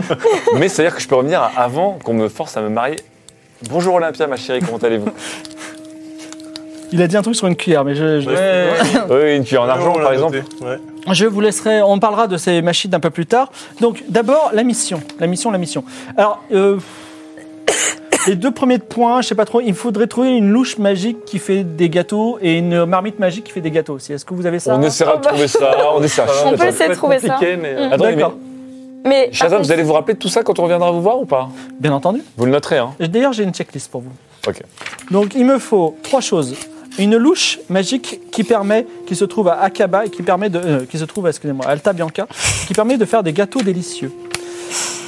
Speaker 3: mais c'est-à-dire que je peux revenir à avant qu'on me force à me marier. Bonjour Olympia, ma chérie, comment allez-vous
Speaker 1: il a dit un truc sur une cuillère, mais je... je-
Speaker 2: Ouais.
Speaker 3: Oui, une cuillère en argent,
Speaker 2: On l'a
Speaker 3: par
Speaker 2: noté,
Speaker 3: exemple.
Speaker 2: ouais.
Speaker 1: Je vous laisserai, on parlera de ces machines un peu plus tard. Donc d'abord la mission, la mission, la mission. Alors euh, les deux premiers points, je sais pas trop, il faudrait trouver une louche magique qui fait des gâteaux et une marmite magique qui fait des gâteaux. C'est- Est-ce que vous avez ça
Speaker 3: On essaiera
Speaker 4: Oh
Speaker 3: de
Speaker 4: bah.
Speaker 3: trouver ça, on essaiera.
Speaker 4: On peut
Speaker 3: Attends,
Speaker 4: essayer de trouver ça. Mm.
Speaker 8: compliqué, mais euh,
Speaker 3: Attendez, mais
Speaker 1: D'accord.
Speaker 4: Mais par
Speaker 3: Shazam,
Speaker 4: contre,
Speaker 3: vous allez vous rappeler de tout ça quand on reviendra vous voir ou pas
Speaker 1: Bien entendu.
Speaker 3: Vous le noterez, hein
Speaker 1: Et D'ailleurs j'ai une checklist pour vous.
Speaker 3: Ok.
Speaker 1: Donc il me faut trois choses. Une louche magique qui permet, qui se trouve à Akaba et qui permet de, euh, qui se trouve, excusez-moi, à Alta Bianca, qui permet de faire des gâteaux délicieux.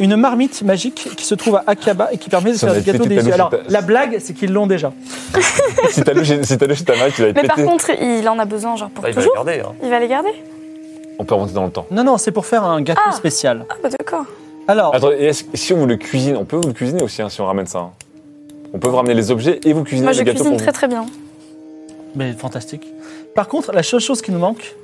Speaker 1: Une marmite magique qui se trouve à Akaba et qui permet de
Speaker 3: Ça
Speaker 1: faire
Speaker 3: va
Speaker 1: des
Speaker 3: être
Speaker 1: gâteaux
Speaker 3: pété ta
Speaker 1: délicieux.
Speaker 3: louche,
Speaker 1: Alors
Speaker 3: ta-
Speaker 1: la blague, c'est qu'ils l'ont déjà.
Speaker 3: Si t'as lu si t'as lu chez ta mère, tu vas être
Speaker 4: Mais par
Speaker 3: pété.
Speaker 4: contre, il en a besoin, genre pour
Speaker 5: Ah,
Speaker 8: bah, il va
Speaker 4: toujours.
Speaker 8: regarder. Hein.
Speaker 4: Il va les garder
Speaker 3: On peut remonter dans le temps.
Speaker 1: Non, non, c'est pour faire un gâteau spécial.
Speaker 4: Ah, bah, d'accord.
Speaker 1: Alors,
Speaker 3: Attendez, et est-ce- si on vous le cuisine, on peut vous le cuisiner aussi hein, si on ramène ça. hein. On peut vous ramener les objets et vous cuisiner
Speaker 4: Moi, je
Speaker 3: les gâteaux
Speaker 4: cuisine
Speaker 3: pour vous.
Speaker 4: très très bien.
Speaker 1: mais fantastique. Par contre, la seule chose qui nous manque,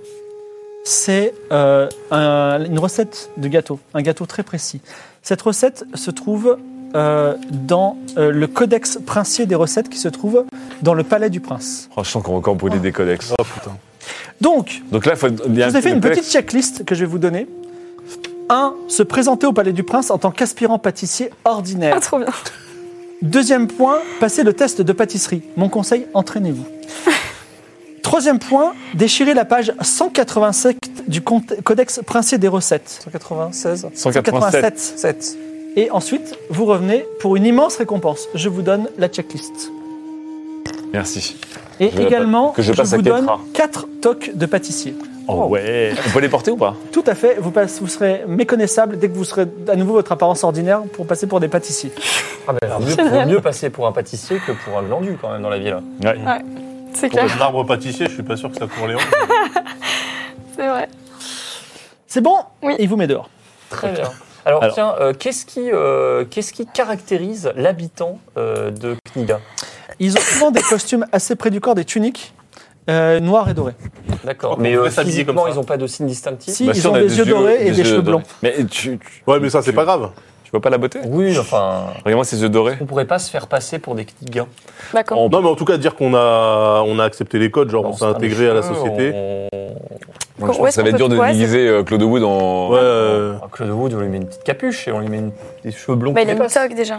Speaker 1: c'est euh, un- une recette de gâteau, un gâteau très précis. Cette recette se trouve euh, dans euh, le codex princier des recettes qui se trouve dans le palais du prince.
Speaker 3: Oh, je sens qu'on va encore brûler des codex.
Speaker 2: Oh putain.
Speaker 1: Donc,
Speaker 3: Donc là, il faut. Il y
Speaker 1: je
Speaker 3: a
Speaker 1: vous ai fait
Speaker 3: le
Speaker 1: une
Speaker 3: codex-
Speaker 1: petite checklist que je vais vous donner. 1. Se présenter au palais du prince en tant qu'aspirant pâtissier ordinaire.
Speaker 4: Ah, trop bien.
Speaker 1: Deuxième point, passez le test de pâtisserie. Mon conseil, entraînez-vous. Troisième point, déchirez la page 187 du compte- Codex Princier des recettes.
Speaker 8: 196,
Speaker 3: 187.
Speaker 8: 7.
Speaker 1: Et ensuite, vous revenez pour une immense récompense. Je vous donne la checklist.
Speaker 3: Merci.
Speaker 1: Et
Speaker 3: Je vais la
Speaker 1: également,
Speaker 3: pa- que je passe à
Speaker 1: vous donne
Speaker 3: Ketra.
Speaker 1: 4 toques de pâtissier.
Speaker 3: Oh ouais. On peut les porter ou pas
Speaker 1: Tout à fait, vous, passe- vous serez méconnaissable dès que vous serez à nouveau votre apparence ordinaire pour passer pour des pâtissiers.
Speaker 8: Ah ben, vaut mieux, vaut mieux passer pour un pâtissier que pour un glandu quand même dans la ville.
Speaker 3: Ouais.
Speaker 1: Ah,
Speaker 4: C'est
Speaker 2: Pour
Speaker 4: clair,
Speaker 2: un arbre pâtissier, je suis pas sûr que ça court les hanches.
Speaker 4: c'est vrai.
Speaker 1: C'est bon
Speaker 4: Oui.
Speaker 1: Il vous met dehors.
Speaker 8: Très bien. Alors,
Speaker 3: Alors.
Speaker 8: tiens, euh, qu'est-ce qui, euh, qu'est-ce qui caractérise l'habitant euh, de Kniga
Speaker 1: Ils ont souvent des costumes assez près du corps, des tuniques euh, noires et dorées.
Speaker 8: D'accord.
Speaker 2: On
Speaker 8: Mais
Speaker 2: pourrait
Speaker 8: euh,
Speaker 2: s'habiller
Speaker 8: physiquement,
Speaker 2: comme
Speaker 8: ils
Speaker 2: ça.
Speaker 8: n'ont pas de signes distinctifs
Speaker 1: Si, ils
Speaker 3: on
Speaker 1: ont
Speaker 3: a
Speaker 1: des yeux dorés et des
Speaker 3: yeux
Speaker 1: cheveux
Speaker 3: dorés.
Speaker 1: blancs.
Speaker 3: Mais tu, tu-
Speaker 2: Ouais, mais ça, c'est
Speaker 3: tu-
Speaker 2: pas grave.
Speaker 3: Tu vois pas la beauté
Speaker 8: Oui, enfin,
Speaker 3: Regarde-moi ces yeux dorés.
Speaker 8: on pourrait pas se faire passer pour des Kniga.
Speaker 4: Bah, quand-
Speaker 3: On-
Speaker 2: Non, mais en tout cas, dire qu'on a, on a accepté les codes, genre on s'est intégré à la société.
Speaker 3: Donc, je pense
Speaker 4: Où
Speaker 3: que
Speaker 4: est-ce
Speaker 3: ça
Speaker 4: qu'on
Speaker 3: va être
Speaker 4: peut-
Speaker 3: dur de
Speaker 4: ouais, c'est-
Speaker 3: déguiser euh, Claude Wood en.
Speaker 2: Ouais, euh,
Speaker 8: Claude Wood, on lui met une petite capuche et on lui met une- des cheveux blonds.
Speaker 4: Bah,
Speaker 8: qui
Speaker 4: il a une
Speaker 8: dépassent.
Speaker 4: toque déjà.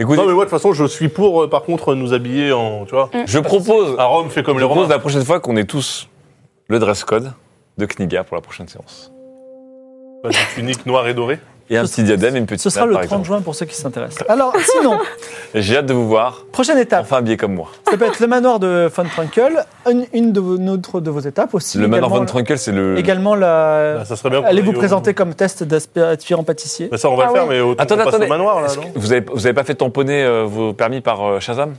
Speaker 3: Écoute,
Speaker 2: Non, mais moi, de toute façon, je suis pour, euh, par contre, nous habiller en. Tu vois
Speaker 4: Mm.
Speaker 3: je propose.
Speaker 2: À Rome, fait Ah, comme
Speaker 3: Je
Speaker 2: les Romains.
Speaker 3: propose la prochaine fois qu'on ait tous le dress code de Kniga pour la prochaine séance.
Speaker 2: Bah, des tuniques noires et dorées.
Speaker 3: Et un petit diadème et une petite
Speaker 1: Ce sera
Speaker 3: nappe,
Speaker 1: le
Speaker 3: Bah, par
Speaker 1: 30
Speaker 3: exemple.
Speaker 1: juin pour ceux qui s'intéressent. Alors, sinon,
Speaker 3: Et J'ai hâte de vous voir
Speaker 1: prochaine étape,
Speaker 3: enfin habillé comme moi.
Speaker 1: ça peut être le manoir de Von Trunkel, une, une de, vos, une autre de vos étapes aussi.
Speaker 3: Le manoir
Speaker 1: également- euh,
Speaker 3: Von Trunkel, c'est le.
Speaker 1: Également,
Speaker 2: Bah,
Speaker 1: la...
Speaker 2: ça serait bien. qu'on
Speaker 1: Ah. allez vous
Speaker 2: aille au-
Speaker 1: présenter comme test d'aspirant pâtissier.
Speaker 2: Bah, ça, on va le
Speaker 4: Ah
Speaker 2: faire,
Speaker 4: ouais.
Speaker 2: mais autant
Speaker 3: Attendez,
Speaker 2: qu'on passe
Speaker 3: attendez.
Speaker 2: au manoir, là,
Speaker 3: Est-ce
Speaker 2: non
Speaker 3: que Vous avez, vous avez pas fait tamponner euh, vos permis par euh, Shazam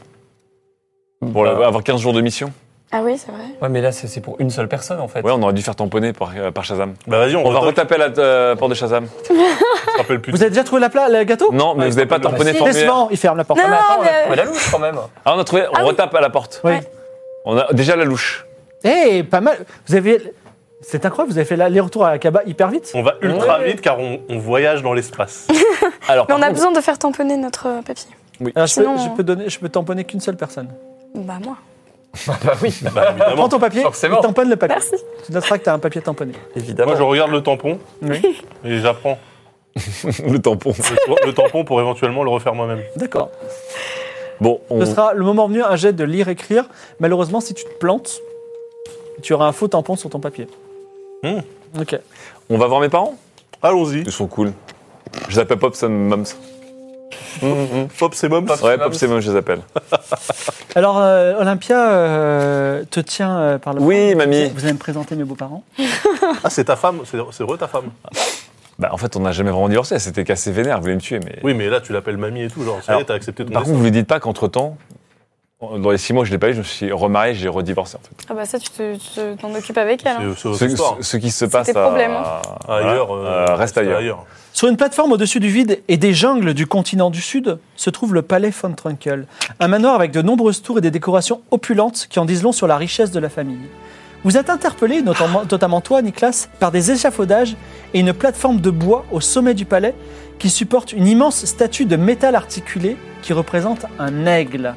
Speaker 3: Pour
Speaker 8: Bah.
Speaker 3: la- avoir 15 jours de mission
Speaker 4: Ah oui, c'est vrai.
Speaker 8: Ouais, mais là, c'est c'est pour une seule personne en fait.
Speaker 3: Ouais, on aurait dû faire tamponner par, euh, par Shazam.
Speaker 2: Bah, vas-y, on,
Speaker 3: On va
Speaker 2: retoque,
Speaker 3: retaper la euh, porte de Shazam.
Speaker 2: on se rappelle plus.
Speaker 1: Vous avez déjà trouvé la plat, le gâteau
Speaker 3: Non, mais
Speaker 2: Ouais,
Speaker 3: vous n'avez pas
Speaker 2: tamponner.
Speaker 3: tamponné
Speaker 8: Bah, si.
Speaker 3: formulaire.
Speaker 1: Décevant, il ferme la porte.
Speaker 8: Ah, mais attends, on a
Speaker 4: Non,
Speaker 8: trouvé la louche quand même.
Speaker 3: Ah, on a trouvé, on
Speaker 4: Ah oui.
Speaker 3: retape à la porte.
Speaker 1: Oui.
Speaker 4: Ouais.
Speaker 3: On a déjà la louche.
Speaker 1: Eh, pas mal. Vous avez. C'est incroyable, vous avez fait l'aller-retour à Akaba hyper vite.
Speaker 2: On va ultra vite car on, on voyage dans l'espace.
Speaker 3: Alors,
Speaker 4: Mais
Speaker 3: par
Speaker 4: on a
Speaker 3: contre,
Speaker 4: besoin de faire tamponner notre euh, papier.
Speaker 1: Alors, je, peux,
Speaker 4: Sinon-
Speaker 1: je peux donner, je peux tamponner qu'une seule personne.
Speaker 4: Bah, moi.
Speaker 8: Bah oui,
Speaker 2: Bah,
Speaker 1: Prends
Speaker 2: évidemment.
Speaker 1: ton papier
Speaker 8: forcément.
Speaker 1: et tamponne le papier.
Speaker 4: Merci.
Speaker 1: Tu noteras que tu as un papier tamponné.
Speaker 8: évidemment.
Speaker 2: Moi, je regarde le tampon
Speaker 1: Oui.
Speaker 2: et j'apprends
Speaker 3: le tampon.
Speaker 2: le, le tampon pour éventuellement le refaire moi-même.
Speaker 1: D'accord.
Speaker 3: Bon, on,
Speaker 1: Ce sera le moment venu un jet de lire-écrire. Malheureusement, si tu te plantes, tu auras un faux tampon sur ton papier.
Speaker 2: Hmm.
Speaker 1: Ok.
Speaker 3: on va voir mes parents
Speaker 2: Allons-y.
Speaker 3: Ils sont cool. Je les appelle Pops and Mums.
Speaker 2: Pop, c'est mom.
Speaker 3: ouais, Pops et Mums, je les appelle.
Speaker 1: Alors, euh, Olympia euh, te tient euh, par le
Speaker 3: Oui,
Speaker 1: bras.
Speaker 3: mamie.
Speaker 1: Vous allez me présenter mes beaux-parents.
Speaker 2: Ah, c'est ta femme. C'est c'est re ta femme.
Speaker 3: Bah, en fait, on n'a jamais vraiment divorcé. Elle s'était cassée vénère, elle voulait me tuer. Mais...
Speaker 2: Oui, mais là, tu l'appelles mamie et tout. Genre, ça y
Speaker 3: Alors,
Speaker 2: est, t'as accepté ton
Speaker 3: Par
Speaker 2: destin.
Speaker 3: contre, vous lui dites pas qu'entre-temps, dans les six mois que je l'ai pas eu, je me suis remarié, j'ai redivorcé. En fait.
Speaker 4: Ah bah ça, tu te- tu te- t'en occupes avec elle. hein.
Speaker 2: C'est- c'est autre
Speaker 3: ce,
Speaker 2: histoire.
Speaker 3: ce- ce qui se passe
Speaker 4: tes
Speaker 3: à-
Speaker 4: problèmes, hein.
Speaker 3: à-
Speaker 2: Ailleurs,
Speaker 3: voilà,
Speaker 2: euh,
Speaker 3: euh, reste
Speaker 2: c'est
Speaker 3: ailleurs.
Speaker 1: Sur une plateforme au-dessus du vide et des jungles du continent du Sud se trouve le palais von Trunkel, un manoir avec de nombreuses tours et des décorations opulentes qui en disent long sur la richesse de la famille. Vous êtes interpellé, notamment, notamment toi, Nicolas, par des échafaudages et une plateforme de bois au sommet du palais qui supporte une immense statue de métal articulé qui représente un aigle.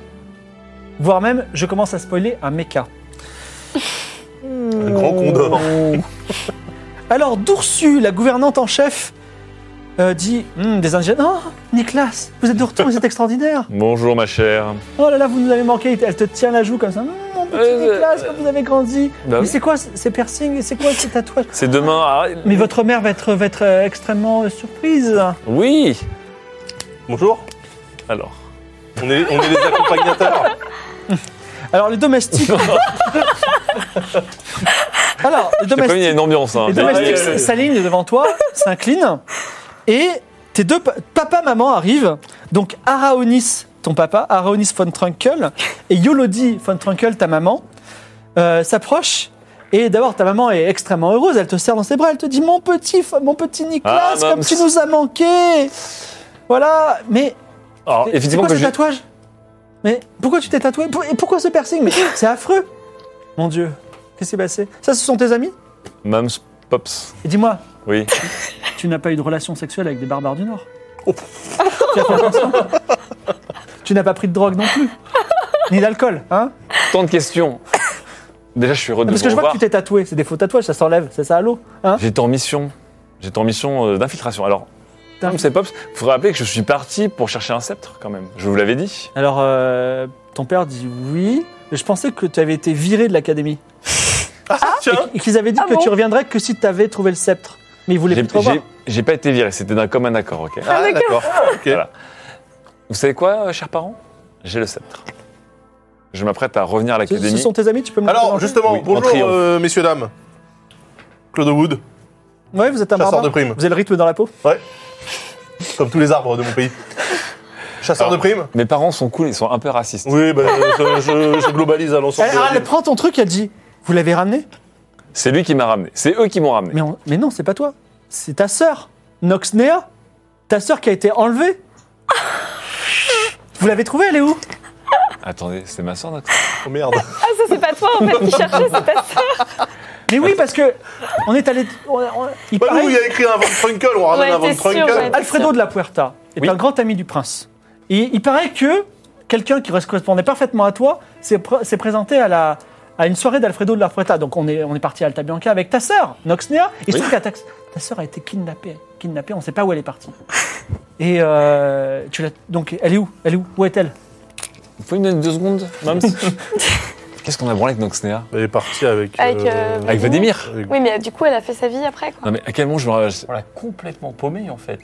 Speaker 1: Voire même, je commence à spoiler, un mecha.
Speaker 2: Un grand
Speaker 4: Mmh.
Speaker 2: condor.
Speaker 1: Alors Doursu, la gouvernante en chef, euh, dit Hum, des indigènes. Oh, Nicolas, vous êtes de retour, vous êtes extraordinaire.
Speaker 3: Bonjour, ma chère.
Speaker 1: Oh là là, vous nous avez manqué. Elle te tient la joue comme ça. Hum, mon petit
Speaker 3: Euh,
Speaker 1: Nicolas,
Speaker 3: euh,
Speaker 1: comme vous avez grandi.
Speaker 3: bah
Speaker 1: Mais
Speaker 3: oui.
Speaker 1: c'est quoi ce- ces piercings et C'est quoi ces tatouages
Speaker 3: C'est demain. à-
Speaker 1: Mais votre mère va être, va être euh, extrêmement euh, surprise.
Speaker 3: Oui
Speaker 2: Bonjour.
Speaker 3: Alors.
Speaker 2: On est, on est les accompagnateurs.
Speaker 1: Alors les domestiques. Alors les
Speaker 3: J'ai pas vu, il y
Speaker 1: domestiques,
Speaker 3: a une ambiance. hein.
Speaker 1: les domestiques s'alignent devant toi, s'inclinent et tes deux pa- papa maman arrivent. Donc Araonis, ton papa, Araonis von Trunkel et Yolodi von Trunkel, ta maman, euh, s'approchent. Et d'abord, ta maman est extrêmement heureuse. Elle te serre dans ses bras. Elle te dit Mon petit, f- mon petit Nicolas,
Speaker 3: Ah,
Speaker 1: comme
Speaker 3: mams.
Speaker 1: tu nous as manqué. Voilà. Mais
Speaker 3: Alors,
Speaker 1: c'est
Speaker 3: Ah, effectivement,
Speaker 1: quoi
Speaker 3: que
Speaker 1: ce
Speaker 3: je-
Speaker 1: tatouage Mais pourquoi tu t'es tatoué Pour- Et pourquoi ce piercing Mais c'est affreux Mon Dieu, qu'est-ce qui s'est passé Ça, ce sont tes amis
Speaker 3: Mums Pops.
Speaker 1: Et dis-moi,
Speaker 3: Oui.
Speaker 1: tu n'as pas eu de relation sexuelle avec des barbares du Nord
Speaker 2: Oh.
Speaker 1: Tu as fait attention Tu n'as pas pris de drogue non plus Ni d'alcool, hein
Speaker 3: Tant de questions. Déjà, je suis heureux de
Speaker 1: Ah, Parce
Speaker 3: vous
Speaker 1: que je vois que
Speaker 3: revoir.
Speaker 1: tu t'es tatoué, c'est des faux tatouages, ça s'enlève, c'est ça à l'eau, hein
Speaker 3: J'étais en mission. J'étais en mission euh, d'infiltration. Alors, Mums et Pops, il faut rappeler que je suis parti pour chercher un sceptre quand même. Je vous l'avais dit.
Speaker 1: Alors, euh, ton père dit oui, mais je pensais que tu avais été viré de l'académie.
Speaker 2: Tiens.
Speaker 1: Et qu'ils avaient dit
Speaker 4: Ah
Speaker 1: que
Speaker 4: bon
Speaker 1: tu reviendrais que si tu avais trouvé le sceptre. Mais ils voulaient
Speaker 3: J'ai
Speaker 1: plus te revoir.
Speaker 3: j'ai- j'ai pas été viré, c'était d'un commun accord, ok
Speaker 2: Ah, d'accord. Ok.
Speaker 3: Voilà. Vous savez quoi, euh, chers parents J'ai le sceptre. Je m'apprête à revenir à
Speaker 1: Ce, ce
Speaker 3: l'académie.
Speaker 1: sont tes amis, tu peux me
Speaker 2: Alors,
Speaker 1: présenter
Speaker 2: justement,
Speaker 3: Oui, en
Speaker 2: bonjour,
Speaker 3: triomphe.
Speaker 2: euh, messieurs, dames. Claude Wood,
Speaker 1: Ouais, vous êtes un
Speaker 2: chasseur
Speaker 1: barbare.
Speaker 2: de primes.
Speaker 1: Vous avez le rythme dans la peau
Speaker 2: Comme tous les arbres de mon pays. Chasseur de primes
Speaker 3: Mes parents sont cool, ils sont un peu racistes.
Speaker 2: Oui, bah, je, je- je globalise à l'ensemble.
Speaker 1: elle,
Speaker 2: de la
Speaker 1: elle
Speaker 2: ville.
Speaker 1: prend Eh, ton truc, elle dit Vous l'avez ramené
Speaker 3: C'est lui qui m'a ramené. C'est eux qui m'ont ramené.
Speaker 1: mais, on- mais non, c'est pas toi. C'est ta sœur, Noxnea. Ta sœur qui a été enlevée. Vous l'avez trouvée, elle est où
Speaker 3: Attendez, c'est ma soeur,
Speaker 2: Oh, merde.
Speaker 4: Ah, ça, c'est pas toi, en fait, qui cherchais, c'est pas ça.
Speaker 1: Mais oui, parce que on est allé. on- on- il
Speaker 2: Bah,
Speaker 1: paraît-
Speaker 2: nous, il y a écrit un Van Trunkel, on ramène
Speaker 4: Ouais,
Speaker 2: un Van
Speaker 4: t'es sûr,
Speaker 2: Trunkel.
Speaker 4: ouais.
Speaker 1: Alfredo de la Puerta est
Speaker 3: Oui.
Speaker 1: un grand ami du prince. Et il paraît que quelqu'un qui correspondait parfaitement à toi s'est pr- s'est présenté à la à une soirée d'Alfredo de la Puerta. Donc on est on est parti à Alta Bianca avec ta sœur, Noxnea. Et je
Speaker 3: Oui.
Speaker 1: trouve que ta, ta sœur a été kidnappée, kidnappée. On ne sait pas où elle est partie. Et euh, tu l'as donc elle est où Elle est où Où est-elle
Speaker 3: Vous pouvez me donner deux secondes Mams Qu'est-ce qu'on a branlé avec Noxnea
Speaker 2: Elle est partie avec.
Speaker 4: Avec, euh,
Speaker 3: Avec Vladimir
Speaker 2: avec-
Speaker 4: Oui, mais euh, du coup, elle a fait sa vie après, quoi.
Speaker 3: Non mais à quel moment je me rappelle
Speaker 8: On l'a complètement paumé en fait.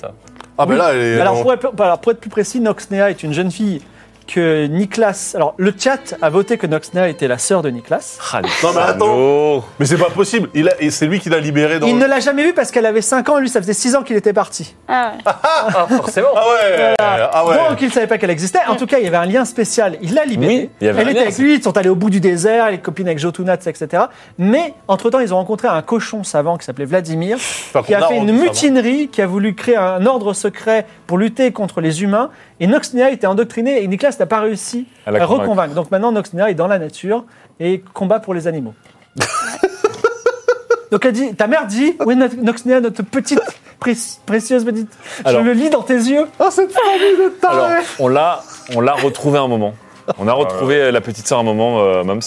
Speaker 2: Ah, bah là, elle est.
Speaker 1: alors
Speaker 2: en-
Speaker 1: pour, être, alors, pour être plus précis, Noxnea est une jeune fille que Niklas. Alors le chat a voté que Noxnea était la sœur de Niklas.
Speaker 3: Ah, les
Speaker 2: Non, mais
Speaker 3: salauds.
Speaker 2: Mais c'est pas possible. Il a... Et c'est lui qui l'a libéré dans.
Speaker 1: Il
Speaker 2: le-
Speaker 1: ne l'a jamais vue parce qu'elle avait 5 ans et lui ça faisait 6 ans qu'il était parti.
Speaker 4: Ah, ouais.
Speaker 8: Ah, forcément.
Speaker 2: Ah ouais Ah ouais
Speaker 1: Donc il ne savait pas qu'elle existait. En tout cas, il y avait un lien spécial. Il l'a libérée.
Speaker 3: Oui, il y avait
Speaker 1: elle
Speaker 3: un
Speaker 1: était
Speaker 3: lien,
Speaker 1: avec
Speaker 3: c'est-
Speaker 1: lui, ils sont allés au bout du désert, elle est copine avec Jotunat, etc. Mais entre-temps, ils ont rencontré un cochon savant qui s'appelait Vladimir,
Speaker 2: Enfin,
Speaker 1: qui
Speaker 2: qu'on
Speaker 1: a fait une
Speaker 2: rendu
Speaker 1: mutinerie, qui a voulu créer un ordre secret pour lutter contre les humains. Et Noxnea était endoctriné et Niklas n'a pas réussi
Speaker 3: À
Speaker 1: à,
Speaker 3: la convaincre.
Speaker 1: reconvaincre. Donc maintenant, Noxnea est dans la nature et combat pour les animaux. Donc elle dit, ta mère dit, oui no- Noxnea, notre petite pré- précieuse petite,
Speaker 3: Alors-
Speaker 1: je le lis dans tes yeux.
Speaker 3: Alors, on l'a, on l'a retrouvé un moment. On a retrouvé la petite sœur un moment, euh, Mams.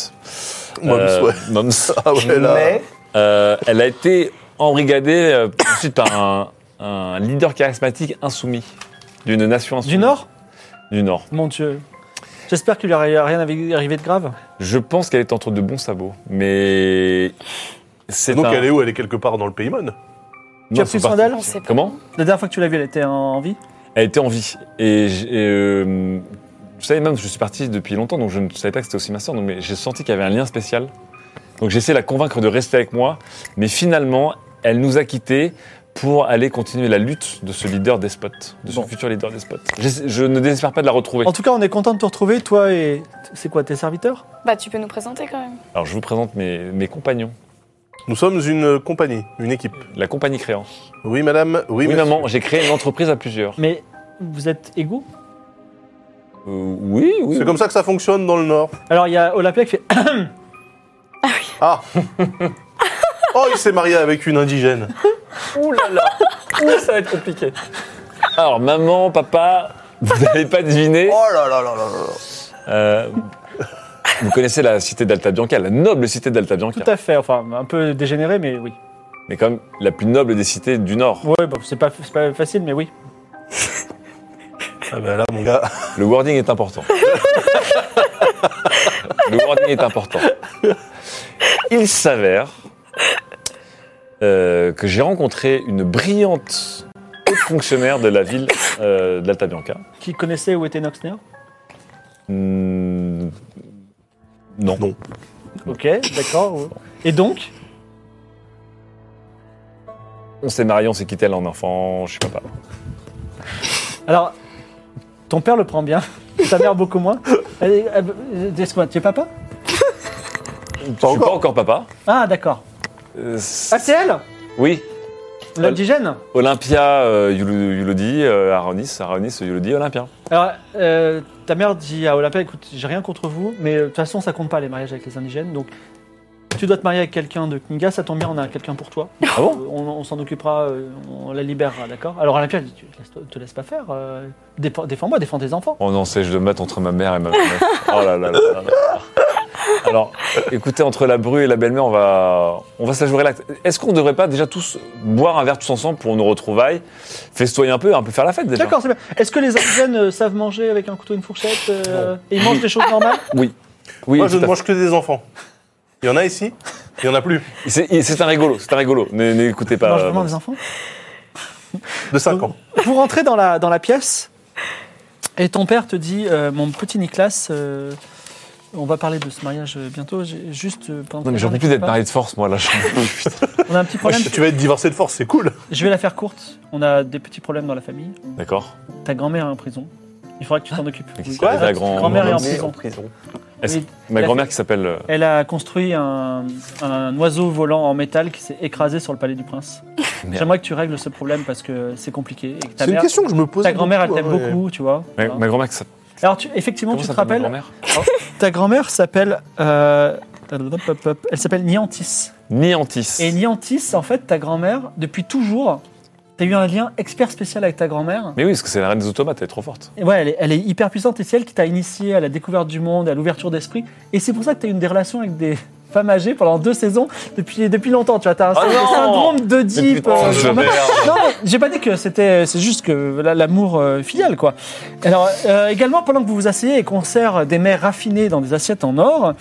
Speaker 2: Mams, ouais.
Speaker 3: Mams.
Speaker 2: avant. Ah ouais, là.
Speaker 8: Mais
Speaker 3: Euh, elle a été embrigadée euh, ensuite par un, un leader charismatique insoumis d'une nation insoumise.
Speaker 1: Du Nord
Speaker 3: Du Nord.
Speaker 1: Mon Dieu. J'espère qu'il lui arrive- rien avait arrivé de grave.
Speaker 3: Je pense qu'elle est entre de bons sabots, mais c'est
Speaker 2: Donc
Speaker 3: un-
Speaker 2: elle est où Elle est quelque part dans le Paymon.
Speaker 1: Tu as pris
Speaker 3: c'est
Speaker 1: le
Speaker 3: parti.
Speaker 1: sandal
Speaker 4: on sait pas.
Speaker 3: Comment
Speaker 1: La dernière fois que tu l'as vu, elle était en, en vie.
Speaker 3: Elle était en vie. Et, j'- et, euh, je savais même, je suis parti depuis longtemps, donc je ne savais pas que c'était aussi ma sœur, donc, mais j'ai senti qu'il y avait un lien spécial. Donc j'ai essayé de la convaincre de rester avec moi, mais finalement, elle nous a quittés pour aller continuer la lutte de ce leader despote, de ce
Speaker 1: Bon.
Speaker 3: futur leader despote. J'essa- Je ne désespère pas de la retrouver.
Speaker 1: En tout cas, on est content de te retrouver, toi et. C'est quoi, tes serviteurs
Speaker 4: Bah, tu peux nous présenter quand même.
Speaker 3: Alors je vous présente mes, mes compagnons,
Speaker 2: Nous sommes une euh, compagnie, une équipe.
Speaker 3: la compagnie créant.
Speaker 2: Oui, madame. Oui,
Speaker 3: Oui,
Speaker 2: monsieur.
Speaker 3: maman, j'ai créé une entreprise à plusieurs.
Speaker 1: Mais vous êtes égaux
Speaker 3: Euh, oui, oui.
Speaker 2: C'est comme ça que ça fonctionne dans le Nord.
Speaker 1: Alors, il y a Olapia qui fait.
Speaker 2: Ah Oh, il s'est marié avec une indigène.
Speaker 8: ouh, ça va être compliqué.
Speaker 3: Alors maman, papa, vous n'avez pas deviné.
Speaker 2: Oh là là là là là.
Speaker 3: Euh, vous connaissez la cité d'Alta Bianca, la noble cité d'Alta Bianca,
Speaker 1: Tout à fait, enfin, un peu dégénéré, mais oui.
Speaker 3: mais quand même la plus noble des cités du Nord.
Speaker 1: Ouais, bah, c'est pas, c'est pas facile, mais oui.
Speaker 2: Ah bah là, mon gars.
Speaker 3: Le wording est important. Le wording est important. Il s'avère euh, que j'ai rencontré une brillante haute fonctionnaire de la ville euh, d'Alta Bianca.
Speaker 1: Qui connaissait où était Noxnea
Speaker 3: Hmm, non.
Speaker 2: Non.
Speaker 1: Ok, d'accord. Et donc
Speaker 3: On s'est mariés, on s'est quittés, elle en enfant, je suis papa.
Speaker 1: Alors, ton père le prend bien, ta mère beaucoup moins. Allez, euh, Laisse-moi, tu es papa
Speaker 3: Je suis pas encore papa.
Speaker 1: Ah, d'accord.
Speaker 3: Euh, c-
Speaker 1: Ah, c'est elle
Speaker 3: oui,
Speaker 1: L'indigène
Speaker 3: Olympia, euh, Yulo- Yulodi, euh, Aronis, Aronis, Yulodi, Olympia.
Speaker 1: Alors, euh, ta mère dit à Olympia, écoute, j'ai rien contre vous, mais euh, de toute façon, ça compte pas les mariages avec les indigènes, donc tu dois te marier avec quelqu'un de Kinga, ça tombe bien, on a quelqu'un pour toi.
Speaker 3: Ah
Speaker 1: Euh,
Speaker 3: bon
Speaker 1: On, on s'en occupera, euh, on la libérera, d'accord Alors Olympia dit, tu laisse- te laisse pas faire, euh, défends- défends-moi, défends tes enfants.
Speaker 3: Oh non, sais-je de mettre entre ma mère et ma belle-mère. Oh là là là là là. Alors, écoutez, entre la bru et la belle-mère, on va, on va se la jouer l'acte. Est-ce qu'on ne devrait pas déjà tous boire un verre tous ensemble pour nos retrouvailles Festoyer un peu, un peu faire la fête déjà.
Speaker 1: D'accord, c'est bien. Est-ce que les indigènes euh, savent manger avec un couteau et une fourchette euh, Et ils mangent des choses normales
Speaker 3: Oui,
Speaker 2: Moi, je ne
Speaker 3: tout à fait.
Speaker 2: mange que des enfants. Il y en a ici Il y en a plus.
Speaker 3: c'est c'est un rigolo, c'est un rigolo. N- N'écoutez
Speaker 1: Ils
Speaker 3: pas.
Speaker 1: mangent vraiment
Speaker 3: euh,
Speaker 1: des enfants
Speaker 2: De 5 ans.
Speaker 1: Vous rentrez dans la, dans la pièce et ton père te dit euh, Mon petit Nicolas, euh, on va parler de ce mariage euh, bientôt. J'ai- Juste, euh, pendant
Speaker 3: Non, mais
Speaker 1: que
Speaker 3: j'en
Speaker 1: Jean-Luc
Speaker 3: peux plus d'être
Speaker 1: parle,
Speaker 3: marié de force, moi, là. j'en peux plus.
Speaker 1: On a un petit problème.
Speaker 2: Tu vas être divorcé de force, c'est cool.
Speaker 1: Je vais la faire courte. On a des petits problèmes dans la famille.
Speaker 3: D'accord.
Speaker 1: Ta grand-mère est en prison. Il faudra que tu t'en occupes.
Speaker 3: Mais qu'est-ce
Speaker 1: Oui.
Speaker 3: qu'il y a,
Speaker 1: Ta
Speaker 3: la grand-
Speaker 1: grand-mère est en
Speaker 3: grand-mère
Speaker 1: prison.
Speaker 3: Est-ce-
Speaker 1: Oui.
Speaker 3: Ma
Speaker 1: La-
Speaker 3: grand-mère qui s'appelle. euh,
Speaker 1: Elle a construit un, un oiseau volant en métal qui s'est écrasé sur le palais du prince.
Speaker 3: Merde.
Speaker 1: J'aimerais que tu règles ce problème parce que c'est compliqué. et que ta
Speaker 2: C'est une
Speaker 1: mère-
Speaker 2: question que je me pose.
Speaker 1: ta grand-mère, elle t'aime
Speaker 2: beaucoup, hein,
Speaker 1: beaucoup, tu vois.
Speaker 3: Ma,
Speaker 1: Voilà.
Speaker 3: ma grand-mère qui s'appelle.
Speaker 1: Alors, tu- effectivement,
Speaker 3: comment
Speaker 1: tu te
Speaker 3: s'appelle ma
Speaker 1: rappelles,
Speaker 3: grand-mère
Speaker 1: ta grand-mère s'appelle. euh, elle s'appelle Niantis.
Speaker 3: Niantis.
Speaker 1: Et Niantis, en fait, ta grand-mère, depuis toujours, t'as eu un lien expert spécial avec ta grand-mère.
Speaker 3: Mais oui, parce que c'est la reine des automates, elle est trop forte.
Speaker 1: Et ouais, elle est, elle est hyper puissante et c'est elle qui t'a initié à la découverte du monde, à l'ouverture d'esprit. Et c'est pour ça que t'as eu une des relations avec des femmes âgées pendant deux saisons depuis, depuis longtemps. Tu vois, t'as un
Speaker 3: Oh non
Speaker 1: syndrome de
Speaker 3: Mais
Speaker 1: deep.
Speaker 3: putain, je
Speaker 1: non, mais
Speaker 3: merde.
Speaker 1: j'ai pas dit que c'était, c'est juste que là, l'amour euh, filial, quoi. Alors, euh, également, pendant que vous vous asseyez et qu'on sert des mets raffinés dans des assiettes en or,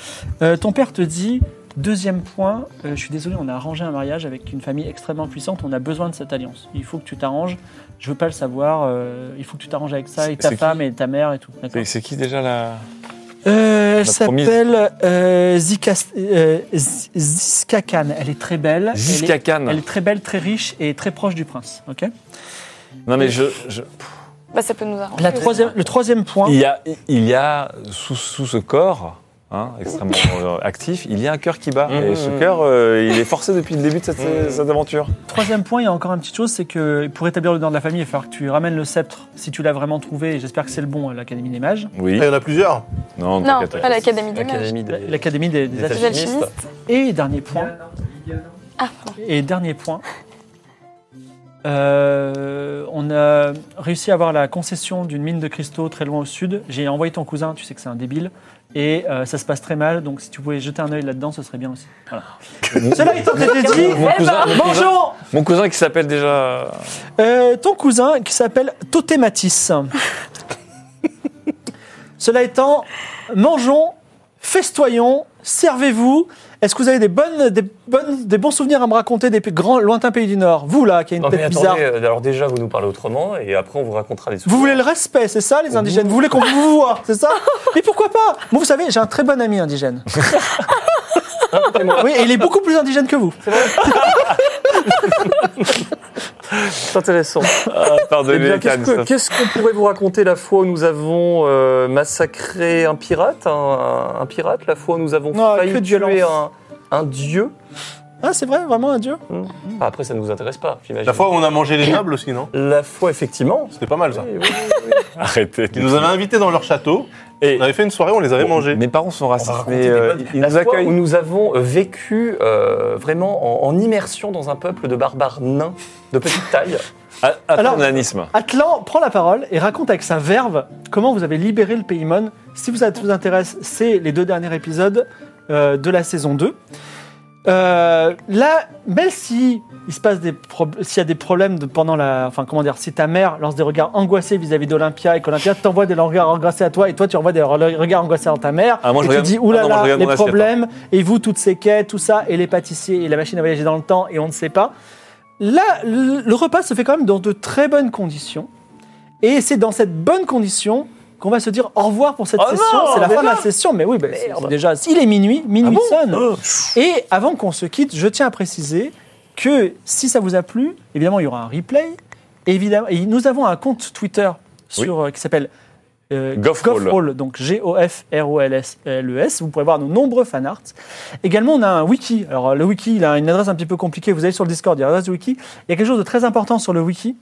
Speaker 1: euh, ton père te dit. Deuxième point, euh, je suis désolé, on a arrangé un mariage avec une famille extrêmement puissante, on a besoin de cette alliance. Il faut que tu t'arranges, je veux pas le savoir, euh, il faut que tu t'arranges avec ça, et
Speaker 3: C'est-
Speaker 1: ta
Speaker 3: c'est
Speaker 1: femme, et ta mère, et tout. D'accord.
Speaker 3: C'est- C'est qui déjà la.
Speaker 1: Euh, elle
Speaker 3: La promise.
Speaker 1: s'appelle euh, Zika- euh, Z- Ziska Khan. Elle est très belle. Elle est-
Speaker 3: Ziska Khan.
Speaker 1: Elle est très belle, très riche et très proche du prince. Ok.
Speaker 3: Non, mais je. je-
Speaker 4: Bah, ça peut nous arranger.
Speaker 1: La troisième, le troisième point.
Speaker 3: Il y a, il y a sous, sous ce corps. hein, extrêmement euh, actif, il y a un cœur qui bat. Mm.
Speaker 5: Mmh.
Speaker 3: Et ce cœur, euh, il est forcé depuis le début de cette, cette aventure.
Speaker 1: Troisième point, il y a encore une petite chose, c'est que pour établir l'honneur de la famille, il va falloir que tu ramènes le sceptre si tu l'as vraiment trouvé. et J'espère que c'est le bon à l'Académie des mages,
Speaker 3: Oui.
Speaker 2: Ah, Il y en a plusieurs.
Speaker 3: Non,
Speaker 4: Non,
Speaker 3: t'inquiète,
Speaker 4: pas
Speaker 3: t'inquiète.
Speaker 4: l'Académie des Mages.
Speaker 5: L'académie des...
Speaker 1: l'Académie des, des
Speaker 5: des
Speaker 1: Astres.
Speaker 4: Les alchimistes.
Speaker 1: Et dernier point.
Speaker 4: Ah, pardon.
Speaker 1: Et dernier point. Euh, on a réussi à avoir la concession d'une mine de cristaux très loin au sud. J'ai envoyé ton cousin, tu sais que c'est un débile, et euh, ça se passe très mal, donc si tu pouvais jeter un œil là-dedans, ce serait bien aussi. Voilà. Cela étant, t'étais dit,
Speaker 3: Euh, Mon cousin, mon cousin-
Speaker 1: bonjour
Speaker 3: mon cousin qui s'appelle déjà.
Speaker 1: Euh, ton cousin qui s'appelle Totematis. Cela étant, mangeons, festoyons, servez-vous. Est-ce que vous avez des, bonnes, des, bonnes, des bons souvenirs à me raconter des p- grands, lointains pays du Nord Vous là, qui a une
Speaker 8: Non, mais
Speaker 1: tête
Speaker 8: attendez,
Speaker 1: bizarre.
Speaker 8: euh, alors déjà, vous nous parlez autrement et après, on vous racontera des
Speaker 1: Vous voulez le respect, c'est ça, les indigènes Vous voulez qu'on vous voit, c'est ça Mais pourquoi pas Moi, vous savez, j'ai un très bon ami indigène.
Speaker 8: Ah,
Speaker 1: oui, et il est beaucoup plus indigène que vous.
Speaker 5: C'est intéressant.
Speaker 3: Ah,
Speaker 5: Eh bien,
Speaker 3: pardonnez, Khan,
Speaker 5: Qu'est-ce
Speaker 3: ça-
Speaker 5: que- qu'est-ce qu'on pourrait vous raconter la fois où nous avons euh, massacré un pirate, un, un pirate, la fois où nous avons
Speaker 1: Non, que
Speaker 5: failli
Speaker 1: de
Speaker 5: tuer un,
Speaker 1: violence.
Speaker 5: un dieu
Speaker 1: Ah, c'est vrai, vraiment un dieu
Speaker 8: Enfin, après, ça ne nous intéresse pas, j'imagine.
Speaker 2: La fois où on a mangé les nobles aussi, non
Speaker 5: La fois, effectivement.
Speaker 2: C'était pas mal ça.
Speaker 5: Oui, oui,
Speaker 3: Arrêtez.
Speaker 2: Ils nous avaient invités dans leur château.
Speaker 3: Et-
Speaker 2: On avait fait une soirée, on les avait
Speaker 3: Bon,
Speaker 2: mangés.
Speaker 3: Mes parents sont racistes,
Speaker 5: raconter
Speaker 3: mais
Speaker 5: des
Speaker 3: euh,
Speaker 5: bonnes-
Speaker 3: ils
Speaker 5: la
Speaker 3: nous
Speaker 5: fois
Speaker 3: accueillent.
Speaker 5: où nous avons euh, vécu euh, vraiment en, en immersion dans un peuple de barbares nains de petite taille.
Speaker 3: Ah, attends,
Speaker 1: Alors-
Speaker 3: nanisme.
Speaker 1: Atlan prend la parole et raconte avec sa verve comment vous avez libéré le Paymon. Si vous, ça vous intéresse, c'est les deux derniers épisodes euh, de la saison 2. Euh, là, même si il se passe des pro- s'il y a des problèmes de- pendant la, enfin comment dire, si ta mère lance des regards angoissés vis-à-vis d'Olympia et qu'Olympia t'envoie des regards angoissés à toi et toi tu envoies des re- regards angoissés à ta mère
Speaker 3: Ah, moi,
Speaker 1: et
Speaker 3: je
Speaker 1: tu
Speaker 3: regarde-
Speaker 1: dis
Speaker 3: ah non,
Speaker 1: oulala
Speaker 3: moi, je regarde
Speaker 1: les
Speaker 3: mon assiette,
Speaker 1: problèmes et vous toutes ces quêtes tout ça et les pâtissiers et la machine à voyager dans le temps et on ne sait pas. Là, le le repas se fait quand même dans de très bonnes conditions. Et c'est dans cette bonne condition qu'on va se dire au revoir pour cette
Speaker 3: Oh
Speaker 1: session.
Speaker 3: non, Ah
Speaker 1: C'est la
Speaker 3: mais
Speaker 1: fin de
Speaker 3: là
Speaker 1: la session, mais oui, bah, c'est- c'est déjà, il est minuit, minuit sonne.
Speaker 3: Euh.
Speaker 1: Et avant qu'on se quitte, je tiens à préciser que si ça vous a plu, évidemment, il y aura un replay. Évidemment, et nous avons un compte Twitter sur, euh, qui s'appelle euh,
Speaker 3: Goffroll.
Speaker 1: Goffroll, donc G-O-F-R-O-L-S-L-E-S. E Vous pouvez voir nos nombreux fanarts. Également, on a un wiki. Alors, euh, le wiki, il a une adresse un petit peu compliquée. Vous allez sur le Discord, il y a l'adresse du wiki. Il y a quelque chose de très important sur le wiki.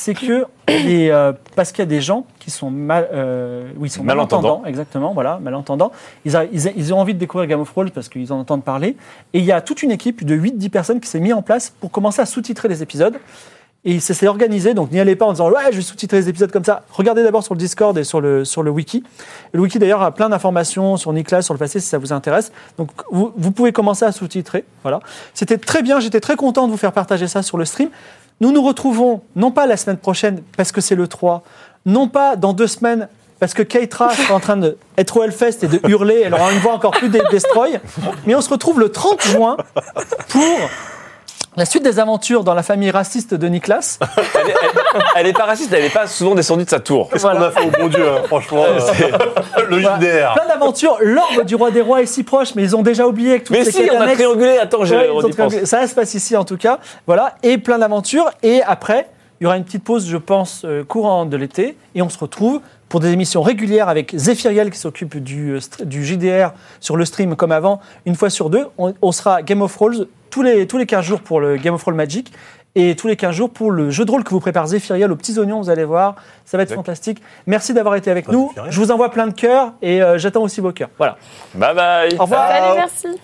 Speaker 1: C'est que, les, euh, parce qu'il y a des gens qui sont, mal, euh, oui, ils sont
Speaker 3: Malentendants.
Speaker 1: malentendants, exactement, voilà, malentendants. Ils, a- ils a- ils ont envie de découvrir Game of Thrones parce qu'ils en entendent parler. Et il y a toute une équipe de 8-10 personnes qui s'est mise en place pour commencer à sous-titrer les épisodes. Et ça s'est organisé, donc n'y allez pas en disant ouais, je vais sous-titrer les épisodes comme ça. Regardez d'abord sur le Discord et sur le, sur le wiki. Le wiki d'ailleurs a plein d'informations sur Nicolas, sur le passé si ça vous intéresse. Donc vous, vous pouvez commencer à sous-titrer. Voilà. C'était très bien, j'étais très content de vous faire partager ça sur le stream. Nous nous retrouvons non pas la semaine prochaine parce que c'est le 3, non pas dans deux semaines parce que Keitra est en train d'être au Hellfest et de hurler, elle aura une voix encore plus dé- destroy. Mais on se retrouve le 30 juin pour La suite des aventures dans la famille raciste de Niklas.
Speaker 3: Elle est, elle- elle est pas raciste, elle n'est pas souvent descendue de sa tour.
Speaker 2: Qu'est-ce qu'on a fait au bon Dieu, hein, franchement euh, Le
Speaker 1: Voilà.
Speaker 2: JDR.
Speaker 1: Plein d'aventures. L'orbe du roi des rois est si proche, mais ils ont déjà oublié que toutes
Speaker 3: Mais
Speaker 1: ces
Speaker 3: si,
Speaker 1: quêtes
Speaker 3: on a
Speaker 1: annexes-
Speaker 3: triangulé. Attends, j'ai
Speaker 1: Ouais, ils ont
Speaker 3: redit pense.
Speaker 1: triangulé. Ça se passe ici en tout cas. Voilà, et plein d'aventures. Et après, il y aura une petite pause, je pense, euh, courant de l'été. Et on se retrouve pour des émissions régulières avec Zéphiriel qui s'occupe du, euh, str- du JDR sur le stream comme avant, une fois sur deux. On, on sera Game of Thrones tous les, tous les 15 jours pour le Game of Thrones Magic. Et tous les 15 jours pour le jeu de rôle que vous prépare Zéphiriel aux petits oignons, vous allez voir, ça va être fantastique. Merci d'avoir été avec
Speaker 2: Pas
Speaker 1: nous.
Speaker 2: Zéphiriel.
Speaker 1: Je vous envoie plein de cœurs et euh, j'attends aussi vos cœurs. Voilà.
Speaker 3: Bye bye.
Speaker 1: Au revoir.
Speaker 4: Salut, merci.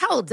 Speaker 6: Hold